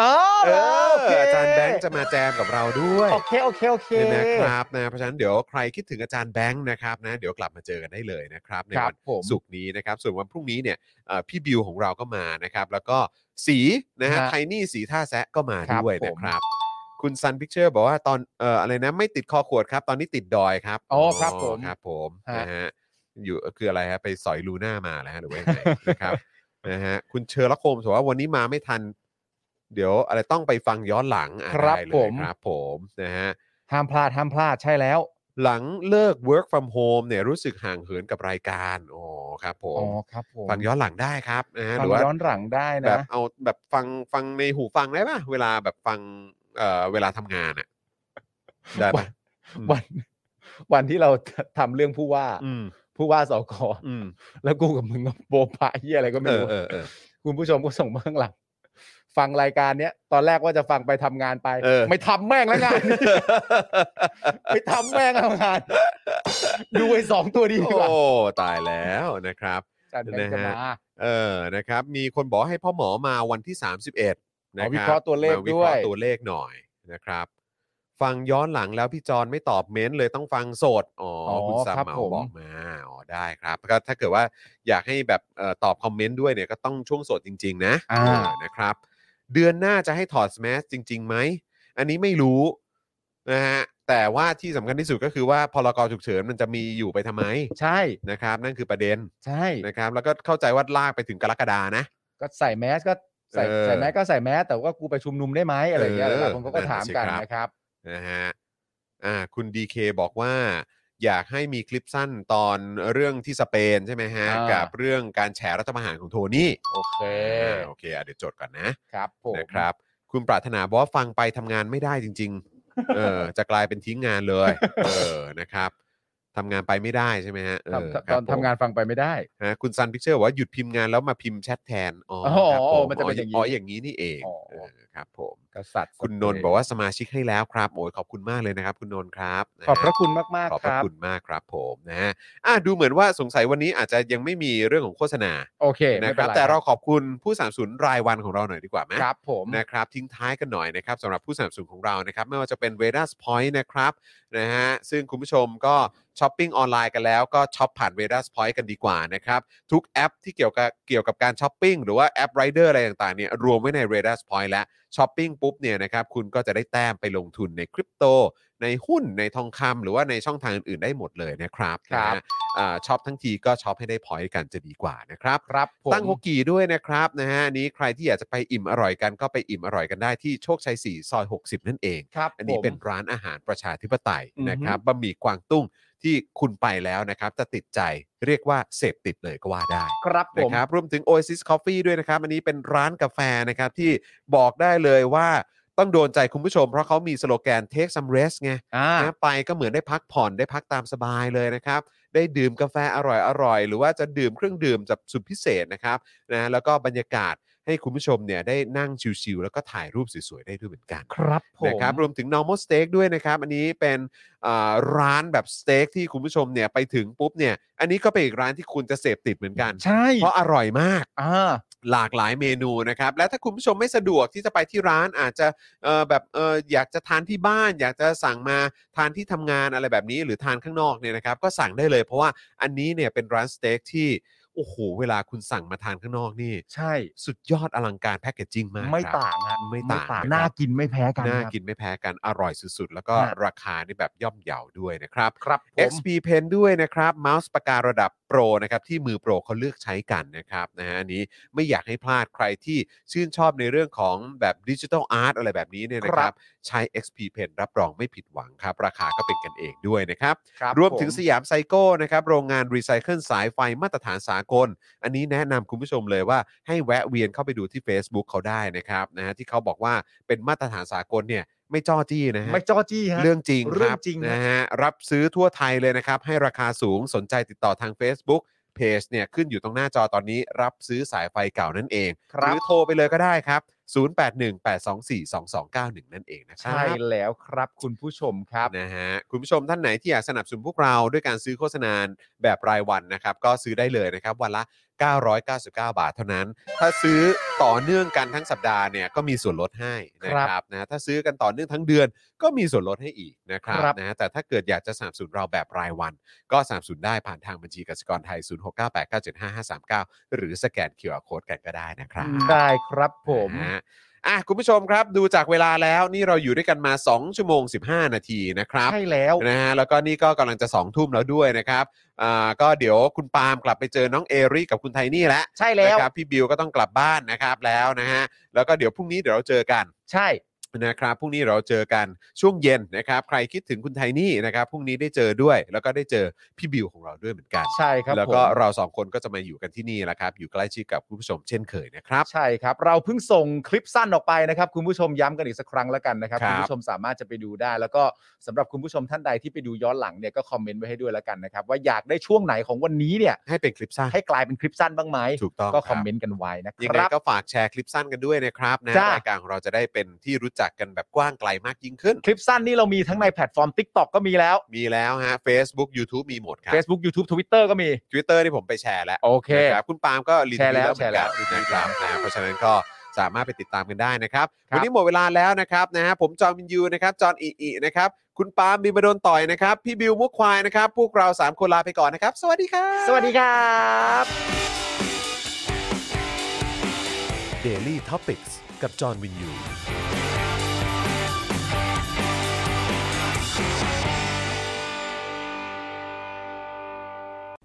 S4: อ๋อ
S3: เออ
S4: โเค
S3: อาจารย์แบงค์จะมาแจมกับเราด้วย
S4: โอเคโอเคโอเค
S3: เนี่ยนะครับนะเพราะฉะนั้นเดี๋ยวใครคิดถึงอาจารย์แบงค์นะครับนะเดี๋ยวกลับมาเจอกันได้เลยนะครับใน
S4: ครับ
S3: วัน
S4: ผม
S3: ศุกร์นี้นะครับ ส่วนวันพรุ่งนี้เนี่ยเอ่อพี่บิวของเราก็มานะครับ แล้วก็สีนะฮะ
S4: ฮะ
S3: ไทนี่สีท่าแซะก็มา
S4: ครับ
S3: ด้วย
S4: ผม
S3: นะครับ คุณซันพิกเจอร์บอกว่าตอนเอ่ออะไรนะไม่ติดคอขวดครับ ตอนนี้ติดดอยครับ
S4: อ๋อครับผม
S3: ครับผม
S4: ฮะ
S3: นะฮะอยู่คืออะไรฮะไปสอยลูน่ามาแล้วฮะหรือว่ายังไงนะครับ นะฮะคุณเชอร์ล็อกโฮมส์บอกว่าวันนี้มาไม่ทัน เดี๋ยวอะไรต้องไปฟังย้อนหลังอ่ะ
S4: ครับ
S3: ได้เลย
S4: ผม
S3: ครับผมนะฮะ
S4: ห้ามพลาดห้ามพลาดใช่แล้ว
S3: หลังเลิก work from home เนี่ยรู้สึกห่างเหินกับรายการอ๋อครับผ
S4: อ๋อ
S3: ม
S4: ครับผม
S3: ฟังย้อนหลังได้ครับนะฮะห
S4: ฟั
S3: รื
S4: ง
S3: อว่า
S4: ย้อนหลังได้
S3: แบ
S4: นะ
S3: บเอาแบบฟังฟังในหูฟังได้ป่ะ เวลาแบบฟังเอ่อเวลาทำงานอ่ะได้
S4: วั
S3: ป่ะ
S4: น
S3: อืม
S4: วันวันที่เราทำเรื่องผู้ว่า
S3: อืม
S4: ผู้ว่าสก
S3: อืม
S4: แล้วกูกับมึงก็โบะปะเฮียอะไรก็ไม่รู้
S3: เออเออเออ
S4: คุณผู้ชมก็ส่งมาข้างห ลัง ฟังรายการเนี้ยตอนแรกว่าจะฟังไปทำงานไป
S3: เออ
S4: ไม่ทำแม่งแล้ว งานนี้ ไปทำแม่งแล้วงาน ดูไอ้สองตัวนี้ดีกว่า
S3: โอ้ตายแล้วนะครับ
S4: จันแบงค์จะมา
S3: เออ นะครับ มีคนบอกให้พ่อหมอมาวันที่ 31 นะ
S4: อ๋อ
S3: ค
S4: วิ
S3: รับ
S4: เคราะห์ตัวเลข
S3: มวิเคราะ
S4: ด้ว
S3: ห์
S4: ย
S3: ตัวเลขหน่อยนะครับ ฟังย้อนหลังแล้วพี่จอนไม่ตอบเม้นต์เลยต้องฟังสด อ๋ออ
S4: อ
S3: คุณสาม
S4: ครับ
S3: เหมา
S4: ผม
S3: บอกมา อ๋อ ได้ครับก็ถ้าเกิดว่าอยากให้แบบเอ่อตอบคอมเมนต์ด้วยเนี่ยก็ต้องช่วงสดจริง ๆ นะเนะครับ เดือนหน้าจะให้ถอดแมสจริงๆไหม อันนี้ไม่รู้นะฮะ แต่ว่าที่สำคัญที่สุดก็คือว่าพรกฉุกเฉินมันจะมีอยู่ไปทำไม
S4: ใช่
S3: นะครับ นั่นคือประเด็น
S4: ใช่
S3: นะครับแล้วก็เข้าใจว่าลากไปถึงกรกฎานะ
S4: ก็ใส่แมสก็ใส่
S3: เออ
S4: ใส่แมสก็ใส่แมสแต่ว่ากูไปชุมนุมได้ไหมอะไรอย่างเงี้ย
S3: เออ
S4: หลายคนเขาก็
S3: นั่นน่ะ
S4: ถาม
S3: สิ
S4: กัน
S3: ครับ
S4: นะครับ
S3: นะฮะอ่าคุณดีเคบอกว่า อยากให้มีคลิปสั้นตอนเรื่องที่สเปนใช่ไหมฮะ
S4: อ่ากั
S3: กับเรื่องการแฉรัฐประหารของโทนี่
S4: โอเค
S3: อ่าโอเคอ่ะเดี๋ยวจดก่อนนะครับ
S4: ผม
S3: นะครับ คุณปรารถนาบอกว่าฟังไปทำงานไม่ได้จริง ๆ เออ จะกลายเป็นทิ้งงานเลย เออนะครับทำงานไปไม่ได้ใช่ไหมฮะเอ
S4: ทำ
S3: อค
S4: ต
S3: รั
S4: อบ
S3: ผ
S4: น
S3: ม
S4: ทำงานฟังไปไม่ได้
S3: ฮะคุณซันพิกเชอร์บอกว่าหยุดพิมพ์งานแล้วมาพิมพ์แชทแทน อ๋อ
S4: อ๋อ
S3: ครับผ
S4: มันจะเป็นอย่างนี้
S3: อ๋ออย่างนี้นี่เอง
S4: อ๋อ
S3: เออครับผม
S4: กษัตริย์
S3: คุณนนท์บอกว่าสมาชิกให้แล้วครับโอ้ยขอบคุณมากเลยนะครับคุณนนท์ครับนฮ
S4: ขอบพระคุณมาก
S3: ขอบ
S4: ๆค
S3: พระ
S4: รับ
S3: คุณมากครับผมนะฮะอ่ะดูเหมือนว่าสงสัยวันนี้อาจจะยังไม่มีเรื่องของโฆษณา
S4: โอเค
S3: นะ
S4: ไม่
S3: ค
S4: ป็
S3: รับ
S4: ไ
S3: แต่เราขอบคุณผู้สนับสนุนรายวันของเราหน่อยดีกว่าไหม
S4: ครับผม
S3: นะครับทิ้งท้ายกันหน่อยนะครับสำหรับผู้สนับสนุนของเรานะครับไม่ว่าจะเป็น r a d a r Point นะครับนะฮะซึ่งคุณผู้ชมก็ช้อปปิ้งออนไลน์กันแล้วก็ช้อปผ่าน r a d a r Point กันดีกว่านะครับทุกแอปที่เกี่ยวกับเกี่ยวกับการช้อปปิ้งหรือว่าแอป Rider อะไรต่างๆเนี่ยรวมไว้ใน r a d a r Point แล้วช้อปปิ้งปุ๊บเนี่ยนะครับคุณก็จะได้แต้มไปลงทุนในคริปโต ในหุ้นในทองคำหรือว่าในช่องทางอื่นๆได้หมดเลยนะครับนะฮะอ่าช้อปทั้งทีก็ช้อปให้ได้ point กันจะดีกว่านะครับ
S4: ครับผม
S3: ตั้งฮกกีด้วยนะครับนะฮะอันนี้ใครที่อยากจะไปอิ่มอร่อยกันก็ไปอิ่มอร่อยกันได้ที่โชคชัย 4 ซอย 60 นั่นเอง
S4: ครับ
S3: อันนี้
S4: ผม
S3: เป็นร้านอาหารประชาธิปไตย
S4: อือฮึ
S3: นะครับบะหมี่กวางตุ้งที่คุณไปแล้วนะครับ จะติดใจเรียกว่าเสพติดเลยก็ว่าได้
S4: ครับผ
S3: นะ
S4: ม
S3: ครับรวมถึง Oasis Coffee ด้วยนะครับ อันนี้เป็นร้านกาแฟนะครับที่บอกได้เลยว่าต้องโดนใจคุณผู้ชม เพราะเขามีสโลแกน Take some rest ไง
S4: อ่า
S3: นะไปก็เหมือนได้พักผ่อนได้พักตามสบายเลยนะครับ ได้ดื่มกาแฟอร่อยๆ หรือว่าจะดื่มเครื่องดื่มแบบสุดพิเศษนะครับนะแล้วก็บรรยากาศให้คุณผู้ชมเนี่ยได้นั่งชิลๆแล้วก็ถ่ายรูปสวยๆ ได้ด้วยเหมือนกัน
S4: ครับผม
S3: นะครับรวมถึง normal steak ด้วยนะครับ อันนี้เป็นอ่าร้านแบบสเต็กที่คุณผู้ชมเนี่ยไปถึงปุ๊บเนี่ยอันนี้ก็เป็นอีกร้านที่คุณจะเสพติดเหมือนกัน
S4: ใช่
S3: เพราะอร่อยมาก
S4: อ่า
S3: หลากหลายเมนูนะครับ และถ้าคุณผู้ชมไม่สะดวกที่จะไปที่ร้านอาจจะเอ่อแบบเอออยากจะทานที่บ้าน อยากจะสั่งมาทานที่ทำงานอะไรแบบนี้ หรือทานข้างนอกเนี่ยนะครับ ก็สั่งได้เลยเพราะว่าอันนี้เนี่ยเป็นร้านสเต็กที่ โอ้โห เวลาคุณสั่งมาทานข้างนอกนี่
S4: ใช่
S3: สุดยอดอลังการแพคเกจจิ้งมาก
S4: ไม่
S3: ครับ
S4: ต่างฮะ
S3: ไม่ต่างนะครับ
S4: น่ากินไม่แพ้กัน
S3: น่า
S4: ครับ
S3: กินไม่แพ้กันอร่อยสุดๆ แล้วก็
S4: ฮะ
S3: ราคานี่แบบย่อมเยาด้วยนะครับ
S4: ครับผม
S3: XP Pen ด้วยนะครับเมาส์ปากการะดับโปรนะครับที่มือโปรเขาเลือกใช้กันนะครับนะฮะอันนี้ไม่อยากให้พลาดใครที่ชื่นชอบในเรื่องของแบบดิจิทัลอาร์ตอะไรแบบนี้เนี่ยนะค
S4: ครั
S3: รับ
S4: บ
S3: ใช้ XP Pen รับรองไม่ผิดหวังครับ ราคาก็เป็นกันเองด้วยนะครับ
S4: คบ
S3: รวมถึง
S4: ผ
S3: สยามไซโก้นะครับโรงงานรีไซเคิลสายไฟมาตรฐานสากล อันนี้แนะนำคุณผู้ชมเลยว่าให้แวะเวียนเข้าไปดูที่ Facebook เขาได้นะครับนะฮะที่เขาบอกว่าเป็นมาตรฐานสากลเนี่ยไม่จ้อจี้นะฮะ
S4: ไม่จ้อจี้ฮะ
S3: เรื่องจริง
S4: เรื่องจริง
S3: คบ
S4: ฮะ
S3: นะฮะรับซื้อทั่วไทยเลยนะครับ ให้ราคาสูงสนใจติดต่อทาง Facebook เพจเนี่ยขึ้นอยู่ตรงหน้าจอตอนนี้ รับซื้อสายไฟเก่านั่นเอง
S4: ค
S3: ห
S4: รั
S3: รื
S4: บ
S3: อโทรไปเลยก็ได้ครับ 0818242291 นั่นเองนะครับ
S4: ใช่แล้วครับคุณผู้ชมครับ
S3: นะฮะคุณผู้ชมท่านไหนที่อยากสนับสนุนพวกเราด้วยการซื้อโฆษณาแบบรายวันนะครับ ก็ซื้อได้เลยนะครับ วันละ 999 บาทเท่านั้น ถ้าซื้อต่อเนื่องกันทั้งสัปดาห์เนี่ยก็มีส่วนลดให้นะค
S4: ครั
S3: รับบ นะถ้าซื้อกันต่อเนื่องทั้งเดือนก็มีส่วนลดให้อีกนะครับ
S4: ครับ
S3: นะแต่ถ้าเกิดอยากจะสนับสนุนเราแบบรายวัน ก็สนับสนุนได้ผ่านทางบัญชีกสิกรไทย 0698975539 หรือสแกน QR Code กันก็ได้นะครับ
S4: ได้ครับผม
S3: นะฮะอ่ะคุณผู้ชมครับดูจากเวลาแล้วนี่เราอยู่ด้วยกันมา 2 ชั่วโมง 15 นาทีนะครับ
S4: ใช่แล้ว
S3: นะฮะแล้วก็นี่ก็กำลังจะ2องทุ่มแล้วด้วยนะครับอ่าก็เดี๋ยวคุณปาล์มกลับไปเจอน้องเอริกับคุณไทนี่แล้ว
S4: ใช่แล้ว
S3: นะครับพี่บิวก็ต้องกลับบ้านนะครับแล้วนะฮะแล้วก็เดี๋ยวพรุ่งนี้เดี๋ยวเราเจอกัน
S4: ใช่
S3: นะครับพรุ่งนี้เราเจอกันช่วงเย็นนะครับ ใครคิดถึงคุณไทนี่นะครับพรุ่งนี้ได้เจอด้วย แล้วก็ได้เจอพี่บิวของเราด้วยเหมือนกัน
S4: ใช่ครับ
S3: แล้วก็
S4: ผม
S3: เราสองคนก็จะมาอยู่กันที่นี่แหละครับ อยู่ใกล้ชิดกับคุณผู้ชมเช่นเคยนะครับ
S4: ใช่ครับ เราเพิ่งส่งคลิปสั้นออกไปนะครับ คุณผู้ชมย้ำกันอีกสักครั้งแล้วกันนะครับ
S3: ครับ
S4: คุณผู้ชมสามารถจะไปดูได้ แล้วก็สำหรับคุณผู้ชมท่านใดที่ไปดูย้อนหลังเนี่ยก็คอมเมนต์ไว้ให้ด้วยแล้วกันนะครับ ว่าอยากได้ช่วงไหนของวันนี้เนี่ย
S3: ให้เป็นคลิปสั้น
S4: ให้กลายเป็นคลิปสั้นบ้างไหม
S3: ถูกต้อง
S4: ก็
S3: รับ
S4: คอมเมนต์กันไว้นะค
S3: ยังไง
S4: รับ
S3: ก็ฝากแชร์คลิปสั้นกันด้วยนะครับนะ
S4: จ้าร
S3: รายการของเราจะได้เป็นที่รู้จักกันแบบกว้างไกลมากยิ่งขึ้น
S4: คลิปสั้นนี่เรามีทั้งในแพลตฟอร์ม Tik t o k ก็มีแล้ว
S3: มีแล้วฮะ Facebook YouTube มีหมดครับ
S4: Facebook YouTube Twitter ก็มี
S3: Twitter ที่ผมไปแชร์แล้ว
S4: โอเค
S3: นะครับคุณปาล์มก็รีท
S4: แชร์
S3: วิต
S4: แล้
S3: แล้ว วเหมือนกัน
S4: แชร์แล้
S3: นะครับ
S4: ว
S3: นะเพราะฉะนั้นก็สามารถไปติดตามกันได้นะครับ
S4: ครับ
S3: วันนี้หมดเวลาแล้วนะครับนะฮะผมจอมินยูนะครับจอห์นอีอีนะครับ คุณปาล์มบิมบดนต่อยนะครับ พี่บิวมุกควายนะครับ พวกเรา 3 คนลาไปก่อนนะครับ สวัสดีครับ
S4: สวัสดีครับ
S2: Daily Topics กับจอห์นวินยู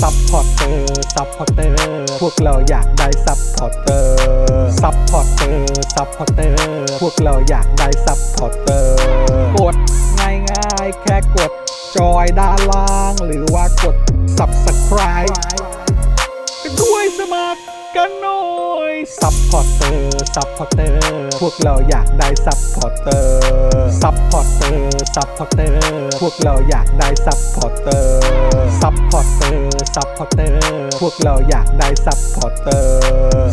S1: ซัพพอร์เตอร์ ซัพพอร์เตอร์ พวกเราอยากได้ซัพพอร์เตอร์ ซัพพอร์เตอร์ ซัพพอร์เตอร์ พวกเราอยากได้ซัพพอร์เตอร์ กดง่ายง่ายๆแค่กด จอยด้านล่าง หรือว่ากด subscribe กันด้วยสมัครกันหน่อย ซัพพอร์เตอร์ ซัพพอร์เตอร์ พวกเราอยากได้ซัพพอร์เตอร์ ซัพพอร์เตอร์ ซัพพอร์เตอร์ พวกเราอยากได้ซัพพอร์เตอร์ ซัพพอร์เตอร์ ซัพพอร์เตอร์ พวกเราอยากได้ซัพพอร์เตอร์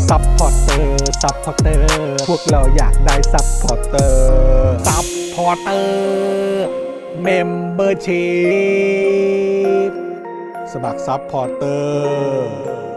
S1: ซัพพอร์เตอร์ ซัพพอร์เตอร์ พวกเราอยากได้ซัพพอร์เตอร์ ซัพพอร์เตอร์ เมมเบอร์ชีพสมัครซัพพอร์เตอร์